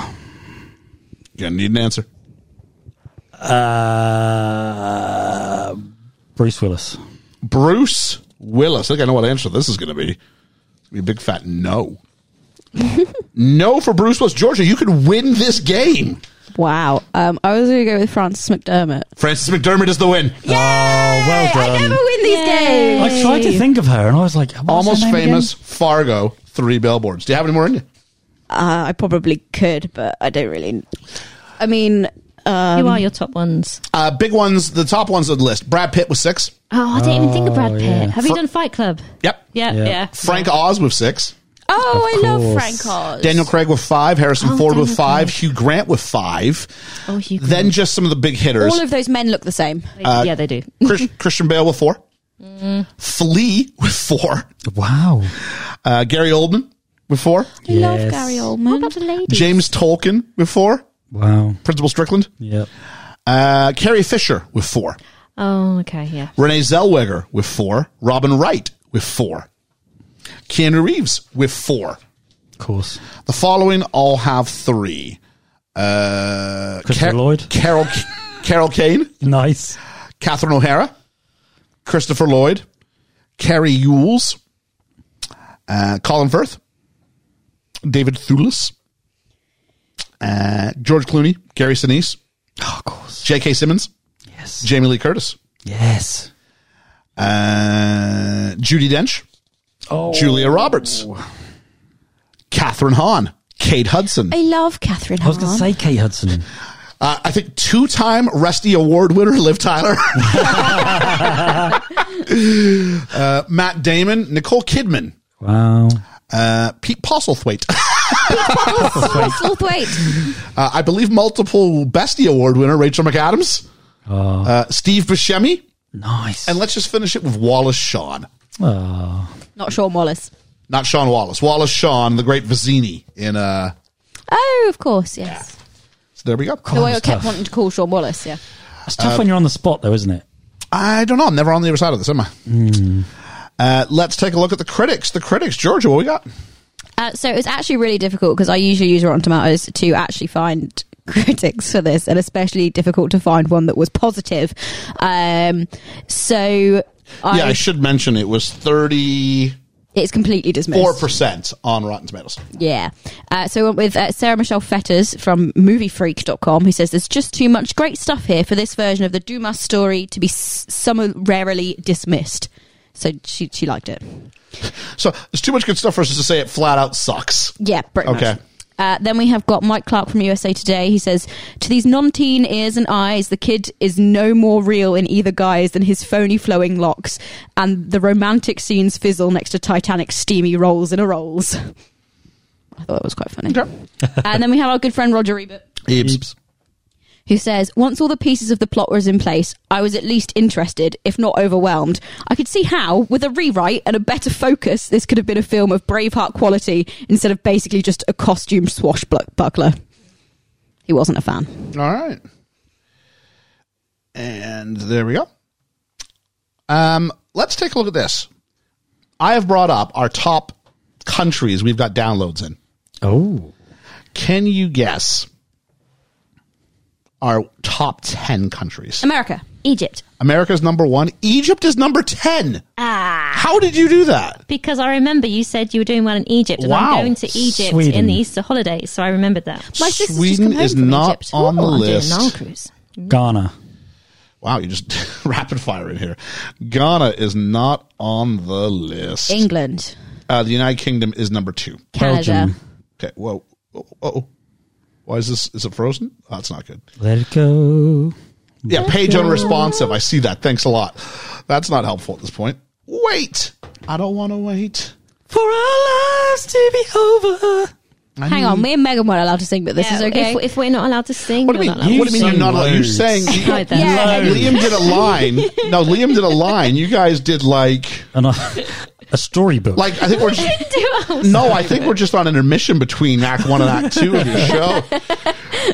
Speaker 2: Whew. Gonna need an answer.
Speaker 3: Uh, Bruce Willis.
Speaker 2: Bruce Willis. I think I know what answer this is gonna be. It's gonna be a big fat no. no for Bruce Willis. Georgia, you could win this game.
Speaker 7: Wow. Um, I was going to go with Francis McDermott.
Speaker 2: Francis McDermott is the win.
Speaker 3: Oh, well done. I,
Speaker 7: win these games.
Speaker 3: tried to think of her and I was like, what was her
Speaker 2: Almost
Speaker 3: name again?
Speaker 2: famous Fargo, three billboards. Do you have any more in you?
Speaker 7: Uh, I probably could, but I don't really. I mean,
Speaker 15: Um,
Speaker 4: Who are your top ones?
Speaker 2: Uh, big ones, the top ones on the list. Brad Pitt was six.
Speaker 4: Oh, I didn't even think of Brad Pitt.
Speaker 2: yeah.
Speaker 4: Have you
Speaker 2: Fr-
Speaker 4: done Fight Club?
Speaker 2: Yep.
Speaker 4: Yeah, yeah.
Speaker 2: Frank Oz with six.
Speaker 15: Oh,
Speaker 2: Of
Speaker 15: I love
Speaker 2: course.
Speaker 15: Frank Oz.
Speaker 2: Daniel Craig with five. Harrison
Speaker 15: Oh,
Speaker 2: Ford with
Speaker 15: Daniel
Speaker 2: five.
Speaker 15: Craig.
Speaker 2: Hugh Grant with five.
Speaker 15: Oh, Hugh Grant.
Speaker 2: Then just some of the big hitters.
Speaker 7: All of those men look the same.
Speaker 2: Uh,
Speaker 4: yeah, they do.
Speaker 2: Chris, Christian Bale with four.
Speaker 15: Mm.
Speaker 2: Flea with four.
Speaker 3: Wow.
Speaker 2: Uh, Gary Oldman with four.
Speaker 7: Love Gary Oldman. What about the lady?
Speaker 2: James Tolkien with four.
Speaker 3: Wow.
Speaker 2: Principal Strickland.
Speaker 3: Yep.
Speaker 2: Uh, Carrie Fisher with four.
Speaker 4: Oh, okay, yeah.
Speaker 2: Renee Zellweger with four. Robin Wright with four. Keanu Reeves with four. Of
Speaker 3: course.
Speaker 2: The following all have three. Uh,
Speaker 3: Christopher
Speaker 2: Ca-
Speaker 3: Lloyd.
Speaker 2: Carol, Carol Kane.
Speaker 3: Nice.
Speaker 2: Catherine O'Hara. Christopher Lloyd. Carrie Ewells. Uh, Colin Firth. David Thewlis. Uh, George Clooney. Gary Sinise.
Speaker 3: Oh, of course.
Speaker 2: J.K. Simmons. Yes. Jamie Lee Curtis.
Speaker 3: Yes.
Speaker 2: Uh, Judy Dench. Oh. Julia Roberts. Catherine Hahn. Kate Hudson.
Speaker 7: I love Catherine.
Speaker 3: I was
Speaker 2: Uh-huh.
Speaker 3: going to say Kate Hudson.
Speaker 2: Uh, I think two time Rusty Award winner Liv Tyler. uh, Matt Damon. Nicole Kidman.
Speaker 3: Wow.
Speaker 2: Uh, Pete Postlethwaite.
Speaker 7: Postlethwaite.
Speaker 2: Uh, I believe multiple Bestie Award winner Rachel McAdams, uh, Steve Buscemi.
Speaker 3: Nice.
Speaker 2: And let's just finish it with Wallace Shawn.
Speaker 3: Oh.
Speaker 7: Not Sean Wallace.
Speaker 2: Not Sean Wallace. Wallace Shawn, the great Vizzini in uh
Speaker 7: Oh, of course, yes.
Speaker 2: so there we go.
Speaker 7: The way I kept wanting to call Sean Wallace, yeah.
Speaker 3: It's tough when you're on the spot, though, isn't it?
Speaker 2: I don't know, I'm never on the other side of this, am I? Uh, let's take a look at the critics. The critics, Georgia, what we got?
Speaker 7: Uh, so it was actually really difficult because I usually use Rotten Tomatoes to actually find critics for this, and especially difficult to find one that was positive. Um, so I,
Speaker 2: yeah, I should mention it was thirty
Speaker 7: it's completely dismissed.
Speaker 2: four percent on Rotten Tomatoes.
Speaker 7: Yeah. Uh, so we went with uh, Sarah Michelle Fetters from moviefreak.com who says there's just too much great stuff here for this version of the Dumas story to be s- summarily dismissed. So she she liked it.
Speaker 2: So there's too much good stuff for us to say it flat out sucks.
Speaker 7: Yeah, pretty
Speaker 2: Okay.
Speaker 7: much. Uh, then we have got Mike Clark from USA Today. He says, To these non teen ears and eyes, the kid is no more real in either guise than his phony flowing locks, and the romantic scenes fizzle next to Titanic's steamy rolls in a rolls. I thought that was quite funny. and then we have our good friend Roger Ebert
Speaker 2: Ebs.
Speaker 7: who says, Once all the pieces of the plot was in place, I was at least interested, if not overwhelmed. I could see how, with a rewrite and a better focus, this could have been a film of Braveheart quality instead of basically just a costume swashbuckler. He wasn't a fan.
Speaker 2: All right. And there we go. Um, let's take a look at this. I have brought up our top countries we've got downloads in.
Speaker 3: Oh.
Speaker 2: Can you guess our top 10 countries?
Speaker 7: America.
Speaker 4: Egypt.
Speaker 2: America's number one. Egypt is number 10.
Speaker 4: Ah.
Speaker 2: How did you do that?
Speaker 4: Because I remember you said you were doing well in Egypt, and
Speaker 2: Wow.
Speaker 4: I'm going to Egypt
Speaker 2: Sweden.
Speaker 4: in the Easter holidays, so I remembered that.
Speaker 7: My sister's just
Speaker 2: Sweden
Speaker 7: come home
Speaker 2: is
Speaker 7: from
Speaker 2: not
Speaker 7: Egypt.
Speaker 2: on the
Speaker 7: Ooh, I'm doing
Speaker 2: list.
Speaker 7: Nile cruise.
Speaker 3: Ghana.
Speaker 2: Wow, you just rapid fire in here. Ghana is not on the list.
Speaker 7: England.
Speaker 2: Uh, the United Kingdom is number two.
Speaker 7: Canada. Belgium.
Speaker 2: Okay. Whoa. Oh, oh. Why is this? Is it frozen? Oh, that's not good.
Speaker 3: Let it go.
Speaker 2: Yeah, page unresponsive. I see that. Thanks a lot. That's not helpful at this point. Wait. I don't want to wait.
Speaker 3: For our lives to be over.
Speaker 7: Hang on, me and Megan weren't allowed to sing, but this
Speaker 4: Yeah,
Speaker 7: is okay.
Speaker 4: If, if we're not allowed to sing,
Speaker 2: What do you
Speaker 4: we're
Speaker 2: mean?
Speaker 4: not allowed
Speaker 2: what do you mean you're
Speaker 4: to
Speaker 2: not allowed? You're
Speaker 4: sing.
Speaker 2: saying
Speaker 4: I like that.
Speaker 2: Liam did a line. No, Liam did a line. You guys did like
Speaker 3: And a, a storybook.
Speaker 2: like I think we're just,
Speaker 4: Do it.
Speaker 2: no. I think we're just on intermission between Act One and Act Two of your show.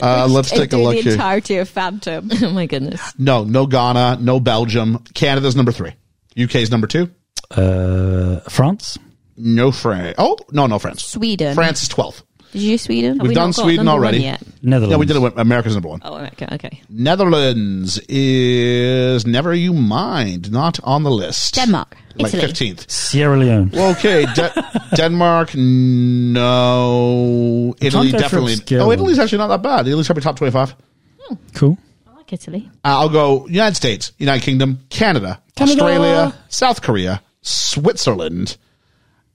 Speaker 2: Uh, let's take a
Speaker 7: Do
Speaker 2: look
Speaker 7: the
Speaker 2: here.
Speaker 7: entirety of Phantom.
Speaker 4: Oh my goodness.
Speaker 2: No, no Ghana, no Belgium. Canada's number three. UK's number two.
Speaker 3: Uh, France.
Speaker 2: No France. Oh, no, no France.
Speaker 7: Sweden.
Speaker 2: France is 12th.
Speaker 7: Did you do Sweden?
Speaker 2: We've done Sweden already.
Speaker 3: Netherlands.
Speaker 2: Yeah, we did it. with- America's number one.
Speaker 4: Oh, okay. okay.
Speaker 2: Netherlands is never you mind. Not on the list.
Speaker 7: Denmark.
Speaker 2: Like
Speaker 7: Italy.
Speaker 2: 15th.
Speaker 3: Sierra Leone.
Speaker 2: Well, okay. De- Denmark, no. Italy,
Speaker 3: to go for
Speaker 2: definitely.
Speaker 3: obscure
Speaker 2: Oh,
Speaker 3: ones.
Speaker 2: Italy's actually not that bad. Italy's probably top 25. Uh,
Speaker 3: Cool.
Speaker 4: I like Italy.
Speaker 2: I'll go United States, United Kingdom, Canada,
Speaker 3: Canada.
Speaker 2: Australia, South Korea, Switzerland,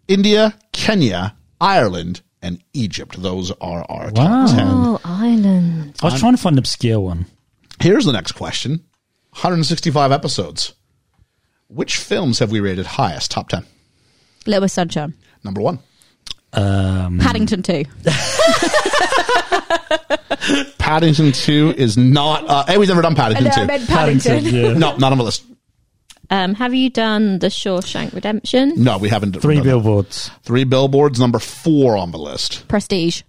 Speaker 2: India, Kenya, Ireland, and and Egypt. Those are our
Speaker 3: Wow.
Speaker 2: top 10.
Speaker 4: Oh, Ireland.
Speaker 3: I was trying to find an obscure one.
Speaker 2: Here's the next question 165 episodes. Which films have we rated highest? Top 10.
Speaker 7: Little Miss Sunshine.
Speaker 2: Number one,
Speaker 3: Um,
Speaker 7: Paddington 2.
Speaker 2: Paddington 2 is not. Uh, hey, we've never done Paddington
Speaker 4: No,
Speaker 2: 2.
Speaker 4: I meant Paddington. Paddington, yeah.
Speaker 2: no, not on the list.
Speaker 4: Um, have you done The Shawshank Redemption?
Speaker 2: No, we haven't.
Speaker 3: Three
Speaker 2: billboards. Three billboards. Number four on the list.
Speaker 7: Prestige.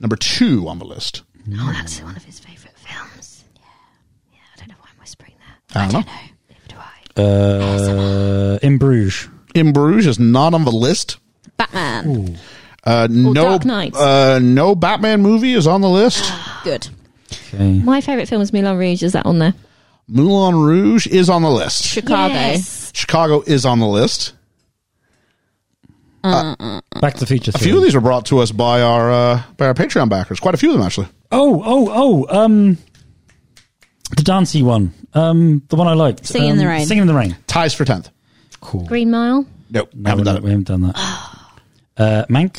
Speaker 2: Number two on the list.
Speaker 4: Oh, that's one of his favourite films. Yeah. Yeah, I don't know why I'm whispering that.
Speaker 2: I don't know.
Speaker 3: Uh, in Bruges.
Speaker 2: In Bruges is not on the list.
Speaker 7: Batman.
Speaker 2: Uh, no,
Speaker 4: Oh, Dark Knight. Ah.
Speaker 2: uh, no Batman movie is on the list.
Speaker 7: Good.
Speaker 3: Okay.
Speaker 4: My favourite film is Moulin Rouge. Is that on there?
Speaker 2: Moulin Rouge is on the list.
Speaker 7: Chicago.
Speaker 4: Yes.
Speaker 2: Chicago is on the list.
Speaker 3: Back to the Future.
Speaker 2: A few of these were brought to us by our uh, by our Patreon backers. Quite a few of them actually.
Speaker 3: Oh, oh, oh. Um, the dancey one. Um, the one I liked.
Speaker 4: Singing in
Speaker 3: Um,
Speaker 4: the Rain.
Speaker 3: Singing in the rain.
Speaker 2: Ties for tenth.
Speaker 4: Green Mile.
Speaker 2: Nope,
Speaker 3: no, haven't done it. We haven't done that. uh, Mank.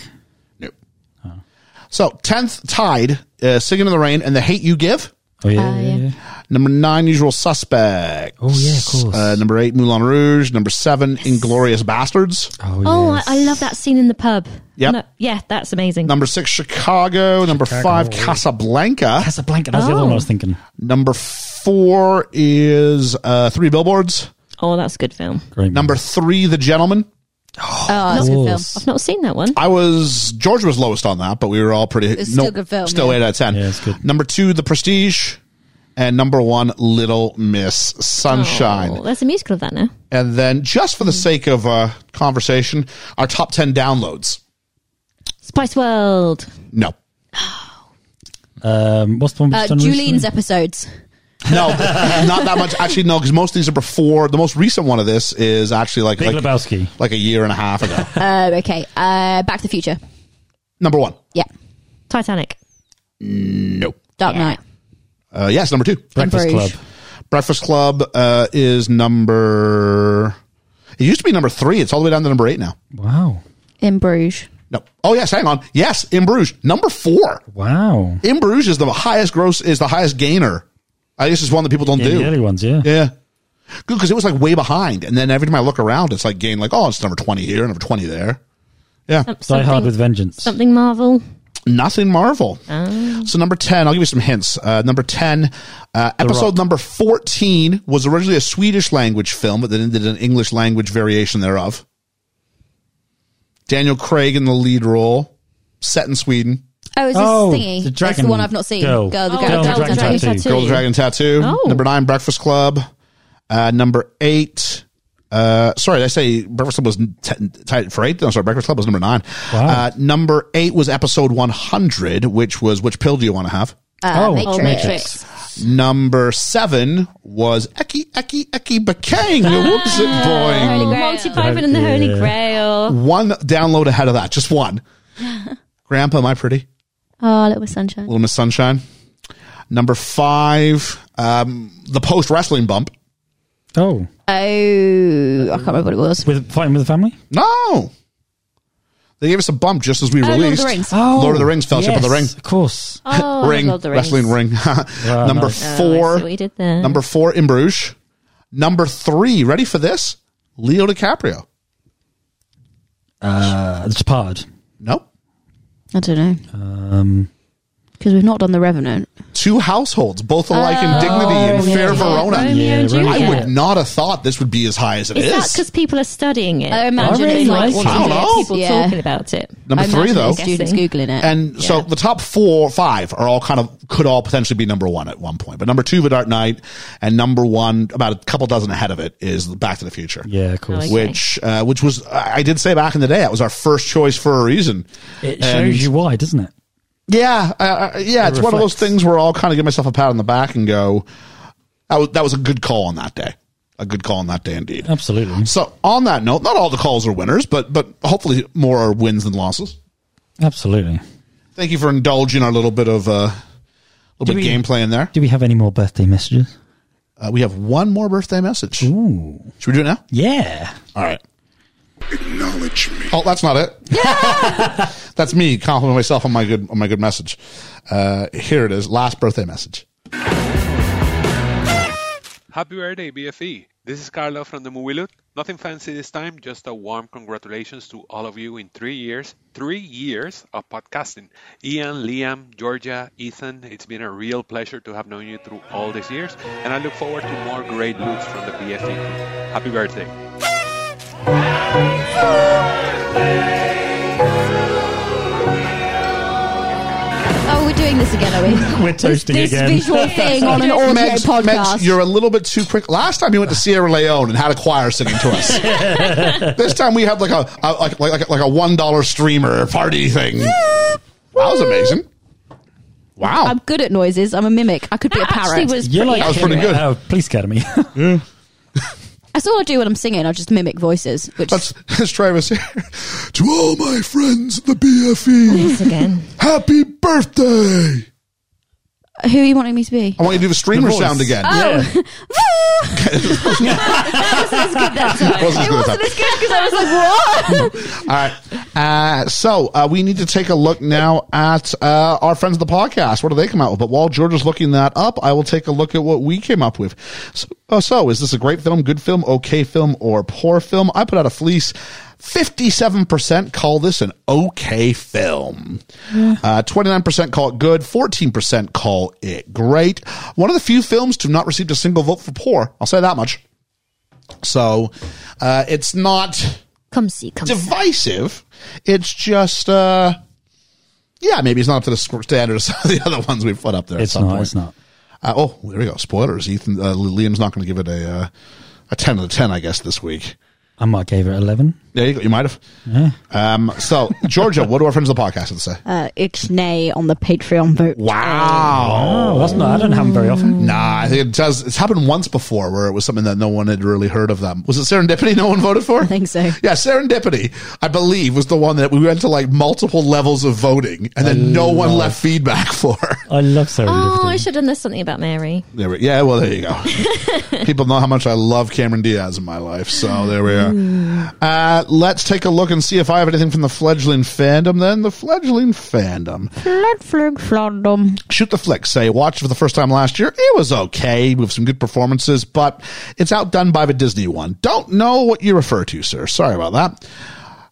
Speaker 2: So tenth tied, uh, "Singing in the Rain" and "The Hate You Give."
Speaker 3: Oh yeah, yeah, yeah.
Speaker 2: Number nine, "Usual Suspects."
Speaker 3: Oh, yeah, of course.
Speaker 2: Uh, number eight, "Moulin Rouge." Number seven, "Inglorious Bastards."
Speaker 3: Oh,
Speaker 4: Oh, I, I love that scene in the pub.
Speaker 2: Yep.
Speaker 4: yeah, that's amazing.
Speaker 2: Number six, Chicago. Number five,
Speaker 3: oh.
Speaker 2: Casablanca.
Speaker 3: Casablanca. That's the other one I was thinking.
Speaker 2: Number four is uh, Three Billboards.
Speaker 4: Oh, that's a good film.
Speaker 3: Great.
Speaker 2: Number three, The Gentleman.
Speaker 7: Oh, that's a good film.
Speaker 4: I've not seen that one.
Speaker 2: I was George was lowest on that, but we were all pretty.
Speaker 7: It's still a good film,
Speaker 2: Still
Speaker 7: yeah.
Speaker 2: eight out of ten.
Speaker 3: Yeah, it's good.
Speaker 2: Number two, The Prestige, and number one, Little Miss Sunshine.
Speaker 4: Oh, there's a musical of that now.
Speaker 2: And then, just
Speaker 7: Hmm.
Speaker 2: for the sake of uh, conversation, our top ten downloads.
Speaker 4: Spice World.
Speaker 2: No,
Speaker 3: Um, what's the one? we've
Speaker 7: Uh,
Speaker 3: done
Speaker 7: Julian's
Speaker 3: recently?
Speaker 7: episodes.
Speaker 2: no, not that much. Actually, no, because most of these are before. The most recent one of this is actually like
Speaker 3: Big
Speaker 2: like,
Speaker 3: Lebowski.
Speaker 2: like a year and a half ago.
Speaker 7: Uh, okay. Uh, Back to the Future.
Speaker 2: number one.
Speaker 7: Yeah.
Speaker 4: Titanic.
Speaker 2: No.
Speaker 7: Dark Knight.
Speaker 2: Uh, yes, number two.
Speaker 3: Breakfast Club.
Speaker 7: Bruges.
Speaker 2: Breakfast Club uh, is number. It used to be number three. It's all the way down to number eight now.
Speaker 3: Wow.
Speaker 7: In Bruges.
Speaker 2: No. Oh yes, hang on. Yes, in Bruges, number four.
Speaker 3: Wow.
Speaker 2: In Bruges is the highest gross is the highest gainer. I guess it's one that people don't
Speaker 3: Yeah, the
Speaker 2: do.
Speaker 3: early ones. Yeah.
Speaker 2: Yeah. Good because it was like way behind, and then every time I look around, it's like gain like oh it's number twenty here, number twenty there. Yeah.
Speaker 4: Some-
Speaker 3: Die Hard with
Speaker 4: Something,
Speaker 3: Vengeance.
Speaker 4: something Marvel.
Speaker 2: Nothing Marvel. So number ten, I'll give you some hints. Uh, number ten, uh, episode number fourteen was originally a Swedish language film, but then they did an English language variation thereof. Daniel Craig in the lead role, set in Sweden.
Speaker 7: Oh, is this
Speaker 3: Oh,
Speaker 7: thingy?
Speaker 3: the
Speaker 7: That's
Speaker 3: dragon
Speaker 7: the one I've not seen.
Speaker 3: girl.
Speaker 7: Girl, the
Speaker 3: Girl
Speaker 4: Oh,
Speaker 7: girl, girl,
Speaker 3: with
Speaker 7: girl,
Speaker 3: Dragon
Speaker 7: girl.
Speaker 3: Tattoo.
Speaker 2: Girl with Dragon Tattoo.
Speaker 4: Oh.
Speaker 2: Number nine, Breakfast Club. Uh, number eight. Uh, sorry, did I say Breakfast Club was t- tied for eight. No, sorry, Breakfast Club was number nine.
Speaker 3: Wow.
Speaker 2: Uh, number eight was episode one hundred, which was which pill do you want to have?
Speaker 7: Uh,
Speaker 3: Oh,
Speaker 7: Matrix.
Speaker 3: Matrix.
Speaker 2: Number seven was Eki Eki Eki Bakang. Whoops it boing.
Speaker 4: Multivitamin and the Holy
Speaker 3: Yeah.
Speaker 4: Grail.
Speaker 2: One download ahead of that, just one. Grandpa, am I pretty?
Speaker 15: Oh, Little Miss Sunshine.
Speaker 2: Little Miss Sunshine. Number five, um, the post wrestling bump.
Speaker 3: Oh,
Speaker 7: Oh, I can't remember what it was.
Speaker 3: with fighting with the family.
Speaker 2: No. They gave us a bump just as we
Speaker 7: Lord of the
Speaker 2: released
Speaker 7: Rings.
Speaker 3: Oh,
Speaker 2: Lord of the Rings, Fellowship of the Ring.
Speaker 3: yes, Of course.
Speaker 4: Oh,
Speaker 2: ring,
Speaker 4: Lord of the Rings.
Speaker 2: wrestling ring. number
Speaker 3: nice.
Speaker 4: Oh, I see
Speaker 2: four,
Speaker 4: what you did there.
Speaker 2: number four in Bruges. Number three, ready for this? Leo DiCaprio.
Speaker 3: Uh, the Departed.
Speaker 2: Nope.
Speaker 7: I don't know.
Speaker 3: Um,
Speaker 7: Because we've not done The Revenant.
Speaker 2: Two households, both alike in dignity and
Speaker 3: Oh, yeah,
Speaker 2: fair
Speaker 3: yeah.
Speaker 2: Verona.
Speaker 4: Romeo and
Speaker 3: Yeah, Romeo.
Speaker 4: Juliet.
Speaker 2: I would not have thought this would be as high as it
Speaker 4: Is
Speaker 2: is.
Speaker 4: that because people are studying it?
Speaker 7: I imagine
Speaker 3: really
Speaker 7: it's like
Speaker 3: like
Speaker 2: it. I don't know.
Speaker 4: people
Speaker 7: Yeah.
Speaker 4: talking about it.
Speaker 2: Number
Speaker 7: I
Speaker 2: three,
Speaker 7: imagine
Speaker 2: though.
Speaker 7: it's Students
Speaker 4: Guessing.
Speaker 7: googling it.
Speaker 2: And so the top four or five are all kind of could all potentially be number one at one point, but number two, The Dark Knight, and number one, about a couple dozen ahead of it, is Back to the Future.
Speaker 3: yeah, of course.
Speaker 7: Oh,
Speaker 4: okay.
Speaker 2: Which, uh, which was, I I did say back in the day, that was our first choice for a reason.
Speaker 3: It
Speaker 2: And-
Speaker 3: shows you why, doesn't it?
Speaker 2: Yeah, uh, uh, yeah, it's one of those
Speaker 3: reflects.
Speaker 2: things where I'll kind of give myself a pat on the back and go, that was, that was a good call on that day, a good call on that day indeed.
Speaker 3: Absolutely.
Speaker 2: So on that note, not all the calls are winners, but but hopefully more are wins than losses.
Speaker 3: Absolutely.
Speaker 2: Thank you for indulging our little bit of uh, little bit
Speaker 3: we-
Speaker 2: of gameplay in there.
Speaker 3: Do we have any more birthday messages?
Speaker 2: Uh, we have one more birthday message.
Speaker 3: Ooh.
Speaker 2: Should we do it now?
Speaker 3: Yeah.
Speaker 2: All right.
Speaker 11: Acknowledge me.
Speaker 2: Oh, that's not it. That's me complimenting myself on my good on my good message. Uh, here it is, last birthday message.
Speaker 16: Happy birthday, BFE. This is Carlo from the Movie Loot. Nothing fancy this time, just a warm congratulations to all of you in three years, three years of podcasting. Ian, Liam, Georgia, Ethan, it's been a real pleasure to have known you through all these years, and I look forward to more great loots from the BFE. crew. Happy birthday.
Speaker 15: Oh, we're doing this again, are we?
Speaker 3: We're toasting
Speaker 15: this, this
Speaker 3: again.
Speaker 15: visual thing on an audio
Speaker 2: Megs,
Speaker 15: podcast.
Speaker 2: Megs, you're a little bit too quick. Last time you went to Sierra Leone and had a choir singing to us. this time we had like a, a like, like like a one dollar streamer party thing. That was amazing. Wow.
Speaker 7: I'm good at noises. I'm a mimic. I could be a parrot.
Speaker 3: You're like
Speaker 2: good.
Speaker 3: Uh, Police Academy.
Speaker 7: That's all I do when I'm singing. I just mimic voices. Which
Speaker 2: Let's, let's try this here. To all my friends at the BFE,
Speaker 7: again.
Speaker 2: happy birthday!
Speaker 7: uh, Who are you wanting me to be?
Speaker 2: I want you to do the streamer sound again.
Speaker 7: Oh,
Speaker 2: It wasn't as good as that.
Speaker 7: because I was like,
Speaker 2: All
Speaker 7: what?
Speaker 2: right. Uh, so uh, we need to take a look now at uh, our friends of the podcast. What do they come out with? But while George is looking that up, I will take a look at what we came up with. So, oh, so is this a great film, good film, okay film, or poor film? I put out a fleece. 57% call this an okay film. Uh, 29% call it good. 14% call it great. One of the few films to not receive a single vote for poor. I'll say that much. So uh, it's not
Speaker 4: Come see, come see.
Speaker 2: divisive. It's just, uh, yeah, maybe it's not up to the sc- standard of some of the other ones we've put up there.
Speaker 3: It's
Speaker 2: at some
Speaker 3: not,
Speaker 2: Point.
Speaker 3: it's not.
Speaker 2: Uh, oh, there we go. Spoilers. Ethan uh, Liam's not going to give it a uh, a ten out of ten, I guess, this week.
Speaker 3: I might gave it 11.
Speaker 2: There you go. You might have.
Speaker 3: Yeah.
Speaker 2: Um, so, Georgia, what do our friends of the podcast have to say?
Speaker 7: Uh, Ixnay on the Patreon vote.
Speaker 2: Wow.
Speaker 3: Oh, that's not, I don't have them very often.
Speaker 2: Nah, I think it does. It's happened once before where it was something that no one had really heard of them. Was it Serendipity no one voted for?
Speaker 7: I think so.
Speaker 2: Yeah, Serendipity, I believe, was the one that we went to like multiple levels of voting and then no one left feedback for.
Speaker 3: I love serendipity.
Speaker 4: Oh, I should have done this something about Mary.
Speaker 2: There we, yeah, well, there you go. People know how much I love Cameron Diaz in my life, so there we are. Uh, let's take a look and see if I have anything from the fledgling fandom. Then the fledgling fandom.
Speaker 7: Flag, flag, flandom.
Speaker 2: Shoot the Flick say, watched for the first time last year. It was okay with some good performances, but it's outdone by the Disney one. Don't know what you refer to, sir. Sorry about that.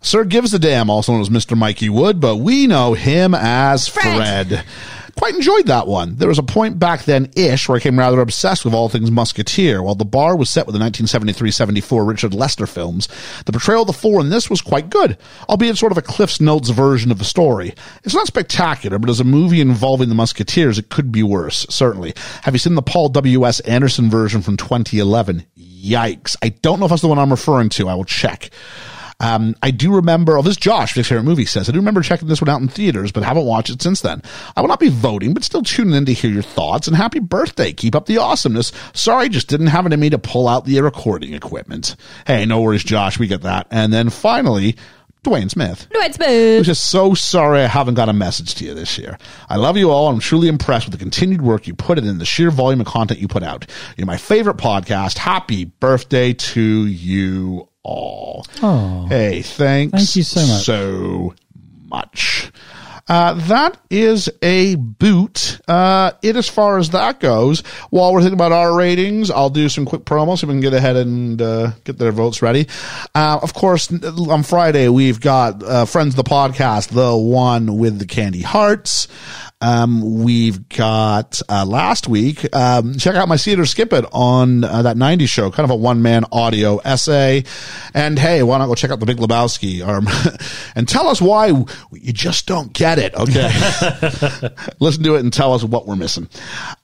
Speaker 2: Sir Gives a Damn, also known as Mr. Mikey Wood, but we know him as Fred.
Speaker 14: Fred.
Speaker 2: Quite enjoyed that one. There was a point back then ish where I came rather obsessed with all things Musketeer. While the bar was set with the 1973 74 Richard Lester films, the portrayal of the four in this was quite good, albeit sort of a Cliff's Notes version of the story. It's not spectacular, but as a movie involving the Musketeers, it could be worse, certainly. Have you seen the Paul W.S. Anderson version from 2011? Yikes. I don't know if that's the one I'm referring to. I will check. Um, I do remember, oh, this Josh, Vic's favorite movie says, I do remember checking this one out in theaters, but haven't watched it since then. I will not be voting, but still tuning in to hear your thoughts and happy birthday. Keep up the awesomeness. Sorry, just didn't have it in me to pull out the recording equipment. Hey, no worries, Josh. We get that. And then finally, Dwayne Smith.
Speaker 7: No, it's boo.
Speaker 2: I'm just so sorry I haven't got a message to you this year. I love you all. and I'm truly impressed with the continued work you put in and the sheer volume of content you put out. You're my favorite podcast. Happy birthday to you all.
Speaker 3: Oh.
Speaker 2: Hey, thanks.
Speaker 3: Thank you so much.
Speaker 2: So much. Uh, that is a boot. Uh, it as far as that goes. While we're thinking about our ratings, I'll do some quick promos so we can get ahead and uh, get their votes ready. Uh, of course, n- on Friday we've got uh, friends of the podcast, the one with the candy hearts. Um, we've got uh, last week. Um, check out my theater skip it on uh, that '90s show, kind of a one man audio essay. And hey, why not go check out the Big Lebowski? Um, and tell us why w- you just don't get it. Okay, listen to it and tell us what we're missing.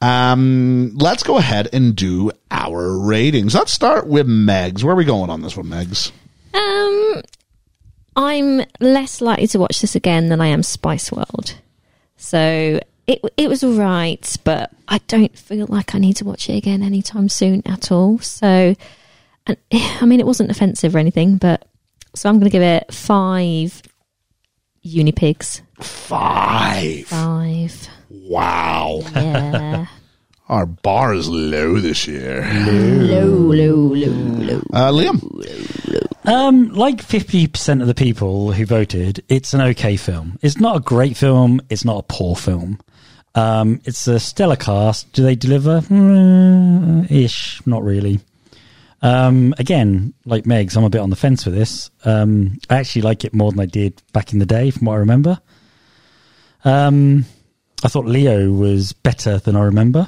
Speaker 2: Um, let's go ahead and do our ratings. Let's start with Megs. Where are we going on this one, Megs?
Speaker 4: Um, I'm less likely to watch this again than I am Spice World. So it it was all right, but I don't feel like I need to watch it again anytime soon at all. So, and, I mean, it wasn't offensive or anything, but so I'm going to give it five Unipigs.
Speaker 2: Five.
Speaker 4: Five.
Speaker 2: Wow,
Speaker 4: Yeah.
Speaker 2: our bar is low this year.
Speaker 4: low, low, low, low.
Speaker 2: Uh, Liam.
Speaker 3: Um, like fifty percent of the people who voted, it's an okay film. It's not a great film. It's not a poor film. Um, it's a stellar cast. Do they deliver? Mm, ish, not really. Um, again, like Megs, I'm a bit on the fence with this. Um, I actually like it more than I did back in the day, from what I remember. Um, I thought Leo was better than I remember.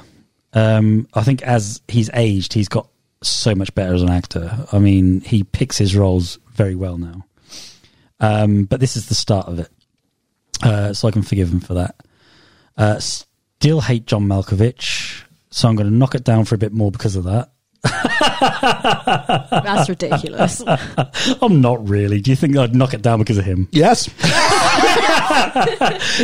Speaker 3: Um, I think as he's aged, he's got so much better as an actor. I mean, he picks his roles very well now. Um, but this is the start of it. Uh, so I can forgive him for that. Uh, still hate John Malkovich. So I'm going to knock it down for a bit more because of that.
Speaker 17: That's ridiculous.
Speaker 3: I'm not really. Do you think I'd knock it down because of him?
Speaker 2: Yes.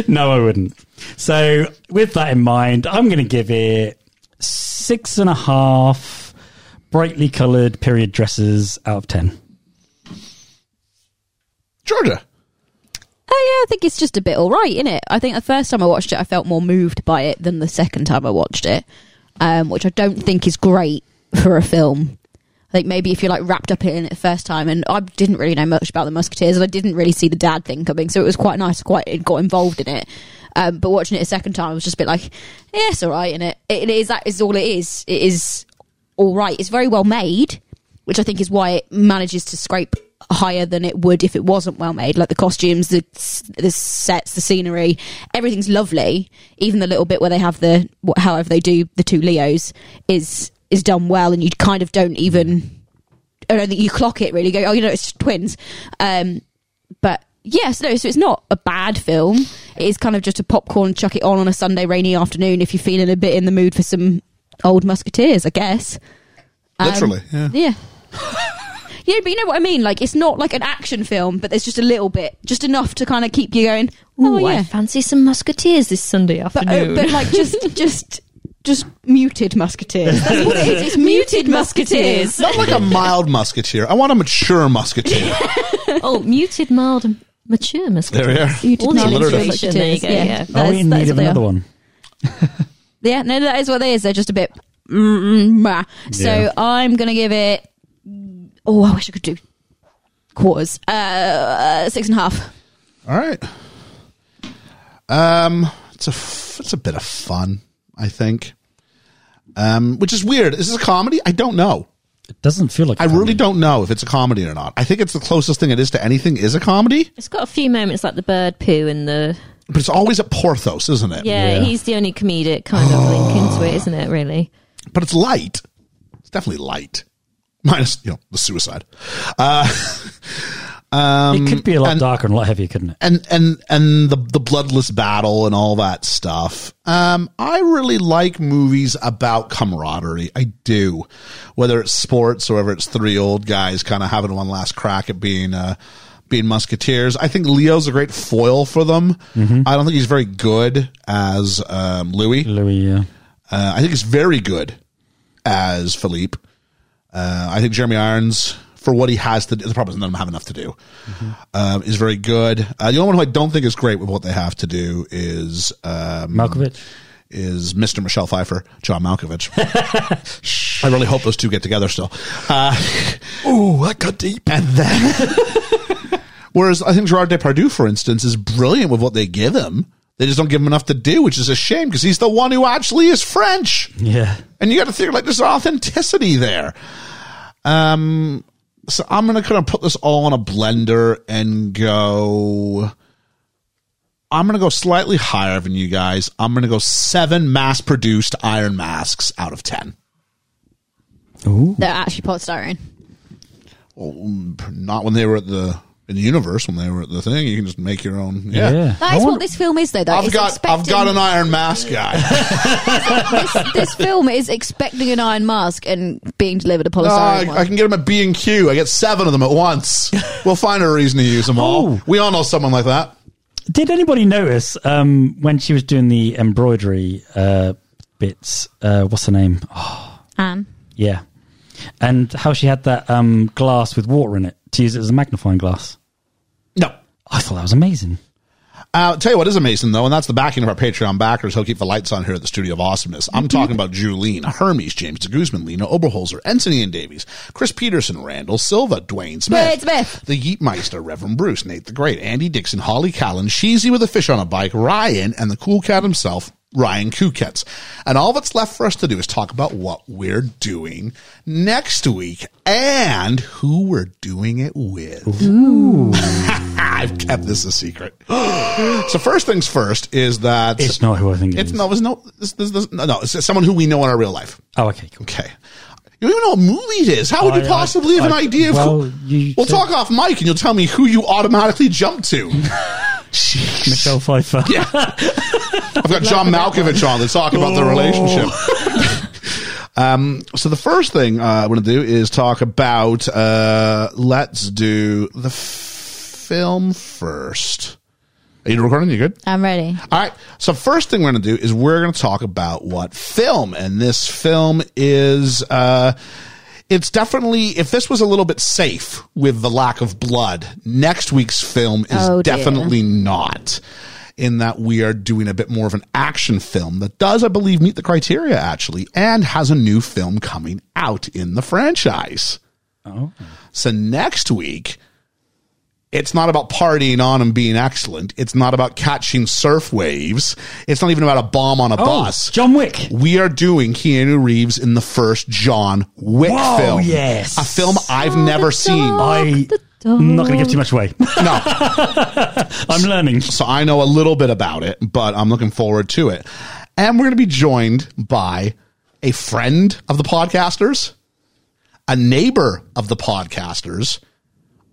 Speaker 3: no, I wouldn't. So, with that in mind, I'm going to give it six and a half brightly coloured period dresses out of ten.
Speaker 2: Georgia.
Speaker 7: Oh yeah, I think it's just a bit all right, isn't it? I think the first time I watched it, I felt more moved by it than the second time I watched it, um, which I don't think is great for a film. I think maybe if you're like wrapped up in it the first time, and I didn't really know much about the Musketeers, and I didn't really see the dad thing coming, so it was quite nice. Quite it got involved in it, um, but watching it a second time, I was just a bit like, yeah, it's all right, and it it is that is all it is. It is all right. It's very well made, which I think is why it manages to scrape higher than it would if it wasn't well made. Like the costumes, the the sets, the scenery, everything's lovely. Even the little bit where they have the wh- however they do the two Leos is is done well, and you kind of don't even I don't think you clock it really. Go oh, you know it's twins, um, but. Yes, no, so it's not a bad film. It is kind of just a popcorn, chuck it on on a Sunday rainy afternoon if you're feeling a bit in the mood for some old Musketeers, I guess. Um,
Speaker 2: Literally, yeah.
Speaker 7: Yeah. Yeah, but you know what I mean. Like, it's not like an action film, but there's just a little bit, just enough to kind of keep you going. Oh
Speaker 4: Ooh, I
Speaker 7: yeah,
Speaker 4: fancy some musketeers this Sunday
Speaker 7: but, oh,
Speaker 4: afternoon.
Speaker 7: but like just just just muted musketeers. That's what it is. It's muted musketeers.
Speaker 2: Not like a mild musketeer. I want a mature musketeer.
Speaker 4: oh, muted, mild, and mature
Speaker 2: There we
Speaker 4: musketeers.
Speaker 2: are.
Speaker 7: Muted
Speaker 4: All the
Speaker 2: Alliterative.
Speaker 4: alliteration. There you go.
Speaker 7: Yeah.
Speaker 4: Yeah.
Speaker 3: Are
Speaker 7: That
Speaker 3: we
Speaker 7: is-
Speaker 3: in
Speaker 7: that
Speaker 3: Oh, need
Speaker 7: is
Speaker 3: of
Speaker 7: what they
Speaker 3: another
Speaker 7: are.
Speaker 3: one?
Speaker 7: Yeah, no, that is what they is. They're just a bit. mm, mm, mwah.
Speaker 3: Yeah.
Speaker 7: So I'm gonna give it. Oh, I wish I could do quarters. Uh, six and a half.
Speaker 2: All right. Um, it's a f- it's a bit of fun, I think. Um, which is weird. Is this a comedy? I don't know.
Speaker 3: It doesn't feel like.
Speaker 2: I really don't know if it's a comedy or not. I think it's the closest thing it is to anything is a comedy,
Speaker 4: It's got a few moments like the bird poo and the.
Speaker 2: but it's always at Porthos, isn't it?
Speaker 4: Yeah,
Speaker 3: Yeah.
Speaker 4: he's the only comedic kind of link into it, isn't it, really?
Speaker 2: But it's light. It's definitely light. Minus, you know, the suicide. Uh, um,
Speaker 3: it could be a lot
Speaker 2: and-
Speaker 3: darker and a lot heavier, couldn't it?
Speaker 2: and and and the the bloodless battle and all that stuff. Um, I really like movies about camaraderie. I do, whether it's sports or whether it's three old guys kind of having one last crack at being uh, being musketeers. I think Leo's a great foil for them. I don't think he's very good as um, Louis.
Speaker 3: Louis, yeah.
Speaker 2: Uh, I think he's very good as Philippe. Uh, I think Jeremy Irons, for what he has to do, the problem is none of them have enough to do, um, is very good. Uh, the only one who I don't think is great with what they have to do is um,
Speaker 3: Malkovich.
Speaker 2: is Mr. Michelle Pfeiffer, John Malkovich. I really hope those two get together still. Uh, Ooh, that got deep. And then, whereas I think Gerard Depardieu, for instance, is brilliant with what they give him. They just don't give him enough to do, which is a shame because he's the one who actually is French.
Speaker 3: Yeah.
Speaker 2: And you got to think like there's authenticity there. Um, so I'm gonna kind of put this all on a blender and go. I'm gonna go slightly higher than you guys. I'm gonna go seven mass-produced iron masks out of ten.
Speaker 3: Ooh.
Speaker 7: They're actually polystyrene.
Speaker 2: Not when they were at the in the universe when they were at the thing. You can just make your own.
Speaker 3: Yeah.
Speaker 2: Yeah.
Speaker 7: That
Speaker 3: I
Speaker 7: is
Speaker 3: wonder-
Speaker 7: what this film is, though. Though
Speaker 2: I've
Speaker 7: It's
Speaker 2: got I've got
Speaker 7: expecting- Oh,
Speaker 2: an iron mask guy.
Speaker 7: this, this film is expecting an iron mask and being delivered a
Speaker 2: No,
Speaker 7: polystyrene
Speaker 2: Oh, Ah, I,
Speaker 7: one.
Speaker 2: I can get them at B and Q. I get seven of them at once. we'll find a reason to use them all.
Speaker 3: Oh.
Speaker 2: We all know someone like that.
Speaker 3: Did anybody notice um, when she was doing the embroidery uh, bits? Uh, what's her name? Oh,
Speaker 7: Anne.
Speaker 3: yeah, and how she had that um, glass with water in it to use it as a magnifying glass.
Speaker 2: No.
Speaker 3: I thought that was amazing.
Speaker 2: Uh, tell you what is amazing though, and that's the backing of our Patreon backers who'll keep the lights on here at the Studio of Awesomeness.
Speaker 15: Mm-hmm.
Speaker 2: I'm talking about Julene, Hermes, James de Guzman, Lena Oberholzer, Anthony and Davies, Chris Peterson, Randall Silva, Dwayne Smith,
Speaker 15: Dwayne Smith.
Speaker 2: the Yeetmeister, Reverend Bruce, Nate the Great, Andy Dixon, Holly Callan, Sheezy with a fish on a bike, Ryan, and the cool cat himself, Ryan Kukets. And all that's left for us to do is talk about what we're doing next week and who we're doing it with. I've kept this a secret. so first things first is that
Speaker 3: It's not who I think it
Speaker 2: it's
Speaker 3: is.
Speaker 2: no, it's no, this, this, this, no, no, it's someone who we know in our real life.
Speaker 3: Oh, okay, cool.
Speaker 2: Okay. You don't even know what movie it is. How would
Speaker 3: I-
Speaker 2: you
Speaker 3: I-
Speaker 2: possibly have an
Speaker 3: I-
Speaker 2: idea? of who-
Speaker 3: well, you
Speaker 2: we'll
Speaker 3: said-
Speaker 2: talk off mic and you'll tell me who you automatically jump to.
Speaker 3: Michelle Pfeiffer.
Speaker 2: Yeah. I've got John Malkovich on to talk about
Speaker 3: Oh.
Speaker 2: their relationship. um, so the first thing uh, I want to do is talk about uh, let's do the f- film first. Are you recording? You good?
Speaker 15: I'm ready.
Speaker 2: All right. So first thing we're going to do is we're going to talk about what film, and this film is. Uh, it's definitely if this was a little bit safe with the lack of blood, next week's film is
Speaker 15: Oh, dear.
Speaker 2: definitely not. In that we are doing a bit more of an action film that does, I believe, meet the criteria actually, and has a new film coming out in the franchise.
Speaker 3: Oh.
Speaker 2: So next week, it's not about partying on and being excellent. It's not about catching surf waves. It's not even about a bomb on a bus.
Speaker 3: Oh, John Wick.
Speaker 2: We are doing Keanu Reeves in the first John Wick
Speaker 3: Whoa,
Speaker 2: film.
Speaker 3: yes. Oh,
Speaker 2: A film I've never seen.
Speaker 3: I, I'm not going to give too much away.
Speaker 2: No.
Speaker 3: I'm learning.
Speaker 2: So I know a little bit about it, but I'm looking forward to it. And we're going to be joined by a friend of the podcasters, a neighbor of the podcasters,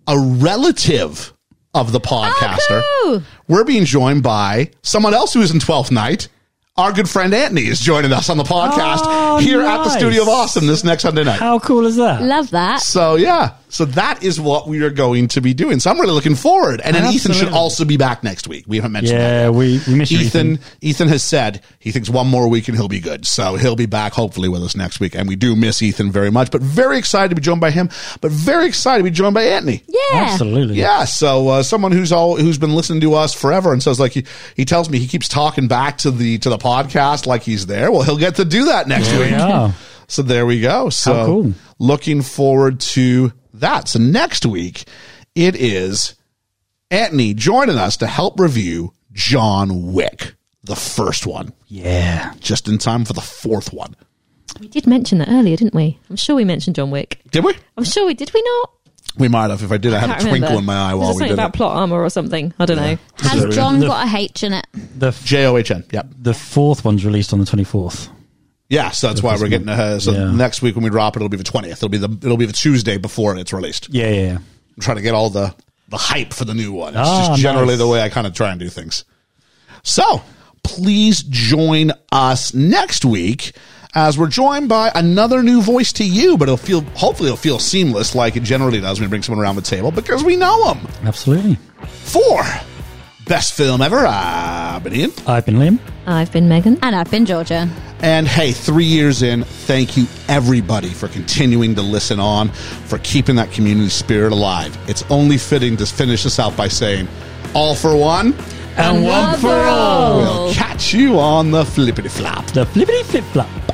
Speaker 2: a relative of
Speaker 3: Oh,
Speaker 2: the podcaster.
Speaker 15: cool.
Speaker 2: We're being joined by someone else who is in 12th Night. Our good friend Anthony is joining us on the podcast
Speaker 3: Oh,
Speaker 2: here at the
Speaker 3: nice.
Speaker 2: Studio of Awesome this next Sunday night.
Speaker 3: How cool is that?
Speaker 15: Love that.
Speaker 2: So yeah, so that is what we are going to be doing. So I'm really looking forward. And then Ethan should
Speaker 3: Absolutely.
Speaker 2: also be back next week. We haven't mentioned that.
Speaker 3: Yeah, we, we miss you,
Speaker 2: Ethan, Ethan has said he thinks one more week and he'll be good. So he'll be back hopefully with us next week. And we do miss Ethan very much, but very excited to be joined by him, but very excited to be joined by Anthony.
Speaker 15: Yeah.
Speaker 3: Absolutely.
Speaker 2: Yeah, so uh, someone who's all who's been listening to us forever and says like he, he tells me he keeps talking back to the to the podcast like he's there. Well, he'll get to do that next
Speaker 3: There we
Speaker 2: week.
Speaker 3: are.
Speaker 2: So there we go. So
Speaker 3: How cool.
Speaker 2: looking forward to that. So next week it is Anthony joining us to help review John Wick, the first one,
Speaker 3: Yeah.
Speaker 2: just in time for the fourth one.
Speaker 4: We did mention that earlier, didn't we? I'm sure we mentioned John Wick.
Speaker 2: Did we?
Speaker 4: I'm sure we did. We not?
Speaker 2: We might have. If I did, I,
Speaker 4: I
Speaker 2: had
Speaker 4: can't
Speaker 2: a twinkle
Speaker 4: remember.
Speaker 2: in my eye
Speaker 4: Was
Speaker 2: while we
Speaker 4: it something
Speaker 2: did
Speaker 4: about
Speaker 2: it.
Speaker 4: plot armor or something. I don't know.
Speaker 15: Has John
Speaker 3: The-
Speaker 15: got a H in it?
Speaker 3: The, f-
Speaker 2: J O H N. Yep.
Speaker 3: the fourth one's released on the 24th.
Speaker 2: Yeah, so that's why we're getting uh, so
Speaker 3: Yeah.
Speaker 2: next week when we drop it, it'll be the twentieth. It'll be the it'll be the Tuesday before it's released.
Speaker 3: Yeah, yeah, yeah.
Speaker 2: I'm trying to get all the the hype for the new one. It's
Speaker 3: Ah,
Speaker 2: just generally
Speaker 3: nice.
Speaker 2: the way I kind of try and do things. So please join us next week as we're joined by another new voice to you, but it'll feel hopefully it'll feel seamless like it generally does when we bring someone around the table because we know them.
Speaker 3: Absolutely.
Speaker 2: For best film ever, I've been Ian.
Speaker 3: I've been Liam.
Speaker 4: I've been Megan.
Speaker 15: And I've been Georgia.
Speaker 2: And hey, three years in, thank you everybody for continuing to listen on, for keeping that community spirit alive. It's only fitting to finish this out by saying, all for one,
Speaker 3: And one for all.
Speaker 2: we'll catch you on the flippity flop.
Speaker 3: The flippity flip flop.